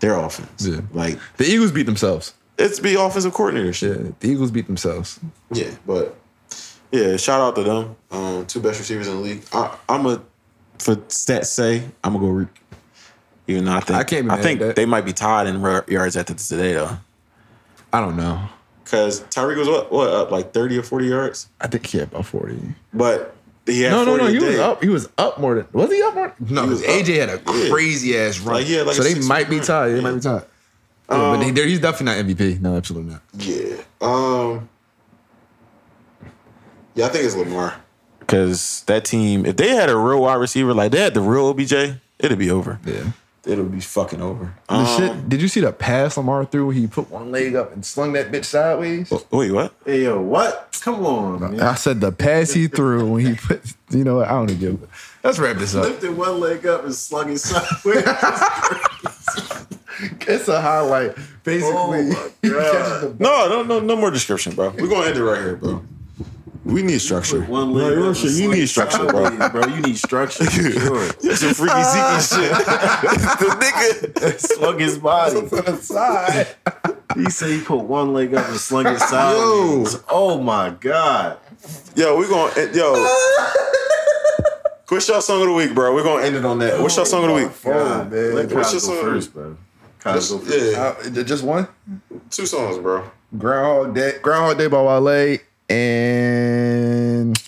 [SPEAKER 1] their offense.
[SPEAKER 2] Yeah.
[SPEAKER 1] Like
[SPEAKER 2] The Eagles beat themselves.
[SPEAKER 1] it's be offensive coordinator shit.
[SPEAKER 2] Yeah, the Eagles beat themselves.
[SPEAKER 1] Yeah, but yeah, shout out to them. Um, two best receivers in the league. I, I'm a for stats say I'm gonna go Reek. Even though I think
[SPEAKER 2] I can't be
[SPEAKER 1] I
[SPEAKER 2] mad
[SPEAKER 1] think
[SPEAKER 2] at that.
[SPEAKER 1] they might be tied in ra- yards after today though,
[SPEAKER 2] I don't know.
[SPEAKER 1] because Tyreek was what what up like thirty or forty yards,
[SPEAKER 2] I think he had about forty.
[SPEAKER 1] but he had
[SPEAKER 2] No, no,
[SPEAKER 1] 40
[SPEAKER 2] no. He was
[SPEAKER 1] today.
[SPEAKER 2] up. He was up more than. Was he up more? No,
[SPEAKER 1] He was
[SPEAKER 2] 'cause AJ had a
[SPEAKER 1] Yeah.
[SPEAKER 2] crazy ass run.
[SPEAKER 1] Like, he had like
[SPEAKER 2] so
[SPEAKER 1] a
[SPEAKER 2] they
[SPEAKER 1] six
[SPEAKER 2] might be
[SPEAKER 1] run.
[SPEAKER 2] tied. They
[SPEAKER 1] Yeah.
[SPEAKER 2] might be tied. Um, Yeah, but he, there- he's definitely not MVP. No, absolutely not.
[SPEAKER 1] Yeah. Um. Yeah, I think it's Lamar. Because that team, if they had a real wide receiver like they had the real OBJ, it'd be over.
[SPEAKER 2] Yeah.
[SPEAKER 1] it'll be fucking over.
[SPEAKER 2] The
[SPEAKER 1] Um,
[SPEAKER 2] shit, did you see the pass Lamar threw? He put one leg up and slung that bitch sideways.
[SPEAKER 1] w- Um, Wait, what?
[SPEAKER 3] Hey yo, what? Come on, man.
[SPEAKER 2] I said the pass he threw when he put. You know what? I don't give. Let's wrap this up.
[SPEAKER 3] Lifted one leg up and slung it sideways.
[SPEAKER 2] It's a highlight, basically.
[SPEAKER 3] Oh my God.
[SPEAKER 1] No, no, no, no more description, bro. We're gonna end it right here, bro. We need structure.
[SPEAKER 3] one leg
[SPEAKER 1] Bro,
[SPEAKER 3] up and
[SPEAKER 1] shit, you
[SPEAKER 3] slung
[SPEAKER 1] need
[SPEAKER 3] it
[SPEAKER 1] structure, bro.
[SPEAKER 3] sideways, bro. You need structure. for Sure.
[SPEAKER 1] That's some freaky ziki shit. the nigga.
[SPEAKER 3] slung his body. He said he put one leg up and slung it sideways. Oh my god.
[SPEAKER 1] Yo, we gonna end- yo. What's your song of the week, bro? We're gonna end it on that. What's your song of the week?
[SPEAKER 2] Oh, man.
[SPEAKER 3] Let
[SPEAKER 1] What's your
[SPEAKER 3] Kyle go
[SPEAKER 1] song?
[SPEAKER 3] first, bro. Kyle go first.
[SPEAKER 1] Yeah,
[SPEAKER 2] Uh, just one.
[SPEAKER 1] two songs, bro.
[SPEAKER 2] Groundhog Day, Groundhog Day by Wale and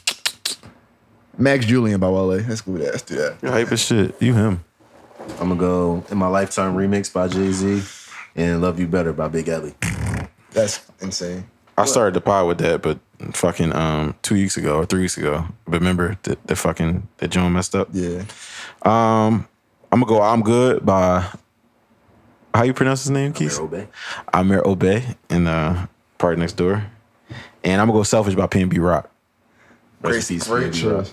[SPEAKER 2] Max Julian by Wale. Let's go with that. Let's do that.
[SPEAKER 1] You're hype as shit. You him.
[SPEAKER 3] I'm gonna go in my lifetime remix by Jay Z and Love You Better by Big Ellie.
[SPEAKER 2] That's insane.
[SPEAKER 1] I started the pod with that, but fucking um two weeks ago or three weeks ago. But remember the, the fucking that joint messed up.
[SPEAKER 2] Yeah.
[SPEAKER 1] I'm gonna go. I'm good by. How you pronounce his name, Keith?
[SPEAKER 3] Obey.
[SPEAKER 1] Amir Obey in uh Party Next Door, and I'm gonna go selfish by PNB Rock.
[SPEAKER 2] Crazy. Great choice.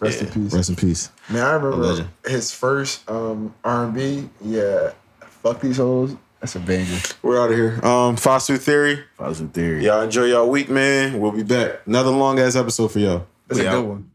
[SPEAKER 2] Rest in peace.
[SPEAKER 3] Rest in peace.
[SPEAKER 2] Man, I remember
[SPEAKER 1] legend.
[SPEAKER 2] his first um, R&B. Yeah. Fuck these hoes. That's a banger.
[SPEAKER 1] We're out of here. Um, Fasu Theory.
[SPEAKER 3] Positive theory.
[SPEAKER 1] Y'all enjoy y'all week, man. We'll be back. Another long ass episode for y'all.
[SPEAKER 2] That's
[SPEAKER 3] We
[SPEAKER 2] a
[SPEAKER 3] out.
[SPEAKER 2] good one.